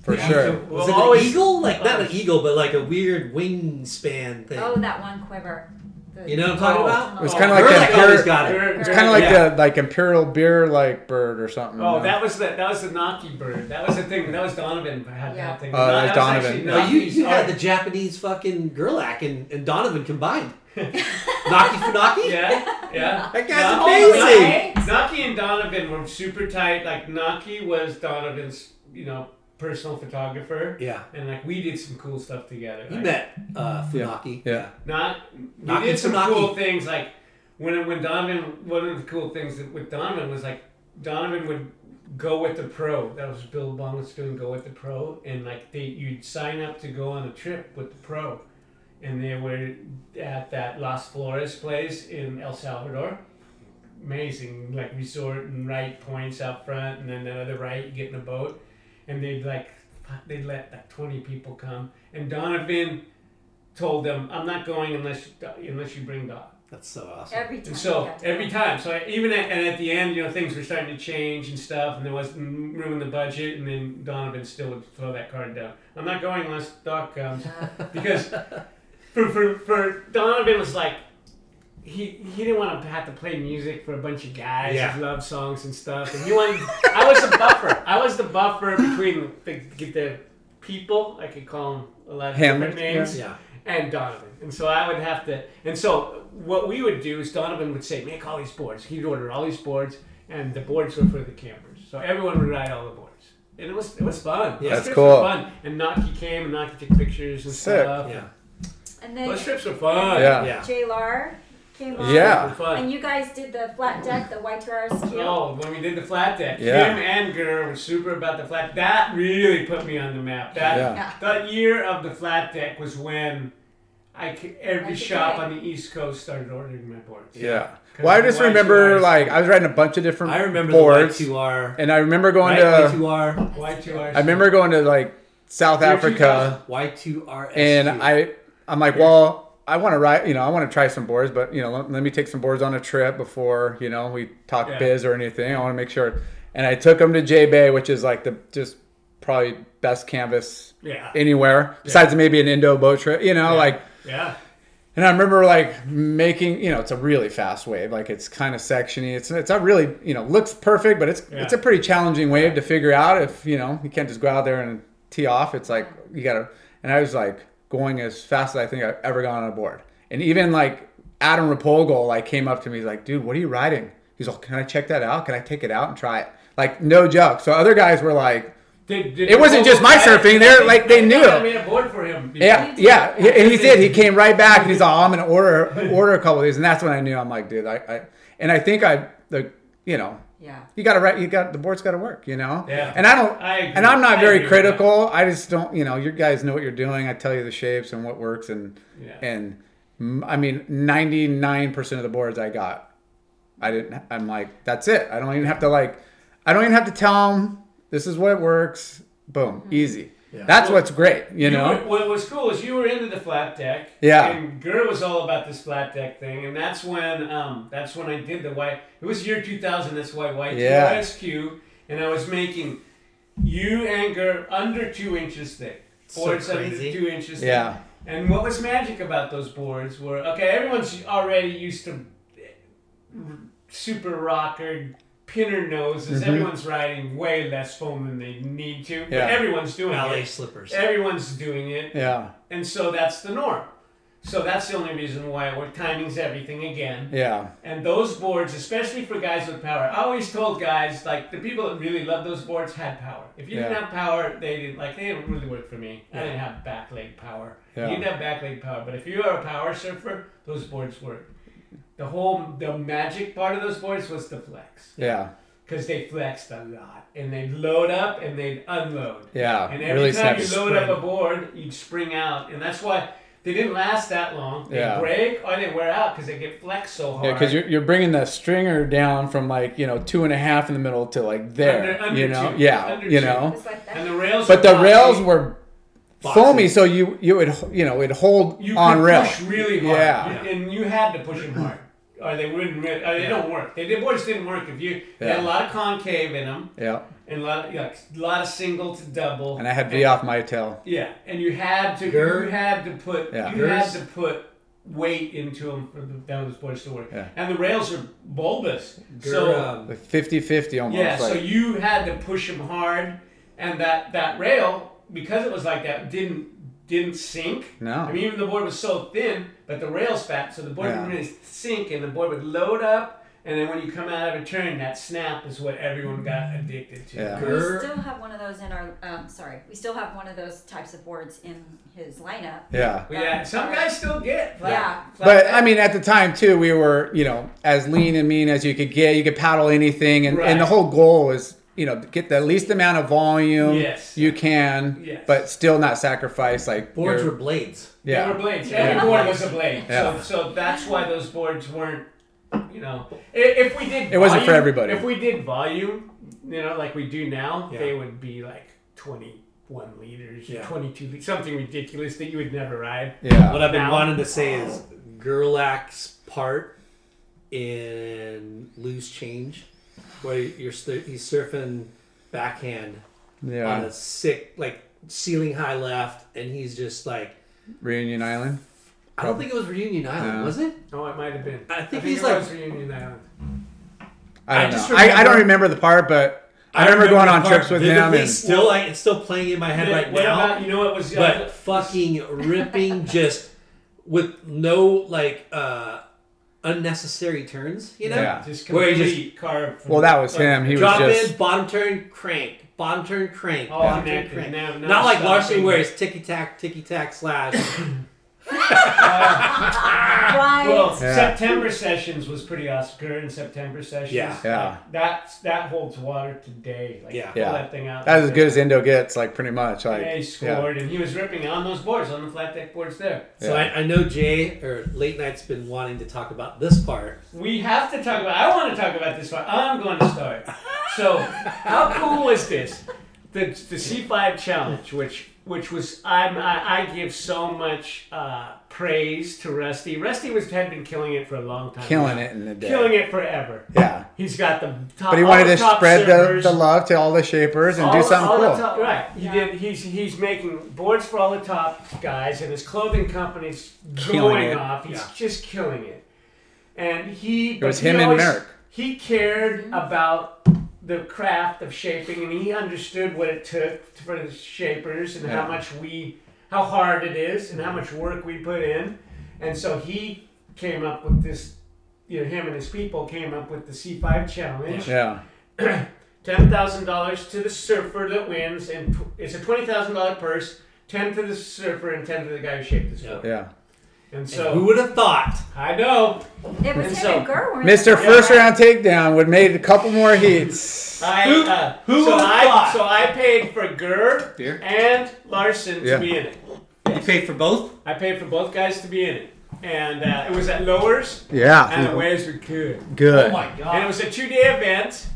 [SPEAKER 2] For
[SPEAKER 1] Yeah.
[SPEAKER 2] sure.
[SPEAKER 1] Was
[SPEAKER 4] Well,
[SPEAKER 1] it
[SPEAKER 4] always- uh,
[SPEAKER 1] an eagle? Like not an eagle, but like a weird wingspan thing.
[SPEAKER 7] Oh, that one quiver. The-
[SPEAKER 1] You know what I'm talking
[SPEAKER 4] Oh.
[SPEAKER 1] about?
[SPEAKER 7] It
[SPEAKER 2] It was
[SPEAKER 4] Oh,
[SPEAKER 2] kind of like that
[SPEAKER 1] Gerlach always
[SPEAKER 2] imperial.
[SPEAKER 1] got it.
[SPEAKER 4] You're-
[SPEAKER 2] It's
[SPEAKER 4] you're-
[SPEAKER 2] kind of like
[SPEAKER 1] Yeah.
[SPEAKER 2] the like imperial beer like bird or something.
[SPEAKER 4] Oh,
[SPEAKER 2] you know?
[SPEAKER 4] that was the that was the Naki bird. That was the thing. That was Donovan had
[SPEAKER 7] Yeah.
[SPEAKER 4] that thing.
[SPEAKER 2] Oh, that was
[SPEAKER 4] That
[SPEAKER 2] Donovan.
[SPEAKER 4] actually
[SPEAKER 1] No, you,
[SPEAKER 4] Naki's
[SPEAKER 1] you had
[SPEAKER 4] art.
[SPEAKER 1] the Japanese fucking Gerlach and, and Donovan combined. Naki Funaki?
[SPEAKER 4] Oh, Yeah, yeah.
[SPEAKER 1] That guy's
[SPEAKER 4] No,
[SPEAKER 1] amazing.
[SPEAKER 7] Right?
[SPEAKER 4] Naki and Donovan were super tight. Like Naki was Donovan's, you know, personal photographer,
[SPEAKER 1] Yeah.
[SPEAKER 4] and like we did some cool stuff together.
[SPEAKER 1] You
[SPEAKER 4] like,
[SPEAKER 1] met uh, Funaki.
[SPEAKER 2] Yeah.
[SPEAKER 4] Not we
[SPEAKER 1] Naki
[SPEAKER 4] did some
[SPEAKER 1] Funaki.
[SPEAKER 4] cool things. Like when when Donovan, one of the cool things that with Donovan was like Donovan would go with the pro. That was Bill Bonus doing go with the pro, and like they you'd sign up to go on a trip with the pro, and they were at that Las Flores place in El Salvador amazing like resort and right points out front and then another right you get in a boat and they'd like they'd let like 20 people come and donovan told them i'm not going unless unless you bring doc
[SPEAKER 1] That's so awesome.
[SPEAKER 7] Every time.
[SPEAKER 4] and so
[SPEAKER 7] yeah.
[SPEAKER 4] every time so I, even at, and at the end you know things were starting to change and stuff and there was mm, room in the budget and then donovan still would throw that card down i'm not going unless doc comes because for, for, for Donovan was like he he didn't want to have to play music for a bunch of guys
[SPEAKER 1] Yeah.
[SPEAKER 4] who love songs and stuff and he wanted I was the buffer I was the buffer between the, the people I could call them a lot of
[SPEAKER 2] Hamlet,
[SPEAKER 4] different names
[SPEAKER 1] Yeah.
[SPEAKER 4] and Donovan and so I would have to and so what we would do is Donovan would say make all these boards he'd order all these boards and the boards were for the campers so everyone would ride all the boards and it was it was fun
[SPEAKER 1] Yeah.
[SPEAKER 4] Those
[SPEAKER 2] That's
[SPEAKER 4] trips
[SPEAKER 2] cool.
[SPEAKER 4] were fun and Naki came and Naki took pictures and
[SPEAKER 2] Sick.
[SPEAKER 4] stuff
[SPEAKER 1] Yeah.
[SPEAKER 7] And then
[SPEAKER 4] those trips were fun
[SPEAKER 2] Yeah.
[SPEAKER 1] Yeah.
[SPEAKER 7] J. Lar came on.
[SPEAKER 2] Yeah.
[SPEAKER 4] They were fun.
[SPEAKER 7] And you guys did the flat deck, the Y2R's cube.
[SPEAKER 4] Oh, when we did the flat deck,
[SPEAKER 2] Yeah.
[SPEAKER 4] him and Gurr were super about the flat. That really put me on the map. That
[SPEAKER 2] Yeah.
[SPEAKER 7] Yeah.
[SPEAKER 4] that year of the flat deck was when I c- every
[SPEAKER 7] Like
[SPEAKER 4] shop
[SPEAKER 7] today.
[SPEAKER 4] on the East Coast started ordering my boards.
[SPEAKER 2] Yeah. Well, I just remember like I was riding a bunch of different
[SPEAKER 1] I remember
[SPEAKER 2] boards,
[SPEAKER 1] the Y2R.
[SPEAKER 2] and I remember going
[SPEAKER 1] Right?
[SPEAKER 2] to
[SPEAKER 1] Y2R.
[SPEAKER 4] Why two hours?
[SPEAKER 2] I remember going to like South
[SPEAKER 4] Year
[SPEAKER 2] Africa,
[SPEAKER 1] Y2RSQ.
[SPEAKER 2] and I I'm like, well, I want to ride, you know, I want to try some boards, but you know, let, let me take some boards on a trip before you know we talk
[SPEAKER 4] Yeah.
[SPEAKER 2] biz or anything. I want to make sure. And I took them to J Bay, which is like the just probably best canvas
[SPEAKER 4] Yeah.
[SPEAKER 2] anywhere besides maybe an Indo boat trip. You know, like
[SPEAKER 4] yeah.
[SPEAKER 2] And I remember like making, you know, it's a really fast wave. Like it's kind of sectiony. It's it's not really, you know, looks perfect, but it's
[SPEAKER 4] Yeah.
[SPEAKER 2] it's a pretty challenging wave to figure out. If you know, you can't just go out there and tee off. It's like you gotta. And I was like going as fast as I think I've ever gone on a board. And even like Adam Rapolgol like came up to me. He's like, dude, what are you riding? He's like, can I check that out? Can I take it out and try it? Like no joke. So other guys were like,
[SPEAKER 4] Did, did
[SPEAKER 2] It wasn't
[SPEAKER 4] Bobo
[SPEAKER 2] just my
[SPEAKER 4] Friday-
[SPEAKER 2] surfing, they're, like, they
[SPEAKER 4] I
[SPEAKER 2] knew.
[SPEAKER 4] I made a board for him. before.
[SPEAKER 2] yeah, yeah, he- and he did. He came right back, and he's like, "Oh, I'm gonna order order a couple of these," and that's when I knew I'm like, dude, I, I and I think I, the, you know,
[SPEAKER 7] Yeah.
[SPEAKER 2] you gotta write, you got the board's gotta work, you know.
[SPEAKER 4] Yeah.
[SPEAKER 2] And I don't,
[SPEAKER 4] I agree.
[SPEAKER 2] and I'm not
[SPEAKER 4] I
[SPEAKER 2] very
[SPEAKER 4] agree with that.
[SPEAKER 2] critical. I just don't, you know, you guys know what you're doing. I tell you the shapes and what works, and
[SPEAKER 4] Yeah.
[SPEAKER 2] and mm, I mean, 99 percent of the boards I got, I didn't. I'm like, that's it. I don't even have to like, I don't even have to tell them this is what works. Boom,
[SPEAKER 4] Mm-hmm.
[SPEAKER 2] easy. That's what's great, you, know.
[SPEAKER 4] were- what was cool is you were into the flat deck.
[SPEAKER 2] Yeah.
[SPEAKER 4] And Gurr was all about this flat deck thing, and that's when um that's when I did the white. It was year two thousand. That's why white
[SPEAKER 2] Yeah.
[SPEAKER 4] SQ, and I was making you and Gurr under two inches thick.
[SPEAKER 1] So
[SPEAKER 4] Boards
[SPEAKER 1] crazy.
[SPEAKER 4] under two inches. thick.
[SPEAKER 2] Yeah.
[SPEAKER 4] And what was magic about those boards were okay. Everyone's already used to super rocker pinner noses. Everyone's riding way less foam than they need to.
[SPEAKER 2] Yeah.
[SPEAKER 4] But everyone's doing
[SPEAKER 1] ballet
[SPEAKER 4] it.
[SPEAKER 1] slippers.
[SPEAKER 4] Everyone's doing it.
[SPEAKER 2] Yeah,
[SPEAKER 4] And so that's the norm. So that's the only reason why we're timing's everything again.
[SPEAKER 2] yeah,
[SPEAKER 4] And those boards, especially for guys with power, I always told guys like the people that really love those boards had power. If you
[SPEAKER 2] Yeah.
[SPEAKER 4] didn't have power, they didn't like they didn't really work for me. I didn't have back leg power.
[SPEAKER 2] Yeah.
[SPEAKER 4] You didn't have back leg power, but if you are a power surfer, those boards work. The whole the magic part of those boards was the flex.
[SPEAKER 2] yeah.
[SPEAKER 4] because they flexed a lot and they'd load up and they'd unload.
[SPEAKER 2] Yeah,
[SPEAKER 4] And every
[SPEAKER 2] really
[SPEAKER 4] time you
[SPEAKER 2] snappy.
[SPEAKER 4] load up a board, you'd spring out, and that's why they didn't last that long. They
[SPEAKER 2] Yeah.
[SPEAKER 4] break or they wear out because they get flexed so hard.
[SPEAKER 2] Yeah, because you're, you're bringing the stringer down from like you know two and a half in the middle to like there,
[SPEAKER 4] Under- under
[SPEAKER 2] you know,
[SPEAKER 4] two.
[SPEAKER 2] yeah,
[SPEAKER 4] Under
[SPEAKER 2] you
[SPEAKER 4] two.
[SPEAKER 2] know.
[SPEAKER 7] It's like
[SPEAKER 4] and
[SPEAKER 7] that.
[SPEAKER 4] the rails.
[SPEAKER 2] But
[SPEAKER 4] are
[SPEAKER 2] the
[SPEAKER 4] boxy.
[SPEAKER 2] rails were
[SPEAKER 1] Boxy.
[SPEAKER 2] foamy, so you you would you know it'd hold
[SPEAKER 4] you
[SPEAKER 2] on
[SPEAKER 4] could
[SPEAKER 2] rail.
[SPEAKER 4] push really hard,
[SPEAKER 2] Yeah.
[SPEAKER 4] You- and you had to push them hard, or they wouldn't. Re- or they don't work. They, the boards didn't work if you. They had a
[SPEAKER 2] Yeah.
[SPEAKER 4] lot of concave in them,
[SPEAKER 2] Yeah,
[SPEAKER 4] and a lot of like, a lot of single to double.
[SPEAKER 2] and I had V off my tail.
[SPEAKER 4] Yeah, and you had to
[SPEAKER 1] Gir-
[SPEAKER 4] you had to put
[SPEAKER 2] Yeah.
[SPEAKER 4] you had
[SPEAKER 1] Girs.
[SPEAKER 4] to put weight into them for the balance boards to work.
[SPEAKER 2] Yeah.
[SPEAKER 4] And the rails are bulbous,
[SPEAKER 1] Gir,
[SPEAKER 4] so
[SPEAKER 1] um,
[SPEAKER 2] 50 50 almost.
[SPEAKER 4] yeah,
[SPEAKER 2] like,
[SPEAKER 4] so you had to push them hard, and that that rail because it was like that didn't didn't sink.
[SPEAKER 2] No.
[SPEAKER 4] I mean even the board was so thin, but the rail's fat, so the board
[SPEAKER 2] Yeah.
[SPEAKER 4] didn't really sink, and the board would load up, and then when you come out of a turn, that snap is what everyone got addicted to.
[SPEAKER 2] Yeah.
[SPEAKER 7] We
[SPEAKER 1] Gir-
[SPEAKER 7] still have one of those in our. Um, sorry, we still have one of those types of boards in his lineup.
[SPEAKER 2] yeah.
[SPEAKER 4] But yeah, some guys still get flat,
[SPEAKER 7] Yeah.
[SPEAKER 4] flat
[SPEAKER 2] But uh, I mean, at the time too, we were you know as lean and mean as you could get. You could paddle anything, and, and the
[SPEAKER 4] Right.
[SPEAKER 2] whole goal was you know get the least amount of volume
[SPEAKER 4] Yes.
[SPEAKER 2] you can,
[SPEAKER 4] Yes.
[SPEAKER 2] but still not sacrifice like
[SPEAKER 1] boards
[SPEAKER 2] your-
[SPEAKER 1] were blades.
[SPEAKER 4] They were
[SPEAKER 2] yeah
[SPEAKER 4] blades. Every board was a blade.
[SPEAKER 2] Yeah.
[SPEAKER 4] So, so that's why those boards weren't, you know, i- if we did.
[SPEAKER 2] It wasn't for
[SPEAKER 4] volume-
[SPEAKER 2] everybody.
[SPEAKER 4] If we did volume, you know, like we do now,
[SPEAKER 1] Yeah.
[SPEAKER 4] they would be like twenty-one liters,
[SPEAKER 1] Yeah.
[SPEAKER 4] twenty-two, liters, something ridiculous that you would never ride.
[SPEAKER 2] yeah.
[SPEAKER 1] What I've been
[SPEAKER 4] Now-
[SPEAKER 1] wanting to say is Gerlach's part in Loose Change, where you're sur- he's surfing backhand on
[SPEAKER 2] Yeah,
[SPEAKER 1] a sick like ceiling high left, and he's just like
[SPEAKER 2] Reunion Island.
[SPEAKER 1] I don't think it was Reunion Island,
[SPEAKER 2] No.
[SPEAKER 1] was it?
[SPEAKER 4] Oh, it might have been.
[SPEAKER 1] I think he's
[SPEAKER 4] it
[SPEAKER 1] like-
[SPEAKER 4] was Reunion Island.
[SPEAKER 2] I don't
[SPEAKER 1] I just
[SPEAKER 2] know. I, I don't
[SPEAKER 1] remember-
[SPEAKER 2] remember the part, but I remember, going
[SPEAKER 1] the
[SPEAKER 2] on
[SPEAKER 1] part
[SPEAKER 2] trips with him.
[SPEAKER 1] vividly
[SPEAKER 2] And,
[SPEAKER 1] Still, like it's still playing in my head right
[SPEAKER 4] what
[SPEAKER 1] now.
[SPEAKER 4] about you know what was the
[SPEAKER 1] but
[SPEAKER 4] other-
[SPEAKER 1] fucking ripping just with no like uh unnecessary turns you know
[SPEAKER 2] Yeah.
[SPEAKER 4] just
[SPEAKER 1] where he
[SPEAKER 4] completely
[SPEAKER 1] just-
[SPEAKER 4] carved. From,
[SPEAKER 2] well, that was him. He was
[SPEAKER 1] drop
[SPEAKER 2] just
[SPEAKER 1] in bottom turn crank bottom turn crank
[SPEAKER 4] Oh,
[SPEAKER 1] bottom
[SPEAKER 4] man,
[SPEAKER 1] turn crank
[SPEAKER 4] now- now
[SPEAKER 1] not like
[SPEAKER 4] stop
[SPEAKER 1] Larson
[SPEAKER 4] being-
[SPEAKER 1] where it's ticky tack ticky tack slash
[SPEAKER 7] Right.
[SPEAKER 4] Ah! Well,
[SPEAKER 2] Yeah.
[SPEAKER 4] September sessions was pretty awesome. Current September sessions.
[SPEAKER 1] Yeah.
[SPEAKER 2] Yeah.
[SPEAKER 4] That that holds water today. Like,
[SPEAKER 1] Yeah.
[SPEAKER 4] pull
[SPEAKER 2] Yeah.
[SPEAKER 4] That thing out.
[SPEAKER 2] that's as good as Indo gets. Like pretty much. Like
[SPEAKER 4] Yeah, he
[SPEAKER 2] yeah.
[SPEAKER 4] scored, and he was ripping on those boards, on the flat deck boards there.
[SPEAKER 1] so
[SPEAKER 2] Yeah.
[SPEAKER 1] I, I know Jay or late night's been wanting to talk about this part
[SPEAKER 4] We have to talk about. I want to talk about this one. I'm going to start. So, how cool is this? The the C5 challenge, which which was I'm, I I give so much uh, praise to Rusty. Rusty was had been killing it for a long time.
[SPEAKER 2] killing it in the day.
[SPEAKER 4] Killing it forever.
[SPEAKER 2] Yeah.
[SPEAKER 4] He's got the top.
[SPEAKER 2] But he
[SPEAKER 4] all
[SPEAKER 2] wanted
[SPEAKER 4] the
[SPEAKER 2] to
[SPEAKER 4] top
[SPEAKER 2] spread the,
[SPEAKER 4] servers.
[SPEAKER 2] the love to all the shapers and
[SPEAKER 4] All
[SPEAKER 2] do
[SPEAKER 4] the- all
[SPEAKER 2] something
[SPEAKER 4] the
[SPEAKER 2] cool.
[SPEAKER 4] top- right. He did. He's he's making boards for all the top guys, and his clothing company's
[SPEAKER 2] Killing
[SPEAKER 4] going
[SPEAKER 2] it.
[SPEAKER 4] off. He's
[SPEAKER 1] Yeah.
[SPEAKER 4] just killing it. And he.
[SPEAKER 2] was
[SPEAKER 4] he
[SPEAKER 2] him and
[SPEAKER 4] always-
[SPEAKER 2] Merrick.
[SPEAKER 4] He cared about the craft of shaping, and he understood what it took for the shapers and
[SPEAKER 2] Yeah. Mm-hmm.
[SPEAKER 4] how much we, how hard it is, and how much work we put in. And so he came up with this. You know, him and his people came up with the C5 challenge
[SPEAKER 2] Yeah.
[SPEAKER 4] ten thousand dollars to the surfer that wins, and tw- it's a twenty thousand dollar purse. Ten to the surfer and ten to the guy who shaped this board.
[SPEAKER 2] Yeah.
[SPEAKER 4] And
[SPEAKER 1] who
[SPEAKER 4] so
[SPEAKER 1] would have thought
[SPEAKER 4] I know
[SPEAKER 7] it
[SPEAKER 4] and
[SPEAKER 7] was him
[SPEAKER 4] so-
[SPEAKER 7] and Gurr. weren't
[SPEAKER 2] Mr.
[SPEAKER 7] they?
[SPEAKER 2] First Round Takedown would made a couple more heats.
[SPEAKER 4] I
[SPEAKER 1] Who-
[SPEAKER 4] uh,
[SPEAKER 1] who
[SPEAKER 4] so
[SPEAKER 1] would've
[SPEAKER 4] I
[SPEAKER 1] thought?
[SPEAKER 4] so I paid for Gurr
[SPEAKER 2] Beer?
[SPEAKER 4] and Larson to
[SPEAKER 2] Yeah.
[SPEAKER 4] be in it.
[SPEAKER 1] you paid for both
[SPEAKER 4] I paid for both guys to be in it, and uh, it was at Lowers and oh the
[SPEAKER 2] Yeah.
[SPEAKER 4] ways we could.
[SPEAKER 2] Good.
[SPEAKER 4] And it was a two day event,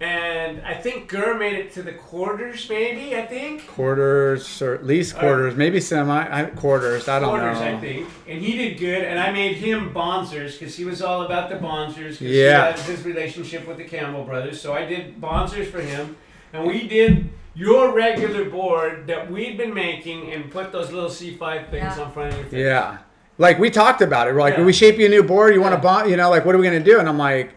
[SPEAKER 4] and I think Gurr made it to the quarters, maybe I think.
[SPEAKER 2] quarters or at least quarters, maybe semi I, quarters. I don't
[SPEAKER 4] Uh, quarters,
[SPEAKER 2] know.
[SPEAKER 4] I think, and he did good. And I made him Bonzers because he was all about the Bonzers. 'cause
[SPEAKER 2] Yeah.
[SPEAKER 4] he has his relationship with the Campbell brothers. So I did Bonzers for him, and we did your regular board that we'd been making and put those little C5 things
[SPEAKER 7] Yeah.
[SPEAKER 4] on front of your face.
[SPEAKER 2] Yeah. Like we talked about it. We're like,
[SPEAKER 4] Yeah.
[SPEAKER 2] we shape you a new board. You want to bond? You know, like what are we gonna do? And I'm like,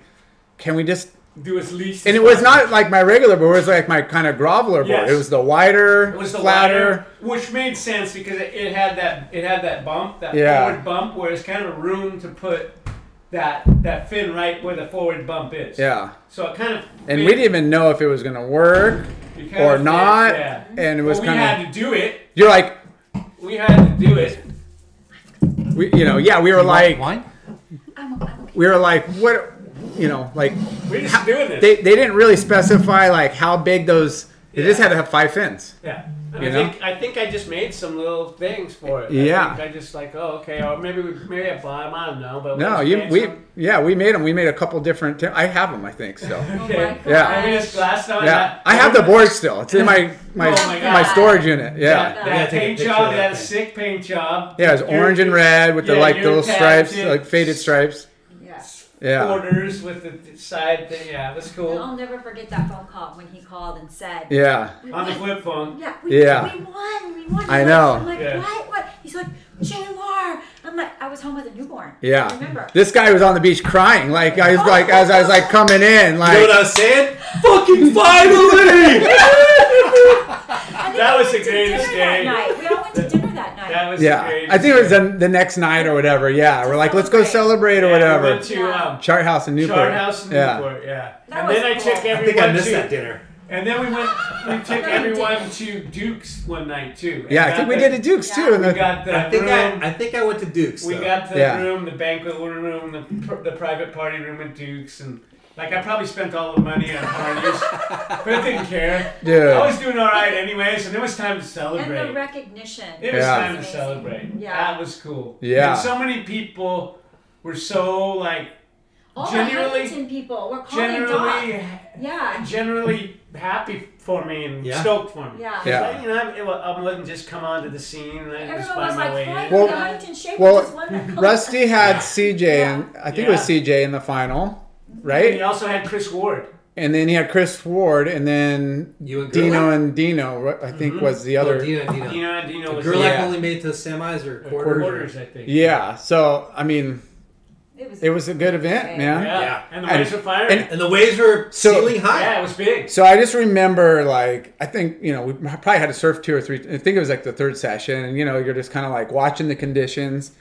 [SPEAKER 2] can we just?
[SPEAKER 4] Do as least.
[SPEAKER 2] And it
[SPEAKER 4] as
[SPEAKER 2] was
[SPEAKER 4] possible.
[SPEAKER 2] not like my regular board. It was like my kind of groveler board.
[SPEAKER 4] Yes.
[SPEAKER 2] It was the wider,
[SPEAKER 4] It was the
[SPEAKER 2] flatter.
[SPEAKER 4] flatter, which made sense because it, it had that it had that bump, that
[SPEAKER 2] Yeah.
[SPEAKER 4] forward bump, where it's kind of a room to put that that fin right where the forward bump is.
[SPEAKER 2] Yeah.
[SPEAKER 4] So it kind of
[SPEAKER 2] And
[SPEAKER 4] fit.
[SPEAKER 2] we didn't even know if it was gonna work
[SPEAKER 4] It kind
[SPEAKER 2] or
[SPEAKER 4] of fit,
[SPEAKER 2] not.
[SPEAKER 4] yeah.
[SPEAKER 2] And it was
[SPEAKER 4] But we
[SPEAKER 2] kind of.
[SPEAKER 4] had to do it.
[SPEAKER 2] You're like,
[SPEAKER 4] We had to do it.
[SPEAKER 2] we, you know, yeah. We were like,
[SPEAKER 5] wine.
[SPEAKER 7] I'm, I'm okay.
[SPEAKER 2] we were like, what? you know, like
[SPEAKER 4] We're just doing this.
[SPEAKER 2] they, they didn't really specify like how big those. They just
[SPEAKER 4] Yeah.
[SPEAKER 2] had to have five fins.
[SPEAKER 4] yeah. And
[SPEAKER 2] You
[SPEAKER 4] I
[SPEAKER 2] know?
[SPEAKER 4] think I think I just made some little things for it.
[SPEAKER 2] Yeah.
[SPEAKER 4] I, think I just like oh okay or maybe we maybe I bought 'em, I don't know but we
[SPEAKER 2] No,
[SPEAKER 4] just
[SPEAKER 2] you
[SPEAKER 4] made
[SPEAKER 2] we
[SPEAKER 4] some.
[SPEAKER 2] yeah we made them. We made a couple different. Tim- I have them, I think. So
[SPEAKER 7] Oh my
[SPEAKER 4] Yeah.
[SPEAKER 7] gosh.
[SPEAKER 2] Yeah.
[SPEAKER 4] I mean it's last time
[SPEAKER 2] yeah,
[SPEAKER 4] I,
[SPEAKER 2] I have the board still. It's in my my
[SPEAKER 4] Oh my
[SPEAKER 2] my,
[SPEAKER 4] God.
[SPEAKER 2] storage unit. Yeah.
[SPEAKER 4] That,
[SPEAKER 1] We gotta
[SPEAKER 4] that
[SPEAKER 1] take a
[SPEAKER 4] paint
[SPEAKER 1] picture
[SPEAKER 4] job,
[SPEAKER 1] of
[SPEAKER 4] that
[SPEAKER 1] that thing.
[SPEAKER 4] sick paint job.
[SPEAKER 2] Yeah, it's
[SPEAKER 4] Your-
[SPEAKER 2] orange and red with the
[SPEAKER 4] yeah,
[SPEAKER 2] like the
[SPEAKER 4] your
[SPEAKER 2] little stripes,
[SPEAKER 4] tattoo-
[SPEAKER 2] like faded stripes.
[SPEAKER 7] Yeah.
[SPEAKER 2] Yeah,
[SPEAKER 4] Corners with the side thing. Yeah, that's cool.
[SPEAKER 7] I'll never forget that phone call when he called and said,
[SPEAKER 2] yeah.
[SPEAKER 7] "We
[SPEAKER 4] On the
[SPEAKER 7] won."
[SPEAKER 4] flip phone.
[SPEAKER 7] Yeah, we,
[SPEAKER 2] Yeah.
[SPEAKER 7] we won. We won.
[SPEAKER 2] I
[SPEAKER 7] He's
[SPEAKER 2] know.
[SPEAKER 7] Like, I'm like,
[SPEAKER 4] Yeah.
[SPEAKER 7] what? What? He's like, JLR. I'm like, I was home with a newborn. I
[SPEAKER 2] Yeah,
[SPEAKER 7] remember.
[SPEAKER 2] this guy was on the beach crying. Like I was like as I was like coming in,
[SPEAKER 1] You know what I
[SPEAKER 2] like
[SPEAKER 1] was saying? Fucking finally!
[SPEAKER 7] And then
[SPEAKER 4] That
[SPEAKER 7] we
[SPEAKER 4] was
[SPEAKER 7] went
[SPEAKER 4] the
[SPEAKER 7] to dinner
[SPEAKER 4] greatest
[SPEAKER 7] that
[SPEAKER 4] day.
[SPEAKER 7] night. We all went to dinner that night.
[SPEAKER 4] That was
[SPEAKER 2] yeah.
[SPEAKER 4] Great.
[SPEAKER 2] I think it was the, the next night or whatever. Yeah, we're like let's go celebrate or
[SPEAKER 4] We
[SPEAKER 2] whatever.
[SPEAKER 4] went to um,
[SPEAKER 2] Chart house in Newport.
[SPEAKER 4] Chart House in
[SPEAKER 2] Yeah.
[SPEAKER 4] Newport. Yeah.
[SPEAKER 7] That
[SPEAKER 4] and
[SPEAKER 7] was
[SPEAKER 4] then I
[SPEAKER 7] cool.
[SPEAKER 4] took
[SPEAKER 7] I
[SPEAKER 1] I
[SPEAKER 4] everyone
[SPEAKER 1] think I missed
[SPEAKER 4] to,
[SPEAKER 1] that dinner.
[SPEAKER 4] And then we went. We took
[SPEAKER 7] I
[SPEAKER 4] everyone
[SPEAKER 7] did.
[SPEAKER 4] to Duke's one night too. And
[SPEAKER 2] Yeah, I
[SPEAKER 4] got
[SPEAKER 2] think we
[SPEAKER 4] the-
[SPEAKER 2] did at Duke's too.
[SPEAKER 7] Yeah.
[SPEAKER 2] And
[SPEAKER 4] We
[SPEAKER 2] the,
[SPEAKER 4] got the
[SPEAKER 1] I think
[SPEAKER 4] room.
[SPEAKER 1] I, I think I went to Duke's.
[SPEAKER 4] we
[SPEAKER 1] though.
[SPEAKER 4] got the
[SPEAKER 2] Yeah.
[SPEAKER 4] room, the banquet room, the, pr- the private party room at Duke's, and like I probably spent all the money on parties, but I didn't care.
[SPEAKER 2] Dude.
[SPEAKER 4] I was doing all right anyways, and it was time to celebrate.
[SPEAKER 7] And the recognition.
[SPEAKER 4] It was
[SPEAKER 2] Yeah.
[SPEAKER 4] time to celebrate.
[SPEAKER 7] Yeah.
[SPEAKER 4] That was cool.
[SPEAKER 2] Yeah.
[SPEAKER 4] And so many people were so like
[SPEAKER 7] All the
[SPEAKER 4] Generally-
[SPEAKER 7] Huntington people were calling Doc.
[SPEAKER 4] generally
[SPEAKER 7] Yeah.
[SPEAKER 4] generally happy for me and
[SPEAKER 1] Yeah.
[SPEAKER 4] stoked for me.
[SPEAKER 7] Yeah.
[SPEAKER 2] Yeah.
[SPEAKER 4] I, you know, I, I wouldn't just come onto the scene and I just
[SPEAKER 7] Everyone
[SPEAKER 4] buy
[SPEAKER 7] was
[SPEAKER 4] my way in.
[SPEAKER 7] like, finally,
[SPEAKER 2] Well-
[SPEAKER 7] the Huntington Shaker
[SPEAKER 2] well,
[SPEAKER 7] just won the
[SPEAKER 2] Rusty had CJ, and I think it was
[SPEAKER 4] Yeah.
[SPEAKER 2] CJ in the final,
[SPEAKER 4] And he
[SPEAKER 2] right?
[SPEAKER 4] also had Chris Ward.
[SPEAKER 2] And then he had Chris Ward, and then
[SPEAKER 1] You and Gerlach?
[SPEAKER 2] Dino and Dino, right, I think was the
[SPEAKER 1] Oh,
[SPEAKER 2] other.
[SPEAKER 1] Dino and Dino.
[SPEAKER 4] You know, and you know, was
[SPEAKER 1] Gerlach
[SPEAKER 2] Yeah.
[SPEAKER 1] only made it to the semis or
[SPEAKER 4] the
[SPEAKER 1] quarters.
[SPEAKER 4] quarters, I think.
[SPEAKER 2] Yeah, so I mean,
[SPEAKER 7] It was.
[SPEAKER 2] it was a good
[SPEAKER 7] Yeah.
[SPEAKER 2] event, man.
[SPEAKER 4] Yeah.
[SPEAKER 1] Yeah.
[SPEAKER 4] And the
[SPEAKER 2] And-
[SPEAKER 4] Rays of Fire.
[SPEAKER 2] and-
[SPEAKER 1] And the waves were
[SPEAKER 2] So-
[SPEAKER 1] ceiling high.
[SPEAKER 4] yeah, it was big.
[SPEAKER 2] So I just remember, like, I think you know we probably had to surf two or three. I think it was like the third session, and you know you're just kind of like watching the conditions,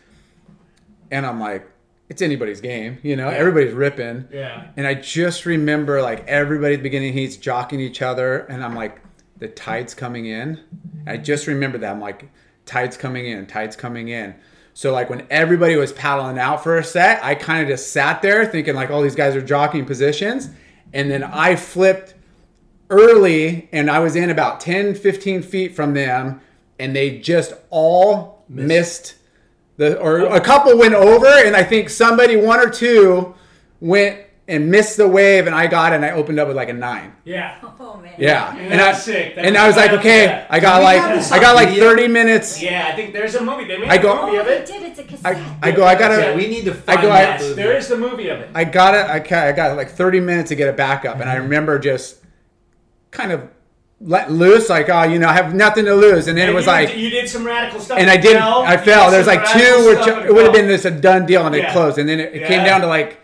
[SPEAKER 2] and I'm like, it's anybody's game, you know, everybody's ripping.
[SPEAKER 4] Yeah.
[SPEAKER 2] And I just remember like everybody at the beginning heats jocking each other, and I'm like, the tide's coming in. I just remember that I'm like, tide's coming in, tide's coming in. So like when everybody was paddling out for a set, I kind of just sat there thinking like, all these guys are jockeying positions, and then I flipped early, and I was in about 10, 15 feet from them, and they just all missed the or a couple went over, and I think somebody one or two went and missed the wave, and I got it, and I opened up with like a nine.
[SPEAKER 4] Yeah.
[SPEAKER 7] Oh man.
[SPEAKER 2] Yeah,
[SPEAKER 4] Yeah,
[SPEAKER 2] and I
[SPEAKER 4] that's sick. That
[SPEAKER 2] and
[SPEAKER 4] was
[SPEAKER 2] I was like,
[SPEAKER 4] bad.
[SPEAKER 2] okay,
[SPEAKER 4] Yeah.
[SPEAKER 2] I got
[SPEAKER 1] we
[SPEAKER 2] like
[SPEAKER 1] have this
[SPEAKER 2] I got
[SPEAKER 1] on
[SPEAKER 2] like
[SPEAKER 1] video?
[SPEAKER 2] thirty minutes.
[SPEAKER 4] Yeah, I think there's a movie. They made
[SPEAKER 2] I
[SPEAKER 4] a
[SPEAKER 2] go-
[SPEAKER 4] movie
[SPEAKER 7] Oh,
[SPEAKER 4] of
[SPEAKER 7] they
[SPEAKER 4] it.
[SPEAKER 7] did. It's a cassette.
[SPEAKER 2] I, I go, I
[SPEAKER 1] Yeah,
[SPEAKER 2] gotta,
[SPEAKER 1] we need to
[SPEAKER 2] I
[SPEAKER 1] find
[SPEAKER 2] go
[SPEAKER 1] that
[SPEAKER 2] out-
[SPEAKER 1] movie.
[SPEAKER 4] There is the movie of it.
[SPEAKER 2] I gotta, I got, I got like thirty minutes to get it back up,
[SPEAKER 4] Mm-hmm.
[SPEAKER 2] and I remember just kind of let loose, like, oh, you know, I have nothing to lose, and then it
[SPEAKER 4] And
[SPEAKER 2] was
[SPEAKER 4] you
[SPEAKER 2] like,
[SPEAKER 4] did, you did some radical stuff.
[SPEAKER 2] and I
[SPEAKER 4] You
[SPEAKER 2] didn't.
[SPEAKER 4] fell.
[SPEAKER 2] I
[SPEAKER 4] You
[SPEAKER 2] fell.
[SPEAKER 4] did
[SPEAKER 2] There's
[SPEAKER 4] some
[SPEAKER 2] like
[SPEAKER 4] radical
[SPEAKER 2] two,
[SPEAKER 4] stuff
[SPEAKER 2] which
[SPEAKER 4] and
[SPEAKER 2] it would have
[SPEAKER 4] fell.
[SPEAKER 2] been just a done deal, and it
[SPEAKER 4] Yeah.
[SPEAKER 2] closed. And then it, it came
[SPEAKER 4] Yeah.
[SPEAKER 2] down to like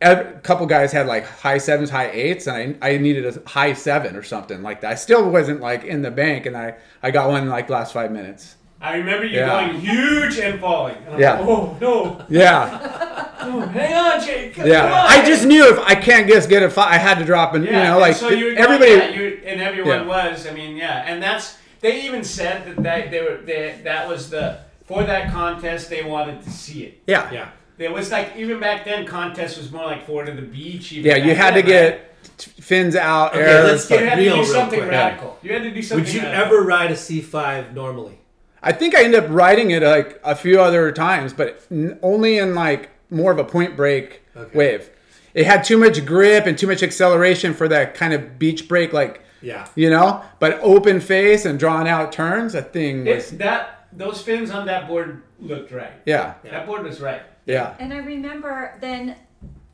[SPEAKER 2] a couple guys had like high sevens, high eights, and I I needed a high seven or something like that. I still wasn't like in the bank, and I I got one in like last five minutes.
[SPEAKER 4] I remember you
[SPEAKER 2] Yeah.
[SPEAKER 4] going huge and falling. And I'm
[SPEAKER 2] Yeah.
[SPEAKER 4] Like, oh no!
[SPEAKER 2] Yeah,
[SPEAKER 4] Oh, hang on, Jake. Come
[SPEAKER 2] yeah.
[SPEAKER 4] on."
[SPEAKER 2] I just knew if I can't just get a five, I had to drop, and
[SPEAKER 4] Yeah,
[SPEAKER 2] you know,
[SPEAKER 4] and
[SPEAKER 2] like
[SPEAKER 4] so you were going,
[SPEAKER 2] everybody.
[SPEAKER 4] yeah, you, and everyone
[SPEAKER 2] Yeah.
[SPEAKER 4] was. I mean, yeah, and that's they even said that they, they were they, that was the for that contest they wanted to see it.
[SPEAKER 2] yeah, yeah.
[SPEAKER 1] yeah.
[SPEAKER 4] There was like even back then, contest was more like for to the beach. Even
[SPEAKER 2] You
[SPEAKER 4] back
[SPEAKER 2] had to
[SPEAKER 4] then, right?
[SPEAKER 2] get t- fins out.
[SPEAKER 1] Okay,
[SPEAKER 2] air,
[SPEAKER 1] let's
[SPEAKER 2] stuff.
[SPEAKER 1] get
[SPEAKER 4] You had
[SPEAKER 1] real,
[SPEAKER 4] to
[SPEAKER 1] real
[SPEAKER 4] do something
[SPEAKER 1] quick.
[SPEAKER 4] radical. You had to do something.
[SPEAKER 1] Would you
[SPEAKER 4] radical.
[SPEAKER 1] ever ride a C5 normally?
[SPEAKER 2] I think I ended up riding it like a few other times, but n- only in like more of a point break
[SPEAKER 1] Okay.
[SPEAKER 2] wave. It had too much grip and too much acceleration for that kind of beach break, like
[SPEAKER 1] Yeah.
[SPEAKER 2] you know. But open face and drawn out turns, that thing
[SPEAKER 4] It's
[SPEAKER 2] was
[SPEAKER 4] that those fins on that board looked right.
[SPEAKER 2] yeah,
[SPEAKER 4] That board was right.
[SPEAKER 2] yeah,
[SPEAKER 7] And I remember then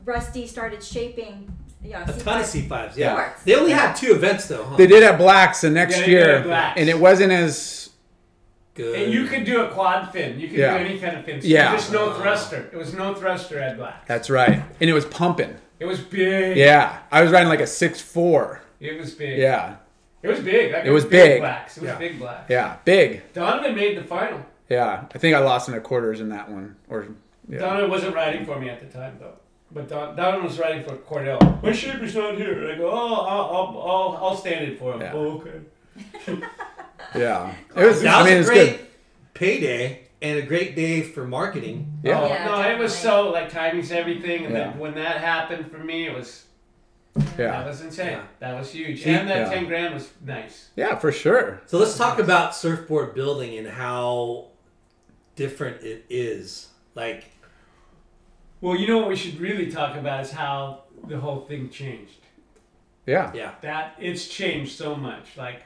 [SPEAKER 7] Rusty started shaping, you know,
[SPEAKER 1] A ton of C5s, yeah.
[SPEAKER 7] Of course.
[SPEAKER 1] They only had two events though, huh?
[SPEAKER 2] They did at Blacks the next
[SPEAKER 4] Yeah, they did
[SPEAKER 2] year,
[SPEAKER 4] at Blacks.
[SPEAKER 2] and it wasn't as
[SPEAKER 1] Good.
[SPEAKER 4] And you could do a quad fin. You could
[SPEAKER 2] Yeah.
[SPEAKER 4] do any kind of fin.
[SPEAKER 2] Yeah. Oh.
[SPEAKER 4] Just no thruster. It was no thruster at black.
[SPEAKER 2] that's right, and it was pumping.
[SPEAKER 4] It was big.
[SPEAKER 2] Yeah, I was riding like a six four.
[SPEAKER 4] It was big.
[SPEAKER 2] Yeah,
[SPEAKER 4] It was big. Like,
[SPEAKER 2] It was big.
[SPEAKER 4] Blacks. It was
[SPEAKER 1] Yeah.
[SPEAKER 4] big black.
[SPEAKER 2] yeah, big.
[SPEAKER 4] Donovan made the final.
[SPEAKER 2] Yeah, I think I lost in the quarters in that one, or yeah,
[SPEAKER 4] Donovan wasn't riding for me at the time though. But Don, Donovan was riding for Cordell. My shaper's not here. And I go, oh, I'll, I'll, I'll, I'll stand in for him.
[SPEAKER 2] Yeah.
[SPEAKER 4] Oh, okay.
[SPEAKER 2] yeah. It was.
[SPEAKER 1] that
[SPEAKER 2] I
[SPEAKER 1] was
[SPEAKER 2] mean,
[SPEAKER 1] a
[SPEAKER 2] it was
[SPEAKER 1] great
[SPEAKER 2] good.
[SPEAKER 1] payday and a great day for marketing.
[SPEAKER 2] Yeah.
[SPEAKER 4] Oh,
[SPEAKER 7] Yeah,
[SPEAKER 4] no, it was
[SPEAKER 7] definitely.
[SPEAKER 4] so like timing's everything, and
[SPEAKER 2] Yeah.
[SPEAKER 4] then when that happened for me, it was that was insane.
[SPEAKER 1] Yeah.
[SPEAKER 4] That was huge, and that
[SPEAKER 2] Yeah.
[SPEAKER 4] ten grand was nice.
[SPEAKER 2] Yeah, for sure.
[SPEAKER 1] So let's talk about surfboard building and how different it is. Like
[SPEAKER 4] Well, you know what we should really talk about is how the whole thing changed.
[SPEAKER 2] Yeah.
[SPEAKER 1] yeah,
[SPEAKER 4] That it's changed so much, like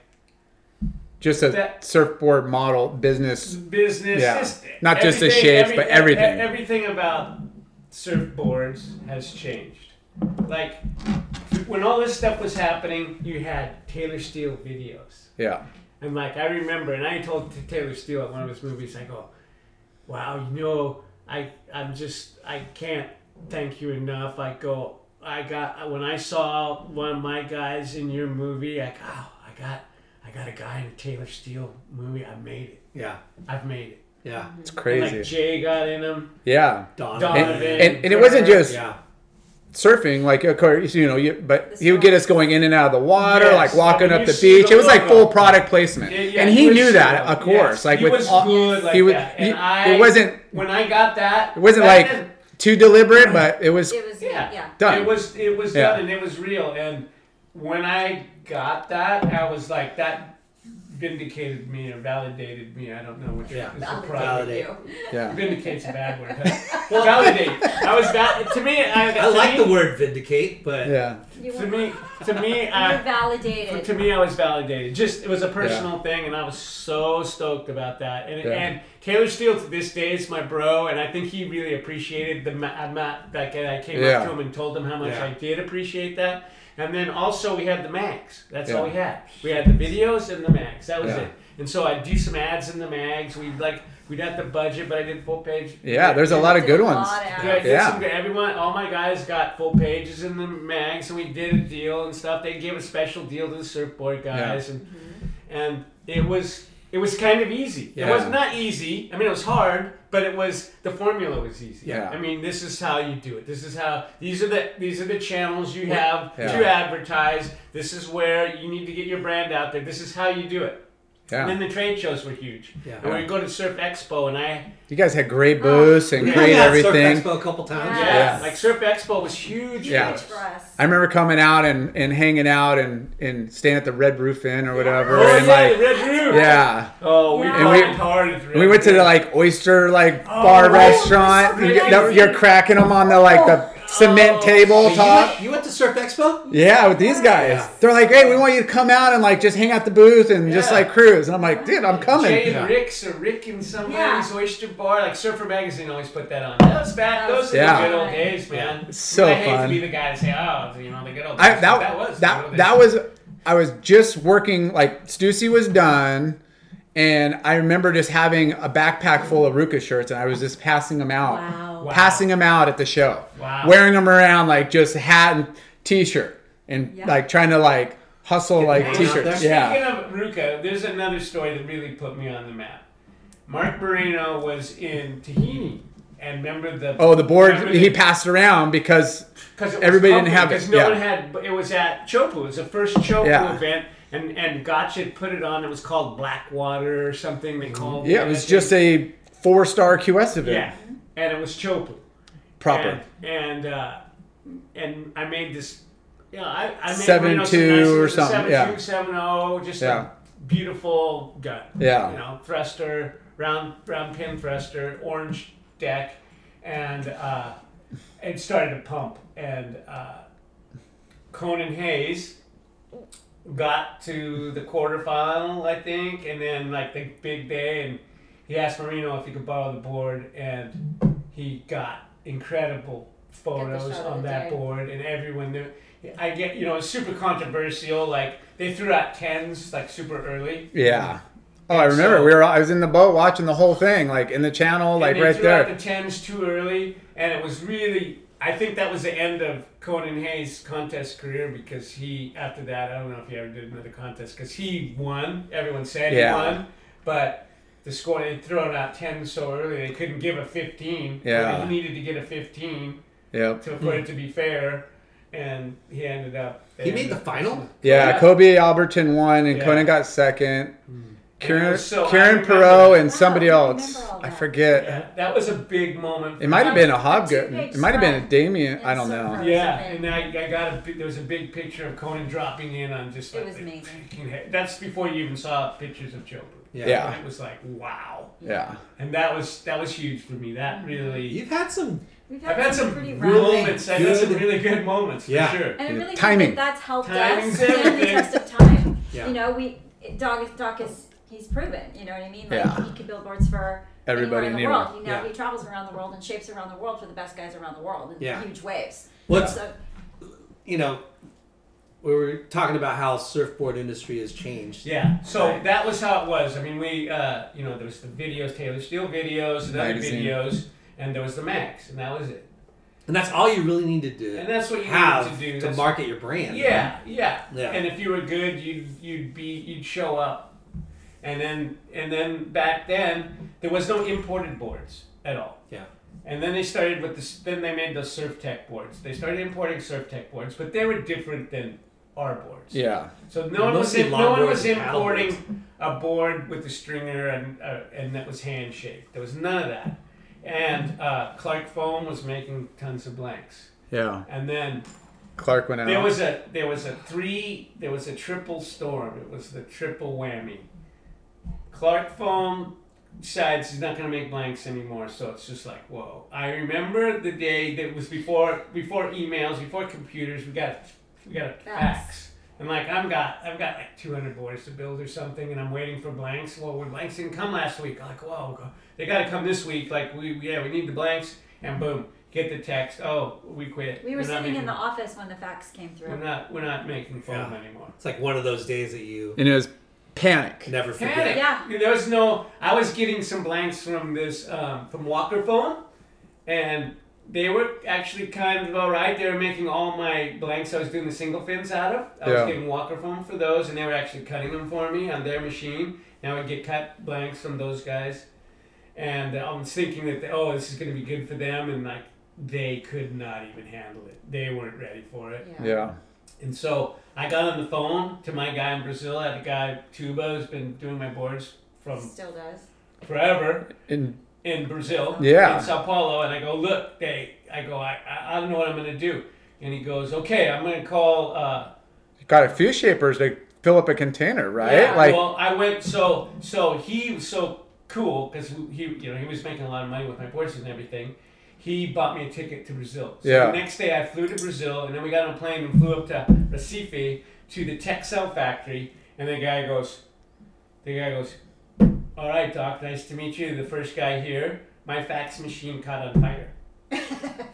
[SPEAKER 2] Just a
[SPEAKER 4] That-
[SPEAKER 2] surfboard model business.
[SPEAKER 4] business,
[SPEAKER 2] Yeah.
[SPEAKER 4] just
[SPEAKER 2] Not just the
[SPEAKER 4] everything-
[SPEAKER 2] shapes, but
[SPEAKER 4] every-
[SPEAKER 2] everything.
[SPEAKER 4] e- Everything about surfboards has changed. Like when all this stuff was happening, you had Taylor Steele videos.
[SPEAKER 2] Yeah.
[SPEAKER 4] And like I remember, and I told T- Taylor Steele at one of his movies, I go, "Wow, you know, I I'm just I can't thank you enough." I go, I got uh, when I saw one of my guys in your movie, I go, oh, I got I got a guy in a Taylor Steele movie. I made it.
[SPEAKER 1] yeah,
[SPEAKER 4] I've made it.
[SPEAKER 1] yeah.
[SPEAKER 2] It's
[SPEAKER 4] And like
[SPEAKER 2] crazy.
[SPEAKER 4] Jay got in him.
[SPEAKER 2] Yeah.
[SPEAKER 1] Donovan.
[SPEAKER 4] Donovan.
[SPEAKER 2] And, and, and it wasn't
[SPEAKER 4] Kerr.
[SPEAKER 2] just
[SPEAKER 1] Yeah.
[SPEAKER 2] surfing, like of course, you know, you, but
[SPEAKER 7] The
[SPEAKER 2] he would get
[SPEAKER 7] storm.
[SPEAKER 2] us going in and out of the water,
[SPEAKER 4] Yes.
[SPEAKER 2] like walking
[SPEAKER 4] And
[SPEAKER 2] up
[SPEAKER 4] you
[SPEAKER 2] the
[SPEAKER 4] see
[SPEAKER 2] beach.
[SPEAKER 4] the
[SPEAKER 2] it was like
[SPEAKER 4] logo.
[SPEAKER 2] full product placement,
[SPEAKER 4] Yeah, yeah,
[SPEAKER 2] and he
[SPEAKER 4] was
[SPEAKER 2] knew that,
[SPEAKER 4] so-
[SPEAKER 2] of course.
[SPEAKER 4] yes,
[SPEAKER 2] Like
[SPEAKER 4] he
[SPEAKER 2] with
[SPEAKER 4] was
[SPEAKER 2] all,
[SPEAKER 4] good like
[SPEAKER 2] he was,
[SPEAKER 4] that.
[SPEAKER 2] he-
[SPEAKER 4] And I,
[SPEAKER 2] it wasn't,
[SPEAKER 4] when I got that.
[SPEAKER 2] it wasn't
[SPEAKER 4] back
[SPEAKER 2] like
[SPEAKER 4] then-
[SPEAKER 2] too deliberate, but it was.
[SPEAKER 7] It was
[SPEAKER 4] Yeah.
[SPEAKER 7] yeah.
[SPEAKER 2] Done.
[SPEAKER 4] It was it was
[SPEAKER 2] Yeah.
[SPEAKER 4] done and it was real. And when I got that, I was like that vindicated me or validated me. I don't know which
[SPEAKER 1] Yeah.
[SPEAKER 4] is the
[SPEAKER 1] Validate.
[SPEAKER 4] proper
[SPEAKER 7] You.
[SPEAKER 2] yeah,
[SPEAKER 4] Vindicate's a bad word. huh? validate. I was val- to me. I,
[SPEAKER 1] I
[SPEAKER 4] to
[SPEAKER 1] like
[SPEAKER 4] me,
[SPEAKER 1] the word vindicate, but
[SPEAKER 2] yeah,
[SPEAKER 7] You
[SPEAKER 4] To
[SPEAKER 7] were,
[SPEAKER 4] me, to me,
[SPEAKER 7] you were
[SPEAKER 4] I,
[SPEAKER 7] validated.
[SPEAKER 4] to me, I was validated. Just it was a personal thing, and I was so stoked about that. And,
[SPEAKER 2] Yeah.
[SPEAKER 4] and Taylor Steele to this day is my bro, and I think he really appreciated the ma- amount that I came
[SPEAKER 2] Yeah.
[SPEAKER 4] up to him and told him how much
[SPEAKER 1] Yeah.
[SPEAKER 4] I did appreciate that. And then also we had the mags. That's all
[SPEAKER 2] Yeah.
[SPEAKER 4] we had. We had the videos and the mags. That was
[SPEAKER 2] Yeah.
[SPEAKER 4] it. And so I'd do some ads in the mags. We'd like we'd have the budget, but I did full page.
[SPEAKER 2] yeah. There's a lot of good ones.
[SPEAKER 4] Yeah, I
[SPEAKER 7] Yeah.
[SPEAKER 4] did
[SPEAKER 2] Yeah.
[SPEAKER 4] some- everyone, all my guys got full pages in the mags, and we did a deal and stuff. They gave a special deal to the surfboard guys, and and it was it was kind of easy. It
[SPEAKER 2] Yeah.
[SPEAKER 4] was not easy. I mean, it was hard, but it was the formula was easy.
[SPEAKER 2] Yeah.
[SPEAKER 4] I mean, this is how you do it. This is how these are the these are the channels you have
[SPEAKER 2] Yeah.
[SPEAKER 4] to advertise. This is where you need to get your brand out there. This is how you do it. And
[SPEAKER 2] Yeah,
[SPEAKER 4] then the trade shows were huge.
[SPEAKER 1] Yeah.
[SPEAKER 4] And we would go to Surf Expo, and I
[SPEAKER 2] you guys had great booths and
[SPEAKER 1] We
[SPEAKER 2] great
[SPEAKER 1] had Surf
[SPEAKER 2] everything.
[SPEAKER 1] Expo a couple times.
[SPEAKER 7] Yeah.
[SPEAKER 4] yeah,
[SPEAKER 7] Yes.
[SPEAKER 4] like Surf Expo was huge.
[SPEAKER 2] Yeah.
[SPEAKER 7] Huge for us.
[SPEAKER 2] I remember coming out and, and hanging out and, and staying at the Red Roof Inn or whatever,
[SPEAKER 4] Oh,
[SPEAKER 2] and
[SPEAKER 4] yeah,
[SPEAKER 2] like
[SPEAKER 4] the Red Room.
[SPEAKER 2] yeah,
[SPEAKER 4] Oh, we
[SPEAKER 7] Yeah.
[SPEAKER 2] And we-
[SPEAKER 4] climbed hard. at the
[SPEAKER 2] And we
[SPEAKER 4] Red
[SPEAKER 2] went to
[SPEAKER 4] Room.
[SPEAKER 2] the like oyster like bar
[SPEAKER 4] Oh,
[SPEAKER 2] restaurant.
[SPEAKER 4] that's
[SPEAKER 2] You get- that-
[SPEAKER 4] crazy.
[SPEAKER 2] you're cracking them on the like
[SPEAKER 4] Oh.
[SPEAKER 2] the cement table
[SPEAKER 1] You went,
[SPEAKER 2] top.
[SPEAKER 1] you went to Surf Expo?
[SPEAKER 2] Yeah, with these guys,
[SPEAKER 1] Yeah.
[SPEAKER 2] they're like, "Hey, we want you to come out and like just hang out the booth and just
[SPEAKER 4] Yeah.
[SPEAKER 2] like cruise." And I'm like, "Dude, I'm coming."
[SPEAKER 4] Jay
[SPEAKER 2] Yeah.
[SPEAKER 4] and Rick's or Rick and somebody's
[SPEAKER 7] Yeah.
[SPEAKER 4] oyster bar, like Surfer Magazine always put that on. That was back. Those are
[SPEAKER 2] Yeah.
[SPEAKER 4] the good old days, man.
[SPEAKER 2] so
[SPEAKER 4] I hate
[SPEAKER 2] fun.
[SPEAKER 4] to be the guy to say, oh, you know, the good old days.
[SPEAKER 2] I, that,
[SPEAKER 4] but
[SPEAKER 2] that
[SPEAKER 4] was
[SPEAKER 2] was
[SPEAKER 4] the good
[SPEAKER 2] that,
[SPEAKER 4] old
[SPEAKER 2] that
[SPEAKER 4] days.
[SPEAKER 2] was I was just working like Stussy was done, and I remember just having a backpack full of Ruka shirts, and I was just passing them out,
[SPEAKER 7] Wow.
[SPEAKER 4] Wow.
[SPEAKER 2] passing them out at the show,
[SPEAKER 4] Wow.
[SPEAKER 2] wearing them around like just hat and t-shirt, and
[SPEAKER 7] Yeah.
[SPEAKER 2] like trying to like hustle like
[SPEAKER 1] out
[SPEAKER 2] t-shirts.
[SPEAKER 1] there.
[SPEAKER 2] Yeah,
[SPEAKER 4] Speaking of Ruka, there's another story that really put me on the map. Mark Moreno was in Tahiti. And remember the
[SPEAKER 2] Oh, the board
[SPEAKER 4] remember
[SPEAKER 2] he
[SPEAKER 4] the-
[SPEAKER 2] passed around because
[SPEAKER 4] because
[SPEAKER 2] Everybody didn't have it,
[SPEAKER 4] because no
[SPEAKER 2] yeah.
[SPEAKER 4] one had. but It was at Chopu. It was the first Chopu
[SPEAKER 2] Yeah.
[SPEAKER 4] event, and and Gotch had put it on. It was called Blackwater or something. They called
[SPEAKER 2] yeah, it was just a four-star QS event
[SPEAKER 4] yeah, and it was Chopu
[SPEAKER 2] proper.
[SPEAKER 4] and and, uh, and I made this. You know, I, I made
[SPEAKER 2] Seven
[SPEAKER 4] Reno some
[SPEAKER 2] two
[SPEAKER 4] nice-
[SPEAKER 2] or something,
[SPEAKER 4] Seven
[SPEAKER 2] yeah.
[SPEAKER 4] two, seven oh, just
[SPEAKER 2] Yeah.
[SPEAKER 4] a beautiful gun.
[SPEAKER 2] Yeah.
[SPEAKER 4] you know, thruster, round round pin thruster, orange deck, and uh, it started to pump. And uh, Conan Hayes got to the quarterfinal, I think, and then like the big day, and he asked Marino if he could borrow the board, and he got incredible photos
[SPEAKER 7] shot of
[SPEAKER 4] on
[SPEAKER 7] the
[SPEAKER 4] that
[SPEAKER 7] day.
[SPEAKER 4] board, and everyone there. I get, you know, it's super controversial. Like they threw out tens like super early.
[SPEAKER 2] Yeah. Oh, I remember.
[SPEAKER 4] So-
[SPEAKER 2] we were. all- I was in the boat watching the whole thing, like in the channel, like
[SPEAKER 4] and they
[SPEAKER 2] right
[SPEAKER 4] threw
[SPEAKER 2] there.
[SPEAKER 4] out the tens too early, and it was really. I think that was the end of Conan Hayes' contest career because he, after that, I don't know if he ever did another contest because he won. Everyone said
[SPEAKER 2] Yeah.
[SPEAKER 4] he won, but the score they thrown out ten so early they couldn't give a fifteen.
[SPEAKER 2] Yeah.
[SPEAKER 4] he needed to get a fifteen
[SPEAKER 2] Yep.
[SPEAKER 4] to, for it to be fair, and he ended up.
[SPEAKER 1] He made the final?
[SPEAKER 2] Yeah,
[SPEAKER 4] Yeah.
[SPEAKER 2] Kobe Alberton won, and
[SPEAKER 4] Yeah. Mm.
[SPEAKER 2] Conan got second.
[SPEAKER 4] It
[SPEAKER 2] Karen,
[SPEAKER 4] was so- I
[SPEAKER 2] Karen
[SPEAKER 4] remember-
[SPEAKER 2] Perot and somebody
[SPEAKER 7] Wow, I remember
[SPEAKER 2] else.
[SPEAKER 7] all
[SPEAKER 2] I
[SPEAKER 7] that.
[SPEAKER 2] forget.
[SPEAKER 4] Yeah, that was a big moment.
[SPEAKER 2] It might have been a Hobgoblin.
[SPEAKER 7] Two-page
[SPEAKER 2] It might have been a
[SPEAKER 7] spread.
[SPEAKER 2] Damien.
[SPEAKER 7] And
[SPEAKER 2] I don't
[SPEAKER 7] silver.
[SPEAKER 2] know.
[SPEAKER 4] Yeah, and I, I got a bi- there was a big picture of Conan dropping in on just
[SPEAKER 7] It
[SPEAKER 4] like
[SPEAKER 7] was
[SPEAKER 4] the
[SPEAKER 7] amazing.
[SPEAKER 4] freaking head. That's before you even saw pictures of Chopra.
[SPEAKER 1] Yeah.
[SPEAKER 2] Yeah.
[SPEAKER 4] And it was like wow,
[SPEAKER 2] Yeah.
[SPEAKER 4] and that was that was huge for me.
[SPEAKER 7] Mm-hmm.
[SPEAKER 4] That really,
[SPEAKER 1] You've had some.
[SPEAKER 7] We've had,
[SPEAKER 4] I've had
[SPEAKER 7] some,
[SPEAKER 4] some
[SPEAKER 7] pretty
[SPEAKER 4] real
[SPEAKER 7] rough.
[SPEAKER 4] moments. I've had some
[SPEAKER 1] good-
[SPEAKER 4] really good moments for
[SPEAKER 1] Yeah.
[SPEAKER 4] sure.
[SPEAKER 7] And I really
[SPEAKER 2] Timing.
[SPEAKER 7] think that that's helped
[SPEAKER 4] Timing's
[SPEAKER 7] us stand the
[SPEAKER 4] everything.
[SPEAKER 7] test of time.
[SPEAKER 1] Yeah.
[SPEAKER 7] You know, we Doc is Doc is he's proven. You know what I mean? Like
[SPEAKER 2] Yeah.
[SPEAKER 7] he can billboards for
[SPEAKER 2] Everybody
[SPEAKER 7] anywhere in
[SPEAKER 2] and
[SPEAKER 7] the world. You know,
[SPEAKER 1] Yeah.
[SPEAKER 7] he travels around the world and shapes around the world for the best guys around the world in
[SPEAKER 1] Yeah.
[SPEAKER 7] huge waves.
[SPEAKER 1] What's
[SPEAKER 7] So
[SPEAKER 1] you know, we were talking about how surfboard industry has changed.
[SPEAKER 4] Yeah, so that was how it was. I mean, we, uh, you know, there was the videos, Taylor Steele videos, and other
[SPEAKER 2] Magazine.
[SPEAKER 4] videos, and there was the Max, and that was it.
[SPEAKER 1] And that's all you really need to do.
[SPEAKER 4] And that's what you
[SPEAKER 1] have
[SPEAKER 4] need to do. That's-
[SPEAKER 1] market your brand.
[SPEAKER 4] Yeah, yeah,
[SPEAKER 1] Yeah.
[SPEAKER 4] And if you were good, you'd you'd be you'd show up. And then and then back then there was no imported boards at all.
[SPEAKER 1] Yeah.
[SPEAKER 4] And then they started with this. Then they made those Surf Tech boards. They started importing Surf Tech boards, but they were different than our boards.
[SPEAKER 2] Yeah.
[SPEAKER 4] So no one was
[SPEAKER 1] Mostly
[SPEAKER 4] in, no one
[SPEAKER 1] longboards
[SPEAKER 4] was
[SPEAKER 1] and paddleboards.
[SPEAKER 4] importing a board with a stringer and uh, and that was hand shaped. There was none of that. And uh, Clark Foam was making tons of blanks.
[SPEAKER 2] Yeah.
[SPEAKER 4] And then
[SPEAKER 2] Clark went out.
[SPEAKER 4] there was a there was a three there was a triple storm. It was the triple whammy. Clark Foam decides he's not gonna make blanks anymore, so it's just like whoa. I remember the day that was before before emails, before computers. We got we got a fax. And like I'm got I've got like 200 boards to build or something, and I'm waiting for blanks. Well, when blanks didn't come last week, like whoa, go- they got to come this week. Like we yeah we need the blanks, and boom, get the text. Oh, we quit.
[SPEAKER 7] we were
[SPEAKER 4] not
[SPEAKER 7] sitting in
[SPEAKER 4] making
[SPEAKER 7] the office when the fax came through.
[SPEAKER 4] we're not we're not making film
[SPEAKER 1] Yeah.
[SPEAKER 4] anymore.
[SPEAKER 1] It's like one of those days that you
[SPEAKER 2] and it was panic.
[SPEAKER 1] never forget.
[SPEAKER 4] Panic.
[SPEAKER 7] Yeah.
[SPEAKER 4] There was no. I was getting some blanks from this um, from Walker Phone, and they were actually kind of all right. They were making all my blanks. I was doing the single fins out of. I
[SPEAKER 2] Yeah.
[SPEAKER 4] was getting Walker Phone for those, and they were actually cutting them for me on their machine. And I would get cut blanks from those guys, and I was thinking that oh, this is going to be good for them, and like they could not even handle it. They weren't ready for it.
[SPEAKER 2] Yeah.
[SPEAKER 4] And so I got on the phone to my guy in Brazil. I had a guy, Tuba, who's been doing my boards from
[SPEAKER 7] Still does.
[SPEAKER 4] forever
[SPEAKER 2] And
[SPEAKER 4] in Brazil,
[SPEAKER 2] Yeah.
[SPEAKER 4] in Sao Paulo. And I go, look, they, I go, I, I I don't know what I'm going to do. And he goes, okay, I'm going to call. Uh,
[SPEAKER 2] got a few shapers to fill up a container, right?
[SPEAKER 4] yeah,
[SPEAKER 2] like
[SPEAKER 4] well, I went, so, so he was so cool because he, you know, he was making a lot of money with my boards and everything. He bought me a ticket to Brazil. So
[SPEAKER 2] Yeah.
[SPEAKER 4] the next day I flew to Brazil and then we got on a plane and flew up to Recife to the Texel factory. And the guy goes, The guy goes, All right, Doc, nice to meet you. The first guy here. My fax machine caught on fire.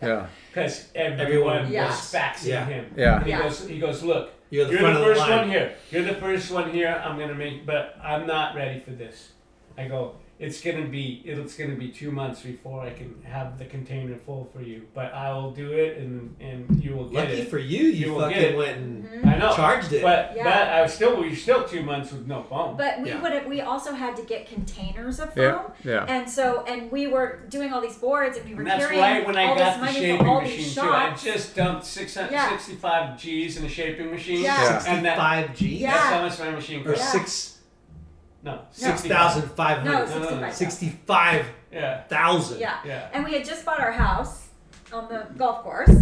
[SPEAKER 2] yeah.
[SPEAKER 4] Because everyone
[SPEAKER 7] Yeah.
[SPEAKER 4] was faxing
[SPEAKER 1] Yeah.
[SPEAKER 4] him.
[SPEAKER 2] Yeah.
[SPEAKER 4] And he,
[SPEAKER 7] Yeah.
[SPEAKER 4] goes, he goes, Look,
[SPEAKER 1] You're
[SPEAKER 4] you're
[SPEAKER 1] the
[SPEAKER 4] the,
[SPEAKER 1] front of the
[SPEAKER 4] first
[SPEAKER 1] line."
[SPEAKER 4] one here. You're the first one here. I'm going to make, but I'm not ready for this. I go, It's going to be, it's going to be two months before I can have the container full for you, but I will do it and, and you will get
[SPEAKER 1] Lucky
[SPEAKER 4] it.
[SPEAKER 1] for you, you,
[SPEAKER 4] You will get
[SPEAKER 1] fucking
[SPEAKER 4] it.
[SPEAKER 1] went and
[SPEAKER 7] Mm-hmm.
[SPEAKER 4] I know.
[SPEAKER 1] charged it.
[SPEAKER 4] But
[SPEAKER 7] Yeah.
[SPEAKER 4] that I was still we were still two months with no phone.
[SPEAKER 7] But we
[SPEAKER 1] Yeah.
[SPEAKER 7] would have, we also had to get containers of
[SPEAKER 2] Yeah,
[SPEAKER 7] foam.
[SPEAKER 2] yeah.
[SPEAKER 7] And so and we were doing all these boards and we were
[SPEAKER 4] And that's
[SPEAKER 7] carrying
[SPEAKER 4] right when I
[SPEAKER 7] all
[SPEAKER 4] got
[SPEAKER 7] this
[SPEAKER 4] the
[SPEAKER 7] money
[SPEAKER 4] shaping
[SPEAKER 7] from all
[SPEAKER 4] machine
[SPEAKER 7] these
[SPEAKER 4] too. I
[SPEAKER 7] shops.
[SPEAKER 4] just dumped 665 G's in the shaping machine.
[SPEAKER 7] Yeah.
[SPEAKER 4] And that,
[SPEAKER 1] Five G
[SPEAKER 7] Yeah.
[SPEAKER 4] that's how much my machine
[SPEAKER 1] or
[SPEAKER 4] cost.
[SPEAKER 7] Yeah.
[SPEAKER 1] six
[SPEAKER 4] No,
[SPEAKER 1] six
[SPEAKER 4] 65.
[SPEAKER 1] thousand five
[SPEAKER 7] no,
[SPEAKER 1] hundred.
[SPEAKER 4] no, no,
[SPEAKER 7] sixty five.
[SPEAKER 1] Sixty five
[SPEAKER 4] Yeah.
[SPEAKER 1] thousand.
[SPEAKER 7] Yeah.
[SPEAKER 4] Yeah.
[SPEAKER 7] And we had just bought our house on the golf course.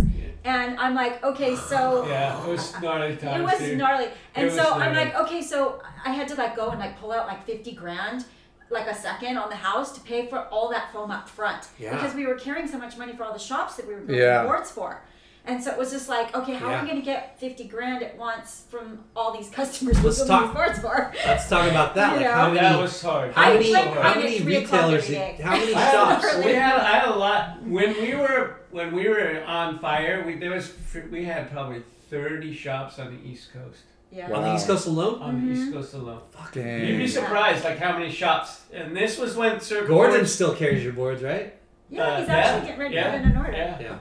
[SPEAKER 7] And I'm like, okay, so
[SPEAKER 4] Yeah. It was gnarly
[SPEAKER 7] it
[SPEAKER 4] times.
[SPEAKER 7] was
[SPEAKER 4] dude.
[SPEAKER 7] gnarly. And
[SPEAKER 4] It
[SPEAKER 7] so
[SPEAKER 4] was
[SPEAKER 7] I'm
[SPEAKER 4] gnarly.
[SPEAKER 7] like, okay, so I had to like go and like pull out like 50 grand like a second on the house to pay for all that foam up front
[SPEAKER 1] Yeah.
[SPEAKER 7] because we were carrying so much money for all the shops that we were building
[SPEAKER 2] Yeah.
[SPEAKER 7] boards for. And so it was just like, okay, how am
[SPEAKER 1] Yeah.
[SPEAKER 7] I going to get 50 grand at once from all these customers
[SPEAKER 1] Let's
[SPEAKER 7] we're building
[SPEAKER 1] talk-
[SPEAKER 7] these boards for?
[SPEAKER 1] Let's talk about that. Like
[SPEAKER 7] You know.
[SPEAKER 1] how
[SPEAKER 4] That
[SPEAKER 1] many
[SPEAKER 4] was hard.
[SPEAKER 1] how
[SPEAKER 7] I
[SPEAKER 1] many
[SPEAKER 7] like
[SPEAKER 1] how
[SPEAKER 7] mine at
[SPEAKER 1] many
[SPEAKER 7] three o'clock
[SPEAKER 1] retailers
[SPEAKER 7] every
[SPEAKER 1] did-
[SPEAKER 7] day.
[SPEAKER 1] how many
[SPEAKER 4] I had-
[SPEAKER 1] shops?
[SPEAKER 4] We had, I had a lot when we were when we were on fire. We there was we had probably thirty shops on the East Coast
[SPEAKER 7] Yeah.
[SPEAKER 1] On the East Coast alone?
[SPEAKER 4] on the East Coast alone. You'd be
[SPEAKER 2] Dang.
[SPEAKER 4] surprised like how many shops. And this was when Sir
[SPEAKER 1] Gordon still carries your boards, right?
[SPEAKER 7] Yeah, he's
[SPEAKER 4] Uh,
[SPEAKER 7] actually
[SPEAKER 4] yeah,
[SPEAKER 7] getting ready
[SPEAKER 4] yeah,
[SPEAKER 7] to put in an order.
[SPEAKER 4] Yeah.
[SPEAKER 1] Yeah.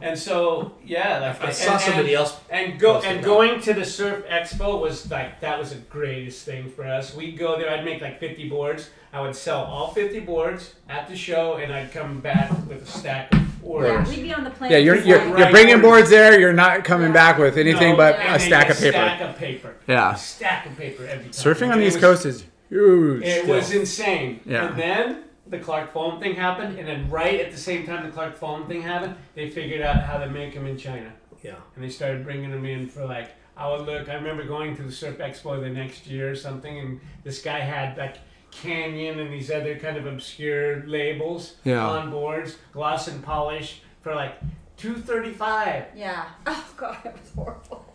[SPEAKER 4] And so, yeah, like
[SPEAKER 1] I
[SPEAKER 4] and-
[SPEAKER 1] saw somebody
[SPEAKER 4] and,
[SPEAKER 1] else
[SPEAKER 4] And go
[SPEAKER 1] posted
[SPEAKER 4] and
[SPEAKER 1] that.
[SPEAKER 4] going to the Surf Expo was like that was the greatest thing for us. We'd go there. I'd make like fifty boards. I would sell all fifty boards at the show, and I'd come back with a stack of
[SPEAKER 7] Yeah,
[SPEAKER 4] orders.
[SPEAKER 7] we'd be on the plane.
[SPEAKER 2] Yeah, you're
[SPEAKER 7] just
[SPEAKER 2] you're,
[SPEAKER 7] like-
[SPEAKER 4] Right.
[SPEAKER 2] you're bringing boards there. You're not coming
[SPEAKER 7] Yeah.
[SPEAKER 2] back with anything
[SPEAKER 4] No,
[SPEAKER 2] but
[SPEAKER 4] and
[SPEAKER 2] a
[SPEAKER 4] they
[SPEAKER 2] stack
[SPEAKER 4] get
[SPEAKER 2] of paper.
[SPEAKER 4] Stack of paper.
[SPEAKER 2] Yeah.
[SPEAKER 4] A stack of paper every time.
[SPEAKER 2] Surfing on
[SPEAKER 4] It
[SPEAKER 2] the East
[SPEAKER 4] was-
[SPEAKER 2] Coast is huge.
[SPEAKER 4] It
[SPEAKER 2] still.
[SPEAKER 4] was insane.
[SPEAKER 6] Yeah.
[SPEAKER 4] And then the Clark Foam thing happened, and then right at the same time the Clark Foam thing happened, they figured out how to make them in China,
[SPEAKER 1] Yeah.
[SPEAKER 4] and they started bringing them in for like. I would look. I remember going to the Surf Expo the next year or something, and this guy had like Canyon and these other kind of obscure labels
[SPEAKER 6] Yeah.
[SPEAKER 4] on boards, gloss and polish for like two thirty five.
[SPEAKER 7] Yeah. Oh god, it was horrible.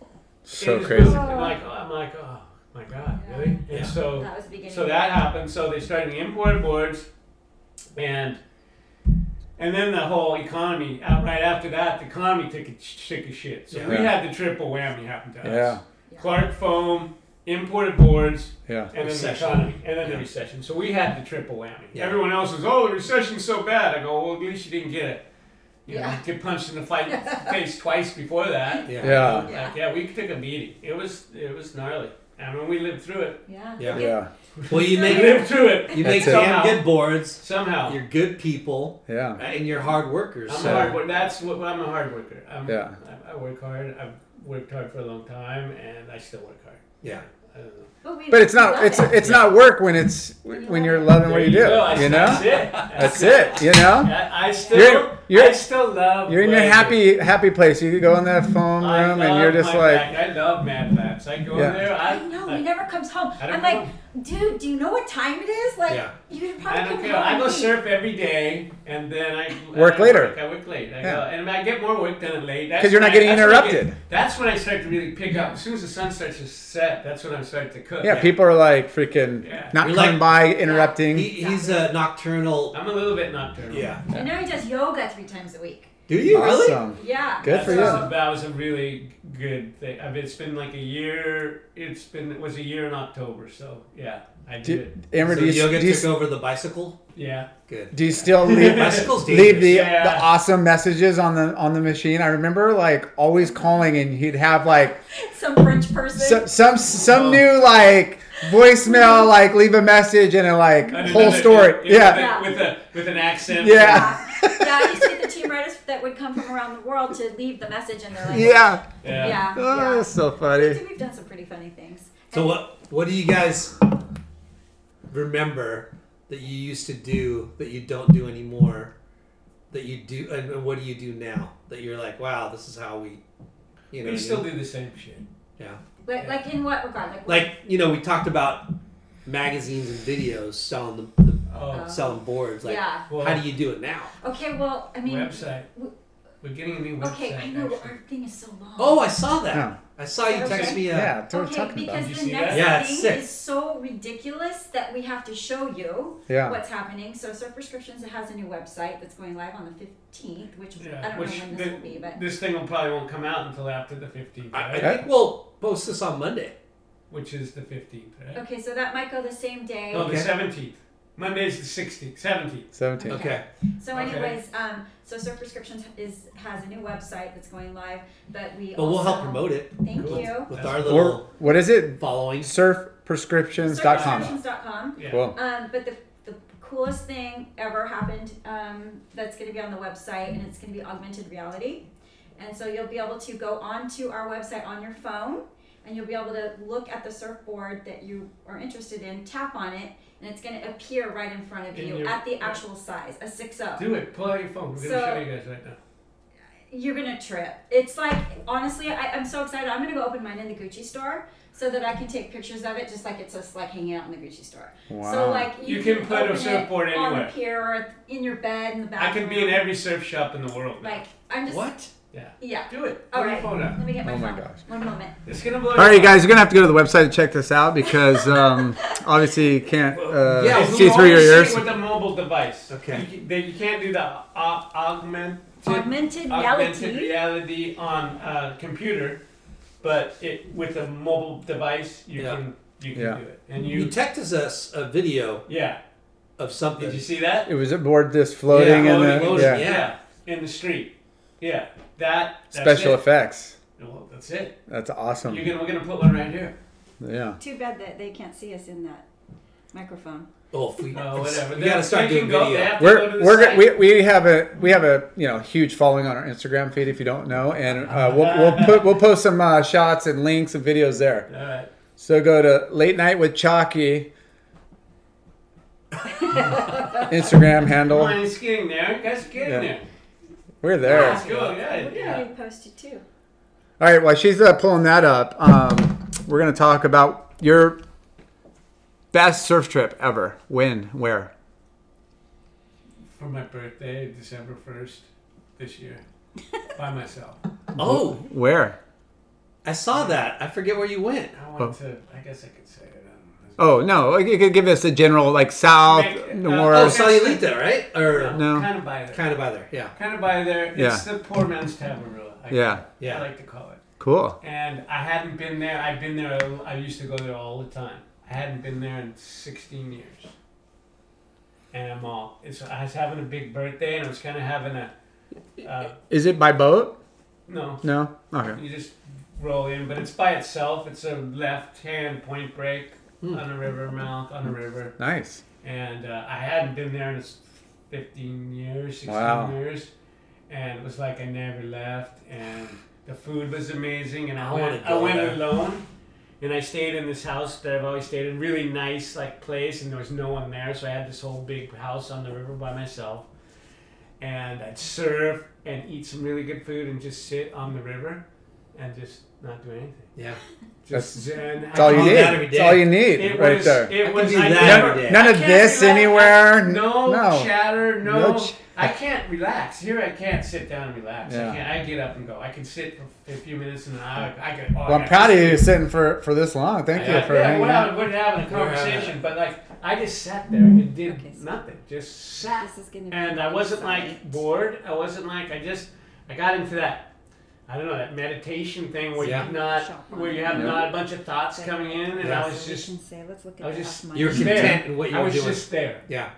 [SPEAKER 2] so
[SPEAKER 4] It
[SPEAKER 2] crazy.
[SPEAKER 4] was- and like, oh, I'm like, oh my god, really? And
[SPEAKER 1] Yeah.
[SPEAKER 4] so
[SPEAKER 7] That was the beginning.
[SPEAKER 4] so that happened. So they started the import boards, and and then the whole economy. uh, Right after that, the economy took a, took a shit. So we
[SPEAKER 2] Yeah.
[SPEAKER 4] had the triple whammy happen to
[SPEAKER 2] Yeah,
[SPEAKER 4] us. Clark foam, imported boards,
[SPEAKER 2] yeah.
[SPEAKER 4] and then the
[SPEAKER 1] Recession.
[SPEAKER 4] economy, and then the
[SPEAKER 1] Yeah.
[SPEAKER 4] recession. So we had the triple whammy.
[SPEAKER 1] Yeah.
[SPEAKER 4] Everyone else was, oh, the recession's so bad. I go, well, at least you didn't get it. You
[SPEAKER 7] Yeah.
[SPEAKER 4] know, get punched in the fight, face twice before that.
[SPEAKER 1] Yeah.
[SPEAKER 2] Yeah.
[SPEAKER 7] Yeah.
[SPEAKER 4] Like, yeah, we took a beating. It was it was gnarly. I mean, we lived through it.
[SPEAKER 7] Yeah.
[SPEAKER 1] Yeah.
[SPEAKER 2] Yeah.
[SPEAKER 1] Well, you
[SPEAKER 4] We
[SPEAKER 1] make
[SPEAKER 4] lived through it.
[SPEAKER 1] you make
[SPEAKER 2] That's it.
[SPEAKER 1] damn
[SPEAKER 4] somehow.
[SPEAKER 1] good boards.
[SPEAKER 4] Somehow.
[SPEAKER 1] You're good people,
[SPEAKER 2] Yeah.
[SPEAKER 1] and you're hard workers.
[SPEAKER 4] I'm
[SPEAKER 1] so-
[SPEAKER 4] a hard worker. That's what well, I'm a hard worker. I'm,
[SPEAKER 2] Yeah.
[SPEAKER 4] I, I work hard. I've worked hard for a long time, and I still work hard.
[SPEAKER 1] yeah.
[SPEAKER 4] I don't know.
[SPEAKER 7] But, we
[SPEAKER 2] But it's
[SPEAKER 7] love
[SPEAKER 2] not it's
[SPEAKER 7] it.
[SPEAKER 2] it's not work when it's when you're loving what
[SPEAKER 4] There
[SPEAKER 2] you do.
[SPEAKER 4] go. I-
[SPEAKER 2] You know.
[SPEAKER 4] That's it.
[SPEAKER 2] That's it. You know.
[SPEAKER 4] I, I still.
[SPEAKER 2] You're- you're-
[SPEAKER 4] I still love.
[SPEAKER 2] You're in your
[SPEAKER 4] what I do.
[SPEAKER 2] happy happy place. You could go in that foam
[SPEAKER 4] I
[SPEAKER 2] room and
[SPEAKER 4] love
[SPEAKER 2] you're just
[SPEAKER 4] my
[SPEAKER 2] like,
[SPEAKER 4] back. I love Mad Labs. I go
[SPEAKER 2] Yeah.
[SPEAKER 4] in there. I,
[SPEAKER 7] I know
[SPEAKER 4] I,
[SPEAKER 7] he never comes home.
[SPEAKER 4] I don't
[SPEAKER 7] I'm like, dude, do you know what time it is? Like,
[SPEAKER 1] Yeah.
[SPEAKER 7] you could probably
[SPEAKER 4] I don't
[SPEAKER 7] come
[SPEAKER 4] care.
[SPEAKER 7] home
[SPEAKER 4] I go
[SPEAKER 7] and eat.
[SPEAKER 4] surf every day, and then I
[SPEAKER 2] Work
[SPEAKER 4] I
[SPEAKER 2] later.
[SPEAKER 4] I work late. I go,
[SPEAKER 2] Yeah.
[SPEAKER 4] and I get more work done at late.
[SPEAKER 2] 'Cause you're not
[SPEAKER 4] That's
[SPEAKER 2] getting
[SPEAKER 4] when I get-
[SPEAKER 2] interrupted.
[SPEAKER 4] that's when I start to really pick up. As soon as the sun starts to set, that's when I start to cook.
[SPEAKER 2] yeah, people are like freaking
[SPEAKER 4] Yeah.
[SPEAKER 2] not
[SPEAKER 1] You're
[SPEAKER 2] coming
[SPEAKER 1] like-
[SPEAKER 2] by, interrupting.
[SPEAKER 1] He, he's a nocturnal.
[SPEAKER 4] I'm a little bit nocturnal.
[SPEAKER 1] Yeah.
[SPEAKER 7] And now he does yoga three times a week.
[SPEAKER 1] Do you really?
[SPEAKER 2] awesome.
[SPEAKER 7] Yeah.
[SPEAKER 2] Good for
[SPEAKER 4] That's
[SPEAKER 2] you.
[SPEAKER 4] awesome. That was a really good thing. I mean, it's been like a year. It's been it was a year in October. So yeah, I did
[SPEAKER 2] Do,
[SPEAKER 4] it.
[SPEAKER 2] Amber,
[SPEAKER 1] so
[SPEAKER 2] do you,
[SPEAKER 1] yoga
[SPEAKER 2] do you,
[SPEAKER 1] took over the bicycle.
[SPEAKER 4] Yeah.
[SPEAKER 1] Good.
[SPEAKER 2] do you still leave
[SPEAKER 1] Bicycle's
[SPEAKER 2] leave the,
[SPEAKER 4] dangerous.
[SPEAKER 2] the awesome messages on the on the machine? I remember like always calling and he'd have like
[SPEAKER 7] Some French person.
[SPEAKER 2] some some,
[SPEAKER 4] Oh.
[SPEAKER 2] some new like voicemail like leave a message and a like
[SPEAKER 4] And
[SPEAKER 2] whole
[SPEAKER 4] another-
[SPEAKER 2] story.
[SPEAKER 4] it-
[SPEAKER 2] Yeah,
[SPEAKER 4] With, a, with an accent.
[SPEAKER 2] yeah,
[SPEAKER 7] yeah. yeah, I used to get the team writers that would come from around the world to leave the message in their language.
[SPEAKER 2] yeah.
[SPEAKER 4] Yeah.
[SPEAKER 7] Yeah. yeah.
[SPEAKER 2] Oh, that's so
[SPEAKER 7] I
[SPEAKER 2] funny.
[SPEAKER 7] think we've done some pretty funny things.
[SPEAKER 1] So what what do you guys remember that you used to do that you don't do anymore? That you do, and and what do you do now? That you're like, wow, this is how we, you know,
[SPEAKER 4] We still do the same shit.
[SPEAKER 1] yeah.
[SPEAKER 7] Like, like in what regard? Like,
[SPEAKER 1] Like you know, we talked about magazines and videos selling the, the
[SPEAKER 4] Oh,
[SPEAKER 1] selling boards. Like,
[SPEAKER 7] Uh-huh. yeah.
[SPEAKER 1] how do you do it now?
[SPEAKER 7] Okay, well, I mean,
[SPEAKER 4] website.
[SPEAKER 7] w-
[SPEAKER 4] We're getting a new website.
[SPEAKER 7] okay, I know
[SPEAKER 4] actually.
[SPEAKER 7] our thing is so long.
[SPEAKER 1] Oh, I saw that.
[SPEAKER 2] Yeah.
[SPEAKER 1] I saw you text me. uh, A,
[SPEAKER 2] Yeah, that's what we're
[SPEAKER 7] Okay,
[SPEAKER 2] talking about.
[SPEAKER 7] because
[SPEAKER 4] You
[SPEAKER 7] the
[SPEAKER 4] see
[SPEAKER 7] next
[SPEAKER 4] that?
[SPEAKER 1] Yeah, it's
[SPEAKER 7] thing
[SPEAKER 1] sick.
[SPEAKER 7] is so ridiculous that we have to show you
[SPEAKER 2] Yeah.
[SPEAKER 7] what's happening. So Surf Prescriptions has a new website that's going live on the 15th, which I
[SPEAKER 4] Yeah,
[SPEAKER 7] don't
[SPEAKER 4] which
[SPEAKER 7] know when this
[SPEAKER 4] thi-
[SPEAKER 7] will be, but
[SPEAKER 4] this thing will probably won't come out until after the 15th,
[SPEAKER 1] I, I
[SPEAKER 4] right?
[SPEAKER 2] Okay.
[SPEAKER 1] think we'll post this on Monday.
[SPEAKER 4] Which is the 15th, right?
[SPEAKER 7] okay, so that might go the same day.
[SPEAKER 4] No, the
[SPEAKER 1] Okay.
[SPEAKER 4] 17th. Monday's the 16th, 17th.
[SPEAKER 2] Seventeen.
[SPEAKER 1] Okay.
[SPEAKER 7] So,
[SPEAKER 4] Okay.
[SPEAKER 7] anyways, um, so Surf Prescriptions is has a new website that's going live, but we
[SPEAKER 1] But we'll
[SPEAKER 7] also-
[SPEAKER 1] help promote it
[SPEAKER 7] Thank
[SPEAKER 1] with,
[SPEAKER 7] you.
[SPEAKER 1] with our little
[SPEAKER 2] Or what is it?
[SPEAKER 1] following.
[SPEAKER 2] Surfprescriptions.com.
[SPEAKER 7] Surfprescriptions.com.
[SPEAKER 4] Yeah.
[SPEAKER 2] Cool.
[SPEAKER 7] Um, but the, the coolest thing ever happened um, that's going to be on the website, and it's going to be augmented reality. And so you'll be able to go onto our website on your phone, and you'll be able to look at the surfboard that you are interested in, tap on it, and it's going to appear right in front of
[SPEAKER 4] In
[SPEAKER 7] you
[SPEAKER 4] your-
[SPEAKER 7] at the actual size, a 6 0.
[SPEAKER 4] Do it. Pull out your phone. We're going to
[SPEAKER 7] So-
[SPEAKER 4] show you guys right now.
[SPEAKER 7] You're going to trip. It's like, honestly, I, I'm so excited. I'm going to go open mine in the Gucci store. So that I can take pictures of it, just like it's just like hanging out in the Gucci store. So
[SPEAKER 2] Wow.
[SPEAKER 7] like you,
[SPEAKER 4] You can put a
[SPEAKER 7] open it
[SPEAKER 4] surfboard
[SPEAKER 7] on
[SPEAKER 4] anywhere.
[SPEAKER 7] the pier, or in your bed, in the
[SPEAKER 4] I
[SPEAKER 7] bathroom.
[SPEAKER 4] could be in every surf shop in the world. now.
[SPEAKER 7] Like I'm just
[SPEAKER 1] What?
[SPEAKER 4] Yeah.
[SPEAKER 7] Yeah.
[SPEAKER 4] Do it. Pull
[SPEAKER 7] All
[SPEAKER 4] your
[SPEAKER 7] right.
[SPEAKER 4] phone out.
[SPEAKER 7] Let me get my
[SPEAKER 2] Oh my
[SPEAKER 7] phone.
[SPEAKER 2] gosh.
[SPEAKER 7] One moment.
[SPEAKER 4] It's going to blow
[SPEAKER 2] All right, you guys, you're gonna have to go to the website to check this out because um, obviously you can't uh,
[SPEAKER 1] Yeah,
[SPEAKER 4] Guys,
[SPEAKER 1] we
[SPEAKER 2] see
[SPEAKER 4] you
[SPEAKER 2] through your
[SPEAKER 4] only see it
[SPEAKER 2] ears.
[SPEAKER 4] with a mobile device.
[SPEAKER 1] Okay.
[SPEAKER 4] You, can, they, you can't do the au- augmented,
[SPEAKER 7] Augmented
[SPEAKER 4] augmented
[SPEAKER 7] reality.
[SPEAKER 4] reality on a computer, but it with a mobile device you
[SPEAKER 1] Yeah.
[SPEAKER 4] can you can
[SPEAKER 2] Yeah.
[SPEAKER 4] do it. And you,
[SPEAKER 1] You texted us a video
[SPEAKER 4] yeah.
[SPEAKER 1] of something.
[SPEAKER 4] Did you see that?
[SPEAKER 2] It was aboard this floating
[SPEAKER 1] Yeah,
[SPEAKER 2] and the,
[SPEAKER 1] floating, floating,
[SPEAKER 2] yeah.
[SPEAKER 1] yeah.
[SPEAKER 4] In the street. Yeah. That that's
[SPEAKER 2] special
[SPEAKER 4] it.
[SPEAKER 2] effects.
[SPEAKER 4] Well, that's it.
[SPEAKER 2] That's
[SPEAKER 4] You're
[SPEAKER 2] awesome.
[SPEAKER 4] gonna, we're gonna put one right here.
[SPEAKER 2] yeah.
[SPEAKER 7] Too bad that they can't see us in that microphone.
[SPEAKER 1] Oh, if we,
[SPEAKER 4] Oh, whatever.
[SPEAKER 1] we
[SPEAKER 4] They-
[SPEAKER 1] gotta start
[SPEAKER 4] they
[SPEAKER 1] doing
[SPEAKER 4] can go-
[SPEAKER 1] video.
[SPEAKER 4] they have to go to
[SPEAKER 2] We're,
[SPEAKER 4] the
[SPEAKER 2] we're
[SPEAKER 4] site.
[SPEAKER 2] g- we, we have a we have a you know huge following on our Instagram feed if you don't know and uh, we'll, we'll put we'll post some uh, shots and links and videos there.
[SPEAKER 4] All right.
[SPEAKER 2] So go to late night with Chalky Instagram handle.
[SPEAKER 4] Mine is getting there. Guys, getting
[SPEAKER 2] Yeah.
[SPEAKER 4] there.
[SPEAKER 2] We're there.
[SPEAKER 4] Let's go. Yeah,
[SPEAKER 7] We're
[SPEAKER 4] yeah.
[SPEAKER 7] getting posted too.
[SPEAKER 6] All right, while she's uh, pulling that up, um, we're going to talk about your best surf trip ever. When, where?
[SPEAKER 4] For my birthday, December first this year, by myself.
[SPEAKER 1] Oh,
[SPEAKER 6] Where?
[SPEAKER 1] I saw that. I forget where you went.
[SPEAKER 4] I want to. I guess I could say it. I
[SPEAKER 6] Oh, no, like, you could give us a general, like, south,
[SPEAKER 4] Make- uh,
[SPEAKER 1] Oh,
[SPEAKER 6] north.
[SPEAKER 4] so-
[SPEAKER 1] Salulita, right? Or
[SPEAKER 4] don't
[SPEAKER 6] No.
[SPEAKER 4] know. Kind of by there.
[SPEAKER 1] kind of by there. Yeah.
[SPEAKER 4] Kind of by there.
[SPEAKER 6] Yeah.
[SPEAKER 4] It's the poor man's Tabarula. I-
[SPEAKER 6] yeah,
[SPEAKER 1] Yeah.
[SPEAKER 4] I like to call it.
[SPEAKER 6] cool.
[SPEAKER 4] And I hadn't been there. I've been there. I used to go there all the time. I hadn't been there in 16 years. And I'm all. It's, I was having a big birthday, and I was kind of having a. Uh,
[SPEAKER 6] Is it by boat?
[SPEAKER 4] no,
[SPEAKER 6] No? Okay.
[SPEAKER 4] you just roll in, but it's by itself. It's a left-hand point break on a river mouth on a river,
[SPEAKER 2] Nice.
[SPEAKER 4] and uh, I hadn't been there in s- 15 years, 16
[SPEAKER 2] Wow.
[SPEAKER 4] years, and it was like I never left. And the food was amazing, and I,
[SPEAKER 1] I wanna
[SPEAKER 4] went. I
[SPEAKER 1] go
[SPEAKER 4] went
[SPEAKER 1] there.
[SPEAKER 4] alone. And I stayed in this house that I've always stayed in, really nice like place, and there was no one there, so I had this whole big house on the river by myself. And I'd surf and eat some really good food and just sit on the river and just not do anything.
[SPEAKER 1] Yeah.
[SPEAKER 4] Just zen.
[SPEAKER 2] That's all you
[SPEAKER 1] do
[SPEAKER 2] need.
[SPEAKER 1] that every
[SPEAKER 2] That's all
[SPEAKER 1] day.
[SPEAKER 2] you need
[SPEAKER 4] It
[SPEAKER 2] right
[SPEAKER 4] was,
[SPEAKER 2] there.
[SPEAKER 1] I
[SPEAKER 4] It
[SPEAKER 1] could
[SPEAKER 4] was,
[SPEAKER 1] do
[SPEAKER 4] I
[SPEAKER 1] that
[SPEAKER 4] never-
[SPEAKER 1] every day.
[SPEAKER 2] None
[SPEAKER 4] I
[SPEAKER 2] of
[SPEAKER 4] can't
[SPEAKER 2] this
[SPEAKER 4] relax.
[SPEAKER 2] anywhere. N-
[SPEAKER 4] No,
[SPEAKER 2] no.
[SPEAKER 4] chatter. No,
[SPEAKER 2] No ch-
[SPEAKER 4] I can't relax. Here, I can't sit down and relax.
[SPEAKER 2] Yeah.
[SPEAKER 4] I can't. I get up and go. I can sit for a few minutes and I, I get. Oh,
[SPEAKER 2] Well, I'm proud of you sitting for, for this long. Thank you
[SPEAKER 4] Yeah,
[SPEAKER 2] for
[SPEAKER 4] yeah
[SPEAKER 2] hanging
[SPEAKER 4] we're,
[SPEAKER 2] out. Mm-hmm.
[SPEAKER 4] having, we're having a
[SPEAKER 1] We're having
[SPEAKER 4] conversation, but like I just sat there and did
[SPEAKER 7] Okay, so-
[SPEAKER 4] nothing. Just sat.
[SPEAKER 7] This is gonna be
[SPEAKER 4] and I wasn't like
[SPEAKER 7] exciting.
[SPEAKER 4] bored. I wasn't like I just I got into that. I don't know that meditation thing where
[SPEAKER 1] Yeah.
[SPEAKER 4] you're not
[SPEAKER 7] Shop
[SPEAKER 4] where you have not a bunch of thoughts coming in, and I was just
[SPEAKER 7] can say, let's look at
[SPEAKER 4] I was
[SPEAKER 7] that
[SPEAKER 4] just-
[SPEAKER 7] off my
[SPEAKER 1] You were
[SPEAKER 7] list.
[SPEAKER 4] there.
[SPEAKER 1] content in what you
[SPEAKER 4] I
[SPEAKER 1] were
[SPEAKER 4] was
[SPEAKER 1] doing.
[SPEAKER 4] just there,
[SPEAKER 1] Yeah.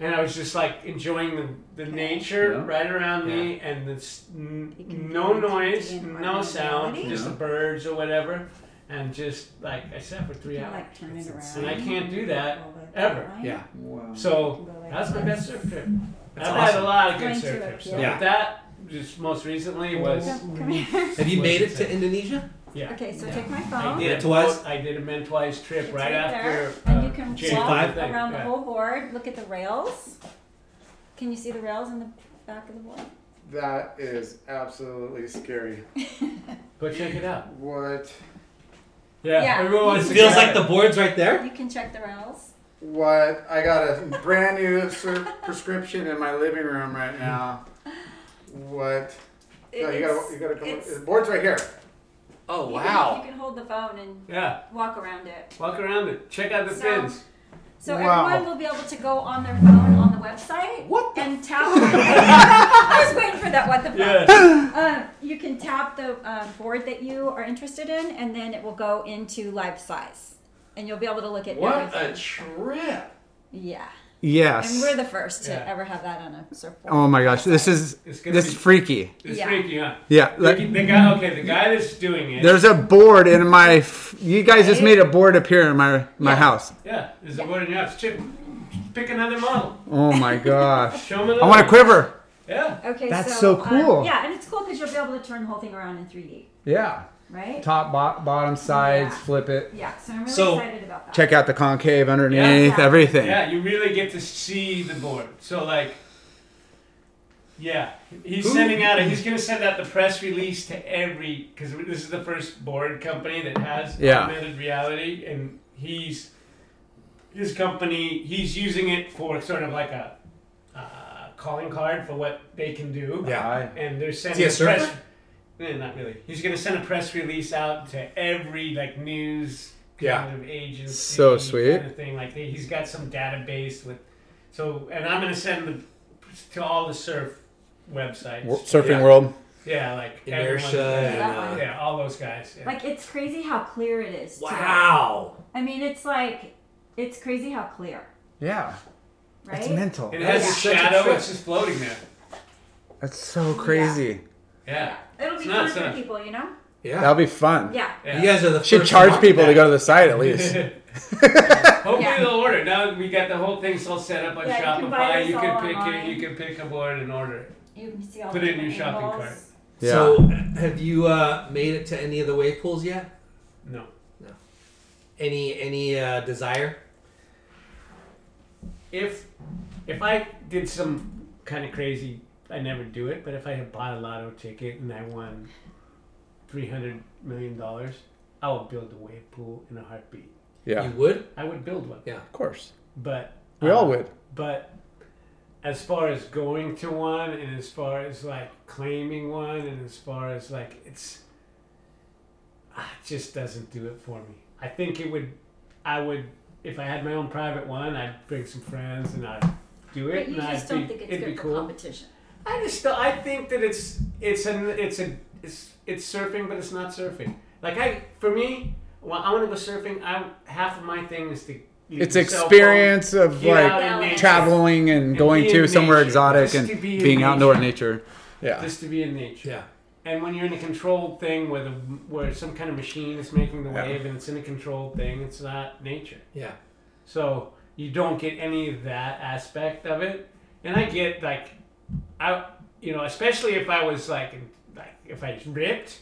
[SPEAKER 4] and I was just like enjoying the, the nature
[SPEAKER 2] Yeah.
[SPEAKER 4] right around me, and the s- n-
[SPEAKER 7] You can
[SPEAKER 4] no
[SPEAKER 7] feel it
[SPEAKER 4] noise,
[SPEAKER 7] in
[SPEAKER 4] no sound,
[SPEAKER 7] reality.
[SPEAKER 4] just the birds or whatever, and just like I sat for three
[SPEAKER 7] You can,
[SPEAKER 4] hours,
[SPEAKER 7] like turn it around.
[SPEAKER 4] and I can't do that
[SPEAKER 7] Roll it
[SPEAKER 4] ever.
[SPEAKER 7] down.
[SPEAKER 1] Yeah.
[SPEAKER 4] So
[SPEAKER 7] Go like
[SPEAKER 4] that's my
[SPEAKER 7] this.
[SPEAKER 4] best surf trip.
[SPEAKER 1] That's
[SPEAKER 4] I've had
[SPEAKER 1] awesome.
[SPEAKER 4] a lot of
[SPEAKER 7] Going
[SPEAKER 4] good
[SPEAKER 7] to
[SPEAKER 4] surf
[SPEAKER 7] it,
[SPEAKER 4] trips.
[SPEAKER 7] yeah.
[SPEAKER 4] but
[SPEAKER 1] Yeah.
[SPEAKER 4] That just most recently was
[SPEAKER 7] Yeah, come here.
[SPEAKER 1] Have you
[SPEAKER 4] What's
[SPEAKER 1] made
[SPEAKER 4] it
[SPEAKER 1] it to
[SPEAKER 4] say?
[SPEAKER 1] Indonesia?
[SPEAKER 4] yeah.
[SPEAKER 7] Okay, so
[SPEAKER 1] Yeah.
[SPEAKER 7] take my
[SPEAKER 4] I
[SPEAKER 7] phone.
[SPEAKER 4] did a
[SPEAKER 1] Mentwise?
[SPEAKER 4] boat- I did a mentwise trip
[SPEAKER 7] It's
[SPEAKER 4] right
[SPEAKER 7] there,
[SPEAKER 4] after.
[SPEAKER 7] and
[SPEAKER 4] uh,
[SPEAKER 7] you can
[SPEAKER 4] Jane
[SPEAKER 7] walk
[SPEAKER 1] five?
[SPEAKER 4] thing,
[SPEAKER 7] around the
[SPEAKER 4] yeah.
[SPEAKER 7] whole board. Look at the rails. Can you see the rails in the back of the board?
[SPEAKER 9] That is absolutely scary.
[SPEAKER 4] Go check it out.
[SPEAKER 9] What?
[SPEAKER 4] Yeah,
[SPEAKER 7] Yeah.
[SPEAKER 4] everyone wants
[SPEAKER 1] It
[SPEAKER 4] to
[SPEAKER 1] feels
[SPEAKER 4] go.
[SPEAKER 1] like the board's right there.
[SPEAKER 7] You can check the rails.
[SPEAKER 9] What? I got a brand new sur- prescription in my living room
[SPEAKER 6] Mm-hmm.
[SPEAKER 9] right now. What? No, you gotta, you gotta come.
[SPEAKER 7] it's-
[SPEAKER 9] the board's right here.
[SPEAKER 1] Oh
[SPEAKER 7] you Can, you can hold the phone and
[SPEAKER 4] Yeah,
[SPEAKER 7] walk around it.
[SPEAKER 4] walk around it. Check out the
[SPEAKER 7] So-
[SPEAKER 4] fins.
[SPEAKER 7] So
[SPEAKER 9] Wow.
[SPEAKER 7] everyone will be able to go on their phone on the website
[SPEAKER 1] What the
[SPEAKER 7] and tap. I was waiting for that. What the fuck?
[SPEAKER 4] Yeah.
[SPEAKER 7] Uh, you can tap the uh, board that you are interested in, and then it will go into life size, and you'll be able to look at
[SPEAKER 1] What
[SPEAKER 7] everything.
[SPEAKER 1] a trip.
[SPEAKER 7] yeah, and
[SPEAKER 6] Yes.
[SPEAKER 7] we're the first to
[SPEAKER 4] Yeah.
[SPEAKER 7] ever have that on a surfboard.
[SPEAKER 6] Oh my gosh, this is
[SPEAKER 4] It's gonna
[SPEAKER 6] this is
[SPEAKER 4] be-
[SPEAKER 6] freaky.
[SPEAKER 4] It's
[SPEAKER 7] Yeah.
[SPEAKER 4] freaky, huh?
[SPEAKER 6] Yeah,
[SPEAKER 4] The,
[SPEAKER 6] like,
[SPEAKER 4] the guy, okay, the guy that's doing it.
[SPEAKER 6] there's a board in my. F- you guys just made a board appear in my my
[SPEAKER 7] Yeah.
[SPEAKER 6] house.
[SPEAKER 4] yeah, there's a board in your house. Chip, pick another model.
[SPEAKER 6] Oh my gosh,
[SPEAKER 4] Show 'em another.
[SPEAKER 6] I want a
[SPEAKER 4] one.
[SPEAKER 6] quiver.
[SPEAKER 4] Yeah.
[SPEAKER 7] Okay,
[SPEAKER 6] That's
[SPEAKER 7] so,
[SPEAKER 6] so
[SPEAKER 7] um,
[SPEAKER 6] cool.
[SPEAKER 7] yeah, and it's cool because you'll be able to turn the whole thing around in 3D,
[SPEAKER 6] Yeah,
[SPEAKER 7] right?
[SPEAKER 6] top, bo- bottom, sides,
[SPEAKER 7] Yeah.
[SPEAKER 6] flip it.
[SPEAKER 7] Yeah, so I'm really
[SPEAKER 1] So,
[SPEAKER 7] excited about that.
[SPEAKER 6] Check out the concave underneath
[SPEAKER 7] Yeah.
[SPEAKER 6] everything.
[SPEAKER 4] Yeah, you really get to see the board. So like, yeah, he's
[SPEAKER 1] Who-
[SPEAKER 4] sending out. A, he's gonna send out the press release to every because this is the first board company that has
[SPEAKER 6] Yeah.
[SPEAKER 4] augmented reality, and he's his company. He's using it for sort of like a uh, calling card for what they can do.
[SPEAKER 1] Yeah.
[SPEAKER 4] and they're sending
[SPEAKER 1] he a surfer?
[SPEAKER 4] press. Eh, not really. He's gonna send a press release out to every like news
[SPEAKER 1] Yeah.
[SPEAKER 4] kind of agency.
[SPEAKER 6] So sweet.
[SPEAKER 4] Kind of thing. Like they, he's got some database with. So and I'm gonna send the to all the surf websites.
[SPEAKER 6] W- surfing
[SPEAKER 1] Yeah.
[SPEAKER 6] world.
[SPEAKER 4] yeah, like
[SPEAKER 1] Inertia uh,
[SPEAKER 4] everyone-
[SPEAKER 7] and,
[SPEAKER 4] yeah, all those guys. Yeah.
[SPEAKER 7] Like it's crazy how clear it is. today.
[SPEAKER 1] Wow.
[SPEAKER 7] I mean, it's like it's crazy how clear,
[SPEAKER 6] Yeah,
[SPEAKER 7] right?
[SPEAKER 6] it's mental.
[SPEAKER 4] it has
[SPEAKER 7] Yeah.
[SPEAKER 4] a
[SPEAKER 1] Such a
[SPEAKER 4] shadow.
[SPEAKER 1] trip.
[SPEAKER 4] it's just floating there.
[SPEAKER 6] That's so crazy.
[SPEAKER 4] Yeah.
[SPEAKER 7] It'll be
[SPEAKER 4] It's
[SPEAKER 7] fun
[SPEAKER 4] not
[SPEAKER 7] for
[SPEAKER 4] so-
[SPEAKER 7] people, you know?
[SPEAKER 6] That'll be fun.
[SPEAKER 7] Yeah.
[SPEAKER 4] Yeah.
[SPEAKER 1] You guys are the
[SPEAKER 6] Should
[SPEAKER 1] first
[SPEAKER 6] charge
[SPEAKER 1] market
[SPEAKER 6] people to
[SPEAKER 1] that.
[SPEAKER 6] go to the site at least.
[SPEAKER 4] Hopefully
[SPEAKER 7] Yeah.
[SPEAKER 4] they'll order. Now we got the whole thing all set up on
[SPEAKER 7] Yeah, you can buy
[SPEAKER 4] Shopify.
[SPEAKER 7] this
[SPEAKER 4] You
[SPEAKER 7] all
[SPEAKER 4] can pick
[SPEAKER 7] online.
[SPEAKER 4] it. You can pick a board and order it.
[SPEAKER 7] You can see all
[SPEAKER 4] Put
[SPEAKER 7] the
[SPEAKER 4] it in your
[SPEAKER 7] different
[SPEAKER 4] shopping
[SPEAKER 7] angles.
[SPEAKER 4] cart.
[SPEAKER 6] Yeah.
[SPEAKER 1] So, have you uh, made it to any of the wave pools yet?
[SPEAKER 4] No.
[SPEAKER 1] Any any uh, desire?
[SPEAKER 4] if if I did some kind of crazy, I never do it. But if I had bought a lotto ticket and I won three hundred million dollars, I would build a wave pool in a heartbeat.
[SPEAKER 2] Yeah,
[SPEAKER 1] You
[SPEAKER 2] of
[SPEAKER 1] would?
[SPEAKER 4] I would build one.
[SPEAKER 1] Yeah.
[SPEAKER 2] course.
[SPEAKER 4] But uh,
[SPEAKER 2] We all would.
[SPEAKER 4] But as far as going to one, and as far as like claiming one, and as far as like it's, ah, it just doesn't do it for me. I think it would. I would if I had my own private one. I'd bring some friends and I'd do it.
[SPEAKER 7] But you
[SPEAKER 4] and
[SPEAKER 7] just
[SPEAKER 4] I'd
[SPEAKER 7] don't
[SPEAKER 4] be-
[SPEAKER 7] think it's
[SPEAKER 4] it'd
[SPEAKER 7] good
[SPEAKER 4] be
[SPEAKER 7] for
[SPEAKER 4] cool.
[SPEAKER 7] competition.
[SPEAKER 4] I just don't- I think that it's it's an it's a it's it's surfing, but it's not surfing. Like I for me, when I want to go surfing, I half of my thing is to. leave
[SPEAKER 2] It's
[SPEAKER 4] your cell phone,
[SPEAKER 2] experience of
[SPEAKER 4] get out
[SPEAKER 2] like
[SPEAKER 4] in nature,
[SPEAKER 2] traveling and
[SPEAKER 4] And
[SPEAKER 2] going
[SPEAKER 4] being
[SPEAKER 2] to
[SPEAKER 4] in
[SPEAKER 2] somewhere
[SPEAKER 4] nature.
[SPEAKER 2] exotic
[SPEAKER 4] Just
[SPEAKER 2] and
[SPEAKER 4] to be in
[SPEAKER 2] being
[SPEAKER 4] nature.
[SPEAKER 2] outdoor in nature. Yeah,
[SPEAKER 4] Just to be in nature.
[SPEAKER 1] Yeah.
[SPEAKER 4] And when you're in a controlled thing where the where some kind of machine is making the
[SPEAKER 2] Yeah.
[SPEAKER 4] wave and it's in a controlled thing, it's not nature.
[SPEAKER 1] Yeah.
[SPEAKER 4] So you don't get any of that aspect of it. And I get like, I you know especially if I was like in- like if I ripped,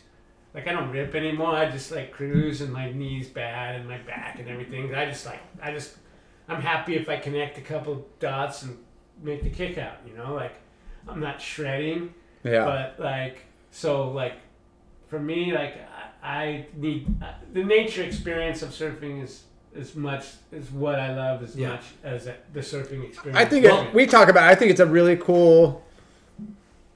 [SPEAKER 4] like I don't rip anymore. I just like cruise and my knees bad and my back and everything. I just like I just I'm happy if I connect a couple dots and make the kick out. You know like I'm not shredding.
[SPEAKER 2] yeah.
[SPEAKER 4] But like, so like, for me, like, I, I need uh, the nature experience of surfing is as much is what I love as
[SPEAKER 1] Yeah.
[SPEAKER 4] much as the surfing experience.
[SPEAKER 2] I think it, we talk about. It, I think it's a really cool,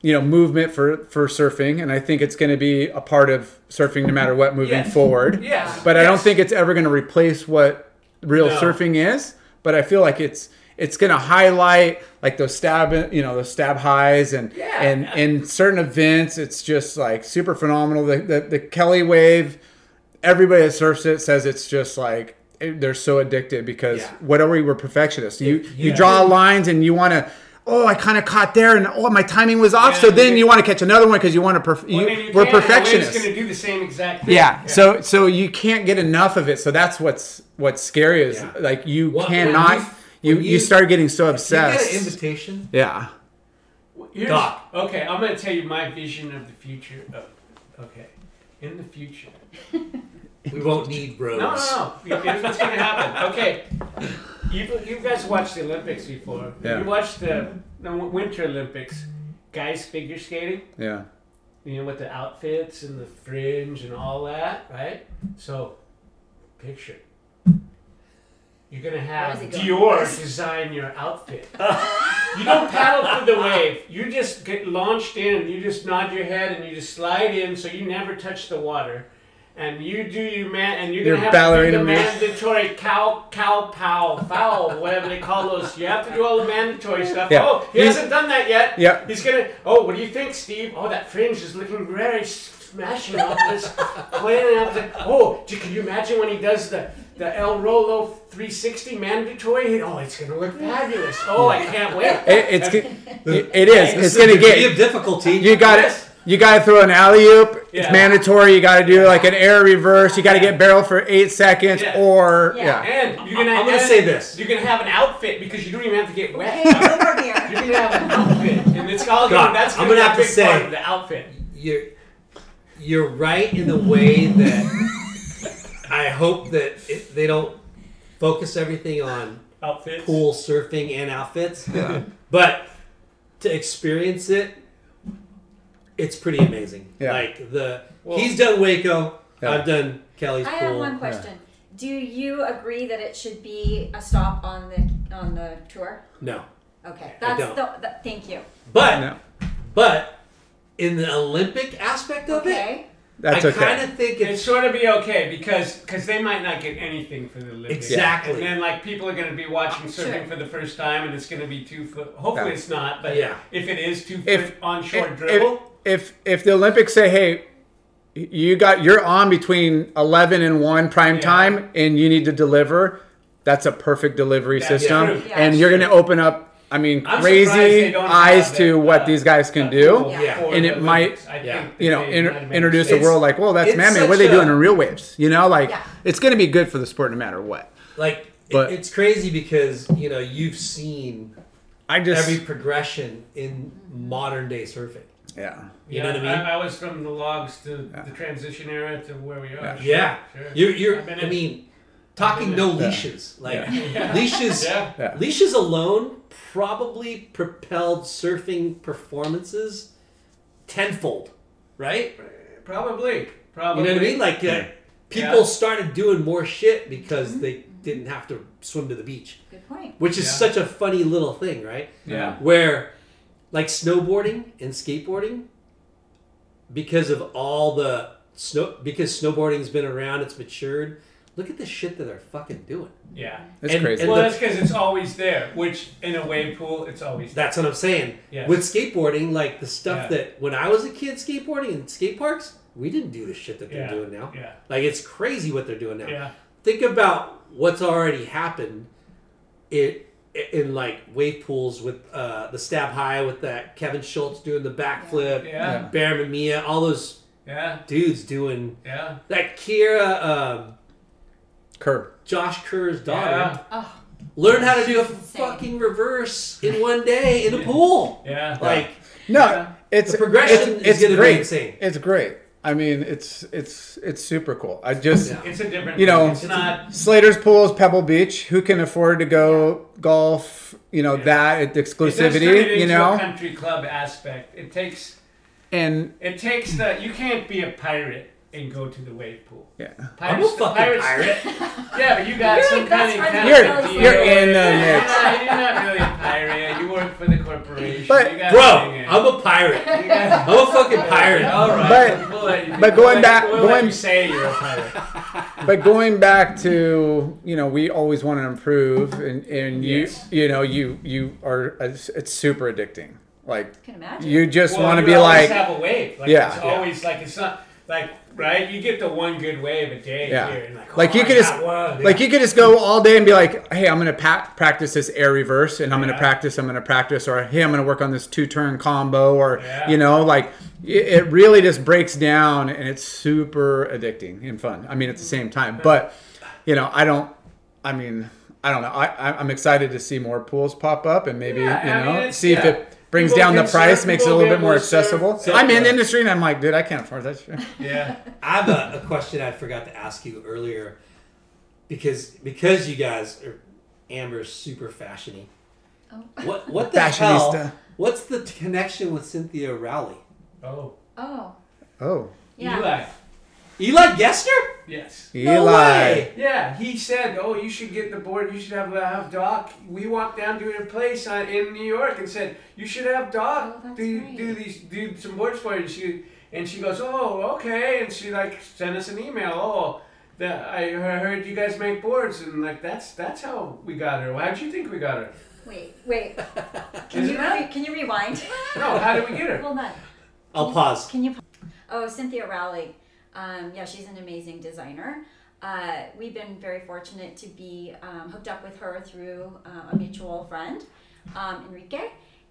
[SPEAKER 2] you know, movement for for surfing, and I think it's going to be a part of surfing no matter what moving
[SPEAKER 4] Yes.
[SPEAKER 2] forward.
[SPEAKER 4] Yes.
[SPEAKER 2] But I don't
[SPEAKER 4] Yes.
[SPEAKER 2] think it's ever going to replace what real
[SPEAKER 4] No.
[SPEAKER 2] surfing is. But I feel like it's it's going to highlight like those stab you know those stab highs and
[SPEAKER 4] Yeah.
[SPEAKER 2] and in certain events it's just like super phenomenal. The the, the Kelly wave everybody that surfs it says it's just like eh, they're so addicted because
[SPEAKER 1] Yeah.
[SPEAKER 2] what are we? We're perfectionists. You you
[SPEAKER 1] yeah.
[SPEAKER 2] draw lines and you want to. Oh, I kind of caught there, and oh, my timing was off.
[SPEAKER 4] Yeah,
[SPEAKER 2] so
[SPEAKER 4] you
[SPEAKER 2] then
[SPEAKER 4] get-
[SPEAKER 2] you want to catch another one because you want to. Perf- you,
[SPEAKER 4] Well, I mean, you
[SPEAKER 2] we're
[SPEAKER 4] can, and the wave's
[SPEAKER 2] perfectionists.
[SPEAKER 4] gonna do the same exact thing.
[SPEAKER 2] yeah. So so you can't get enough of it. So that's what's what's scary is
[SPEAKER 1] Yeah.
[SPEAKER 2] like you
[SPEAKER 1] Well, when
[SPEAKER 2] cannot.
[SPEAKER 1] you-
[SPEAKER 2] You, you,
[SPEAKER 1] when you-
[SPEAKER 2] start getting so
[SPEAKER 1] You get an
[SPEAKER 2] obsessed.
[SPEAKER 1] invitation.
[SPEAKER 2] yeah.
[SPEAKER 4] Here's-
[SPEAKER 1] Doc.
[SPEAKER 4] Okay, I'm gonna tell you my vision of the future. Of, okay, in the future.
[SPEAKER 1] We won't need roads.
[SPEAKER 4] No, no, no. Here's what's going to happen. Okay. You've, you guys watched the Olympics before.
[SPEAKER 2] Yeah.
[SPEAKER 4] You watched the, the Winter Olympics. Guys figure skating,
[SPEAKER 2] Yeah.
[SPEAKER 4] you know, with the outfits and the fringe and all that, right? So, picture. You're going to have
[SPEAKER 7] Where is he going
[SPEAKER 4] Dior
[SPEAKER 7] with this?
[SPEAKER 4] design your outfit. you don't paddle through the wave. You just get launched in. You just nod your head and you just slide in so you never touch the water. And you do your man, and you're
[SPEAKER 2] Your
[SPEAKER 4] gonna have
[SPEAKER 2] ballerina
[SPEAKER 4] to do the
[SPEAKER 2] moves.
[SPEAKER 4] mandatory cow, cow, pow, foul, whatever they call those. You have to do all the mandatory stuff.
[SPEAKER 2] Yeah.
[SPEAKER 4] Oh, he
[SPEAKER 2] He's-
[SPEAKER 4] hasn't done that yet.
[SPEAKER 2] Yeah.
[SPEAKER 4] He's gonna. Oh, what do you think, Steve? Oh, that fringe is looking very smashing off this plan. And I was like, oh, gee, can you imagine when he does the the El Rolo 360 mandatory? Oh, it's gonna look fabulous. Oh, I can't wait.
[SPEAKER 2] It, it's it- it is. It's gonna
[SPEAKER 1] Degree
[SPEAKER 2] get
[SPEAKER 1] of difficulty.
[SPEAKER 2] you got it.
[SPEAKER 4] Yes.
[SPEAKER 2] You got to throw an alley oop. It's
[SPEAKER 4] Yeah.
[SPEAKER 2] mandatory. You got to do like an air reverse. You got to get barrel for eight seconds
[SPEAKER 4] Yeah.
[SPEAKER 2] or
[SPEAKER 7] Yeah.
[SPEAKER 2] yeah.
[SPEAKER 4] And you're gonna.
[SPEAKER 1] I'm gonna
[SPEAKER 4] and
[SPEAKER 1] say this.
[SPEAKER 4] You're gonna have an outfit because you don't even have to get wet.
[SPEAKER 7] Hey, over here.
[SPEAKER 4] You're gonna have an outfit, and it's all
[SPEAKER 1] God,
[SPEAKER 4] gonna, that's
[SPEAKER 1] I'm
[SPEAKER 4] gonna,
[SPEAKER 1] gonna have
[SPEAKER 4] be a
[SPEAKER 1] to
[SPEAKER 4] big
[SPEAKER 1] say-
[SPEAKER 4] part of the outfit.
[SPEAKER 1] you're you're right in the way that I hope that it, they don't focus everything on
[SPEAKER 4] Outfit.
[SPEAKER 1] pool surfing and outfits. but to experience it, it's pretty amazing.
[SPEAKER 2] Yeah.
[SPEAKER 1] Like the
[SPEAKER 4] Well-
[SPEAKER 1] he's done Waco.
[SPEAKER 2] Yeah.
[SPEAKER 1] I've done Kelly's
[SPEAKER 7] I
[SPEAKER 1] pool.
[SPEAKER 7] have one question. Do you agree that it should be a stop on the on the tour?
[SPEAKER 1] No,
[SPEAKER 7] Okay,
[SPEAKER 1] I
[SPEAKER 7] that's
[SPEAKER 1] don't.
[SPEAKER 7] the, the thank you.
[SPEAKER 1] but
[SPEAKER 2] No.
[SPEAKER 1] but in the Olympic aspect of it,
[SPEAKER 7] Okay,
[SPEAKER 2] That's
[SPEAKER 1] I
[SPEAKER 2] okay.
[SPEAKER 1] kind of think
[SPEAKER 4] It's
[SPEAKER 1] it's
[SPEAKER 4] sort of be okay because cause they might not get anything for the Olympics.
[SPEAKER 1] Exactly.
[SPEAKER 4] And then like people are going to be
[SPEAKER 1] Oh,
[SPEAKER 4] watching surfing
[SPEAKER 7] Sure.
[SPEAKER 4] for the first time, and it's going to be two foot. Hopefully
[SPEAKER 2] Yeah.
[SPEAKER 4] it's not, but
[SPEAKER 1] Yeah.
[SPEAKER 4] if it is two foot
[SPEAKER 2] If-
[SPEAKER 4] onshore
[SPEAKER 2] if,
[SPEAKER 4] dribble,
[SPEAKER 2] if if the Olympics say, hey, you got you're on between eleven and one prime
[SPEAKER 4] Yeah.
[SPEAKER 2] time, and you need to deliver, that's a perfect delivery
[SPEAKER 4] That's
[SPEAKER 2] system,
[SPEAKER 4] true.
[SPEAKER 7] Yeah,
[SPEAKER 2] and
[SPEAKER 7] that's
[SPEAKER 2] you're
[SPEAKER 4] true.
[SPEAKER 2] going to open up. I mean,
[SPEAKER 4] I'm surprised they
[SPEAKER 2] crazy
[SPEAKER 4] don't
[SPEAKER 2] eyes
[SPEAKER 4] have
[SPEAKER 2] to
[SPEAKER 4] it,
[SPEAKER 2] what
[SPEAKER 4] uh,
[SPEAKER 2] these guys can
[SPEAKER 4] a
[SPEAKER 2] do.
[SPEAKER 4] pool
[SPEAKER 7] Yeah.
[SPEAKER 4] for
[SPEAKER 2] And
[SPEAKER 4] the
[SPEAKER 2] it might-
[SPEAKER 4] Olympics. I
[SPEAKER 1] Yeah.
[SPEAKER 4] think that
[SPEAKER 2] You know,
[SPEAKER 4] they
[SPEAKER 2] inter-
[SPEAKER 4] might have
[SPEAKER 2] introduce a
[SPEAKER 4] made
[SPEAKER 1] It's-
[SPEAKER 2] world like, well, that's
[SPEAKER 1] it's
[SPEAKER 2] man-made.
[SPEAKER 1] such
[SPEAKER 2] What are they doing
[SPEAKER 1] a-
[SPEAKER 2] in real waves? You know, like
[SPEAKER 7] Yeah.
[SPEAKER 2] it's going to be good for the sport no matter what.
[SPEAKER 1] like
[SPEAKER 2] But-
[SPEAKER 1] it's crazy because you know you've seen
[SPEAKER 2] I just
[SPEAKER 1] every progression in modern day surfing.
[SPEAKER 2] yeah.
[SPEAKER 1] You know what I mean?
[SPEAKER 4] I, I was from the logs to the transition era to where we
[SPEAKER 2] Yeah.
[SPEAKER 4] are. Sure,
[SPEAKER 1] Yeah,
[SPEAKER 4] sure.
[SPEAKER 1] you're. you're
[SPEAKER 4] I've been
[SPEAKER 1] I
[SPEAKER 4] in-
[SPEAKER 1] mean, Talking no leashes, like leashes.
[SPEAKER 4] Yeah.
[SPEAKER 2] Yeah.
[SPEAKER 1] Leashes alone probably propelled surfing performances tenfold, right?
[SPEAKER 4] Probably.
[SPEAKER 1] You
[SPEAKER 4] Probably.
[SPEAKER 1] know what I mean? Like uh, people
[SPEAKER 4] Yeah.
[SPEAKER 1] started doing more shit because they didn't have to swim to the beach,
[SPEAKER 7] Good point.
[SPEAKER 1] which is
[SPEAKER 4] Yeah.
[SPEAKER 1] such a funny little thing, right?
[SPEAKER 2] Yeah.
[SPEAKER 1] Where, like snowboarding and skateboarding, because of all the snow, because snowboarding's been around, it's matured. Look at the shit that they're fucking doing.
[SPEAKER 4] yeah.
[SPEAKER 2] It's
[SPEAKER 1] And-
[SPEAKER 2] crazy.
[SPEAKER 1] and
[SPEAKER 4] Well,
[SPEAKER 1] the-
[SPEAKER 4] that's because it's always there. Which in a wave pool, it's always there.
[SPEAKER 1] That's what I'm saying.
[SPEAKER 4] Yeah.
[SPEAKER 1] With skateboarding, like the stuff
[SPEAKER 4] Yeah.
[SPEAKER 1] that when I was a kid skateboarding in skate parks, we didn't do the shit that they're
[SPEAKER 4] Yeah.
[SPEAKER 1] doing now.
[SPEAKER 4] Yeah.
[SPEAKER 1] Like it's crazy what they're doing now.
[SPEAKER 4] Yeah.
[SPEAKER 1] Think about what's already happened it in like wave pools with uh, the stab high with that Kevin Schultz doing the backflip,
[SPEAKER 4] Yeah.
[SPEAKER 1] Bear Mia, all those
[SPEAKER 4] Yeah.
[SPEAKER 1] dudes doing
[SPEAKER 4] Yeah.
[SPEAKER 1] that Kira um,
[SPEAKER 2] Curb.
[SPEAKER 1] Josh Kerr's daughter
[SPEAKER 4] Yeah.
[SPEAKER 7] Oh,
[SPEAKER 1] learn how to do a
[SPEAKER 7] insane.
[SPEAKER 1] fucking reverse in one day in a pool.
[SPEAKER 4] Yeah.
[SPEAKER 1] Like
[SPEAKER 2] No,
[SPEAKER 4] Yeah.
[SPEAKER 2] it's
[SPEAKER 1] The progression
[SPEAKER 2] it's-
[SPEAKER 1] is
[SPEAKER 2] it's
[SPEAKER 1] gonna be
[SPEAKER 2] great.
[SPEAKER 1] insane.
[SPEAKER 2] It's great. I mean, it's it's it's super cool. I just
[SPEAKER 1] Yeah.
[SPEAKER 4] It's a different.
[SPEAKER 2] You know-
[SPEAKER 4] it's not.
[SPEAKER 2] Slater's Pool is Pebble Beach. Who can afford to go golf? You know that it,
[SPEAKER 4] It does turn it
[SPEAKER 2] exclusivity. you
[SPEAKER 4] into a
[SPEAKER 2] know,
[SPEAKER 4] country club aspect. It takes.
[SPEAKER 2] and
[SPEAKER 4] It takes the. You can't be a pirate and go to the wave pool.
[SPEAKER 2] yeah.
[SPEAKER 1] I'm
[SPEAKER 4] Pirates-
[SPEAKER 1] a fucking
[SPEAKER 4] pirates-
[SPEAKER 1] pirate.
[SPEAKER 4] Yeah, but you got
[SPEAKER 7] You're
[SPEAKER 4] some
[SPEAKER 7] the
[SPEAKER 4] kind
[SPEAKER 7] best
[SPEAKER 4] of
[SPEAKER 7] friend
[SPEAKER 4] kind
[SPEAKER 7] of
[SPEAKER 2] You're-
[SPEAKER 4] of
[SPEAKER 7] Kelly's
[SPEAKER 2] you're
[SPEAKER 7] friend.
[SPEAKER 2] in the
[SPEAKER 4] You're
[SPEAKER 2] mix.
[SPEAKER 4] not, you're not really a pirate. You work for the corporation.
[SPEAKER 2] But,
[SPEAKER 4] you got
[SPEAKER 1] Bro,
[SPEAKER 4] something in.
[SPEAKER 1] I'm a pirate.
[SPEAKER 4] You got-
[SPEAKER 1] I'm a fucking pirate.
[SPEAKER 4] All right.
[SPEAKER 2] But-
[SPEAKER 4] we'll let you,
[SPEAKER 2] but
[SPEAKER 4] we'll
[SPEAKER 2] going
[SPEAKER 4] let-
[SPEAKER 2] back-
[SPEAKER 4] we'll let
[SPEAKER 2] going-
[SPEAKER 4] you say you're a pirate.
[SPEAKER 2] But going back to you know, we always want to improve, and and you
[SPEAKER 4] Yes.
[SPEAKER 2] you know you you are it's, it's super addicting. Like
[SPEAKER 7] I can imagine.
[SPEAKER 2] you just
[SPEAKER 4] Well,
[SPEAKER 2] want to
[SPEAKER 4] you
[SPEAKER 2] be like
[SPEAKER 4] always have a wave. Like,
[SPEAKER 2] Yeah.
[SPEAKER 4] It's always like it's not like right. You get the one good wave a day
[SPEAKER 2] Yeah.
[SPEAKER 4] here, and like,
[SPEAKER 2] Like,
[SPEAKER 4] oh,
[SPEAKER 2] you
[SPEAKER 4] I
[SPEAKER 2] could
[SPEAKER 4] got
[SPEAKER 2] just-
[SPEAKER 4] one.
[SPEAKER 2] Like you could just go all day and be like, "Hey, I'm gonna pa- practice this air reverse, and I'm
[SPEAKER 4] Yeah.
[SPEAKER 2] gonna practice, I'm gonna practice, or hey, I'm gonna work on this two turn combo, or
[SPEAKER 4] Yeah.
[SPEAKER 2] you know, like it, it really just breaks down, and it's super addicting and fun. I mean, at the same time, but you know, I don't. I mean, I don't know. I, I I'm excited to see more pools pop up, and maybe
[SPEAKER 4] Yeah, I
[SPEAKER 2] you know,
[SPEAKER 4] mean, it's-
[SPEAKER 2] see if
[SPEAKER 4] yeah.
[SPEAKER 2] it brings
[SPEAKER 4] People
[SPEAKER 2] down the
[SPEAKER 4] can
[SPEAKER 2] price,
[SPEAKER 4] surf,
[SPEAKER 2] makes it a
[SPEAKER 4] people
[SPEAKER 2] little
[SPEAKER 4] get
[SPEAKER 2] bit more
[SPEAKER 4] more surf.
[SPEAKER 2] accessible.
[SPEAKER 4] So-
[SPEAKER 2] I'm in the industry, and I'm like, dude, I can't afford that shit.
[SPEAKER 4] yeah,
[SPEAKER 1] I have a, a question I forgot to ask you earlier because because you guys are Amber's super fashiony.
[SPEAKER 7] Oh.
[SPEAKER 1] What what the
[SPEAKER 2] Fashionista.
[SPEAKER 1] hell? What's the t- connection with Cynthia Rowley?
[SPEAKER 4] oh,
[SPEAKER 7] Oh,
[SPEAKER 2] Oh,
[SPEAKER 7] yeah.
[SPEAKER 4] Eli,
[SPEAKER 1] Eli Gester?
[SPEAKER 4] yes.
[SPEAKER 2] Eli.
[SPEAKER 4] Yeah, he said, "Oh, you should get the board. You should have uh, have Doc." We walked down to her place uh, in New York and said, "You should have Doc
[SPEAKER 7] Oh, that's
[SPEAKER 4] do
[SPEAKER 7] right.
[SPEAKER 4] do these do some boards for you." And she and she goes, "Oh, okay." And she like sent us an email. Oh, that I he- heard you guys make boards, and like that's that's how we got her. How'd you think we got her?
[SPEAKER 7] Wait, wait. Can
[SPEAKER 4] Isn't
[SPEAKER 7] you
[SPEAKER 4] that-
[SPEAKER 7] re- can you rewind?
[SPEAKER 4] No, how did we get her?
[SPEAKER 7] Well, not.
[SPEAKER 1] I'll pause.
[SPEAKER 7] Can you? Oh, Cynthia Rowley. Um, yeah, she's an amazing designer. Uh, we've been very fortunate to be um, hooked up with her through uh, a mutual friend, um, Enrique.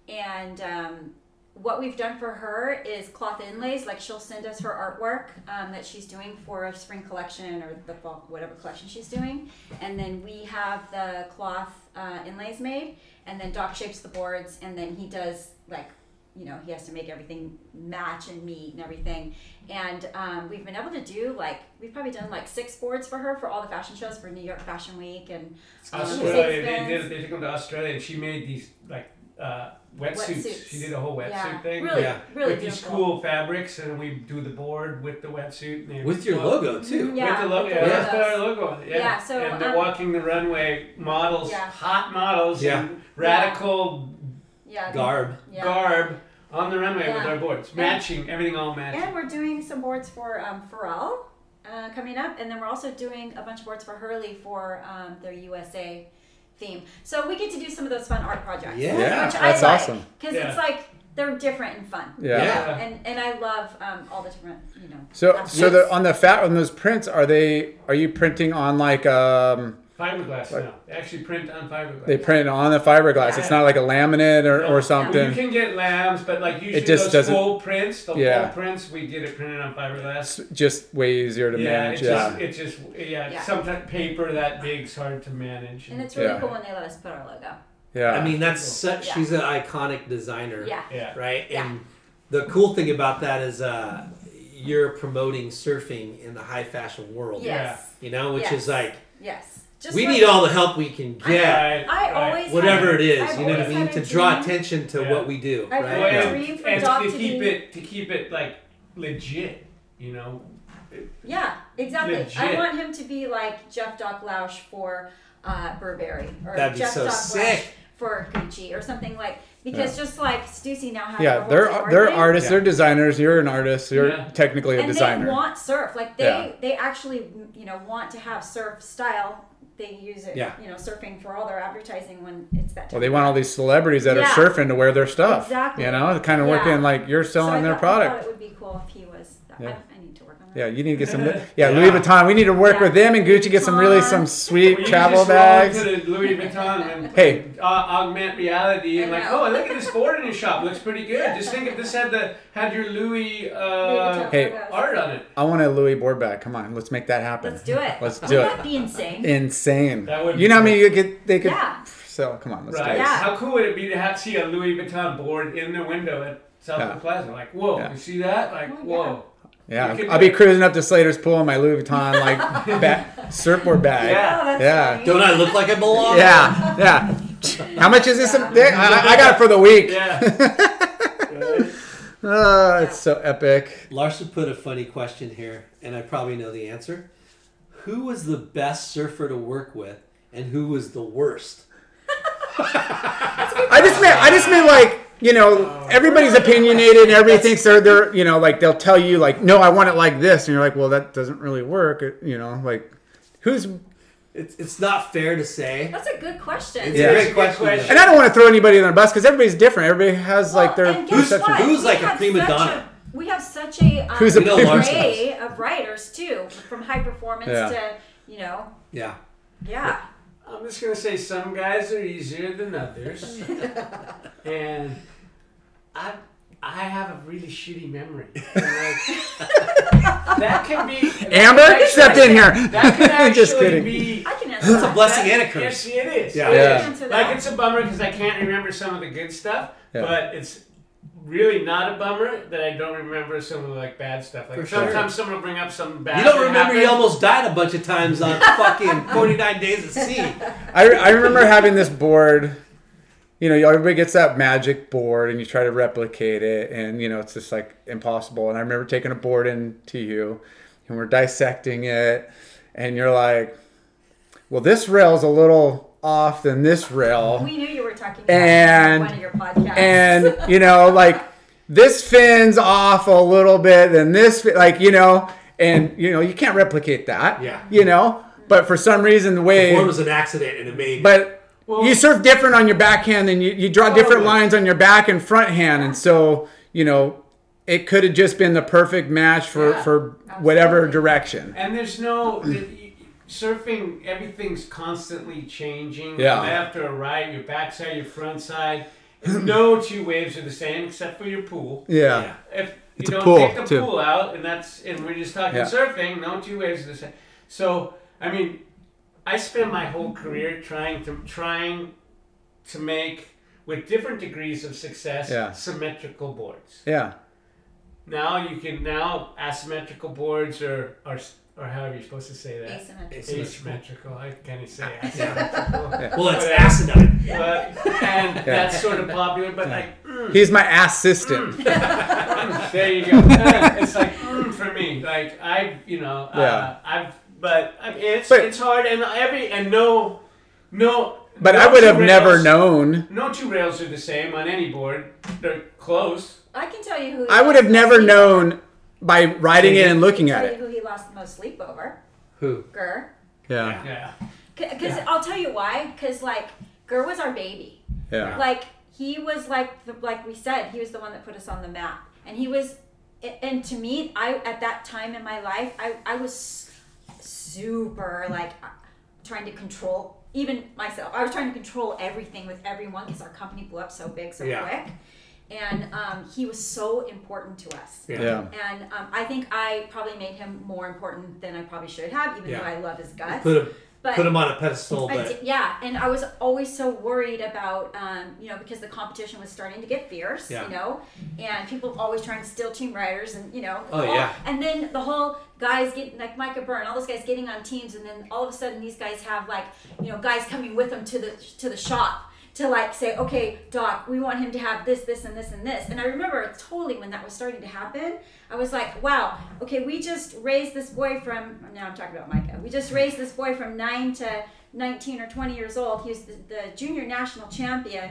[SPEAKER 7] And um, what we've done for her is cloth inlays. Like she'll send us her artwork um, that she's doing for a spring collection or the fall, whatever collection she's doing. And then we have the cloth uh, inlays made. And then Doc shapes the boards. And then he does like you know he has to make everything match and meet and everything and um, we've been able to do like we've probably done like six boards for her for all the fashion shows for new york fashion week and um,
[SPEAKER 4] Australia. They,
[SPEAKER 7] Six Flags.
[SPEAKER 4] did, they took him to Australia, and she made these like uh, wetsuits.
[SPEAKER 7] Wetsuits.
[SPEAKER 4] She did a whole wetsuit
[SPEAKER 7] yeah.
[SPEAKER 4] thing.
[SPEAKER 7] really
[SPEAKER 1] Yeah.
[SPEAKER 7] really
[SPEAKER 4] with these
[SPEAKER 7] beautiful.
[SPEAKER 4] cool fabrics, and we do the board with the wetsuit. And
[SPEAKER 1] With your logo too.
[SPEAKER 7] Yeah.
[SPEAKER 4] With the logo.
[SPEAKER 7] with
[SPEAKER 4] Yeah.
[SPEAKER 7] the
[SPEAKER 4] That's
[SPEAKER 7] logos.
[SPEAKER 4] our logo. Yeah.
[SPEAKER 7] Yeah, so,
[SPEAKER 4] and the
[SPEAKER 7] um,
[SPEAKER 4] walking the runway models,
[SPEAKER 7] Yeah.
[SPEAKER 4] hot models
[SPEAKER 1] Yeah.
[SPEAKER 4] in radical
[SPEAKER 7] yeah
[SPEAKER 1] Garb.
[SPEAKER 7] yeah.
[SPEAKER 4] garb on the runway with
[SPEAKER 7] Yeah.
[SPEAKER 4] our boards, matching everything all matching.
[SPEAKER 7] and we're doing some boards for um, pharrell uh, coming up and then we're also doing a bunch of boards for hurley for um, their usa theme so we get to do some of those fun art projects
[SPEAKER 1] Yeah,
[SPEAKER 7] which
[SPEAKER 2] that's
[SPEAKER 7] I like,
[SPEAKER 2] awesome.
[SPEAKER 7] because
[SPEAKER 4] Yeah.
[SPEAKER 7] it's like they're different and fun
[SPEAKER 2] yeah.
[SPEAKER 1] Yeah.
[SPEAKER 7] and and I love um, all the different you know.
[SPEAKER 2] So,
[SPEAKER 7] aspects.
[SPEAKER 2] so the, on the fat on those prints, are they? Are you printing on like um?
[SPEAKER 4] Fiberglass now. They actually print on fiberglass.
[SPEAKER 2] They print on the fiberglass. It's not like a laminate or, or
[SPEAKER 4] You
[SPEAKER 2] something.
[SPEAKER 4] can get lambs, but like usually
[SPEAKER 2] just
[SPEAKER 4] those
[SPEAKER 2] doesn't-
[SPEAKER 4] full prints, the
[SPEAKER 2] Yeah.
[SPEAKER 4] full prints, we get it printed on fiberglass.
[SPEAKER 2] It's just way easier to
[SPEAKER 4] Yeah,
[SPEAKER 2] manage.
[SPEAKER 4] it's
[SPEAKER 2] Yeah.
[SPEAKER 4] just, it's just yeah,
[SPEAKER 7] Yeah.
[SPEAKER 4] Sometimes paper that big's hard to manage.
[SPEAKER 7] and it's really
[SPEAKER 2] Yeah.
[SPEAKER 7] cool when they let us put our logo.
[SPEAKER 2] yeah.
[SPEAKER 1] I mean that's such she's an iconic designer.
[SPEAKER 7] Yeah,
[SPEAKER 4] yeah,
[SPEAKER 1] Right?
[SPEAKER 7] Yeah.
[SPEAKER 1] And the cool thing about that is uh, you're promoting surfing in the high fashion world.
[SPEAKER 7] yes,
[SPEAKER 1] You know, which
[SPEAKER 7] Yes.
[SPEAKER 1] is like
[SPEAKER 7] yeah. Yes. Just
[SPEAKER 1] we
[SPEAKER 7] like-
[SPEAKER 1] need all the help we can get,
[SPEAKER 4] Right,
[SPEAKER 7] I
[SPEAKER 4] right.
[SPEAKER 7] always
[SPEAKER 1] whatever
[SPEAKER 7] had-
[SPEAKER 1] it is.
[SPEAKER 7] I've
[SPEAKER 1] you know what I
[SPEAKER 7] always
[SPEAKER 1] mean?
[SPEAKER 7] had
[SPEAKER 1] To
[SPEAKER 7] a
[SPEAKER 1] draw
[SPEAKER 7] dream.
[SPEAKER 1] attention to
[SPEAKER 4] Yeah.
[SPEAKER 1] what we do,
[SPEAKER 7] I've
[SPEAKER 1] right?
[SPEAKER 4] Well,
[SPEAKER 7] always
[SPEAKER 4] and-
[SPEAKER 7] dreamed for
[SPEAKER 4] and
[SPEAKER 7] dog
[SPEAKER 4] to
[SPEAKER 7] to
[SPEAKER 4] keep
[SPEAKER 7] be-
[SPEAKER 4] it to keep it like legit, you know.
[SPEAKER 7] Yeah, exactly. I
[SPEAKER 4] Legit.
[SPEAKER 7] want him to be like Jeff Doc Lausch for uh, Burberry, or
[SPEAKER 1] That'd be
[SPEAKER 7] Jeff
[SPEAKER 1] so
[SPEAKER 7] Doc
[SPEAKER 1] sick.
[SPEAKER 7] Lausch for Gucci, or something like. Because just like Stussy now has the
[SPEAKER 2] Yeah,
[SPEAKER 7] whole
[SPEAKER 2] they're
[SPEAKER 7] Dior
[SPEAKER 2] they're
[SPEAKER 7] thing,
[SPEAKER 2] artists, they're designers. You're an artist. You're
[SPEAKER 4] Yeah.
[SPEAKER 2] technically a
[SPEAKER 7] and
[SPEAKER 2] designer.
[SPEAKER 7] they want surf. Like they
[SPEAKER 2] Yeah.
[SPEAKER 7] they actually you know want to have surf style. They use it,
[SPEAKER 1] Yeah.
[SPEAKER 7] you know, surfing for all their advertising when it's that.
[SPEAKER 2] well,
[SPEAKER 7] Time.
[SPEAKER 2] they want all these celebrities that
[SPEAKER 7] Yeah.
[SPEAKER 2] are surfing to wear their stuff.
[SPEAKER 7] Exactly.
[SPEAKER 2] You know, kind of
[SPEAKER 7] Yeah.
[SPEAKER 2] working like you're
[SPEAKER 7] So I
[SPEAKER 2] selling their
[SPEAKER 7] thought- I thought
[SPEAKER 2] product.
[SPEAKER 7] It would be cool if he was.
[SPEAKER 2] Yeah.
[SPEAKER 7] I, I need to work on that.
[SPEAKER 2] Yeah, you need to get some. Yeah, Louis Vuitton. We need to work
[SPEAKER 7] Yeah.
[SPEAKER 2] with them and Gucci. Get some really some
[SPEAKER 7] Vuitton.
[SPEAKER 2] sweet
[SPEAKER 4] Well, you
[SPEAKER 2] travel
[SPEAKER 4] just roll
[SPEAKER 2] bags.
[SPEAKER 4] into the Louis Vuitton and
[SPEAKER 2] Hey.
[SPEAKER 4] uh, augment reality and
[SPEAKER 7] I
[SPEAKER 4] like,
[SPEAKER 7] know.
[SPEAKER 4] oh, look at this board in your shop. Looks pretty good. Just think if this had the had your Louis
[SPEAKER 7] Louis
[SPEAKER 4] uh,
[SPEAKER 7] Vuitton
[SPEAKER 2] hey,
[SPEAKER 7] logos.
[SPEAKER 4] art on it.
[SPEAKER 2] I want a Louis board bag. Come on, let's make that happen.
[SPEAKER 7] Let's do it.
[SPEAKER 2] Let's do
[SPEAKER 7] Wouldn't that
[SPEAKER 2] it.
[SPEAKER 7] be insane?
[SPEAKER 2] Insane.
[SPEAKER 4] That would
[SPEAKER 2] you
[SPEAKER 4] be
[SPEAKER 2] know how
[SPEAKER 4] cool.
[SPEAKER 2] many you could they could
[SPEAKER 7] Yeah.
[SPEAKER 2] sell. Come on, let's
[SPEAKER 4] Right.
[SPEAKER 2] do it.
[SPEAKER 7] Yeah.
[SPEAKER 4] How cool would it be to have see a Louis Vuitton board in the window at Southwood
[SPEAKER 2] Yeah.
[SPEAKER 4] Plaza? Like, whoa,
[SPEAKER 2] Yeah.
[SPEAKER 4] you see that? Like,
[SPEAKER 7] Oh, yeah.
[SPEAKER 4] whoa.
[SPEAKER 2] Yeah,
[SPEAKER 4] You could
[SPEAKER 2] I'll
[SPEAKER 4] do
[SPEAKER 2] be
[SPEAKER 4] it.
[SPEAKER 2] cruising up to Slater's pool in my Louis Vuitton like ba- surfboard bag.
[SPEAKER 4] Yeah.
[SPEAKER 7] Oh, that's
[SPEAKER 2] Yeah.
[SPEAKER 7] funny.
[SPEAKER 1] Don't I look like I belong?
[SPEAKER 2] Yeah, yeah. How much is this? a- they- I, I got it for the week.
[SPEAKER 4] Yeah.
[SPEAKER 2] Oh, it's so epic.
[SPEAKER 1] Larson put a funny question here, and I probably know the answer. Who was the best surfer to work with, and who was the worst?
[SPEAKER 2] I just meant, I just meant like you know, everybody's opinionated and everything's they're they're you know like they'll tell you like no, I want it like this, and you're like, well, that doesn't really work. It- You know, like who's and
[SPEAKER 1] It's it's not fair to say.
[SPEAKER 7] That's a good question.
[SPEAKER 1] It's
[SPEAKER 2] Yeah.
[SPEAKER 1] a great question.
[SPEAKER 4] question.
[SPEAKER 1] though.
[SPEAKER 2] I don't want to throw anybody on the bus because everybody's different. Everybody has like
[SPEAKER 7] Well,
[SPEAKER 2] their
[SPEAKER 7] and guess
[SPEAKER 2] perception.
[SPEAKER 7] what?
[SPEAKER 1] Who's
[SPEAKER 7] We
[SPEAKER 1] like a
[SPEAKER 7] have
[SPEAKER 1] prima
[SPEAKER 7] such
[SPEAKER 1] donna?
[SPEAKER 7] a- we have such a um,
[SPEAKER 2] Who's a
[SPEAKER 1] We know prima Larson
[SPEAKER 7] array of writers too, from high performance
[SPEAKER 2] Yeah.
[SPEAKER 7] to you know,
[SPEAKER 1] Yeah.
[SPEAKER 7] yeah.
[SPEAKER 4] I'm just gonna say some guys are easier than others, and I I have a really shitty memory. Like, that can be
[SPEAKER 2] Amber,
[SPEAKER 4] that-
[SPEAKER 2] step in here.
[SPEAKER 4] That can actually
[SPEAKER 2] Just kidding.
[SPEAKER 4] be.
[SPEAKER 7] I can answer. That's
[SPEAKER 1] a blessing and a
[SPEAKER 4] Yes,
[SPEAKER 1] curse.
[SPEAKER 4] it is.
[SPEAKER 1] Yeah.
[SPEAKER 4] It
[SPEAKER 2] Yeah.
[SPEAKER 4] is.
[SPEAKER 7] Answer that.
[SPEAKER 4] Like it's a bummer because I can't remember some of the good stuff,
[SPEAKER 2] Yeah.
[SPEAKER 4] but it's really not a bummer that I don't remember some of the like bad stuff. Like
[SPEAKER 1] For sure.
[SPEAKER 4] sometimes someone will bring up some bad.
[SPEAKER 1] You don't
[SPEAKER 4] that
[SPEAKER 1] remember you
[SPEAKER 4] happened.
[SPEAKER 1] almost died a bunch of times on fucking 49 Days at Sea.
[SPEAKER 2] I, I remember having this board. You know, everybody gets that magic board, and you try to replicate it, and you know it's just like impossible. And I remember taking a board in to you, and we're dissecting it, and you're like, "Well, this rail's a little off than this rail,"
[SPEAKER 7] We knew you were talking about
[SPEAKER 2] And-
[SPEAKER 7] one of your podcasts.
[SPEAKER 2] and you know, like this fin's off a little bit, than this, fin-" like you know, and you know you can't replicate that.
[SPEAKER 1] Yeah.
[SPEAKER 2] You know, but for some reason the way
[SPEAKER 1] Or it was an accident and it made.
[SPEAKER 2] but you surf different on your backhand and you, you draw different lines on your back and front hand and so you know it could have just been the perfect match for
[SPEAKER 4] Yeah,
[SPEAKER 2] for whatever
[SPEAKER 7] absolutely.
[SPEAKER 2] direction
[SPEAKER 4] And there's no it- y- surfing. Everything's constantly changing.
[SPEAKER 2] Yeah.
[SPEAKER 4] Left or right, your backside, your front side. No two waves are the same except for your pool.
[SPEAKER 2] yeah,
[SPEAKER 1] Yeah.
[SPEAKER 4] If you
[SPEAKER 2] It's a
[SPEAKER 4] don't
[SPEAKER 2] pool,
[SPEAKER 4] take the
[SPEAKER 2] too.
[SPEAKER 4] pool out, and that's and we're just talking
[SPEAKER 2] Yeah.
[SPEAKER 4] surfing, no two waves are the same. So I mean, I spent my whole career trying to trying to make with different degrees of success
[SPEAKER 2] Yeah.
[SPEAKER 4] symmetrical boards.
[SPEAKER 2] yeah
[SPEAKER 4] Now you can now asymmetrical boards or or or however you're supposed to say that
[SPEAKER 7] asymmetrical.
[SPEAKER 4] asymmetrical. I kind of say asymmetrical,
[SPEAKER 1] Well, it's
[SPEAKER 4] Whatever.
[SPEAKER 1] acidine.
[SPEAKER 4] but, and that's sort of popular. But like,
[SPEAKER 1] Hmm.
[SPEAKER 4] mm,
[SPEAKER 2] he's my assistant
[SPEAKER 4] there you go. it's like mm, for me, like I've you know,
[SPEAKER 2] Yeah.
[SPEAKER 4] uh, I've but I mean, it's
[SPEAKER 2] But-
[SPEAKER 4] it's hard and every and no no.
[SPEAKER 2] but
[SPEAKER 4] no
[SPEAKER 2] i would
[SPEAKER 4] two
[SPEAKER 2] have never
[SPEAKER 4] rails-
[SPEAKER 2] known
[SPEAKER 4] No two rails are the same on any board. They're close.
[SPEAKER 7] I can tell you who. he
[SPEAKER 2] i would
[SPEAKER 7] lost
[SPEAKER 2] have
[SPEAKER 7] the
[SPEAKER 2] never
[SPEAKER 7] sleep-
[SPEAKER 2] known by riding it and
[SPEAKER 7] I can
[SPEAKER 2] looking at
[SPEAKER 7] tell you
[SPEAKER 2] it
[SPEAKER 7] who he lost the most sleep over.
[SPEAKER 1] Who?
[SPEAKER 7] Gurr.
[SPEAKER 2] yeah
[SPEAKER 4] Yeah.
[SPEAKER 7] Because I'll tell you why. Because like Gurr was our baby.
[SPEAKER 2] yeah
[SPEAKER 7] like he was like the, like we said he was the one that put us on the map and he was and to me i at that time in my life i, I was super like uh, trying to control even myself i was trying to control everything with everyone because our company blew up so big so
[SPEAKER 1] Yeah.
[SPEAKER 7] quick and um, he was so important to us
[SPEAKER 2] yeah
[SPEAKER 7] and um, i think i probably made him more important than i probably should have even
[SPEAKER 1] Yeah.
[SPEAKER 7] though i love his guts
[SPEAKER 1] Put a
[SPEAKER 7] But
[SPEAKER 1] Put him on a pedestal,
[SPEAKER 7] I
[SPEAKER 1] but
[SPEAKER 7] di- yeah, and I was always so worried about, um, you know, because the competition was starting to get fierce,
[SPEAKER 1] Yeah.
[SPEAKER 7] you know, and people always trying to steal team riders, and you know,
[SPEAKER 1] Oh,
[SPEAKER 7] the whole-
[SPEAKER 1] yeah.
[SPEAKER 7] and then the whole guys getting like Micah Byrne, all those guys getting on teams, and then all of a sudden these guys have like, you know, guys coming with them to the to the shop to like say, okay, Doc, we want him to have this, this, and this, and this. And I remember totally when that was starting to happen, I was like, wow, okay, we just raised this boy from now I'm talking about Micah. We just raised this boy from nine to 19 or 20 years old. He was the, the junior national champion,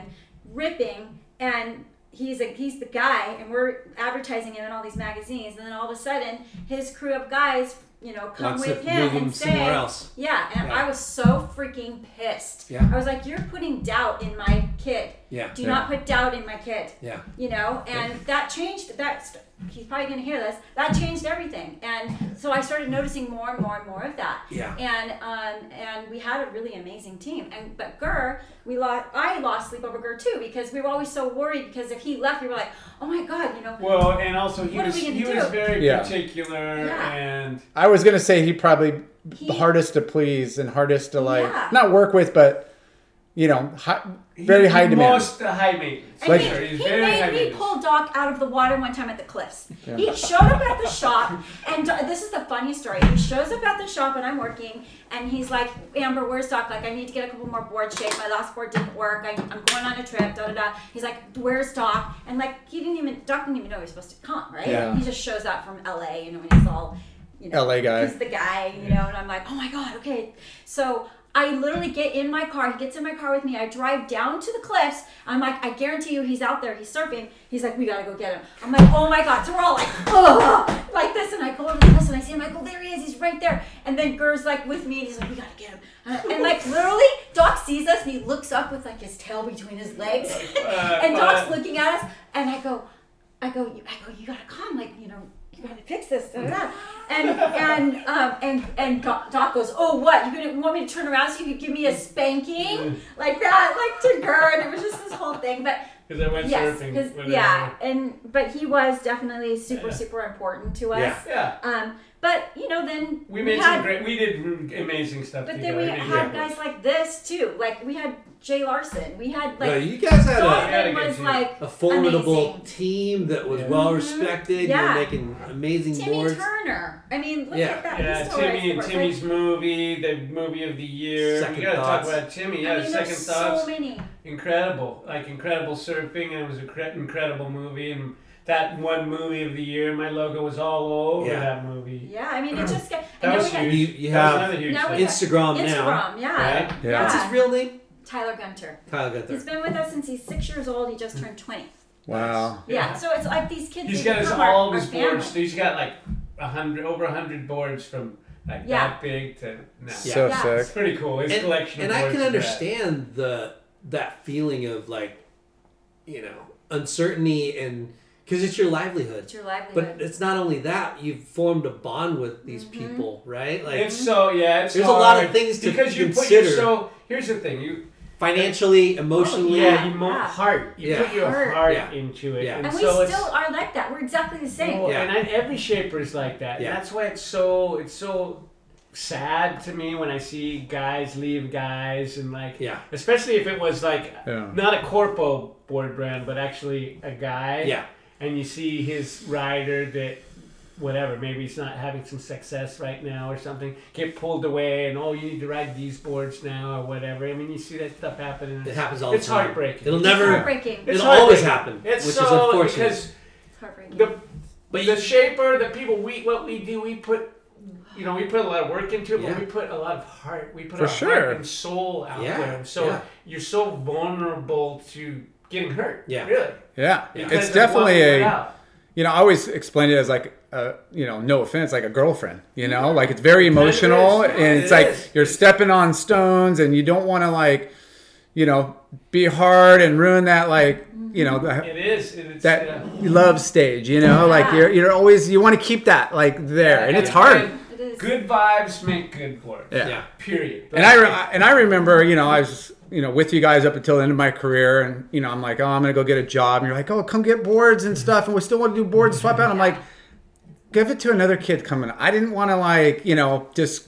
[SPEAKER 7] ripping, and he's a he's the guy, and we're advertising him in all these magazines. And then all of a sudden, his crew of guys, you know, come
[SPEAKER 1] Wants to
[SPEAKER 7] with him
[SPEAKER 1] move him
[SPEAKER 7] and say,
[SPEAKER 1] somewhere else.
[SPEAKER 7] yeah. And
[SPEAKER 1] Yeah.
[SPEAKER 7] I was so freaking pissed.
[SPEAKER 1] Yeah.
[SPEAKER 7] I was like, you're putting doubt in my kid.
[SPEAKER 1] Yeah.
[SPEAKER 7] Do not put doubt in my kid
[SPEAKER 1] yeah.
[SPEAKER 7] you know and that changed that st- he's probably going to hear this that changed everything and so i started noticing more and more and more of that
[SPEAKER 1] Yeah.
[SPEAKER 7] and um and we had a really amazing team and but Gurr, we lost i lost sleep over Gurr too because we were always so worried because if he left we were like oh my god you know
[SPEAKER 4] Well, and also he
[SPEAKER 7] What are
[SPEAKER 4] was
[SPEAKER 7] we gonna
[SPEAKER 4] he
[SPEAKER 7] do?
[SPEAKER 4] was very
[SPEAKER 2] Yeah.
[SPEAKER 4] particular
[SPEAKER 7] Yeah.
[SPEAKER 4] and
[SPEAKER 2] I was gonna say he probably
[SPEAKER 7] He-
[SPEAKER 2] hardest to please and hardest to like
[SPEAKER 7] Yeah.
[SPEAKER 2] not work with, but you know, high, very
[SPEAKER 4] He's
[SPEAKER 2] high demand.
[SPEAKER 4] Most high maintenance.
[SPEAKER 7] I
[SPEAKER 2] Like-
[SPEAKER 7] think
[SPEAKER 4] He's
[SPEAKER 7] he
[SPEAKER 4] very high
[SPEAKER 7] made me
[SPEAKER 4] maintenance.
[SPEAKER 7] pull Doc out of the water one time at the cliffs. He showed up at the shop, and Do- this is the funny story. He shows up at the shop, and I'm working, and he's like, Amber, where's Doc? Like, I need to get a couple more board shakes. My last board didn't work. I, I'm going on a trip, da da da. He's like, where's Doc? And like, he didn't even, Doc didn't even know he was supposed to come, right?
[SPEAKER 2] Yeah.
[SPEAKER 7] He just shows up from LA, you know, and he's all, you know,
[SPEAKER 2] LA guy.
[SPEAKER 7] He's the guy, you know, and I'm like, oh my god, okay. So I literally get in my car. He gets in my car with me. I drive down to the cliffs. I'm like, I guarantee you, he's out there. He's surfing. He's like, we gotta go get him. I'm like, oh my god. So we're all like, oh, like this, and I go over the cliffs and I see him. I go, there he is. He's right there. And then Gurr's like with me, and he's like, we gotta get him. Uh, And, and, like literally, Doc sees us and he looks up with like his tail between his legs, and Doc's looking at us, and I go, I go, you, I go, you gotta come, like you know, you gotta fix this, da, da, da. and and um, and and Doc, Doc goes, oh what, you gonna want me to turn around so you could give me a spanking like that, like to Gurr, and it was just this whole thing, but
[SPEAKER 4] Because I went
[SPEAKER 7] yes,
[SPEAKER 4] surfing.
[SPEAKER 7] 'cause-
[SPEAKER 4] whatever.
[SPEAKER 7] yeah, and but he was definitely super super important to us.
[SPEAKER 1] Yeah.
[SPEAKER 4] Yeah.
[SPEAKER 7] Um, but you know, then
[SPEAKER 4] We made
[SPEAKER 7] had,
[SPEAKER 4] some great. We did r- amazing stuff.
[SPEAKER 7] but then
[SPEAKER 4] together.
[SPEAKER 7] we
[SPEAKER 4] I mean,
[SPEAKER 7] had
[SPEAKER 4] yeah.
[SPEAKER 7] guys like this too, like we had Jay Larson, we had
[SPEAKER 1] no,
[SPEAKER 7] like
[SPEAKER 1] you guys had a,
[SPEAKER 4] We had a
[SPEAKER 7] Donovan
[SPEAKER 4] good
[SPEAKER 7] was
[SPEAKER 4] team.
[SPEAKER 7] like
[SPEAKER 1] a formidable
[SPEAKER 7] amazing. Mm-hmm.
[SPEAKER 1] team that was well respected. You
[SPEAKER 7] Yeah.
[SPEAKER 1] were making amazing
[SPEAKER 7] Timmy
[SPEAKER 1] boards.
[SPEAKER 7] Turner. I mean, look
[SPEAKER 1] Yeah.
[SPEAKER 7] at that.
[SPEAKER 4] Yeah,
[SPEAKER 7] He's totally
[SPEAKER 4] Timmy and
[SPEAKER 7] super-
[SPEAKER 4] Timmy's movie, the movie of the year.
[SPEAKER 1] Second
[SPEAKER 4] we gotta
[SPEAKER 1] Thoughts.
[SPEAKER 4] talk about Timmy.
[SPEAKER 7] I
[SPEAKER 4] Yeah,
[SPEAKER 7] mean,
[SPEAKER 4] second
[SPEAKER 7] there's
[SPEAKER 4] thoughts.
[SPEAKER 7] so many.
[SPEAKER 4] incredible, like incredible surfing, and it was an incredible movie. And that one movie of the year, my logo was all over
[SPEAKER 1] Yeah.
[SPEAKER 4] that movie.
[SPEAKER 7] Yeah, I mean, it just got.
[SPEAKER 4] That
[SPEAKER 7] and
[SPEAKER 4] was
[SPEAKER 7] then
[SPEAKER 1] You,
[SPEAKER 4] huge.
[SPEAKER 7] we
[SPEAKER 1] you
[SPEAKER 4] That was
[SPEAKER 1] have
[SPEAKER 4] another huge
[SPEAKER 7] Now we uh,
[SPEAKER 4] thing.
[SPEAKER 7] got-
[SPEAKER 1] Instagram,
[SPEAKER 7] had
[SPEAKER 1] now.
[SPEAKER 7] Instagram. Yeah.
[SPEAKER 4] Right?
[SPEAKER 2] Yeah.
[SPEAKER 1] What's his real name?
[SPEAKER 7] Tyler Gunter.
[SPEAKER 1] Kyle Gunther.
[SPEAKER 7] He's been with us since he's six years old. He just turned twenty.
[SPEAKER 2] Wow.
[SPEAKER 7] Yeah. So it's like these kids.
[SPEAKER 4] He's
[SPEAKER 7] they
[SPEAKER 4] got his,
[SPEAKER 7] become our-
[SPEAKER 4] all of
[SPEAKER 7] our
[SPEAKER 4] his boards.
[SPEAKER 7] family.
[SPEAKER 4] He's got like a hundred, over a hundred boards from like
[SPEAKER 7] Yeah.
[SPEAKER 4] that big to now.
[SPEAKER 2] So
[SPEAKER 7] Yeah.
[SPEAKER 2] sick.
[SPEAKER 4] It's pretty cool. His
[SPEAKER 1] and,
[SPEAKER 4] collection.
[SPEAKER 1] and
[SPEAKER 4] of
[SPEAKER 1] I
[SPEAKER 4] boards
[SPEAKER 1] can
[SPEAKER 4] is rad.
[SPEAKER 1] understand the that feeling of like, you know, uncertainty and because it's your livelihood.
[SPEAKER 7] It's your
[SPEAKER 1] But
[SPEAKER 7] livelihood.
[SPEAKER 1] it's not only that you've formed a bond with these people, right? Like
[SPEAKER 4] It's so yeah. It's
[SPEAKER 1] There's a lot of
[SPEAKER 4] hard
[SPEAKER 1] things to
[SPEAKER 4] because you put
[SPEAKER 1] consider.
[SPEAKER 4] your so. Here's the thing. You
[SPEAKER 1] financially, emotionally.
[SPEAKER 7] Yeah.
[SPEAKER 4] yeah. You mo-
[SPEAKER 7] Yeah.
[SPEAKER 4] heart. You
[SPEAKER 1] Yeah.
[SPEAKER 4] put your
[SPEAKER 7] Heart.
[SPEAKER 4] heart,
[SPEAKER 1] Yeah.
[SPEAKER 4] into it.
[SPEAKER 1] Yeah.
[SPEAKER 7] And we
[SPEAKER 4] so it's-
[SPEAKER 7] still are like that. We're exactly the same.
[SPEAKER 4] Well,
[SPEAKER 1] Yeah.
[SPEAKER 4] and I, every shaper is like that.
[SPEAKER 1] Yeah.
[SPEAKER 4] And that's why it's so it's so sad to me when I see guys leave guys and like
[SPEAKER 1] Yeah.
[SPEAKER 4] especially if it was like
[SPEAKER 2] Yeah.
[SPEAKER 4] not a corpo board brand but actually a guy
[SPEAKER 1] Yeah.
[SPEAKER 4] and you see his rider that whatever maybe he's not having some success right now or something get pulled away and oh you need to ride these boards now or whatever I mean you see that stuff happening
[SPEAKER 1] It happens all the
[SPEAKER 4] It's
[SPEAKER 1] time.
[SPEAKER 4] heartbreaking.
[SPEAKER 1] It'll
[SPEAKER 7] It's
[SPEAKER 1] never.
[SPEAKER 7] heartbreaking.
[SPEAKER 1] It'll
[SPEAKER 4] It's
[SPEAKER 1] always
[SPEAKER 4] heartbreaking.
[SPEAKER 1] happen,
[SPEAKER 4] it's
[SPEAKER 1] which
[SPEAKER 4] so
[SPEAKER 1] is unfortunate.
[SPEAKER 4] because
[SPEAKER 7] It's heartbreaking.
[SPEAKER 4] the
[SPEAKER 1] but you,
[SPEAKER 4] the shaper, the people we what we do, we put you know, we put a lot of work into it,
[SPEAKER 1] Yeah.
[SPEAKER 4] but we put a lot of heart, we put
[SPEAKER 2] For
[SPEAKER 4] our
[SPEAKER 2] sure.
[SPEAKER 4] heart and soul out
[SPEAKER 1] Yeah,
[SPEAKER 4] there. And so
[SPEAKER 1] yeah.
[SPEAKER 4] you're so vulnerable to getting hurt.
[SPEAKER 1] Yeah.
[SPEAKER 4] Really.
[SPEAKER 2] Yeah.
[SPEAKER 4] Because
[SPEAKER 2] It's
[SPEAKER 4] of
[SPEAKER 2] definitely
[SPEAKER 4] what we put
[SPEAKER 2] a
[SPEAKER 4] out.
[SPEAKER 2] you know, I always explain it as like a, you know, no offense, like a girlfriend, you know, like it's very emotional
[SPEAKER 4] is.
[SPEAKER 2] and it's
[SPEAKER 4] It
[SPEAKER 2] like
[SPEAKER 4] is.
[SPEAKER 2] you're stepping on stones and you don't want to like, you know, be hard and ruin that like, you know,
[SPEAKER 7] Mm-hmm.
[SPEAKER 2] the,
[SPEAKER 4] it is. It, it's uh,
[SPEAKER 2] that
[SPEAKER 4] yeah.
[SPEAKER 2] love stage, you know, like you're you're always you want to keep that like there, and it's hard.
[SPEAKER 7] It is.
[SPEAKER 4] Good vibes make good work.
[SPEAKER 2] Yeah.
[SPEAKER 1] yeah,
[SPEAKER 4] Period.
[SPEAKER 2] And I re- and I remember, you know, I was you know with you guys up until the end of my career, and you know, I'm like, oh, I'm gonna go get a job, and you're like, oh, come get boards and stuff, and we still want to do
[SPEAKER 4] Mm-hmm.
[SPEAKER 2] boards swap out. I'm like, give it to another kid coming. I didn't want to like you know just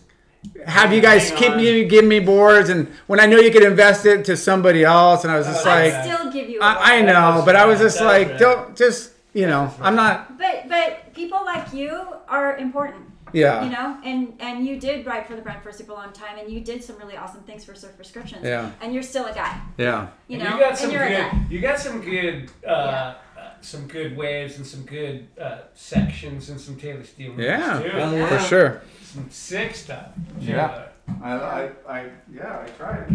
[SPEAKER 2] have you guys
[SPEAKER 4] Hang
[SPEAKER 2] keep
[SPEAKER 4] on.
[SPEAKER 2] you give me boards and when I know you could invest it to somebody else and I
[SPEAKER 4] Oh,
[SPEAKER 2] was just
[SPEAKER 7] I
[SPEAKER 2] like
[SPEAKER 7] still give you. a lot.
[SPEAKER 2] I, I know, but I was just
[SPEAKER 4] That's
[SPEAKER 2] like
[SPEAKER 4] right.
[SPEAKER 2] don't just you know I'm not
[SPEAKER 7] But but people like you are important.
[SPEAKER 2] yeah
[SPEAKER 7] You know, and and you did write for the brand for a super long time, and you did some really awesome things for Surf Prescriptions.
[SPEAKER 2] Yeah.
[SPEAKER 7] And you're still a guy.
[SPEAKER 2] yeah
[SPEAKER 7] You
[SPEAKER 4] And
[SPEAKER 7] know,
[SPEAKER 4] you got some
[SPEAKER 7] and you're a
[SPEAKER 4] good.
[SPEAKER 7] guy.
[SPEAKER 4] You got some good. Uh, uh, some good waves and some good uh, sections and some Taylor Steele. moves,
[SPEAKER 2] Yeah.
[SPEAKER 4] too.
[SPEAKER 1] Hell yeah.
[SPEAKER 2] for sure
[SPEAKER 4] Some sick stuff.
[SPEAKER 6] Yeah.
[SPEAKER 9] I, I, I, yeah, I tried.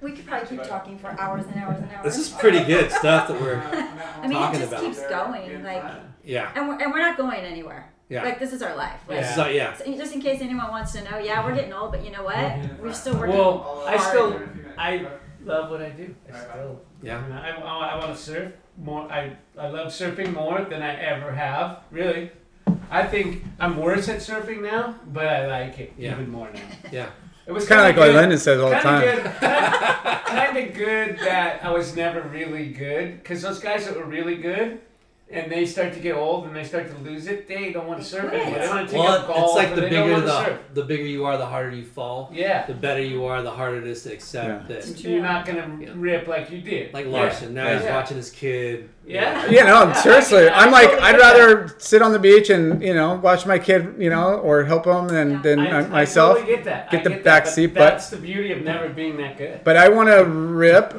[SPEAKER 7] We could probably keep talking for hours and hours and hours.
[SPEAKER 1] This is pretty good stuff that we're.
[SPEAKER 7] I mean, it
[SPEAKER 1] talking
[SPEAKER 7] just
[SPEAKER 1] about.
[SPEAKER 7] keeps going. Like,
[SPEAKER 1] Yeah.
[SPEAKER 7] and we're, and we're not going anywhere.
[SPEAKER 1] Yeah.
[SPEAKER 7] Like this is our life. Like,
[SPEAKER 1] This is, uh, yeah.
[SPEAKER 7] so just in case anyone wants to know, yeah, we're getting old, but you know what? We're still working.
[SPEAKER 4] well, I
[SPEAKER 7] hard.
[SPEAKER 4] still I love what I do. I still.
[SPEAKER 1] Yeah.
[SPEAKER 4] I, mean, I, I, want to surf more. I, I love surfing more than I ever have. Really. I think I'm worse at surfing now, but I like it
[SPEAKER 1] Yeah.
[SPEAKER 4] even more now.
[SPEAKER 1] Yeah.
[SPEAKER 4] It was
[SPEAKER 2] it's kind of like
[SPEAKER 4] good-
[SPEAKER 2] what Lyndon says all the
[SPEAKER 4] Kinda
[SPEAKER 2] time
[SPEAKER 4] good- kinda- Kinda good that I was never really good, because those guys that were really good, and they start to get old and they start to lose it, they don't want to surf
[SPEAKER 7] They
[SPEAKER 4] anymore. They want to take
[SPEAKER 1] Well,
[SPEAKER 4] up golf.
[SPEAKER 1] it's like the
[SPEAKER 4] and they don't
[SPEAKER 1] bigger
[SPEAKER 4] want to
[SPEAKER 1] the
[SPEAKER 4] surf.
[SPEAKER 1] the bigger you are, the harder you fall.
[SPEAKER 4] Yeah.
[SPEAKER 1] The better you are, the harder it is to accept that.
[SPEAKER 7] Yeah.
[SPEAKER 4] You're not gonna
[SPEAKER 1] Yeah.
[SPEAKER 4] rip like you did.
[SPEAKER 1] Like
[SPEAKER 4] Yeah.
[SPEAKER 1] Larson, now he's
[SPEAKER 4] Yeah.
[SPEAKER 1] watching his kid.
[SPEAKER 4] Yeah.
[SPEAKER 2] you know seriously
[SPEAKER 4] I- I
[SPEAKER 2] I'm like
[SPEAKER 4] totally
[SPEAKER 2] I'd
[SPEAKER 4] get that.
[SPEAKER 2] rather sit on the beach and you know watch my kid you know or help him than than
[SPEAKER 4] I,
[SPEAKER 2] uh,
[SPEAKER 4] I
[SPEAKER 2] myself
[SPEAKER 4] totally get that.
[SPEAKER 2] get
[SPEAKER 4] I
[SPEAKER 2] the
[SPEAKER 4] get
[SPEAKER 2] back
[SPEAKER 4] that,
[SPEAKER 2] seat, but-
[SPEAKER 4] But that's the beauty of never being that good.
[SPEAKER 2] but I want to rip,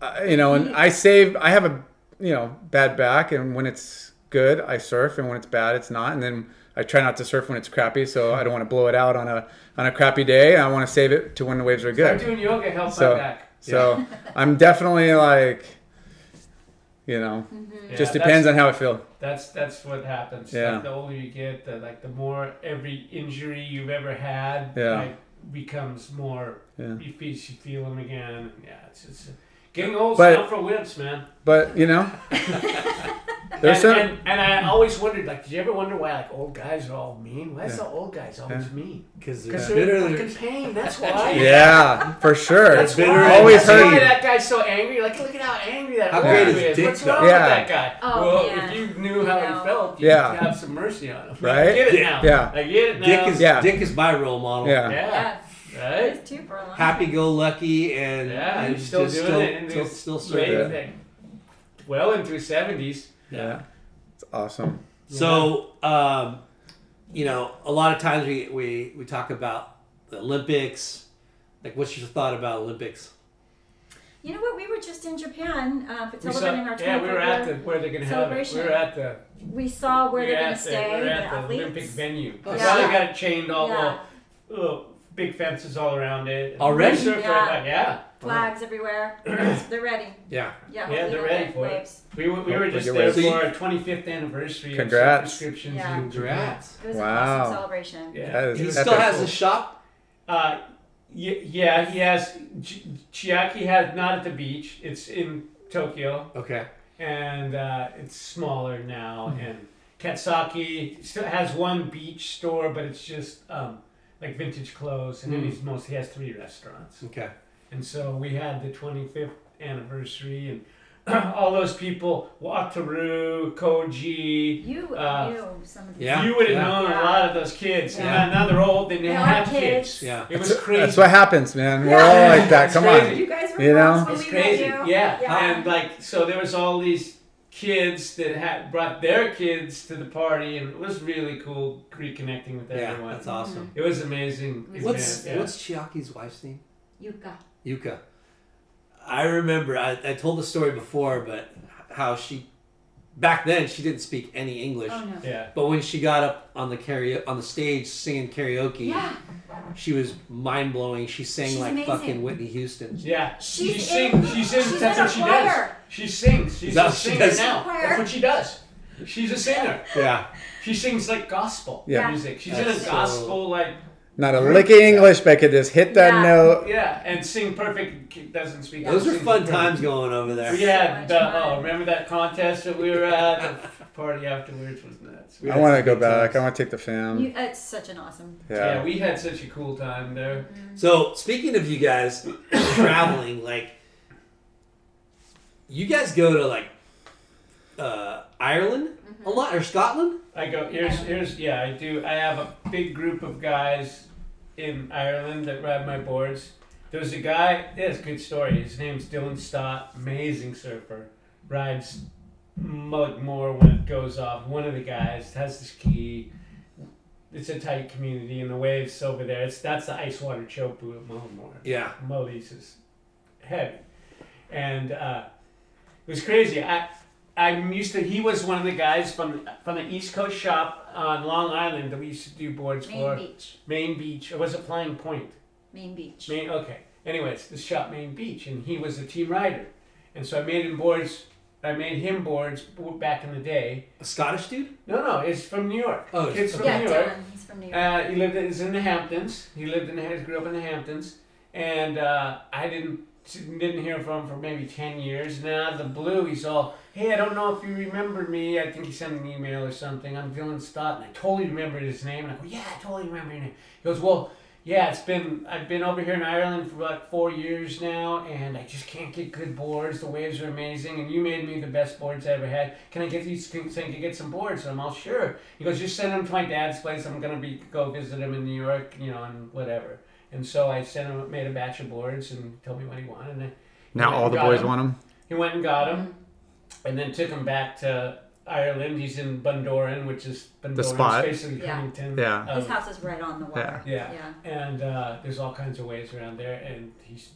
[SPEAKER 2] uh, you know,
[SPEAKER 4] Mm-hmm.
[SPEAKER 2] and I save. I have a you know bad back, and when it's good, I surf, and when it's bad, it's not. And then I try not to surf when it's crappy, so I don't want to blow it out on a on a crappy day. I want to save it to when the waves are
[SPEAKER 4] I'm
[SPEAKER 2] good.
[SPEAKER 4] doing yoga helps
[SPEAKER 2] So
[SPEAKER 4] my back.
[SPEAKER 2] so I'm definitely like, you know,
[SPEAKER 4] Yeah,
[SPEAKER 2] just depends
[SPEAKER 4] that's-
[SPEAKER 2] on how I feel.
[SPEAKER 4] That's that's what happens.
[SPEAKER 2] Yeah.
[SPEAKER 4] Like the older you get, the like the more every injury you've ever had,
[SPEAKER 2] Yeah.
[SPEAKER 4] like, becomes more.
[SPEAKER 2] Yeah.
[SPEAKER 4] You feel you feel them again. Yeah, it's just getting old.
[SPEAKER 2] But-
[SPEAKER 4] not for wimps, man.
[SPEAKER 2] But you know,
[SPEAKER 4] And,
[SPEAKER 2] there's some.
[SPEAKER 4] and, and I always wondered, like, did you ever wonder why like old guys are all mean? Why is the old guys always mean?
[SPEAKER 1] Because
[SPEAKER 4] Because
[SPEAKER 1] they're
[SPEAKER 4] they're
[SPEAKER 1] bitter.
[SPEAKER 4] in
[SPEAKER 1] they're-
[SPEAKER 4] fucking pain. That's why.
[SPEAKER 2] Yeah, for sure.
[SPEAKER 1] That's bitter
[SPEAKER 4] Why?
[SPEAKER 1] and
[SPEAKER 2] Always
[SPEAKER 4] That's why
[SPEAKER 2] hurt.
[SPEAKER 4] that guy's so angry. Like, look at how angry that
[SPEAKER 1] How
[SPEAKER 4] old
[SPEAKER 2] great
[SPEAKER 4] dude
[SPEAKER 1] his
[SPEAKER 4] is.
[SPEAKER 1] dick,
[SPEAKER 4] What's
[SPEAKER 1] though?
[SPEAKER 4] wrong
[SPEAKER 2] Yeah.
[SPEAKER 4] with that guy?
[SPEAKER 7] Oh,
[SPEAKER 4] well,
[SPEAKER 7] man.
[SPEAKER 4] if you knew how
[SPEAKER 7] No.
[SPEAKER 4] he felt, you'd
[SPEAKER 2] Yeah.
[SPEAKER 4] have some mercy on him.
[SPEAKER 2] Right?
[SPEAKER 4] I get it now.
[SPEAKER 2] Yeah.
[SPEAKER 4] I get it now.
[SPEAKER 1] Dick is
[SPEAKER 2] Yeah.
[SPEAKER 1] Dick is my role model.
[SPEAKER 2] Yeah,
[SPEAKER 4] Yeah.
[SPEAKER 7] Yeah. It
[SPEAKER 4] Right?
[SPEAKER 7] is too for a long
[SPEAKER 1] Happy go lucky and
[SPEAKER 4] Yeah.
[SPEAKER 1] and
[SPEAKER 4] You're still
[SPEAKER 1] just
[SPEAKER 4] doing
[SPEAKER 1] still,
[SPEAKER 4] it. And
[SPEAKER 1] still,
[SPEAKER 4] it's
[SPEAKER 1] still
[SPEAKER 4] made
[SPEAKER 1] serving.
[SPEAKER 4] thing. Well into his 70s.
[SPEAKER 2] yeah, it's awesome.
[SPEAKER 1] So, um, you know, a lot of times we, we, we talk about the Olympics. Like, what's your thought about Olympics?
[SPEAKER 7] You know what? We were just in Japan uh, for
[SPEAKER 4] We saw-
[SPEAKER 7] celebrating our 25th
[SPEAKER 4] yeah, we were at the
[SPEAKER 7] year.
[SPEAKER 4] where they're gonna have it. We
[SPEAKER 7] celebration.
[SPEAKER 4] were at the
[SPEAKER 7] We saw where
[SPEAKER 4] we
[SPEAKER 7] they're
[SPEAKER 4] were at
[SPEAKER 7] going to
[SPEAKER 4] the-
[SPEAKER 7] stay.
[SPEAKER 4] we were at
[SPEAKER 7] the
[SPEAKER 4] the
[SPEAKER 7] athletes.
[SPEAKER 4] Olympic venue. Yeah.
[SPEAKER 7] Yeah.
[SPEAKER 4] Now they got it chained all
[SPEAKER 7] Yeah.
[SPEAKER 4] uh, big fences all around it.
[SPEAKER 1] Already?
[SPEAKER 4] Surf right
[SPEAKER 7] Yeah.
[SPEAKER 4] back, yeah.
[SPEAKER 7] Flags everywhere. they're ready.
[SPEAKER 1] Yeah.
[SPEAKER 4] Yeah,
[SPEAKER 7] Yeah,
[SPEAKER 4] they're
[SPEAKER 7] hopefully we'll
[SPEAKER 4] ready
[SPEAKER 7] get
[SPEAKER 4] for it.
[SPEAKER 7] waves.
[SPEAKER 4] We were, we
[SPEAKER 2] Hope
[SPEAKER 4] were
[SPEAKER 2] we
[SPEAKER 4] just
[SPEAKER 2] get
[SPEAKER 4] there
[SPEAKER 2] ready.
[SPEAKER 4] for our 25th anniversary
[SPEAKER 2] Congrats.
[SPEAKER 4] of subscriptions
[SPEAKER 7] Yeah.
[SPEAKER 4] in Japan.
[SPEAKER 7] It was
[SPEAKER 2] Wow.
[SPEAKER 7] an awesome celebration.
[SPEAKER 4] Yeah.
[SPEAKER 2] That is
[SPEAKER 1] He
[SPEAKER 2] epic.
[SPEAKER 1] still has a shop.
[SPEAKER 4] Uh, y- yeah, he has. Ch- Chiaki has not at the beach. It's in Tokyo,
[SPEAKER 1] Okay.
[SPEAKER 4] and uh, it's smaller now. And Katsaki still has one beach store, but it's just um, like vintage clothes. And then he's mostly has three restaurants.
[SPEAKER 1] Okay.
[SPEAKER 4] And so we had the 25th anniversary, and all those people, Wataru, Koji,
[SPEAKER 7] You
[SPEAKER 4] Uh,
[SPEAKER 7] knew some of these.
[SPEAKER 1] Yeah.
[SPEAKER 4] you would have
[SPEAKER 1] yeah.
[SPEAKER 4] known a
[SPEAKER 7] Yeah.
[SPEAKER 4] lot of those kids.
[SPEAKER 7] Yeah.
[SPEAKER 4] And now they're old, they didn't
[SPEAKER 7] They all
[SPEAKER 4] have
[SPEAKER 7] have kids.
[SPEAKER 4] kids.
[SPEAKER 1] Yeah.
[SPEAKER 4] It was crazy.
[SPEAKER 2] That's what happens, man. We're all like that.
[SPEAKER 4] It's
[SPEAKER 2] Come
[SPEAKER 4] crazy.
[SPEAKER 2] on.
[SPEAKER 7] You guys were
[SPEAKER 2] You know?
[SPEAKER 7] friends when
[SPEAKER 4] it's
[SPEAKER 7] we
[SPEAKER 4] crazy.
[SPEAKER 7] met
[SPEAKER 4] Yeah. Um,
[SPEAKER 7] you.
[SPEAKER 4] And like, so there was all these kids that had brought their kids to the party, and it was really cool reconnecting with
[SPEAKER 1] Yeah.
[SPEAKER 4] everyone.
[SPEAKER 1] That's awesome.
[SPEAKER 4] It was amazing.
[SPEAKER 7] Mhm.
[SPEAKER 1] What's
[SPEAKER 4] event, yeah.
[SPEAKER 1] what's Chiaki's wife's name?
[SPEAKER 7] Yuka.
[SPEAKER 1] Yuka. I remember I, I told the story before, but how she back then she didn't speak any English.
[SPEAKER 7] Oh, no.
[SPEAKER 4] yeah.
[SPEAKER 1] But when she got up on the karaoke on the stage singing karaoke,
[SPEAKER 7] Yeah.
[SPEAKER 1] she was mind blowing. She sang
[SPEAKER 7] She's
[SPEAKER 1] like
[SPEAKER 7] amazing.
[SPEAKER 1] fucking Whitney Houston.
[SPEAKER 4] Yeah,
[SPEAKER 7] She's
[SPEAKER 4] she
[SPEAKER 7] in-
[SPEAKER 4] sings. She sings.
[SPEAKER 7] she's
[SPEAKER 4] that's
[SPEAKER 7] in
[SPEAKER 4] what
[SPEAKER 7] a
[SPEAKER 4] she does.
[SPEAKER 7] choir.
[SPEAKER 4] She sings. She's
[SPEAKER 1] That's
[SPEAKER 4] a
[SPEAKER 1] what she
[SPEAKER 4] singer
[SPEAKER 1] does.
[SPEAKER 4] now.
[SPEAKER 7] Choir.
[SPEAKER 4] That's what she does. She's a singer.
[SPEAKER 1] Yeah.
[SPEAKER 4] She sings like gospel
[SPEAKER 2] Yeah.
[SPEAKER 4] music. She's in
[SPEAKER 1] That's
[SPEAKER 4] a
[SPEAKER 1] so-
[SPEAKER 4] gospel like
[SPEAKER 2] Not a lick of English, but I could just hit that
[SPEAKER 7] Yeah.
[SPEAKER 2] note.
[SPEAKER 4] yeah, and sing perfect. She Doesn't speak.
[SPEAKER 1] Those are
[SPEAKER 4] sings
[SPEAKER 1] fun
[SPEAKER 4] perfect.
[SPEAKER 1] times going over there.
[SPEAKER 4] We had
[SPEAKER 7] So much
[SPEAKER 4] the, oh,
[SPEAKER 7] fun.
[SPEAKER 4] remember that contest that we were at? The party afterwards was nuts. We
[SPEAKER 2] I
[SPEAKER 4] had
[SPEAKER 2] want to
[SPEAKER 4] such
[SPEAKER 2] go
[SPEAKER 4] good
[SPEAKER 2] back. I
[SPEAKER 4] times.
[SPEAKER 2] want to take the fam.
[SPEAKER 7] You, it's such an awesome.
[SPEAKER 4] Yeah.
[SPEAKER 2] Yeah.
[SPEAKER 4] we had such a cool time there.
[SPEAKER 1] So speaking of you guys traveling, like you guys go to like uh, Ireland
[SPEAKER 7] Mm-hmm.
[SPEAKER 1] a lot or Scotland?
[SPEAKER 4] I go here's here's yeah I do I have a big group of guys in Ireland that ride my boards. There was a guy. Yeah, it's a good story. His name's Dylan Stott. Amazing surfer. Rides mug more when it goes off. One of the guys has this key. It's a tight community, and the waves over there. It's that's the ice water chopu at Mullimore.
[SPEAKER 1] Yeah.
[SPEAKER 4] Mullies is heavy, and uh, it was crazy. I I'm used to. He was one of the guys from from the East Coast shop on Long Island that we used to do boards
[SPEAKER 7] Main
[SPEAKER 4] for.
[SPEAKER 7] Beach.
[SPEAKER 4] Main Beach. Or was it Flying Point?
[SPEAKER 7] Main Beach.
[SPEAKER 4] Main. Okay. Anyways, this shop Main Beach, and he was a team rider, and so I made him boards. I made him boards w- back in the day.
[SPEAKER 1] A Scottish dude?
[SPEAKER 4] No, no, it's from New York.
[SPEAKER 1] Oh, it's-
[SPEAKER 4] it's from
[SPEAKER 7] yeah,
[SPEAKER 4] New York.
[SPEAKER 7] Dylan. He's from New York.
[SPEAKER 4] Uh, he lived. In, he's in the Hamptons. He lived in. the Grew up in the Hamptons, and uh, I didn't didn't hear from him for maybe ten years. Now out of the blue, he's all, "Hey, I don't know if you remember me. I think he sent an email or something. I'm Dylan Stott, and I totally remembered his name. And I go, "Yeah, I totally remember your name." He goes, "Well." Yeah, it's been I've been over here in Ireland for like four years now, and I just can't get good boards. The waves are amazing, and you made me the best boards I ever had. Can I get these? Can, can I get some boards? And I'm all sure. He goes, just send them to my dad's place. I'm gonna be go visit him in New York, you know, and whatever. And so I sent him, made a batch of boards, and he told me what he wanted. And I,
[SPEAKER 6] Now
[SPEAKER 4] Yeah,
[SPEAKER 6] all the
[SPEAKER 4] got
[SPEAKER 6] boys
[SPEAKER 4] him.
[SPEAKER 6] want them.
[SPEAKER 4] he went and got him, and then took him back to Ireland. He's in Bundoran, which is Bundoran, is
[SPEAKER 6] spot.
[SPEAKER 4] basically
[SPEAKER 7] Yeah.
[SPEAKER 4] Huntington.
[SPEAKER 6] Yeah.
[SPEAKER 7] His
[SPEAKER 4] of-
[SPEAKER 7] house is right on the water.
[SPEAKER 4] um, yeah.
[SPEAKER 7] Yeah.
[SPEAKER 4] And uh, there's all kinds of ways around there. And he's,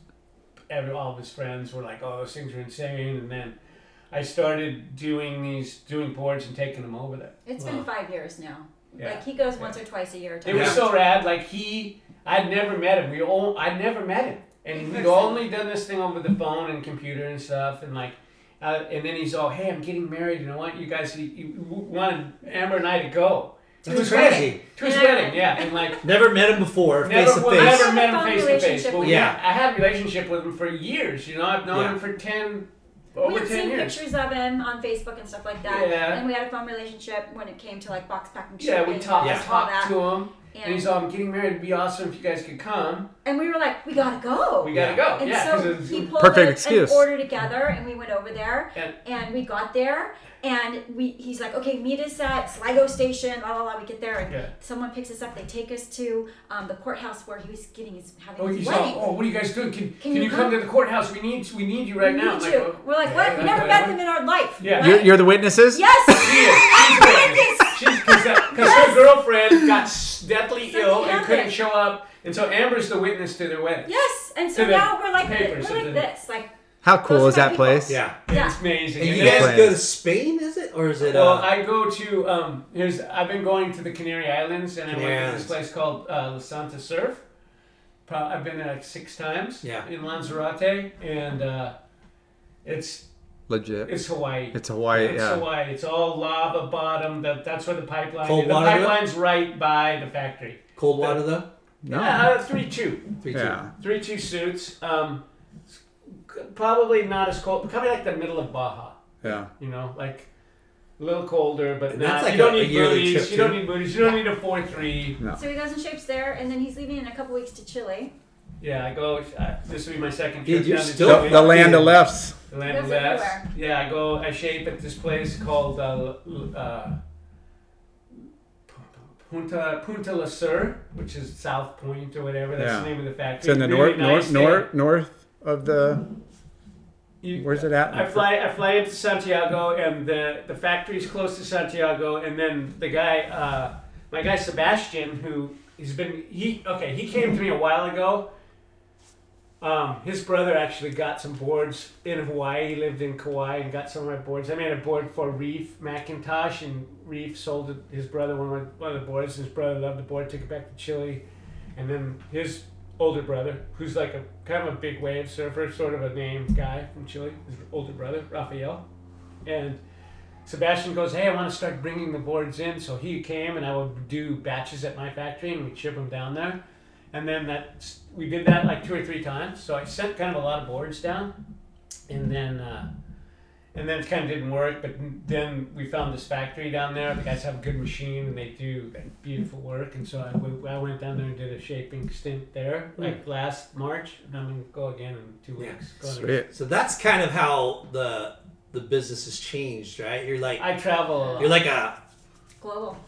[SPEAKER 4] every, all of his friends were like, oh, those things are insane. And then I started doing these, doing boards and taking them over there.
[SPEAKER 7] It's
[SPEAKER 1] Wow.
[SPEAKER 7] been five years now.
[SPEAKER 4] Yeah.
[SPEAKER 7] Like he goes once or twice a year. To
[SPEAKER 4] It was so rad. Like he, I'd never met him. We all, I'd never met him, and we'd only done this thing over the phone and computer and stuff, and like. Uh, and then he's all, "Hey, I'm getting married, and I want you guys. You, you wanted Amber and I to go to
[SPEAKER 1] That's
[SPEAKER 4] his
[SPEAKER 1] crazy.
[SPEAKER 4] wedding, to his
[SPEAKER 7] Yeah.
[SPEAKER 4] wedding, yeah." And like,
[SPEAKER 1] Never met him before, face
[SPEAKER 4] never,
[SPEAKER 1] to
[SPEAKER 4] well,
[SPEAKER 1] face.
[SPEAKER 4] never met
[SPEAKER 7] I
[SPEAKER 4] him
[SPEAKER 7] had
[SPEAKER 4] face
[SPEAKER 7] a fun
[SPEAKER 4] to face.
[SPEAKER 7] relationship
[SPEAKER 4] But
[SPEAKER 7] with
[SPEAKER 4] yeah,
[SPEAKER 1] him.
[SPEAKER 4] I had a relationship with him for years. You know, I've known
[SPEAKER 1] Yeah.
[SPEAKER 4] him for ten,
[SPEAKER 7] we
[SPEAKER 4] over ten
[SPEAKER 7] had seen
[SPEAKER 4] years.
[SPEAKER 7] pictures of him on Facebook and stuff like that.
[SPEAKER 4] Yeah.
[SPEAKER 7] And we had a fun relationship when it came to like box packing.
[SPEAKER 4] Yeah, we
[SPEAKER 7] shipping
[SPEAKER 4] talked,
[SPEAKER 7] and
[SPEAKER 4] I
[SPEAKER 7] all
[SPEAKER 4] talked
[SPEAKER 7] that.
[SPEAKER 4] to him,
[SPEAKER 7] And,
[SPEAKER 4] and he's all, "I'm getting married. It'd be awesome if you guys could come.
[SPEAKER 7] and we were like, we gotta go.
[SPEAKER 4] We gotta go."
[SPEAKER 7] and
[SPEAKER 4] Oh, yeah, 'cause
[SPEAKER 7] so
[SPEAKER 4] it was-
[SPEAKER 7] he pulled
[SPEAKER 6] Perfect
[SPEAKER 7] a-
[SPEAKER 6] excuse.
[SPEAKER 7] an order together, and we went over there,
[SPEAKER 4] And-
[SPEAKER 7] and we got there, and we he's like, okay, meet us at Sligo Station, la la la. We get there, and
[SPEAKER 4] Yeah.
[SPEAKER 7] someone picks us up. They take us to um, the courthouse where he was getting his having
[SPEAKER 4] Oh,
[SPEAKER 7] his
[SPEAKER 4] he's
[SPEAKER 7] wedding.
[SPEAKER 4] all, oh, what are you guys doing? Can, can,
[SPEAKER 7] you
[SPEAKER 4] you come
[SPEAKER 7] come?
[SPEAKER 4] to the courthouse? We need we need you right
[SPEAKER 7] We
[SPEAKER 4] now.
[SPEAKER 7] need
[SPEAKER 4] I'm
[SPEAKER 7] you.
[SPEAKER 4] Like, oh,
[SPEAKER 7] We're like, what? We never met them in our life.
[SPEAKER 4] Yeah.
[SPEAKER 7] What?
[SPEAKER 6] You're, you're the witnesses.
[SPEAKER 7] yes.
[SPEAKER 4] she is. She's pregnant. She's because her girlfriend got s- deathly
[SPEAKER 7] Something
[SPEAKER 4] ill and couldn't
[SPEAKER 7] happened.
[SPEAKER 4] show up, and so Amber's the witness to their wedding.
[SPEAKER 7] Yes, and so
[SPEAKER 4] To the
[SPEAKER 7] now we're like
[SPEAKER 4] papers
[SPEAKER 7] we're like
[SPEAKER 4] and then-
[SPEAKER 7] this, like
[SPEAKER 6] How cool
[SPEAKER 7] Those
[SPEAKER 6] is
[SPEAKER 7] are my
[SPEAKER 6] that
[SPEAKER 7] people.
[SPEAKER 6] place?
[SPEAKER 1] yeah.
[SPEAKER 7] yeah.
[SPEAKER 4] It's amazing.
[SPEAKER 1] And you
[SPEAKER 4] then-
[SPEAKER 1] guys
[SPEAKER 6] plans.
[SPEAKER 1] go to Spain, is it? Or is it
[SPEAKER 4] Well,
[SPEAKER 1] uh,
[SPEAKER 4] I go to um. Here's I've been going to the Canary Islands, and I
[SPEAKER 1] Canary
[SPEAKER 4] went to this
[SPEAKER 1] Islands.
[SPEAKER 4] place called uh, La Santa Surf. Pro- I've been there like six times.
[SPEAKER 1] Yeah.
[SPEAKER 4] In Lanzarote, and uh, it's
[SPEAKER 6] Legit.
[SPEAKER 4] it's Hawaii.
[SPEAKER 6] It's Hawaii.
[SPEAKER 4] It's
[SPEAKER 6] yeah.
[SPEAKER 4] Hawaii. It's all lava bottom. That that's where the pipeline.
[SPEAKER 1] Cold
[SPEAKER 4] the
[SPEAKER 1] water, yeah?
[SPEAKER 4] pipeline's right by the factory.
[SPEAKER 1] cold water though?
[SPEAKER 6] No.
[SPEAKER 4] Yeah, uh, three two,
[SPEAKER 1] Three, two.
[SPEAKER 6] Yeah.
[SPEAKER 4] three two suits. Um, it's c- probably not as cold. Probably like the middle of Baja.
[SPEAKER 6] Yeah.
[SPEAKER 4] You know, like a little colder, but
[SPEAKER 1] And
[SPEAKER 4] not.
[SPEAKER 1] that's like
[SPEAKER 4] you don't
[SPEAKER 1] a- a
[SPEAKER 4] need
[SPEAKER 1] yearly
[SPEAKER 4] booties.
[SPEAKER 1] trip,
[SPEAKER 4] you don't
[SPEAKER 1] too.
[SPEAKER 4] need booties. You don't need a four three.
[SPEAKER 7] So he goes and shapes there, and then he's leaving in a couple weeks to Chile.
[SPEAKER 4] Yeah, I go. Uh, this will be my second
[SPEAKER 1] Dude,
[SPEAKER 4] trip.
[SPEAKER 1] you're
[SPEAKER 4] down to
[SPEAKER 1] still-
[SPEAKER 4] Chile.
[SPEAKER 6] The, the land of lefts.
[SPEAKER 4] The land of
[SPEAKER 7] Goes
[SPEAKER 4] laughs.
[SPEAKER 7] everywhere.
[SPEAKER 4] Yeah, I go. I shape at this place called uh, uh, Punta Punta La Sur, which is South Point or whatever. That's the
[SPEAKER 6] Yeah.
[SPEAKER 4] name of the
[SPEAKER 6] It's
[SPEAKER 4] factory.
[SPEAKER 6] in the
[SPEAKER 4] Really
[SPEAKER 6] north, north,
[SPEAKER 4] nice day.
[SPEAKER 6] north, north of the.
[SPEAKER 4] You-
[SPEAKER 6] Where's it at?
[SPEAKER 4] I fly. I fly into Santiago, and the the factory's close to Santiago. And then the guy, uh, my guy Sebastian, who he's been he okay. He came to me a while ago. Um, his brother actually got some boards in Hawaii. He lived in Kauai and got some of my boards. I made a board for Reef Macintosh, and Reef sold it, his brother one of, one of the boards. His brother loved the board, took it back to Chile, and then his older brother, who's like a kind of a big wave surfer, sort of a name guy from Chile, his older brother Rafael, and Sebastian goes, "Hey, I want to start bringing the boards in." So he came, and I would do batches at my factory, and we'd ship them down there. And then that we did that like two or three times. So I sent kind of a lot of boards down, and then uh, and then it kind of didn't work. But then we found this factory down there. The guys have a good machine, and they do like, beautiful work. And so I went- I went down there and did a shaping stint there, like last March, and I'm gonna go again in two
[SPEAKER 1] Yeah.
[SPEAKER 4] weeks. Go
[SPEAKER 6] Sweet.
[SPEAKER 1] So that's kind of how the the business has changed, right? You're like
[SPEAKER 4] I travel a lot.
[SPEAKER 1] you're like a
[SPEAKER 7] Global.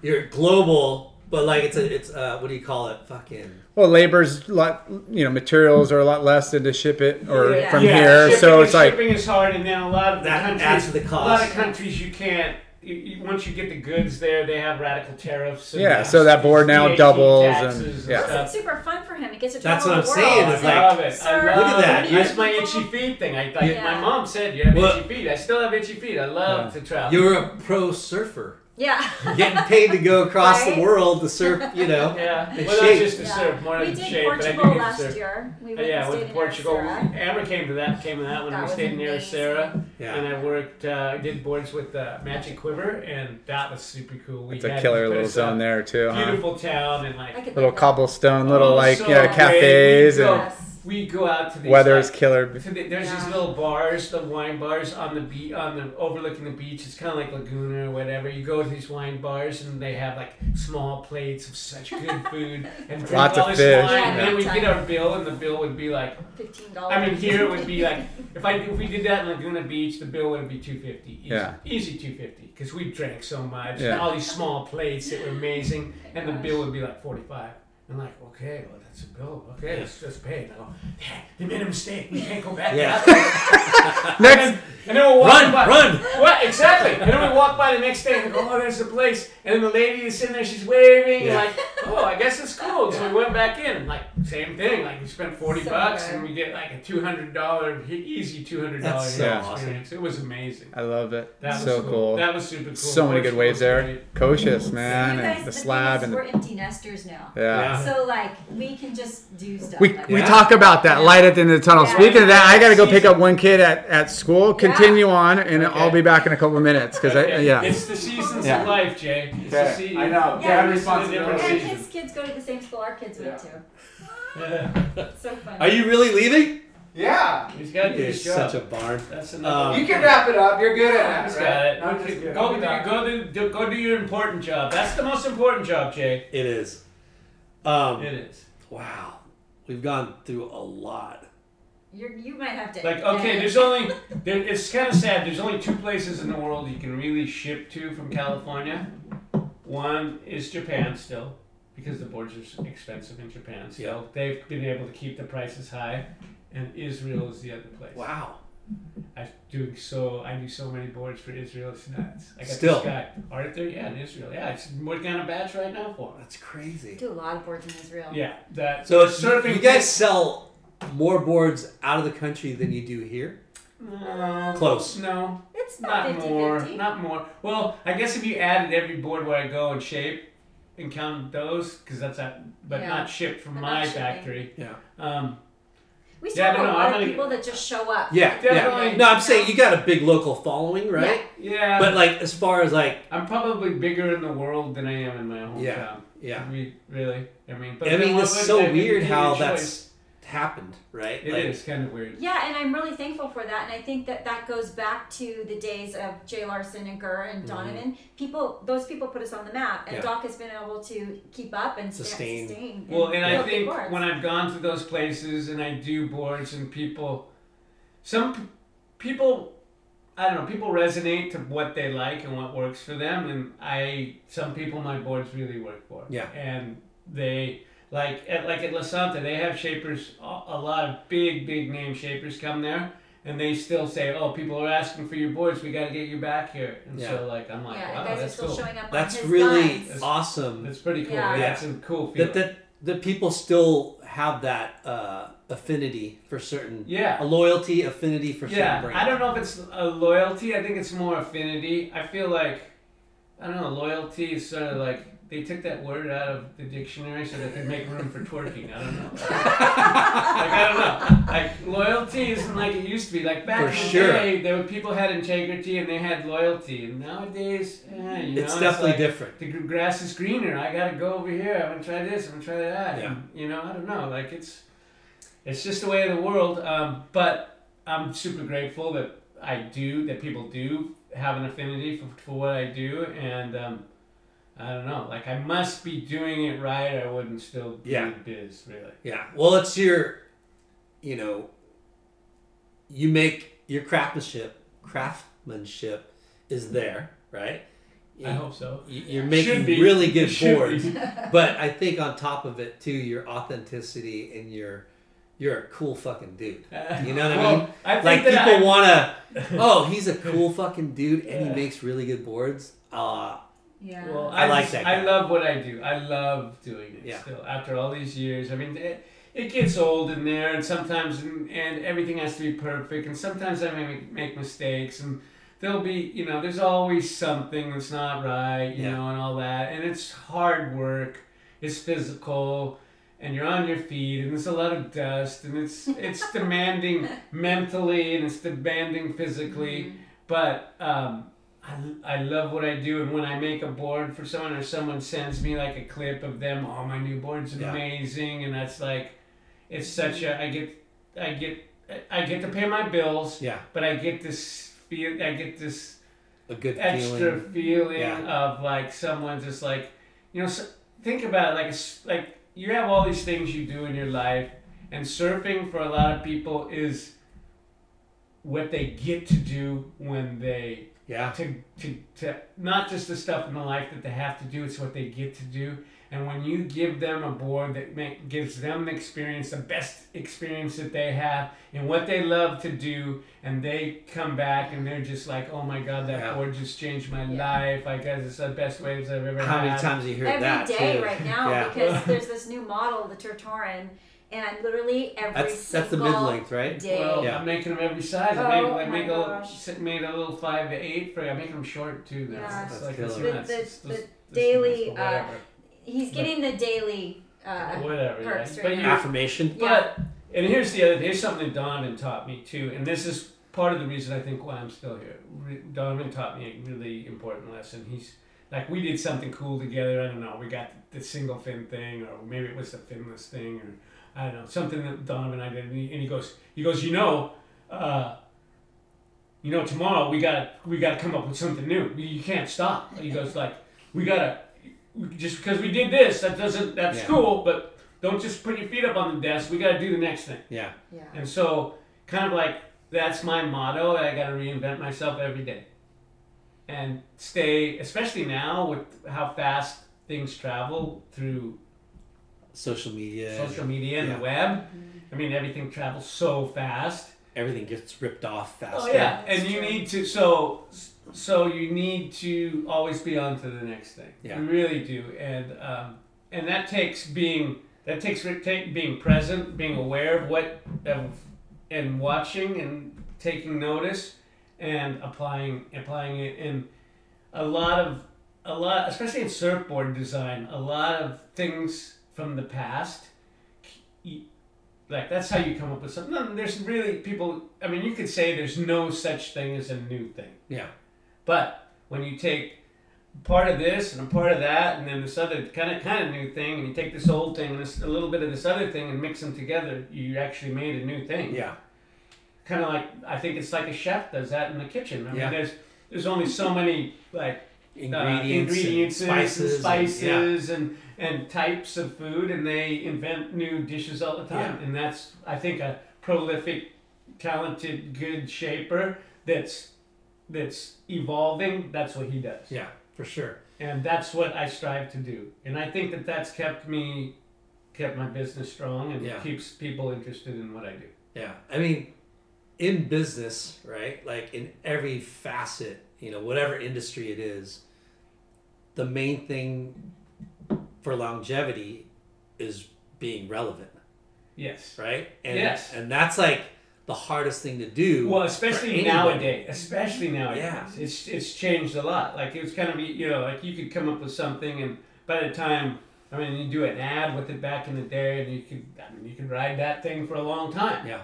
[SPEAKER 1] you're global But like it's a it's uh what do you call it? Fucking
[SPEAKER 2] Well, labor's a lot, you know, materials are a lot less than to ship it or
[SPEAKER 1] Yeah.
[SPEAKER 2] from
[SPEAKER 4] yeah,
[SPEAKER 2] here.
[SPEAKER 4] shipping,
[SPEAKER 2] So it's like,
[SPEAKER 4] shipping is hard, and then a lot of the
[SPEAKER 1] That
[SPEAKER 4] countries,
[SPEAKER 1] adds to the
[SPEAKER 4] A lot
[SPEAKER 1] cost.
[SPEAKER 4] of countries you can't. You, you, once you get the goods there, they have radical tariffs. And
[SPEAKER 2] Yeah, so that board now
[SPEAKER 4] VAT
[SPEAKER 2] doubles and-
[SPEAKER 4] taxes
[SPEAKER 2] yeah.
[SPEAKER 7] It's
[SPEAKER 4] stuff.
[SPEAKER 7] super fun for him. He gets to
[SPEAKER 1] That's
[SPEAKER 7] travel
[SPEAKER 1] what
[SPEAKER 7] the
[SPEAKER 1] I'm
[SPEAKER 7] world.
[SPEAKER 1] saying, it's
[SPEAKER 4] I
[SPEAKER 1] like-
[SPEAKER 4] love it. I
[SPEAKER 7] Sir,
[SPEAKER 4] love
[SPEAKER 1] Look at that.
[SPEAKER 4] it.
[SPEAKER 1] You-
[SPEAKER 4] That's my itchy feet thing. I, I
[SPEAKER 7] Yeah.
[SPEAKER 4] My mom said you have
[SPEAKER 1] Well-
[SPEAKER 4] itchy feet. I still have itchy feet. I love to travel.
[SPEAKER 1] you're a pro surfer.
[SPEAKER 7] Yeah.
[SPEAKER 1] Getting paid to go across
[SPEAKER 7] Right?
[SPEAKER 1] the world to surf, you know.
[SPEAKER 4] yeah,
[SPEAKER 1] The
[SPEAKER 4] well, not
[SPEAKER 1] shape.
[SPEAKER 4] just to
[SPEAKER 7] Yeah.
[SPEAKER 4] surf, more
[SPEAKER 7] we
[SPEAKER 4] than the
[SPEAKER 7] did
[SPEAKER 4] shape, but I
[SPEAKER 7] Portugal
[SPEAKER 4] do get to
[SPEAKER 7] last
[SPEAKER 4] surf.
[SPEAKER 7] year. We
[SPEAKER 4] Uh,
[SPEAKER 7] went
[SPEAKER 4] yeah,
[SPEAKER 7] and
[SPEAKER 4] I
[SPEAKER 7] stayed
[SPEAKER 4] went
[SPEAKER 7] in
[SPEAKER 4] to Portugal.
[SPEAKER 7] Ericeira.
[SPEAKER 4] Amber came to that, came to that when
[SPEAKER 7] That
[SPEAKER 4] we
[SPEAKER 7] was
[SPEAKER 4] stayed near
[SPEAKER 7] amazing.
[SPEAKER 4] Sarah.
[SPEAKER 1] Yeah.
[SPEAKER 4] And I worked, uh, did boards with uh, Magic Quiver, and that was super cool. We
[SPEAKER 2] it's a
[SPEAKER 4] had-
[SPEAKER 2] killer
[SPEAKER 4] there's
[SPEAKER 2] little
[SPEAKER 4] a
[SPEAKER 2] zone there uh-huh. too, huh?
[SPEAKER 4] Beautiful town and
[SPEAKER 7] I
[SPEAKER 4] like
[SPEAKER 7] could
[SPEAKER 2] Little
[SPEAKER 7] live there.
[SPEAKER 2] cobblestone, little
[SPEAKER 4] Oh,
[SPEAKER 2] like
[SPEAKER 4] so
[SPEAKER 2] yeah,
[SPEAKER 4] great.
[SPEAKER 2] cafes and
[SPEAKER 7] Yes.
[SPEAKER 4] we go out to these
[SPEAKER 2] weather
[SPEAKER 4] like,
[SPEAKER 2] is killer.
[SPEAKER 4] to the, there's
[SPEAKER 7] Yeah.
[SPEAKER 4] these little bars, the wine bars on the beach, on the overlooking the beach. It's kind of like Laguna or whatever. You go to these wine bars and they have like small plates of such good food and drink
[SPEAKER 2] Lots
[SPEAKER 4] all
[SPEAKER 2] of
[SPEAKER 4] this
[SPEAKER 2] fish,
[SPEAKER 4] wine. And
[SPEAKER 7] yeah.
[SPEAKER 4] then we get our bill, and the bill would be like
[SPEAKER 7] Fifteen dollars.
[SPEAKER 4] I mean, here it would be like if I if we did that in Laguna Beach, the bill would be two fifty. Easy,
[SPEAKER 2] Yeah.
[SPEAKER 4] easy two fifty because we drank so much.
[SPEAKER 2] Yeah.
[SPEAKER 4] All these small plates that were amazing, and the bill would be like forty five. I'm like, okay, well that's a bill. Okay, let's just pay. it. I go, yeah, they made a mistake. We can't go back.
[SPEAKER 1] Yeah.
[SPEAKER 2] Next,
[SPEAKER 4] And then we'll walk
[SPEAKER 1] Run,
[SPEAKER 4] by.
[SPEAKER 1] run!
[SPEAKER 4] What exactly? And then we walk by the next day and go, oh, there's the place. And then the lady is sitting there, she's waving,
[SPEAKER 1] Yeah.
[SPEAKER 4] like, oh, I guess it's cool. So we went back in, like, same thing. Like, we spent 40
[SPEAKER 7] So
[SPEAKER 4] bucks
[SPEAKER 7] good.
[SPEAKER 4] and we get like a $200, easy $200
[SPEAKER 1] That's so
[SPEAKER 4] experience.
[SPEAKER 1] awesome.
[SPEAKER 4] It was amazing.
[SPEAKER 2] I love it.
[SPEAKER 4] That was
[SPEAKER 2] so cool.
[SPEAKER 4] That was super cool.
[SPEAKER 2] So many good
[SPEAKER 4] Portugal
[SPEAKER 2] waves
[SPEAKER 4] was
[SPEAKER 2] there.
[SPEAKER 4] great.
[SPEAKER 2] Koshius,
[SPEAKER 7] You
[SPEAKER 2] man,
[SPEAKER 7] guys,
[SPEAKER 2] and
[SPEAKER 7] the
[SPEAKER 2] the
[SPEAKER 7] thing
[SPEAKER 2] slab
[SPEAKER 7] is
[SPEAKER 2] and
[SPEAKER 7] we're
[SPEAKER 2] the,
[SPEAKER 7] empty nesters now.
[SPEAKER 2] yeah.
[SPEAKER 1] Yeah.
[SPEAKER 7] So like we can just do stuff.
[SPEAKER 2] We,
[SPEAKER 7] like
[SPEAKER 2] we
[SPEAKER 1] Yeah.
[SPEAKER 7] that.
[SPEAKER 2] talk about that light at the end of the tunnel.
[SPEAKER 7] Yeah.
[SPEAKER 2] Speaking of that, I got to go pick up one kid at, at school. Continue on, and I'll
[SPEAKER 4] Okay.
[SPEAKER 2] be back in a couple of minutes because I
[SPEAKER 4] Okay.
[SPEAKER 2] yeah.
[SPEAKER 4] It's the seasons
[SPEAKER 6] Yeah.
[SPEAKER 4] of life, Jay. It's the
[SPEAKER 6] Okay.
[SPEAKER 4] sea-
[SPEAKER 6] I know.
[SPEAKER 7] Yeah, Dad
[SPEAKER 4] it's the different
[SPEAKER 6] responsibility.
[SPEAKER 7] And
[SPEAKER 6] Yeah,
[SPEAKER 4] seasons.
[SPEAKER 7] his kids go to the same school our kids went
[SPEAKER 6] Yeah.
[SPEAKER 7] to.
[SPEAKER 4] Yeah.
[SPEAKER 7] It's so fun.
[SPEAKER 1] Are you really leaving?
[SPEAKER 9] Yeah.
[SPEAKER 4] He's got to do
[SPEAKER 1] You're
[SPEAKER 4] his job.
[SPEAKER 1] such a barn.
[SPEAKER 4] That's another.
[SPEAKER 1] Um,
[SPEAKER 9] You can wrap it up. You're good
[SPEAKER 4] I
[SPEAKER 9] at
[SPEAKER 4] just
[SPEAKER 9] that.
[SPEAKER 4] got
[SPEAKER 9] Right?
[SPEAKER 4] it.
[SPEAKER 9] I'm just kidding.
[SPEAKER 4] Go, do, go, do, do, go do your important job. That's the most important job, Jay.
[SPEAKER 1] It is. Um,
[SPEAKER 4] It is.
[SPEAKER 1] Wow, we've gone through a lot.
[SPEAKER 7] You're, you might have to.
[SPEAKER 4] Like, okay, there's only, there, it's kind of sad. There's only two places in the world you can really ship to from California. One is Japan still, because the boards are s- expensive in Japan still. They've been able to keep the prices high. And Israel is the other place.
[SPEAKER 1] Wow.
[SPEAKER 4] I do so. I do so many boards for Israel. It's nuts. I got
[SPEAKER 1] Still.
[SPEAKER 4] this guy Arthur. Yeah, in Israel. Yeah, it's working on a batch right now for. him.
[SPEAKER 1] That's crazy.
[SPEAKER 7] do a lot of boards in Israel.
[SPEAKER 4] Yeah, that.
[SPEAKER 1] Um, So it's
[SPEAKER 4] surfing.
[SPEAKER 1] surfing. You guys sell more boards out of the country than you do here.
[SPEAKER 4] No,
[SPEAKER 1] Close.
[SPEAKER 4] No,
[SPEAKER 7] It's
[SPEAKER 4] not
[SPEAKER 7] not 50
[SPEAKER 4] more.
[SPEAKER 7] 50.
[SPEAKER 4] Not more. Well, I guess if you added every board where I go and shape and count those, because that's that, but
[SPEAKER 7] Yeah.
[SPEAKER 4] not shipped from
[SPEAKER 7] But not
[SPEAKER 4] my
[SPEAKER 7] shipping.
[SPEAKER 4] factory.
[SPEAKER 1] Yeah.
[SPEAKER 4] Um,
[SPEAKER 7] We still
[SPEAKER 4] Yeah, I
[SPEAKER 7] have
[SPEAKER 4] don't
[SPEAKER 7] a
[SPEAKER 4] know,
[SPEAKER 7] lot
[SPEAKER 4] I'm
[SPEAKER 7] of
[SPEAKER 4] gonna-
[SPEAKER 7] people that just show up.
[SPEAKER 1] Yeah, yeah.
[SPEAKER 4] Definitely.
[SPEAKER 1] No, I'm saying you got a big local following,
[SPEAKER 7] Yeah.
[SPEAKER 1] right?
[SPEAKER 4] yeah,
[SPEAKER 1] But like, as far as like,
[SPEAKER 4] I'm probably bigger in the world than I am in my hometown.
[SPEAKER 1] Yeah, yeah.
[SPEAKER 4] We, really. I mean, but
[SPEAKER 1] I mean,
[SPEAKER 4] then
[SPEAKER 1] it's
[SPEAKER 4] what-
[SPEAKER 1] so
[SPEAKER 4] I mean,
[SPEAKER 1] weird
[SPEAKER 4] give you
[SPEAKER 1] how
[SPEAKER 4] a choice.
[SPEAKER 1] that's happened, right?
[SPEAKER 4] It is
[SPEAKER 1] like,
[SPEAKER 4] kind of weird.
[SPEAKER 7] Yeah, and I'm really thankful for that. And I think that that goes back to the days of Jay Larson and Gurr and Donovan. People, those people put us on the map, and
[SPEAKER 1] Mm-hmm. Yeah.
[SPEAKER 7] Doc has been able to keep up and sta-
[SPEAKER 1] Sustain.
[SPEAKER 7] sustain
[SPEAKER 4] Well, and I
[SPEAKER 7] build big
[SPEAKER 4] think
[SPEAKER 7] boards.
[SPEAKER 4] when I've gone to those places and I do boards and people, some p- people, I don't know, people resonate to what they like and what works for them. And I, some people my boards really work for.
[SPEAKER 1] Yeah.
[SPEAKER 4] And they, like at, like at La Santa, they have shapers, a a lot of big, big name shapers come there. And they still say, "Oh, people are asking for your boards. We got to get you back here." And
[SPEAKER 1] Yeah.
[SPEAKER 4] so, like, I'm like,
[SPEAKER 7] yeah,
[SPEAKER 4] "Wow,
[SPEAKER 7] you guys are
[SPEAKER 4] that's
[SPEAKER 7] still
[SPEAKER 4] cool.
[SPEAKER 7] showing up. on
[SPEAKER 1] That's
[SPEAKER 7] his
[SPEAKER 1] really
[SPEAKER 7] guns.
[SPEAKER 1] awesome.
[SPEAKER 4] That's pretty cool.
[SPEAKER 7] Yeah.
[SPEAKER 4] Yeah.
[SPEAKER 1] Yeah.
[SPEAKER 4] That's a cool feeling."
[SPEAKER 1] that that that people still have that uh, affinity for certain
[SPEAKER 4] Yeah.
[SPEAKER 1] a loyalty affinity for
[SPEAKER 4] Yeah,
[SPEAKER 1] certain brands.
[SPEAKER 4] I don't know if it's a loyalty. I think it's more affinity. I feel like I don't know. Loyalty is sort of like they took that word out of the dictionary so they could make room for twerking. I don't know. like I don't know. Like loyalty isn't like it used to be. Like back
[SPEAKER 1] For
[SPEAKER 4] in the
[SPEAKER 1] sure.
[SPEAKER 4] day, there were people had integrity and they had loyalty, and nowadays, eh, you know,
[SPEAKER 1] it's definitely
[SPEAKER 4] like,
[SPEAKER 1] different.
[SPEAKER 4] The gr- grass is greener. I gotta go over here. I'm gonna try this. I'm gonna try that.
[SPEAKER 1] Yeah.
[SPEAKER 4] You know, I don't know. Like it's, it's just the way of the world. Um, but I'm super grateful that I do, that people do have an affinity for, for what I do, and um, I don't know. Like I must be doing it right. or I wouldn't still be
[SPEAKER 1] Yeah.
[SPEAKER 4] in biz really.
[SPEAKER 1] Yeah. Well, it's your, you know, you make your craftsmanship. Craftsmanship is there, right?
[SPEAKER 4] I hope so.
[SPEAKER 1] Y- You're
[SPEAKER 4] Should
[SPEAKER 1] making
[SPEAKER 4] be.
[SPEAKER 1] really good
[SPEAKER 4] Should
[SPEAKER 1] boards,
[SPEAKER 4] be.
[SPEAKER 1] but I think on top of it too, your authenticity and your you're a cool fucking dude. You know what I mean?
[SPEAKER 4] Well, I think
[SPEAKER 1] like
[SPEAKER 4] that
[SPEAKER 1] people
[SPEAKER 4] I-
[SPEAKER 1] wanna, oh, he's a cool fucking dude and he
[SPEAKER 4] Yeah.
[SPEAKER 1] makes really good boards. Uh,
[SPEAKER 7] Yeah.
[SPEAKER 4] Well,
[SPEAKER 1] I
[SPEAKER 4] I,
[SPEAKER 1] like
[SPEAKER 4] just-
[SPEAKER 1] that guy.
[SPEAKER 4] I love what I do. I love doing it
[SPEAKER 1] Yeah.
[SPEAKER 4] still after all these years. I mean, it, it gets old in there, and sometimes and, and everything has to be perfect, and sometimes I may make, make mistakes, and there'll be you know there's always something that's not right, you
[SPEAKER 1] Yeah.
[SPEAKER 4] know, and all that, and it's hard work. It's physical. And you're on your feet, and there's a lot of dust, and it's it's demanding mentally, and it's demanding physically. But um, I, I love what I do, and when I make a board for someone, or someone sends me like a clip of them, oh my new board's
[SPEAKER 1] Yeah.
[SPEAKER 4] amazing, and that's like, it's such a I get I get I get to pay my bills,
[SPEAKER 1] yeah,
[SPEAKER 4] but I get this feel I get this
[SPEAKER 1] a good
[SPEAKER 4] extra
[SPEAKER 1] feeling.
[SPEAKER 4] feeling
[SPEAKER 1] Yeah.
[SPEAKER 4] of like someone just like you know s think about it, like it's like you have all these things you do in your life and surfing for a lot of people is what they get to do when they
[SPEAKER 1] Yeah,
[SPEAKER 4] to, to, to not just the stuff in the life that they have to do it's what they get to do and when you give them a board that make, gives them the experience the best experience that they have and what they love to do and they come back and they're just like oh my god that
[SPEAKER 1] Yeah.
[SPEAKER 4] board just changed my
[SPEAKER 7] Yeah.
[SPEAKER 4] life i guess it's the best waves i've ever
[SPEAKER 1] how
[SPEAKER 4] had
[SPEAKER 1] many times you hear that
[SPEAKER 7] every day
[SPEAKER 1] too?
[SPEAKER 7] right now
[SPEAKER 1] Yeah.
[SPEAKER 7] because there's this new model, the Tertoran, and literally every
[SPEAKER 1] That's that's the
[SPEAKER 7] single
[SPEAKER 1] mid length, right?
[SPEAKER 7] day.
[SPEAKER 4] Well,
[SPEAKER 1] Yeah.
[SPEAKER 4] I'm making them every size.
[SPEAKER 7] Oh
[SPEAKER 4] I made, I
[SPEAKER 7] my
[SPEAKER 4] make
[SPEAKER 7] gosh.
[SPEAKER 4] a, made a little five to eight for you. I make them short too. Now.
[SPEAKER 7] Yeah.
[SPEAKER 4] It's
[SPEAKER 1] That's
[SPEAKER 4] like
[SPEAKER 1] killer.
[SPEAKER 4] it's
[SPEAKER 7] The-
[SPEAKER 4] nuts.
[SPEAKER 7] the-
[SPEAKER 4] It's
[SPEAKER 7] the
[SPEAKER 4] just- it's
[SPEAKER 7] daily,
[SPEAKER 4] nuts, but
[SPEAKER 7] uh,
[SPEAKER 4] whatever.
[SPEAKER 7] He's getting the daily. Uh,
[SPEAKER 4] whatever. yeah.
[SPEAKER 7] perks right
[SPEAKER 4] But
[SPEAKER 7] now.
[SPEAKER 4] you're
[SPEAKER 1] Affirmation.
[SPEAKER 7] Yeah.
[SPEAKER 4] But and here's the other. Here's something that Donovan taught me too, and this is part of the reason I think why I'm still here. Re- Donovan taught me a really important lesson. He's like we did something cool together. I don't know. We got the single fin thing, or maybe it was the finless thing, or I don't know something that Donovan and I did. And he, and he goes, he goes, you know. Uh, you know, tomorrow we gotta we gotta come up with something new. You- You can't stop. He goes like, we gotta we- just because we did this, that doesn't that's
[SPEAKER 1] Yeah.
[SPEAKER 4] cool, but don't just put your feet up on the desk. We gotta do the next thing.
[SPEAKER 1] Yeah,
[SPEAKER 7] yeah.
[SPEAKER 4] And so, kind of like that's my motto. I gotta reinvent myself every day, and stay, especially now with how fast things travel through
[SPEAKER 1] social media.
[SPEAKER 4] social media and
[SPEAKER 1] Yeah.
[SPEAKER 4] the web. I mean, everything travels so fast.
[SPEAKER 1] Everything gets ripped off faster.
[SPEAKER 4] Oh yeah,
[SPEAKER 7] That's
[SPEAKER 4] and you
[SPEAKER 7] true.
[SPEAKER 4] need to so so you need to always be on to the next thing.
[SPEAKER 1] Yeah.
[SPEAKER 4] You really do, and um, and that takes being that takes re- take, being present, being aware of what of, and watching and taking notice and applying applying it in a lot of a lot especially in surfboard design a lot of things from the past like that's how you come up with something. No, there's really people. I mean, you could say there's no such thing as a new thing,
[SPEAKER 1] Yeah.
[SPEAKER 4] but when you take part of this and a part of that, and then this other kind of kind of new thing, and you take this old thing and this, a little bit of this other thing and mix them together, you actually made a new thing.
[SPEAKER 1] Yeah.
[SPEAKER 4] Kind of like I think it's like a chef does that in the kitchen. I mean,
[SPEAKER 1] Yeah.
[SPEAKER 4] there's there's only so many like
[SPEAKER 1] Ingredients,
[SPEAKER 4] uh, ingredients
[SPEAKER 1] and
[SPEAKER 4] and
[SPEAKER 1] spices. and- yeah.
[SPEAKER 4] spices and, and, types of food, and they invent new dishes all the time.
[SPEAKER 1] Yeah.
[SPEAKER 4] And that's, I think, a prolific, talented, good shaper that's that's evolving. That's what he does,
[SPEAKER 1] yeah, for sure.
[SPEAKER 4] and that's what I strive to do. And I think that that's kept me, kept my business strong, and
[SPEAKER 1] Yeah.
[SPEAKER 4] keeps people interested in what I do.
[SPEAKER 1] Yeah. I mean, in business, right? Like in every facet, you know, whatever industry it is, the main thing for longevity is being relevant,
[SPEAKER 4] Yes.
[SPEAKER 1] right? And
[SPEAKER 4] Yes.
[SPEAKER 1] and that's like the hardest thing to do.
[SPEAKER 4] Well,
[SPEAKER 1] for
[SPEAKER 4] especially
[SPEAKER 1] anybody.
[SPEAKER 4] nowadays. Especially nowadays.
[SPEAKER 1] Yeah.
[SPEAKER 4] It's it's changed a lot. Like it was kind of you know like you could come up with something and by the time I mean you do an ad with it back in the day and you could I mean you could ride that thing for a long time.
[SPEAKER 1] Yeah.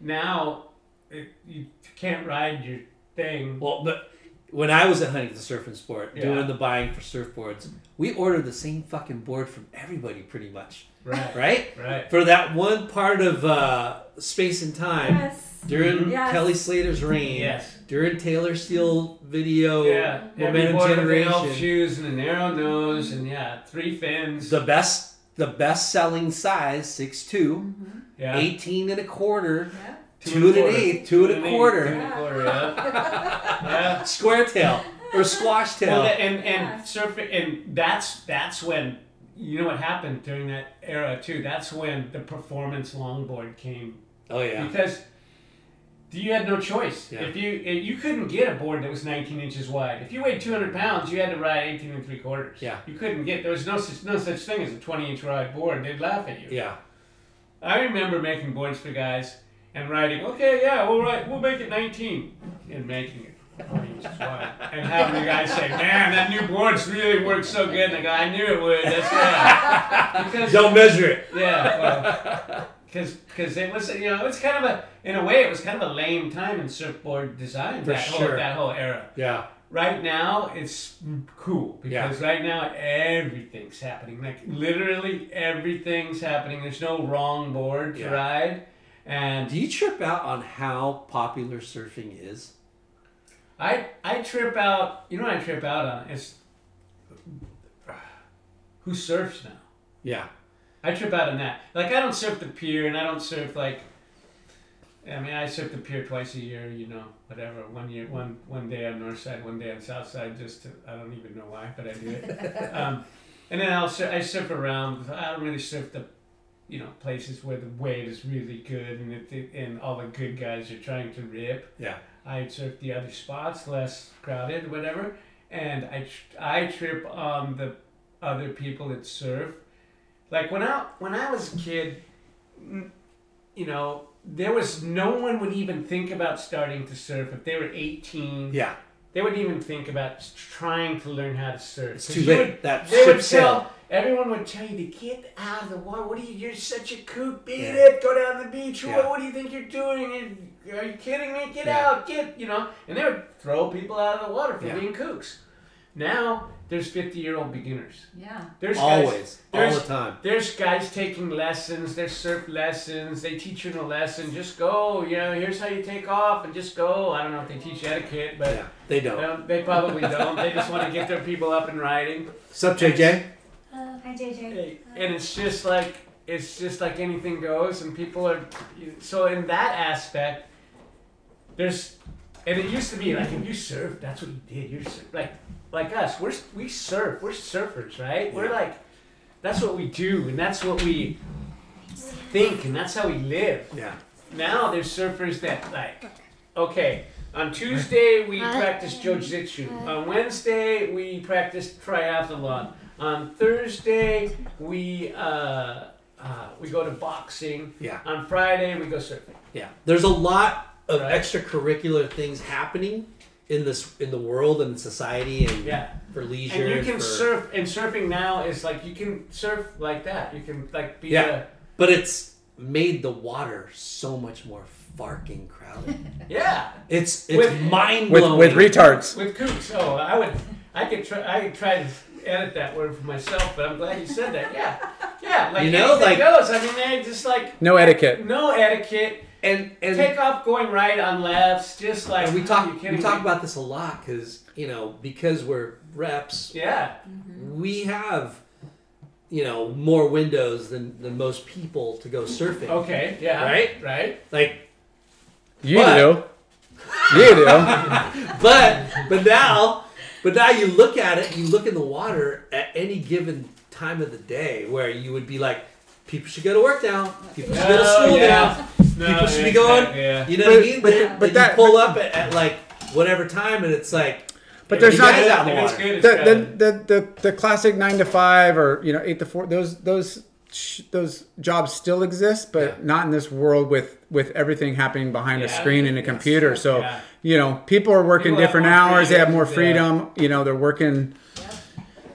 [SPEAKER 4] Now it, you can't ride your thing.
[SPEAKER 1] Well, but when I was at Huntington Surf and Sport
[SPEAKER 4] Yeah.
[SPEAKER 1] doing the buying for surfboards, we ordered the same fucking board from everybody pretty much,
[SPEAKER 4] Right.
[SPEAKER 1] right?
[SPEAKER 4] Right.
[SPEAKER 1] For that one part of uh, space and time
[SPEAKER 7] Yes.
[SPEAKER 1] during
[SPEAKER 7] Yes.
[SPEAKER 1] Kelly Slater's reign,
[SPEAKER 4] Mm-hmm. Yes.
[SPEAKER 1] during Taylor Steele video,
[SPEAKER 4] Yeah.
[SPEAKER 1] Momentum
[SPEAKER 4] Every boy with an elf
[SPEAKER 1] Generation,
[SPEAKER 4] shoes and a narrow nose and yeah three fins.
[SPEAKER 1] the best, the best selling size six two,
[SPEAKER 4] yeah.
[SPEAKER 1] 18 and a quarter,
[SPEAKER 7] Yeah.
[SPEAKER 1] two, and an
[SPEAKER 4] quarter.
[SPEAKER 1] eighth, two and a
[SPEAKER 4] eighth,
[SPEAKER 1] quarter,
[SPEAKER 4] Two and a quarter. Yeah. yeah.
[SPEAKER 1] square tail. or squash tail.
[SPEAKER 4] Well, that- and
[SPEAKER 7] Yeah.
[SPEAKER 4] and surfing, and that's that's when you know what happened during that era too. That's when the performance longboard came
[SPEAKER 1] oh yeah.
[SPEAKER 4] because you had no choice.
[SPEAKER 1] Yeah.
[SPEAKER 4] If you if you couldn't get a board that was 19 inches wide, if you weighed 200 pounds, you had to ride 18 and three quarters.
[SPEAKER 1] Yeah.
[SPEAKER 4] you couldn't get there was no such, no such thing as a 20 inch wide board. They'd laugh at you.
[SPEAKER 1] Yeah.
[SPEAKER 4] I remember making boards for guys and writing, okay, yeah, we'll write, we'll make it 19, and making it. 20 inches wide. And having the guys say, "Man, that new board's really worked so good." And I go, "I knew it would." That's right. Because
[SPEAKER 1] Don't measure it.
[SPEAKER 4] yeah, because because it was you know it was kind of a in a way it was kind of a lame time in surfboard design
[SPEAKER 1] For
[SPEAKER 4] that
[SPEAKER 1] sure.
[SPEAKER 4] whole that whole era.
[SPEAKER 1] Yeah.
[SPEAKER 4] Right now it's cool because right now everything's happening. Like literally everything's happening. There's no wrong board to
[SPEAKER 1] Yeah.
[SPEAKER 4] ride, and
[SPEAKER 1] Do you trip out on how popular surfing is?
[SPEAKER 4] I I trip out. You know what I trip out on? It's who surfs now.
[SPEAKER 1] Yeah.
[SPEAKER 4] I trip out on that. Like I don't surf the pier, and I don't surf like. I mean, I surf the pier twice a year. You know, whatever. One year, one one day on north side, one day on south side. Just to, I don't even know why, but I do it. um, and then I'll sur- I surf around. I don't really surf the, you know, places where the wave is really good and it, it, and all the good guys are trying to rip.
[SPEAKER 1] Yeah.
[SPEAKER 4] I surf the other spots, less crowded, whatever. And I, tr- I trip on the other people that surf. Like when I when I was a kid, n- you know, there was no one would even think about starting to surf if they were eighteen.
[SPEAKER 1] Yeah.
[SPEAKER 4] They wouldn't even think about s- trying to learn how to surf.
[SPEAKER 1] It's
[SPEAKER 4] 'Cause
[SPEAKER 1] too
[SPEAKER 4] you
[SPEAKER 1] late.
[SPEAKER 4] would-
[SPEAKER 1] That
[SPEAKER 4] they would
[SPEAKER 1] ship
[SPEAKER 4] tell
[SPEAKER 1] sailed.
[SPEAKER 4] everyone would tell you to get out of the water. What are you? You're such a kook. Beat it. Go down to the beach.
[SPEAKER 1] Yeah.
[SPEAKER 4] What, what do you think you're doing? Are you kidding me? Get
[SPEAKER 1] Yeah.
[SPEAKER 4] out. Get you know. And they would throw people out of the water for
[SPEAKER 1] Yeah.
[SPEAKER 4] being kooks. Now there's 50 year old beginners.
[SPEAKER 7] Yeah.
[SPEAKER 4] There's guys-
[SPEAKER 1] Always.
[SPEAKER 4] there's,
[SPEAKER 1] all the time.
[SPEAKER 4] There's guys taking lessons. There's surf lessons. They teach you in a lesson. Just go. You know, here's how you take off, and just go. I don't know if they teach etiquette, but.
[SPEAKER 1] Yeah. They don't.
[SPEAKER 4] No, they probably don't. They just want to get their people up and riding.
[SPEAKER 1] Sup, JJ?
[SPEAKER 7] Hi, JJ.
[SPEAKER 4] And it's just like it's just like anything goes, and people are so in that aspect. There's, and it used to be like if you surf, that's what you did. You're sur- like like us. We're we surf. We're surfers, right? We're like that's what we do, and that's what we think, and that's how we live
[SPEAKER 1] Yeah.
[SPEAKER 4] now there's surfers that like okay on tuesday we practice jiu-jitsu on wednesday we practice triathlon on thursday we uh, uh, we go to boxing
[SPEAKER 1] Yeah.
[SPEAKER 4] on friday we go surfing
[SPEAKER 1] Yeah. There's a lot of
[SPEAKER 4] Right.
[SPEAKER 1] extracurricular things happening in this in the world and society and
[SPEAKER 4] Yeah.
[SPEAKER 1] for leisure.
[SPEAKER 4] and you can
[SPEAKER 1] for-
[SPEAKER 4] surf and surfing now is like you can surf like that you can like be
[SPEAKER 1] Yeah. But it's made the water so much more farking crowded.
[SPEAKER 4] a yeah
[SPEAKER 1] It's it's
[SPEAKER 4] With-
[SPEAKER 1] mind
[SPEAKER 2] with
[SPEAKER 1] blowing.
[SPEAKER 2] with retards.
[SPEAKER 4] with kooks. Oh, I would, I could try, I could try to edit that word for myself, but I'm glad you said that. Yeah, yeah, like
[SPEAKER 1] You know, like-
[SPEAKER 4] anything goes. I mean, they just like
[SPEAKER 2] No etiquette.
[SPEAKER 4] no etiquette.
[SPEAKER 1] and and
[SPEAKER 4] Take off going right on lefts, just like
[SPEAKER 1] and we
[SPEAKER 4] you
[SPEAKER 1] talk
[SPEAKER 4] kidding
[SPEAKER 1] we talk
[SPEAKER 4] me?
[SPEAKER 1] about this a lot because you know because we're reps
[SPEAKER 4] yeah,
[SPEAKER 1] we have you know more windows than than most people to go surfing.
[SPEAKER 4] okay, yeah,
[SPEAKER 1] Right?
[SPEAKER 4] right.
[SPEAKER 1] Like
[SPEAKER 2] You
[SPEAKER 1] But-
[SPEAKER 2] do. You do.
[SPEAKER 1] but but now but now you look at it you look in the water at any given time of the day where you would be like people should go to work now people should go to
[SPEAKER 4] No,
[SPEAKER 1] school
[SPEAKER 4] Oh, yeah.
[SPEAKER 1] now
[SPEAKER 4] No,
[SPEAKER 1] people should be
[SPEAKER 4] yeah,
[SPEAKER 1] going
[SPEAKER 4] Yeah,
[SPEAKER 1] you know
[SPEAKER 2] But-
[SPEAKER 1] what i mean
[SPEAKER 2] but-
[SPEAKER 1] Then-
[SPEAKER 2] but
[SPEAKER 1] then you
[SPEAKER 2] that-
[SPEAKER 1] pull up at, at like whatever time and it's like
[SPEAKER 2] But there's
[SPEAKER 1] you
[SPEAKER 2] not
[SPEAKER 1] guys out in the
[SPEAKER 4] If it's
[SPEAKER 1] water
[SPEAKER 4] good,
[SPEAKER 2] the,
[SPEAKER 4] it's good.
[SPEAKER 2] the, the, the, the classic nine to five or you know eight to four. Those those sh- those jobs still exist, but
[SPEAKER 1] Yeah.
[SPEAKER 2] not in this world with with everything happening behind a
[SPEAKER 4] Yeah.
[SPEAKER 2] screen and a computer. So
[SPEAKER 4] Yeah.
[SPEAKER 2] you know people are working
[SPEAKER 4] People have
[SPEAKER 2] different
[SPEAKER 4] more
[SPEAKER 2] hours. They have more
[SPEAKER 4] freedom.
[SPEAKER 2] freedom. You know they're working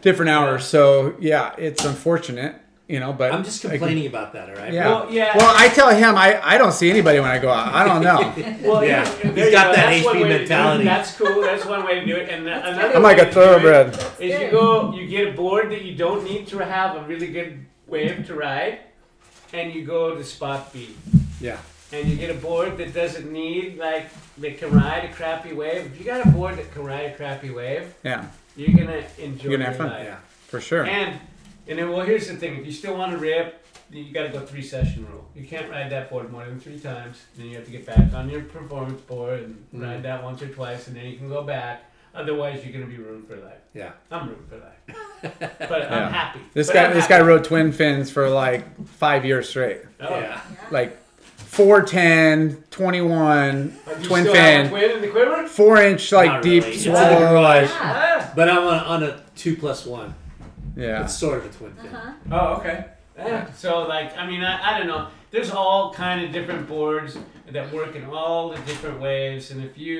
[SPEAKER 2] different hours. So yeah, it's unfortunate. You know, but
[SPEAKER 1] i'm just
[SPEAKER 2] I can-
[SPEAKER 1] complaining about that all right
[SPEAKER 2] Yeah.
[SPEAKER 4] Well, yeah.
[SPEAKER 2] Well, I tell him I, I don't see anybody when I go out. I don't know.
[SPEAKER 4] Well,
[SPEAKER 1] Yeah.
[SPEAKER 4] there
[SPEAKER 1] He's
[SPEAKER 4] you
[SPEAKER 1] got that
[SPEAKER 4] go. That's one
[SPEAKER 1] HP
[SPEAKER 4] way to do it.
[SPEAKER 1] mentality.
[SPEAKER 4] That's cool. That's one way to do it. And the- another
[SPEAKER 2] I'm like
[SPEAKER 4] way
[SPEAKER 2] a
[SPEAKER 4] to do it-
[SPEAKER 2] thoroughbred.
[SPEAKER 4] is you go, you get a board that you don't need to have a really good wave to ride, and you go to spot B.
[SPEAKER 2] Yeah.
[SPEAKER 4] And you get a board that doesn't need like that can ride a crappy wave. If you got a board that can ride a crappy wave,
[SPEAKER 2] Yeah,
[SPEAKER 4] you're gonna enjoy
[SPEAKER 2] You're gonna have
[SPEAKER 4] your
[SPEAKER 2] fun,
[SPEAKER 4] life.
[SPEAKER 1] yeah
[SPEAKER 2] for sure.
[SPEAKER 4] And and then well, here's the thing: if you still want to rip, then you got to go three session rule. You can't ride that board more than three
[SPEAKER 2] Mm-hmm.
[SPEAKER 4] times. Then you have to get back on your performance board and ride that once or twice, and then you can go back. Otherwise, you're gonna be ruined for life.
[SPEAKER 1] Yeah.
[SPEAKER 4] I'm ruined for life, but
[SPEAKER 2] Yeah.
[SPEAKER 4] I'm happy.
[SPEAKER 2] This
[SPEAKER 4] But
[SPEAKER 2] guy,
[SPEAKER 4] I'm
[SPEAKER 2] this guy
[SPEAKER 4] happy.
[SPEAKER 2] rode twin fins for like five years straight,
[SPEAKER 4] Oh.
[SPEAKER 1] Yeah.
[SPEAKER 2] like 410, 21,
[SPEAKER 4] Do you
[SPEAKER 2] twin
[SPEAKER 4] still have a
[SPEAKER 2] fin,
[SPEAKER 4] Twin in the quiver.
[SPEAKER 2] four inch like
[SPEAKER 1] Not
[SPEAKER 2] deep
[SPEAKER 1] really. It's
[SPEAKER 2] swallow,
[SPEAKER 1] like
[SPEAKER 2] like
[SPEAKER 1] a
[SPEAKER 4] Ah.
[SPEAKER 1] But I'm on, on a two plus one.
[SPEAKER 2] yeah.
[SPEAKER 1] It's sort of a twin fin.
[SPEAKER 4] Oh, okay. Yeah. So, like, I mean, I, I don't know. There's all kind of different boards that work in all the different waves, and if you,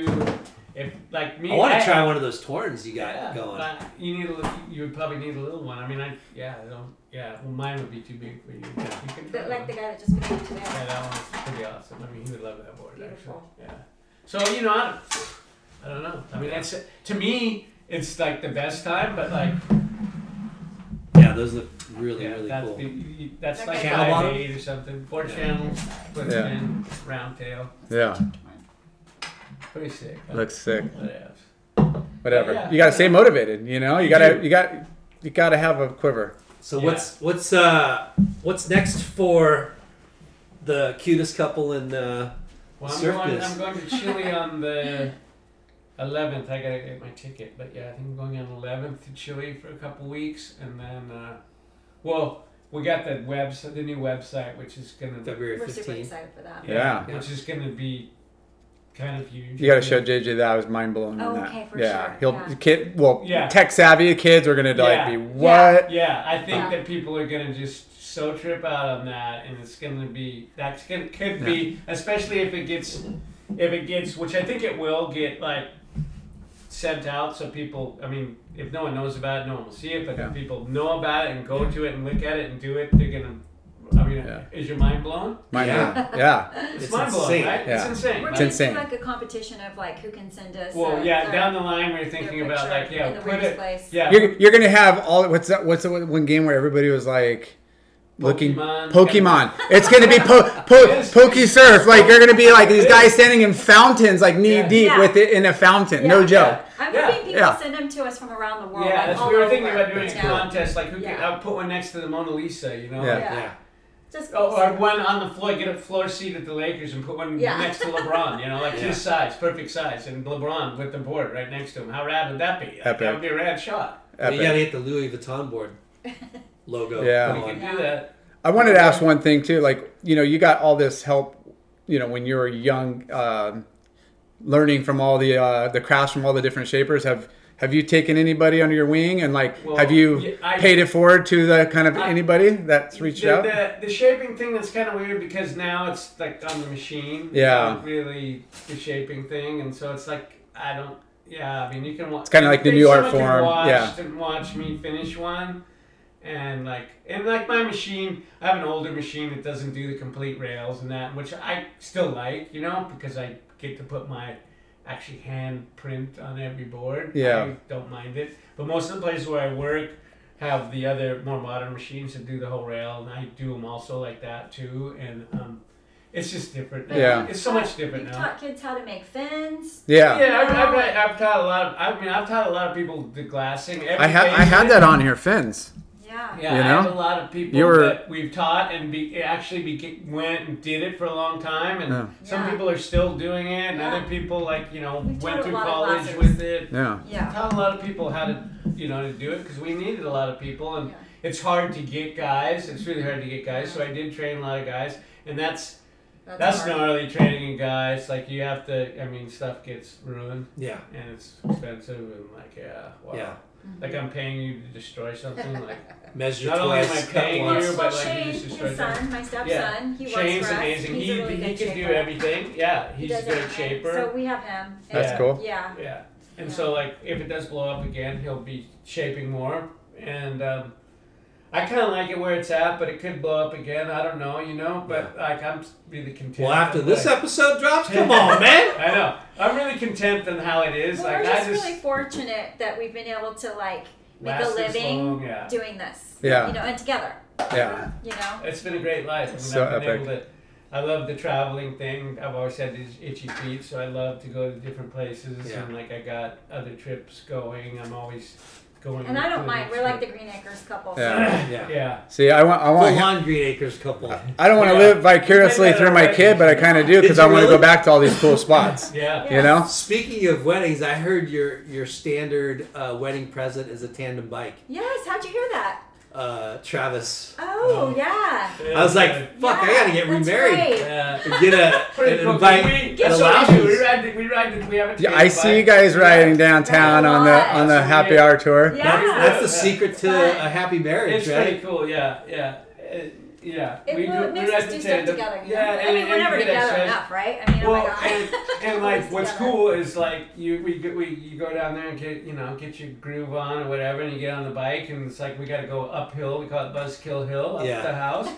[SPEAKER 4] if like me,
[SPEAKER 1] I want
[SPEAKER 4] I-
[SPEAKER 1] to try one of those torns you got
[SPEAKER 4] Yeah,
[SPEAKER 1] going.
[SPEAKER 4] but you need a, li- you would probably need a little one. I mean, I yeah, I don't yeah. Well, mine would be too big for you. but you can try
[SPEAKER 7] But like
[SPEAKER 4] one.
[SPEAKER 7] the guy that just came today.
[SPEAKER 4] yeah, that one's pretty awesome. I mean, he would love that board
[SPEAKER 7] Beautiful.
[SPEAKER 4] actually. Yeah. So you know, I, I don't know. I mean, that's to me, it's like the best time. But like,
[SPEAKER 1] Yeah, those look Mm-hmm. really,
[SPEAKER 4] yeah,
[SPEAKER 1] really
[SPEAKER 4] that's
[SPEAKER 1] cool.
[SPEAKER 4] the, you- that's
[SPEAKER 7] Is that
[SPEAKER 4] like
[SPEAKER 7] good?
[SPEAKER 1] Channel
[SPEAKER 4] five
[SPEAKER 1] bottom?
[SPEAKER 4] eight or something. Four channels, split
[SPEAKER 2] Yeah.
[SPEAKER 4] fin, round tail.
[SPEAKER 2] Yeah,
[SPEAKER 4] Pretty sick.
[SPEAKER 2] looks sick.
[SPEAKER 4] What else?
[SPEAKER 2] Whatever.
[SPEAKER 4] Yeah.
[SPEAKER 2] You gotta stay motivated. You know, you
[SPEAKER 4] You
[SPEAKER 2] gotta,
[SPEAKER 4] do.
[SPEAKER 2] you got, you gotta have a quiver.
[SPEAKER 1] So
[SPEAKER 4] Yeah.
[SPEAKER 1] what's what's uh what's next for the cutest couple in uh
[SPEAKER 4] Well, I'm
[SPEAKER 1] Surf
[SPEAKER 4] going,
[SPEAKER 1] this.
[SPEAKER 4] I'm going to Chile on the 11th. I gotta get my ticket, but yeah, I think I'm going on the 11th to Chile for a couple weeks, and then, uh, well, we got the website, the new website, which is gonna,
[SPEAKER 1] February
[SPEAKER 7] We're super
[SPEAKER 1] 15th?
[SPEAKER 7] excited for that.
[SPEAKER 2] Yeah.
[SPEAKER 4] which is gonna be kind of huge.
[SPEAKER 2] You gotta show JJ that I was mind blown.
[SPEAKER 7] Oh,
[SPEAKER 2] on that.
[SPEAKER 7] okay, for
[SPEAKER 2] yeah.
[SPEAKER 7] sure.
[SPEAKER 2] He'll
[SPEAKER 7] Yeah.
[SPEAKER 2] kid. Well,
[SPEAKER 4] Yeah.
[SPEAKER 2] tech savvy kids are gonna like
[SPEAKER 4] Yeah.
[SPEAKER 2] be
[SPEAKER 4] Yeah.
[SPEAKER 2] what?
[SPEAKER 4] Yeah, I think
[SPEAKER 7] Yeah.
[SPEAKER 4] that people are gonna just so trip out on that, and it's gonna be that's gonna could be especially if it gets if it gets which I think it will get like sent out so people I mean if no one knows about it no one will see it but
[SPEAKER 2] Yeah.
[SPEAKER 4] if people know about it and go to it and look at it and do it they're gonna I mean
[SPEAKER 2] Yeah.
[SPEAKER 4] is your mind blown
[SPEAKER 2] Mind
[SPEAKER 1] Yeah.
[SPEAKER 2] blown. yeah.
[SPEAKER 4] it's,
[SPEAKER 1] It's
[SPEAKER 4] mind blowing
[SPEAKER 1] insane.
[SPEAKER 4] right
[SPEAKER 2] Yeah.
[SPEAKER 4] it's insane
[SPEAKER 7] We're
[SPEAKER 4] Like,
[SPEAKER 7] gonna
[SPEAKER 2] insane.
[SPEAKER 7] do like a competition of like who can send us.
[SPEAKER 4] well
[SPEAKER 7] uh,
[SPEAKER 4] yeah
[SPEAKER 7] their-
[SPEAKER 4] down the line we're
[SPEAKER 7] their
[SPEAKER 4] thinking about
[SPEAKER 7] picture
[SPEAKER 4] like yeah
[SPEAKER 7] in the
[SPEAKER 4] put
[SPEAKER 7] weirdest
[SPEAKER 4] it
[SPEAKER 7] place.
[SPEAKER 4] yeah
[SPEAKER 2] You're you're gonna have all. What's that? What's the one game where everybody was like. Looking
[SPEAKER 4] Pokemon.
[SPEAKER 2] Pokemon, it's gonna be po- po-
[SPEAKER 4] Yes.
[SPEAKER 2] Poke Surf. Like you're gonna be like these guys standing in fountains, like knee
[SPEAKER 4] Yeah.
[SPEAKER 2] deep
[SPEAKER 7] Yeah.
[SPEAKER 2] with it in a fountain.
[SPEAKER 7] Yeah.
[SPEAKER 2] No joke.
[SPEAKER 7] I'm
[SPEAKER 4] Yeah.
[SPEAKER 7] hoping people
[SPEAKER 2] Yeah.
[SPEAKER 7] send them to us from around the world.
[SPEAKER 4] Yeah,
[SPEAKER 7] like,
[SPEAKER 4] that's
[SPEAKER 7] all
[SPEAKER 4] we were
[SPEAKER 7] over.
[SPEAKER 4] thinking about doing a
[SPEAKER 7] Yeah.
[SPEAKER 4] contest. Like, who could,
[SPEAKER 7] Yeah.
[SPEAKER 4] I'll put one next to the Mona Lisa, you know?
[SPEAKER 2] Yeah.
[SPEAKER 7] Yeah.
[SPEAKER 1] Yeah.
[SPEAKER 7] Just
[SPEAKER 4] Oh, or one on the floor, get a floor seat at the Lakers and put one
[SPEAKER 7] Yeah.
[SPEAKER 4] next to LeBron, you know, like
[SPEAKER 1] Yeah.
[SPEAKER 4] his size, perfect size, and LeBron with the board right next to him. How rad would that be? Like,
[SPEAKER 2] Epic.
[SPEAKER 4] That would be a rad shot.
[SPEAKER 1] You
[SPEAKER 2] Epic.
[SPEAKER 1] gotta get the Louis Vuitton board logo.
[SPEAKER 2] Yeah.
[SPEAKER 1] going.
[SPEAKER 4] We could do that.
[SPEAKER 2] I wanted to ask one thing too. Like, you know, you got all this help, you know, when you were young, um learning from all the uh, the crafts from all the different shapers. Have have you taken anybody under your wing and like,
[SPEAKER 4] Well,
[SPEAKER 2] have you
[SPEAKER 4] yeah, I-
[SPEAKER 2] paid it forward to the kind of
[SPEAKER 4] I-
[SPEAKER 2] anybody that's reached
[SPEAKER 4] The,
[SPEAKER 2] out?
[SPEAKER 4] the, the shaping thing that's kind of weird because now it's like on the machine.
[SPEAKER 2] Yeah.
[SPEAKER 4] Not really the shaping thing, and so it's like, I don't. Yeah, I mean, you can watch. It's
[SPEAKER 2] kinda like the new art form,
[SPEAKER 4] Watch,
[SPEAKER 2] yeah.
[SPEAKER 4] And watch me finish one. and like and like my machine i have an older machine that doesn't do the complete rails and that which i still like you know because i get to put my actually hand print on every board
[SPEAKER 2] Yeah.
[SPEAKER 4] i don't mind it but most of the places where i work have the other more modern machines that do the whole rail and i do them also like that too and um, it's just different now.
[SPEAKER 2] Yeah.
[SPEAKER 4] it's so much different
[SPEAKER 7] We've
[SPEAKER 4] now
[SPEAKER 7] taught kids how to make fins.
[SPEAKER 2] yeah.
[SPEAKER 4] yeah, I've, I've, I've taught a lot of. I mean, I've taught a lot of people the glassing.
[SPEAKER 2] I had I
[SPEAKER 4] everything.
[SPEAKER 2] had that on here, Fins.
[SPEAKER 7] Yeah.
[SPEAKER 4] Yeah,
[SPEAKER 2] You
[SPEAKER 4] I have
[SPEAKER 2] know?
[SPEAKER 4] a lot of people
[SPEAKER 2] You were-
[SPEAKER 4] that we've taught and be, actually be, went and did it for a long time, and
[SPEAKER 2] Yeah.
[SPEAKER 4] some
[SPEAKER 7] Yeah.
[SPEAKER 4] people are still doing it, and
[SPEAKER 7] Yeah.
[SPEAKER 4] other people like you know
[SPEAKER 7] We've
[SPEAKER 4] went
[SPEAKER 7] taught a
[SPEAKER 4] through
[SPEAKER 7] lot of
[SPEAKER 4] college
[SPEAKER 7] classes.
[SPEAKER 4] with it.
[SPEAKER 2] Yeah.
[SPEAKER 7] Yeah.
[SPEAKER 4] Taught a lot of people how to you know to do it because we needed a lot of people, and
[SPEAKER 7] Yeah.
[SPEAKER 4] it's hard to get guys. It's really hard to get guys, so I did train a lot of guys, and that's that's
[SPEAKER 7] hard.
[SPEAKER 4] gnarly training in guys. Like you have to, I mean, stuff gets ruined
[SPEAKER 1] Yeah.
[SPEAKER 4] and it's expensive, and like yeah, wow.
[SPEAKER 1] Yeah.
[SPEAKER 4] Like I'm paying you to destroy something, like.
[SPEAKER 1] Measure
[SPEAKER 4] Not only am I
[SPEAKER 1] twice, cut
[SPEAKER 4] paying
[SPEAKER 7] Well,
[SPEAKER 1] once.
[SPEAKER 4] you, but, like,
[SPEAKER 7] Shane,
[SPEAKER 4] you just
[SPEAKER 7] his
[SPEAKER 4] destroyed
[SPEAKER 7] son, my stepson, he works
[SPEAKER 4] Shane's
[SPEAKER 7] for us.
[SPEAKER 4] amazing.
[SPEAKER 7] He's
[SPEAKER 4] he
[SPEAKER 7] a really
[SPEAKER 4] he
[SPEAKER 7] good
[SPEAKER 4] can do
[SPEAKER 7] shaper.
[SPEAKER 4] everything. Yeah,
[SPEAKER 7] He
[SPEAKER 4] he's a
[SPEAKER 7] does
[SPEAKER 4] good
[SPEAKER 7] everything.
[SPEAKER 4] shaper.
[SPEAKER 7] So we have him.
[SPEAKER 2] That's
[SPEAKER 4] Yeah.
[SPEAKER 2] cool.
[SPEAKER 7] Yeah.
[SPEAKER 4] yeah, and so like if it does blow up again, he'll be shaping more. And um, I kind of like it where it's at, but it could blow up again. I don't know, you know. But like I'm really content.
[SPEAKER 1] Well after
[SPEAKER 4] with,
[SPEAKER 1] this
[SPEAKER 4] like,
[SPEAKER 1] episode drops, come on, man.
[SPEAKER 4] I know. I'm really content on how it is.
[SPEAKER 7] Well,
[SPEAKER 4] like
[SPEAKER 7] we're just,
[SPEAKER 4] I just
[SPEAKER 7] really fortunate that we've been able to like make a
[SPEAKER 4] Last this
[SPEAKER 7] living
[SPEAKER 4] long, yeah.
[SPEAKER 7] doing this.
[SPEAKER 2] Yeah.
[SPEAKER 7] You know, and together.
[SPEAKER 2] Yeah.
[SPEAKER 7] You know.
[SPEAKER 4] It's been a great life. I mean,
[SPEAKER 2] So
[SPEAKER 4] I've been
[SPEAKER 2] epic.
[SPEAKER 4] able to. I love the traveling thing. I've always had these itchy feet, so I love to go to different places.
[SPEAKER 1] Yeah.
[SPEAKER 4] And like I got other trips going. I'm always going.
[SPEAKER 7] And I
[SPEAKER 4] to
[SPEAKER 7] don't mind. We're like
[SPEAKER 4] next
[SPEAKER 7] the Green Acres couple.
[SPEAKER 2] Yeah.
[SPEAKER 1] Yeah.
[SPEAKER 4] group. yeah.
[SPEAKER 2] See, I want, I want,
[SPEAKER 1] Full on Green Acres couple.
[SPEAKER 2] I don't want to
[SPEAKER 4] Yeah.
[SPEAKER 2] live vicariously
[SPEAKER 4] You did that
[SPEAKER 2] through my
[SPEAKER 4] already.
[SPEAKER 2] kid, but I kind of do because
[SPEAKER 1] Did
[SPEAKER 2] I
[SPEAKER 1] you
[SPEAKER 2] want to go
[SPEAKER 1] really?
[SPEAKER 2] back to all these cool spots.
[SPEAKER 4] Yeah.
[SPEAKER 7] Yeah.
[SPEAKER 2] You know?
[SPEAKER 1] Speaking of weddings, I heard your your standard uh, wedding present is a tandem bike.
[SPEAKER 7] Yes. How'd you hear that?
[SPEAKER 1] Uh, Travis.
[SPEAKER 7] Oh,
[SPEAKER 4] Um,
[SPEAKER 7] yeah.
[SPEAKER 1] I was like, fuck, I gotta get
[SPEAKER 7] Yeah, that's
[SPEAKER 1] remarried.
[SPEAKER 7] right.
[SPEAKER 4] yeah.
[SPEAKER 1] And Get a
[SPEAKER 4] Pretty
[SPEAKER 1] an
[SPEAKER 4] cool.
[SPEAKER 1] invite.
[SPEAKER 4] We,
[SPEAKER 1] at
[SPEAKER 4] guess
[SPEAKER 1] a
[SPEAKER 4] what we do? We
[SPEAKER 1] lounge.
[SPEAKER 4] ride. the- We ride. the- We have a.
[SPEAKER 2] Yeah, I see you
[SPEAKER 4] guys.
[SPEAKER 2] guys riding downtown on the on the
[SPEAKER 4] That's
[SPEAKER 2] happy
[SPEAKER 4] weird.
[SPEAKER 2] hour tour.
[SPEAKER 7] Yeah.
[SPEAKER 1] That's, that's the
[SPEAKER 4] Yeah.
[SPEAKER 1] secret to
[SPEAKER 7] Right.
[SPEAKER 1] a happy
[SPEAKER 4] It's
[SPEAKER 1] marriage,
[SPEAKER 4] pretty
[SPEAKER 1] right?
[SPEAKER 4] cool. Yeah, yeah, uh, yeah.
[SPEAKER 7] It,
[SPEAKER 4] we
[SPEAKER 7] well,
[SPEAKER 4] do.
[SPEAKER 7] it
[SPEAKER 4] we
[SPEAKER 7] makes
[SPEAKER 4] ride
[SPEAKER 7] us
[SPEAKER 4] the
[SPEAKER 7] do stuff
[SPEAKER 4] tandem.
[SPEAKER 7] together. you know?
[SPEAKER 4] Yeah,
[SPEAKER 7] I
[SPEAKER 4] and-
[SPEAKER 7] mean, we're
[SPEAKER 4] and
[SPEAKER 7] never
[SPEAKER 4] we do that
[SPEAKER 7] together
[SPEAKER 4] stuff.
[SPEAKER 7] enough, right? I mean, oh
[SPEAKER 4] Well,
[SPEAKER 7] my god.
[SPEAKER 4] and, and
[SPEAKER 7] We're
[SPEAKER 4] like what's
[SPEAKER 7] together.
[SPEAKER 4] cool is like you we get we you go down there and get you know get your groove on or whatever and you get on the bike and it's like we got to go uphill we call it Buzzkill Hill up
[SPEAKER 1] Yeah.
[SPEAKER 4] to the house.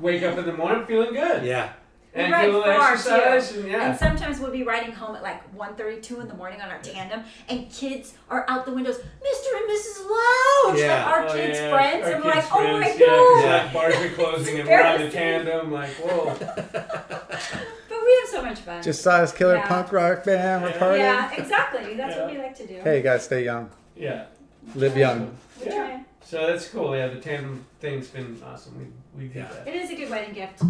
[SPEAKER 4] Wake up in the morning feeling good
[SPEAKER 1] Yeah.
[SPEAKER 4] and
[SPEAKER 7] We ride
[SPEAKER 4] do a little
[SPEAKER 7] far,
[SPEAKER 4] exercise
[SPEAKER 7] too.
[SPEAKER 4] and
[SPEAKER 7] And
[SPEAKER 4] yeah.
[SPEAKER 7] sometimes we'll be riding home at like 1.32 in the morning on our tandem, and kids are out the windows, Mr. and Mrs. Lounge,
[SPEAKER 1] Yeah.
[SPEAKER 7] like our
[SPEAKER 4] Oh,
[SPEAKER 7] kids'
[SPEAKER 4] yeah,
[SPEAKER 7] friends.
[SPEAKER 4] our
[SPEAKER 7] and we're
[SPEAKER 4] kids'
[SPEAKER 7] like, oh my
[SPEAKER 4] friends, Yeah,
[SPEAKER 7] god.
[SPEAKER 4] 'cause, like, bars are closing and we're on the tandem. Like, whoa.
[SPEAKER 7] But we have so much fun.
[SPEAKER 2] Just saw this killer
[SPEAKER 7] Yeah.
[SPEAKER 2] punk rock band. We're
[SPEAKER 4] Yeah.
[SPEAKER 2] partying.
[SPEAKER 7] yeah, exactly. That's what
[SPEAKER 4] Yeah.
[SPEAKER 7] we like to do.
[SPEAKER 2] Hey, you gotta stay young,
[SPEAKER 4] Yeah.
[SPEAKER 2] live young.
[SPEAKER 7] We try.
[SPEAKER 4] So that's cool. Yeah, the tandem thing's been awesome. We we did
[SPEAKER 1] Yeah.
[SPEAKER 4] that.
[SPEAKER 7] It is a good wedding gift.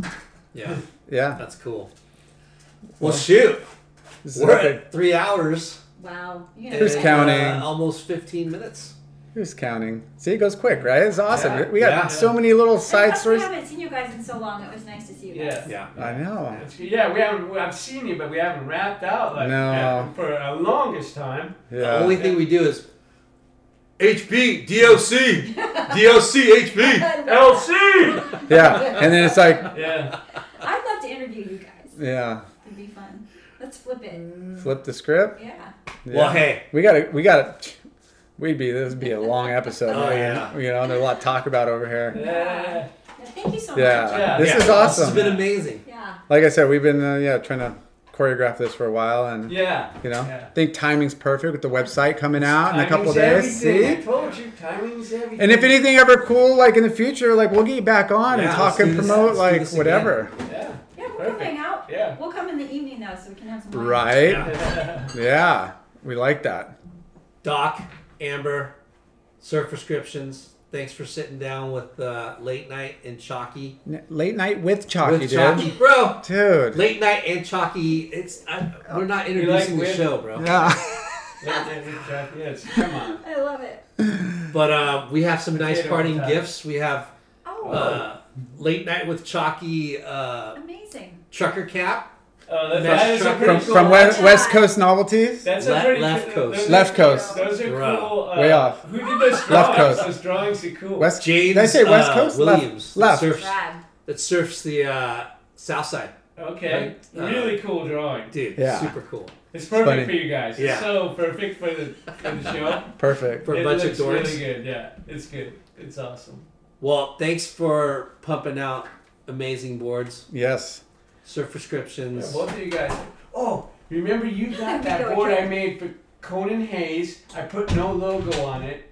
[SPEAKER 1] Yeah.
[SPEAKER 2] Yeah.
[SPEAKER 1] That's cool. Well, shoot.
[SPEAKER 2] This is
[SPEAKER 1] We're
[SPEAKER 2] epic.
[SPEAKER 1] at three hours.
[SPEAKER 7] Wow. You know,
[SPEAKER 1] and,
[SPEAKER 2] Who's counting?
[SPEAKER 1] uh, almost 15 minutes.
[SPEAKER 2] Who's counting? See, it goes quick, right? It's awesome.
[SPEAKER 1] Yeah.
[SPEAKER 2] We got
[SPEAKER 1] Yeah.
[SPEAKER 2] so many little
[SPEAKER 7] I
[SPEAKER 2] side
[SPEAKER 7] guess
[SPEAKER 2] stories.
[SPEAKER 7] We haven't seen you guys in so long. It was nice to see you guys.
[SPEAKER 4] Yeah.
[SPEAKER 1] Yeah.
[SPEAKER 2] I know.
[SPEAKER 4] It's- Yeah, we haven't. we- I've seen you, but we haven't wrapped out like
[SPEAKER 2] No.
[SPEAKER 4] yeah, for a longest time.
[SPEAKER 1] The
[SPEAKER 2] Yeah.
[SPEAKER 1] only thing we do is HP, DOC, DOC, HP.
[SPEAKER 7] I love-
[SPEAKER 4] LC.
[SPEAKER 2] yeah. And then it's like,
[SPEAKER 4] yeah.
[SPEAKER 7] I'd love to interview you guys.
[SPEAKER 2] yeah,
[SPEAKER 7] It'd be fun. Let's flip it.
[SPEAKER 2] flip the script.
[SPEAKER 7] Yeah.
[SPEAKER 2] Yeah.
[SPEAKER 1] Well, hey,
[SPEAKER 2] we gotta, we gotta. We'd be this would be a long episode.
[SPEAKER 1] Oh,
[SPEAKER 2] man.
[SPEAKER 1] yeah.
[SPEAKER 2] You know, there's a lot to talk about over here.
[SPEAKER 4] Yeah.
[SPEAKER 7] Yeah, Thank you so
[SPEAKER 2] Yeah.
[SPEAKER 7] much.
[SPEAKER 4] Yeah.
[SPEAKER 2] This
[SPEAKER 1] yeah,
[SPEAKER 2] is awesome.
[SPEAKER 1] This has been amazing.
[SPEAKER 7] Yeah.
[SPEAKER 2] like I said, we've been uh, yeah trying to choreograph this for a while, and
[SPEAKER 4] Yeah.
[SPEAKER 2] you know,
[SPEAKER 4] Yeah.
[SPEAKER 2] I think timing's perfect with the website coming out in a couple
[SPEAKER 4] Timing's
[SPEAKER 2] days.
[SPEAKER 4] everything. I
[SPEAKER 2] See,
[SPEAKER 4] told you, timing's everything.
[SPEAKER 2] and if anything ever cool, like in the future, like we'll get you back on and
[SPEAKER 1] Yeah,
[SPEAKER 2] talk
[SPEAKER 1] let's
[SPEAKER 2] and
[SPEAKER 1] do this.
[SPEAKER 2] promote
[SPEAKER 1] Let's do
[SPEAKER 2] like
[SPEAKER 1] this again.
[SPEAKER 2] whatever,
[SPEAKER 4] Yeah.
[SPEAKER 7] Yeah, we'll
[SPEAKER 4] Perfect.
[SPEAKER 7] come hang out.
[SPEAKER 4] Yeah.
[SPEAKER 7] We'll come in the evening though, so we can have some wine.
[SPEAKER 2] right? Yeah.
[SPEAKER 4] Yeah.
[SPEAKER 2] we like that.
[SPEAKER 1] Doc, Amber, Surf Prescriptions, thanks for sitting down with uh, Late Night and Chalky.
[SPEAKER 2] N- Late night with Chalky,
[SPEAKER 1] with
[SPEAKER 2] dude.
[SPEAKER 1] Chalky, bro.
[SPEAKER 2] Dude.
[SPEAKER 1] Late Night and Chalky, it's I, we're not introducing the
[SPEAKER 4] with-
[SPEAKER 1] show, bro.
[SPEAKER 2] Yeah.
[SPEAKER 4] Yeah, yeah, yeah, yes, Come on.
[SPEAKER 7] I love it.
[SPEAKER 1] But uh, we have some nice
[SPEAKER 4] Potato
[SPEAKER 1] parting
[SPEAKER 4] time.
[SPEAKER 1] gifts. We have
[SPEAKER 7] Oh,
[SPEAKER 1] uh, Late Night with Chalky uh,
[SPEAKER 7] amazing.
[SPEAKER 1] trucker cap.
[SPEAKER 4] Oh, that's,
[SPEAKER 1] That's
[SPEAKER 4] that is a
[SPEAKER 1] truck-
[SPEAKER 4] pretty
[SPEAKER 2] from
[SPEAKER 4] cool.
[SPEAKER 2] from West,
[SPEAKER 7] Yeah.
[SPEAKER 2] West Coast novelties.
[SPEAKER 4] that's
[SPEAKER 1] Le-
[SPEAKER 4] a pretty
[SPEAKER 1] left
[SPEAKER 4] cool-
[SPEAKER 1] coast.
[SPEAKER 4] those are-
[SPEAKER 2] Left coast.
[SPEAKER 4] Those are
[SPEAKER 1] Bro.
[SPEAKER 4] cool. Uh,
[SPEAKER 2] Way off.
[SPEAKER 4] Who did those drawings?
[SPEAKER 2] Left coast.
[SPEAKER 4] Those drawings are cool.
[SPEAKER 2] West.
[SPEAKER 1] James
[SPEAKER 2] Did I say West
[SPEAKER 1] uh,
[SPEAKER 2] Coast? Left-
[SPEAKER 1] Williams
[SPEAKER 2] left.
[SPEAKER 1] That, surfs,
[SPEAKER 7] Brad.
[SPEAKER 1] that surfs the uh, South Side,
[SPEAKER 4] Okay.
[SPEAKER 1] Right. Uh,
[SPEAKER 4] really cool drawing.
[SPEAKER 1] dude.
[SPEAKER 2] Yeah.
[SPEAKER 1] super cool
[SPEAKER 4] It's perfect
[SPEAKER 2] funny.
[SPEAKER 4] for you guys.
[SPEAKER 1] Yeah.
[SPEAKER 4] It's so perfect for the, for the show.
[SPEAKER 2] Perfect.
[SPEAKER 1] for a
[SPEAKER 4] it
[SPEAKER 1] bunch of
[SPEAKER 4] looks
[SPEAKER 1] dorks.
[SPEAKER 4] really good. Yeah, it's good. It's awesome.
[SPEAKER 1] Well, thanks for pumping out amazing boards,
[SPEAKER 2] Yes.
[SPEAKER 1] surf
[SPEAKER 4] Yeah,
[SPEAKER 1] prescriptions.
[SPEAKER 4] both of you guys. Oh, remember you got that
[SPEAKER 7] Go
[SPEAKER 4] board I
[SPEAKER 7] again.
[SPEAKER 4] made for Conan Hayes? I put no logo on it.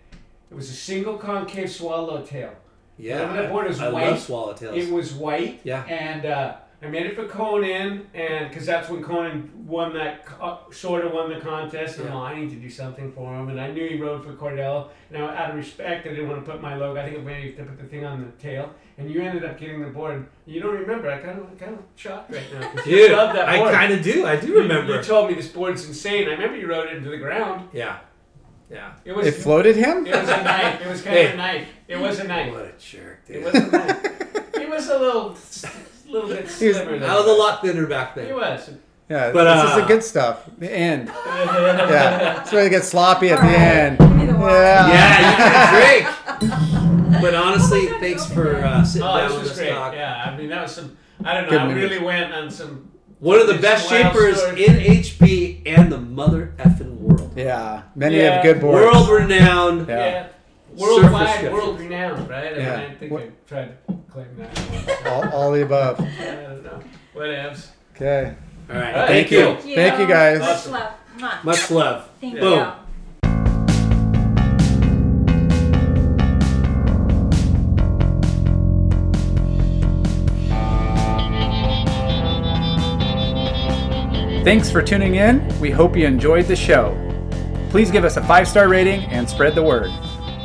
[SPEAKER 4] It was a single concave swallowtail.
[SPEAKER 1] yeah,
[SPEAKER 4] That board is
[SPEAKER 1] I
[SPEAKER 4] white.
[SPEAKER 1] love swallowtails.
[SPEAKER 4] It was white.
[SPEAKER 1] Yeah.
[SPEAKER 4] And uh, I made it for Conan, and because that's when Conan won that, co- sort of won the contest. And
[SPEAKER 1] Yeah.
[SPEAKER 4] oh, I need to do something for him. And I knew he rode for Cordell. And I, out of respect, I didn't want to put my logo. I think I maybe to put the thing on the tail. And you ended up getting the board. You don't remember? I kind of, kind of shocked right now. 'cause you
[SPEAKER 1] Dude,
[SPEAKER 4] love that
[SPEAKER 1] I
[SPEAKER 4] board.
[SPEAKER 1] kind of do. I do
[SPEAKER 4] You-
[SPEAKER 1] remember.
[SPEAKER 4] You told me this board's insane. I remember you rode it into the ground.
[SPEAKER 1] yeah, yeah.
[SPEAKER 4] It was.
[SPEAKER 2] It floated him?
[SPEAKER 4] it was a knife. It was kind
[SPEAKER 1] Hey.
[SPEAKER 4] of a knife. It was a knife.
[SPEAKER 1] What a jerk,
[SPEAKER 4] It
[SPEAKER 1] dude.
[SPEAKER 4] was a knife. It was a little, little bit slimmer. than
[SPEAKER 1] I was a lot thinner back
[SPEAKER 4] He
[SPEAKER 1] then.
[SPEAKER 4] was.
[SPEAKER 2] Yeah,
[SPEAKER 1] But,
[SPEAKER 2] this is
[SPEAKER 1] uh,
[SPEAKER 2] the good stuff. The end.
[SPEAKER 4] Oh,
[SPEAKER 2] yeah, it's where they get sloppy at the end.
[SPEAKER 7] Either one.
[SPEAKER 2] Yeah.
[SPEAKER 1] Yeah, you can drink. But honestly,
[SPEAKER 7] Oh my God,
[SPEAKER 1] thanks
[SPEAKER 7] you
[SPEAKER 1] for
[SPEAKER 7] opened
[SPEAKER 1] uh, sitting
[SPEAKER 4] Oh,
[SPEAKER 1] down
[SPEAKER 4] this
[SPEAKER 1] with
[SPEAKER 4] was
[SPEAKER 1] us,
[SPEAKER 4] great.
[SPEAKER 1] Doc.
[SPEAKER 4] Yeah, I mean that was some. I don't know.
[SPEAKER 2] Good
[SPEAKER 4] I
[SPEAKER 2] memory.
[SPEAKER 4] really went on some.
[SPEAKER 1] One of the
[SPEAKER 4] It's
[SPEAKER 1] best
[SPEAKER 4] wild
[SPEAKER 1] shapers
[SPEAKER 4] story.
[SPEAKER 1] in HP and the mother effing world.
[SPEAKER 2] Yeah, many
[SPEAKER 4] Yeah.
[SPEAKER 2] of good boards.
[SPEAKER 1] World renowned.
[SPEAKER 2] Yeah.
[SPEAKER 4] Yeah.
[SPEAKER 1] Surface
[SPEAKER 4] Worldwide,
[SPEAKER 1] shift.
[SPEAKER 4] world renowned, right?
[SPEAKER 2] Yeah.
[SPEAKER 4] I, mean, I think
[SPEAKER 2] What-
[SPEAKER 4] I tried to claim that.
[SPEAKER 2] All, all the above.
[SPEAKER 4] I don't know. Whatevs.
[SPEAKER 2] Okay.
[SPEAKER 1] All right.
[SPEAKER 4] Thank
[SPEAKER 1] Thank
[SPEAKER 4] you.
[SPEAKER 1] you.
[SPEAKER 7] Thank you.
[SPEAKER 2] Thank you, guys.
[SPEAKER 7] Much love. Mwah.
[SPEAKER 1] Much love.
[SPEAKER 7] Thank
[SPEAKER 1] Boom.
[SPEAKER 7] you.
[SPEAKER 2] Thanks for tuning in. We hope you enjoyed the show. Please give us a five star rating and spread the word.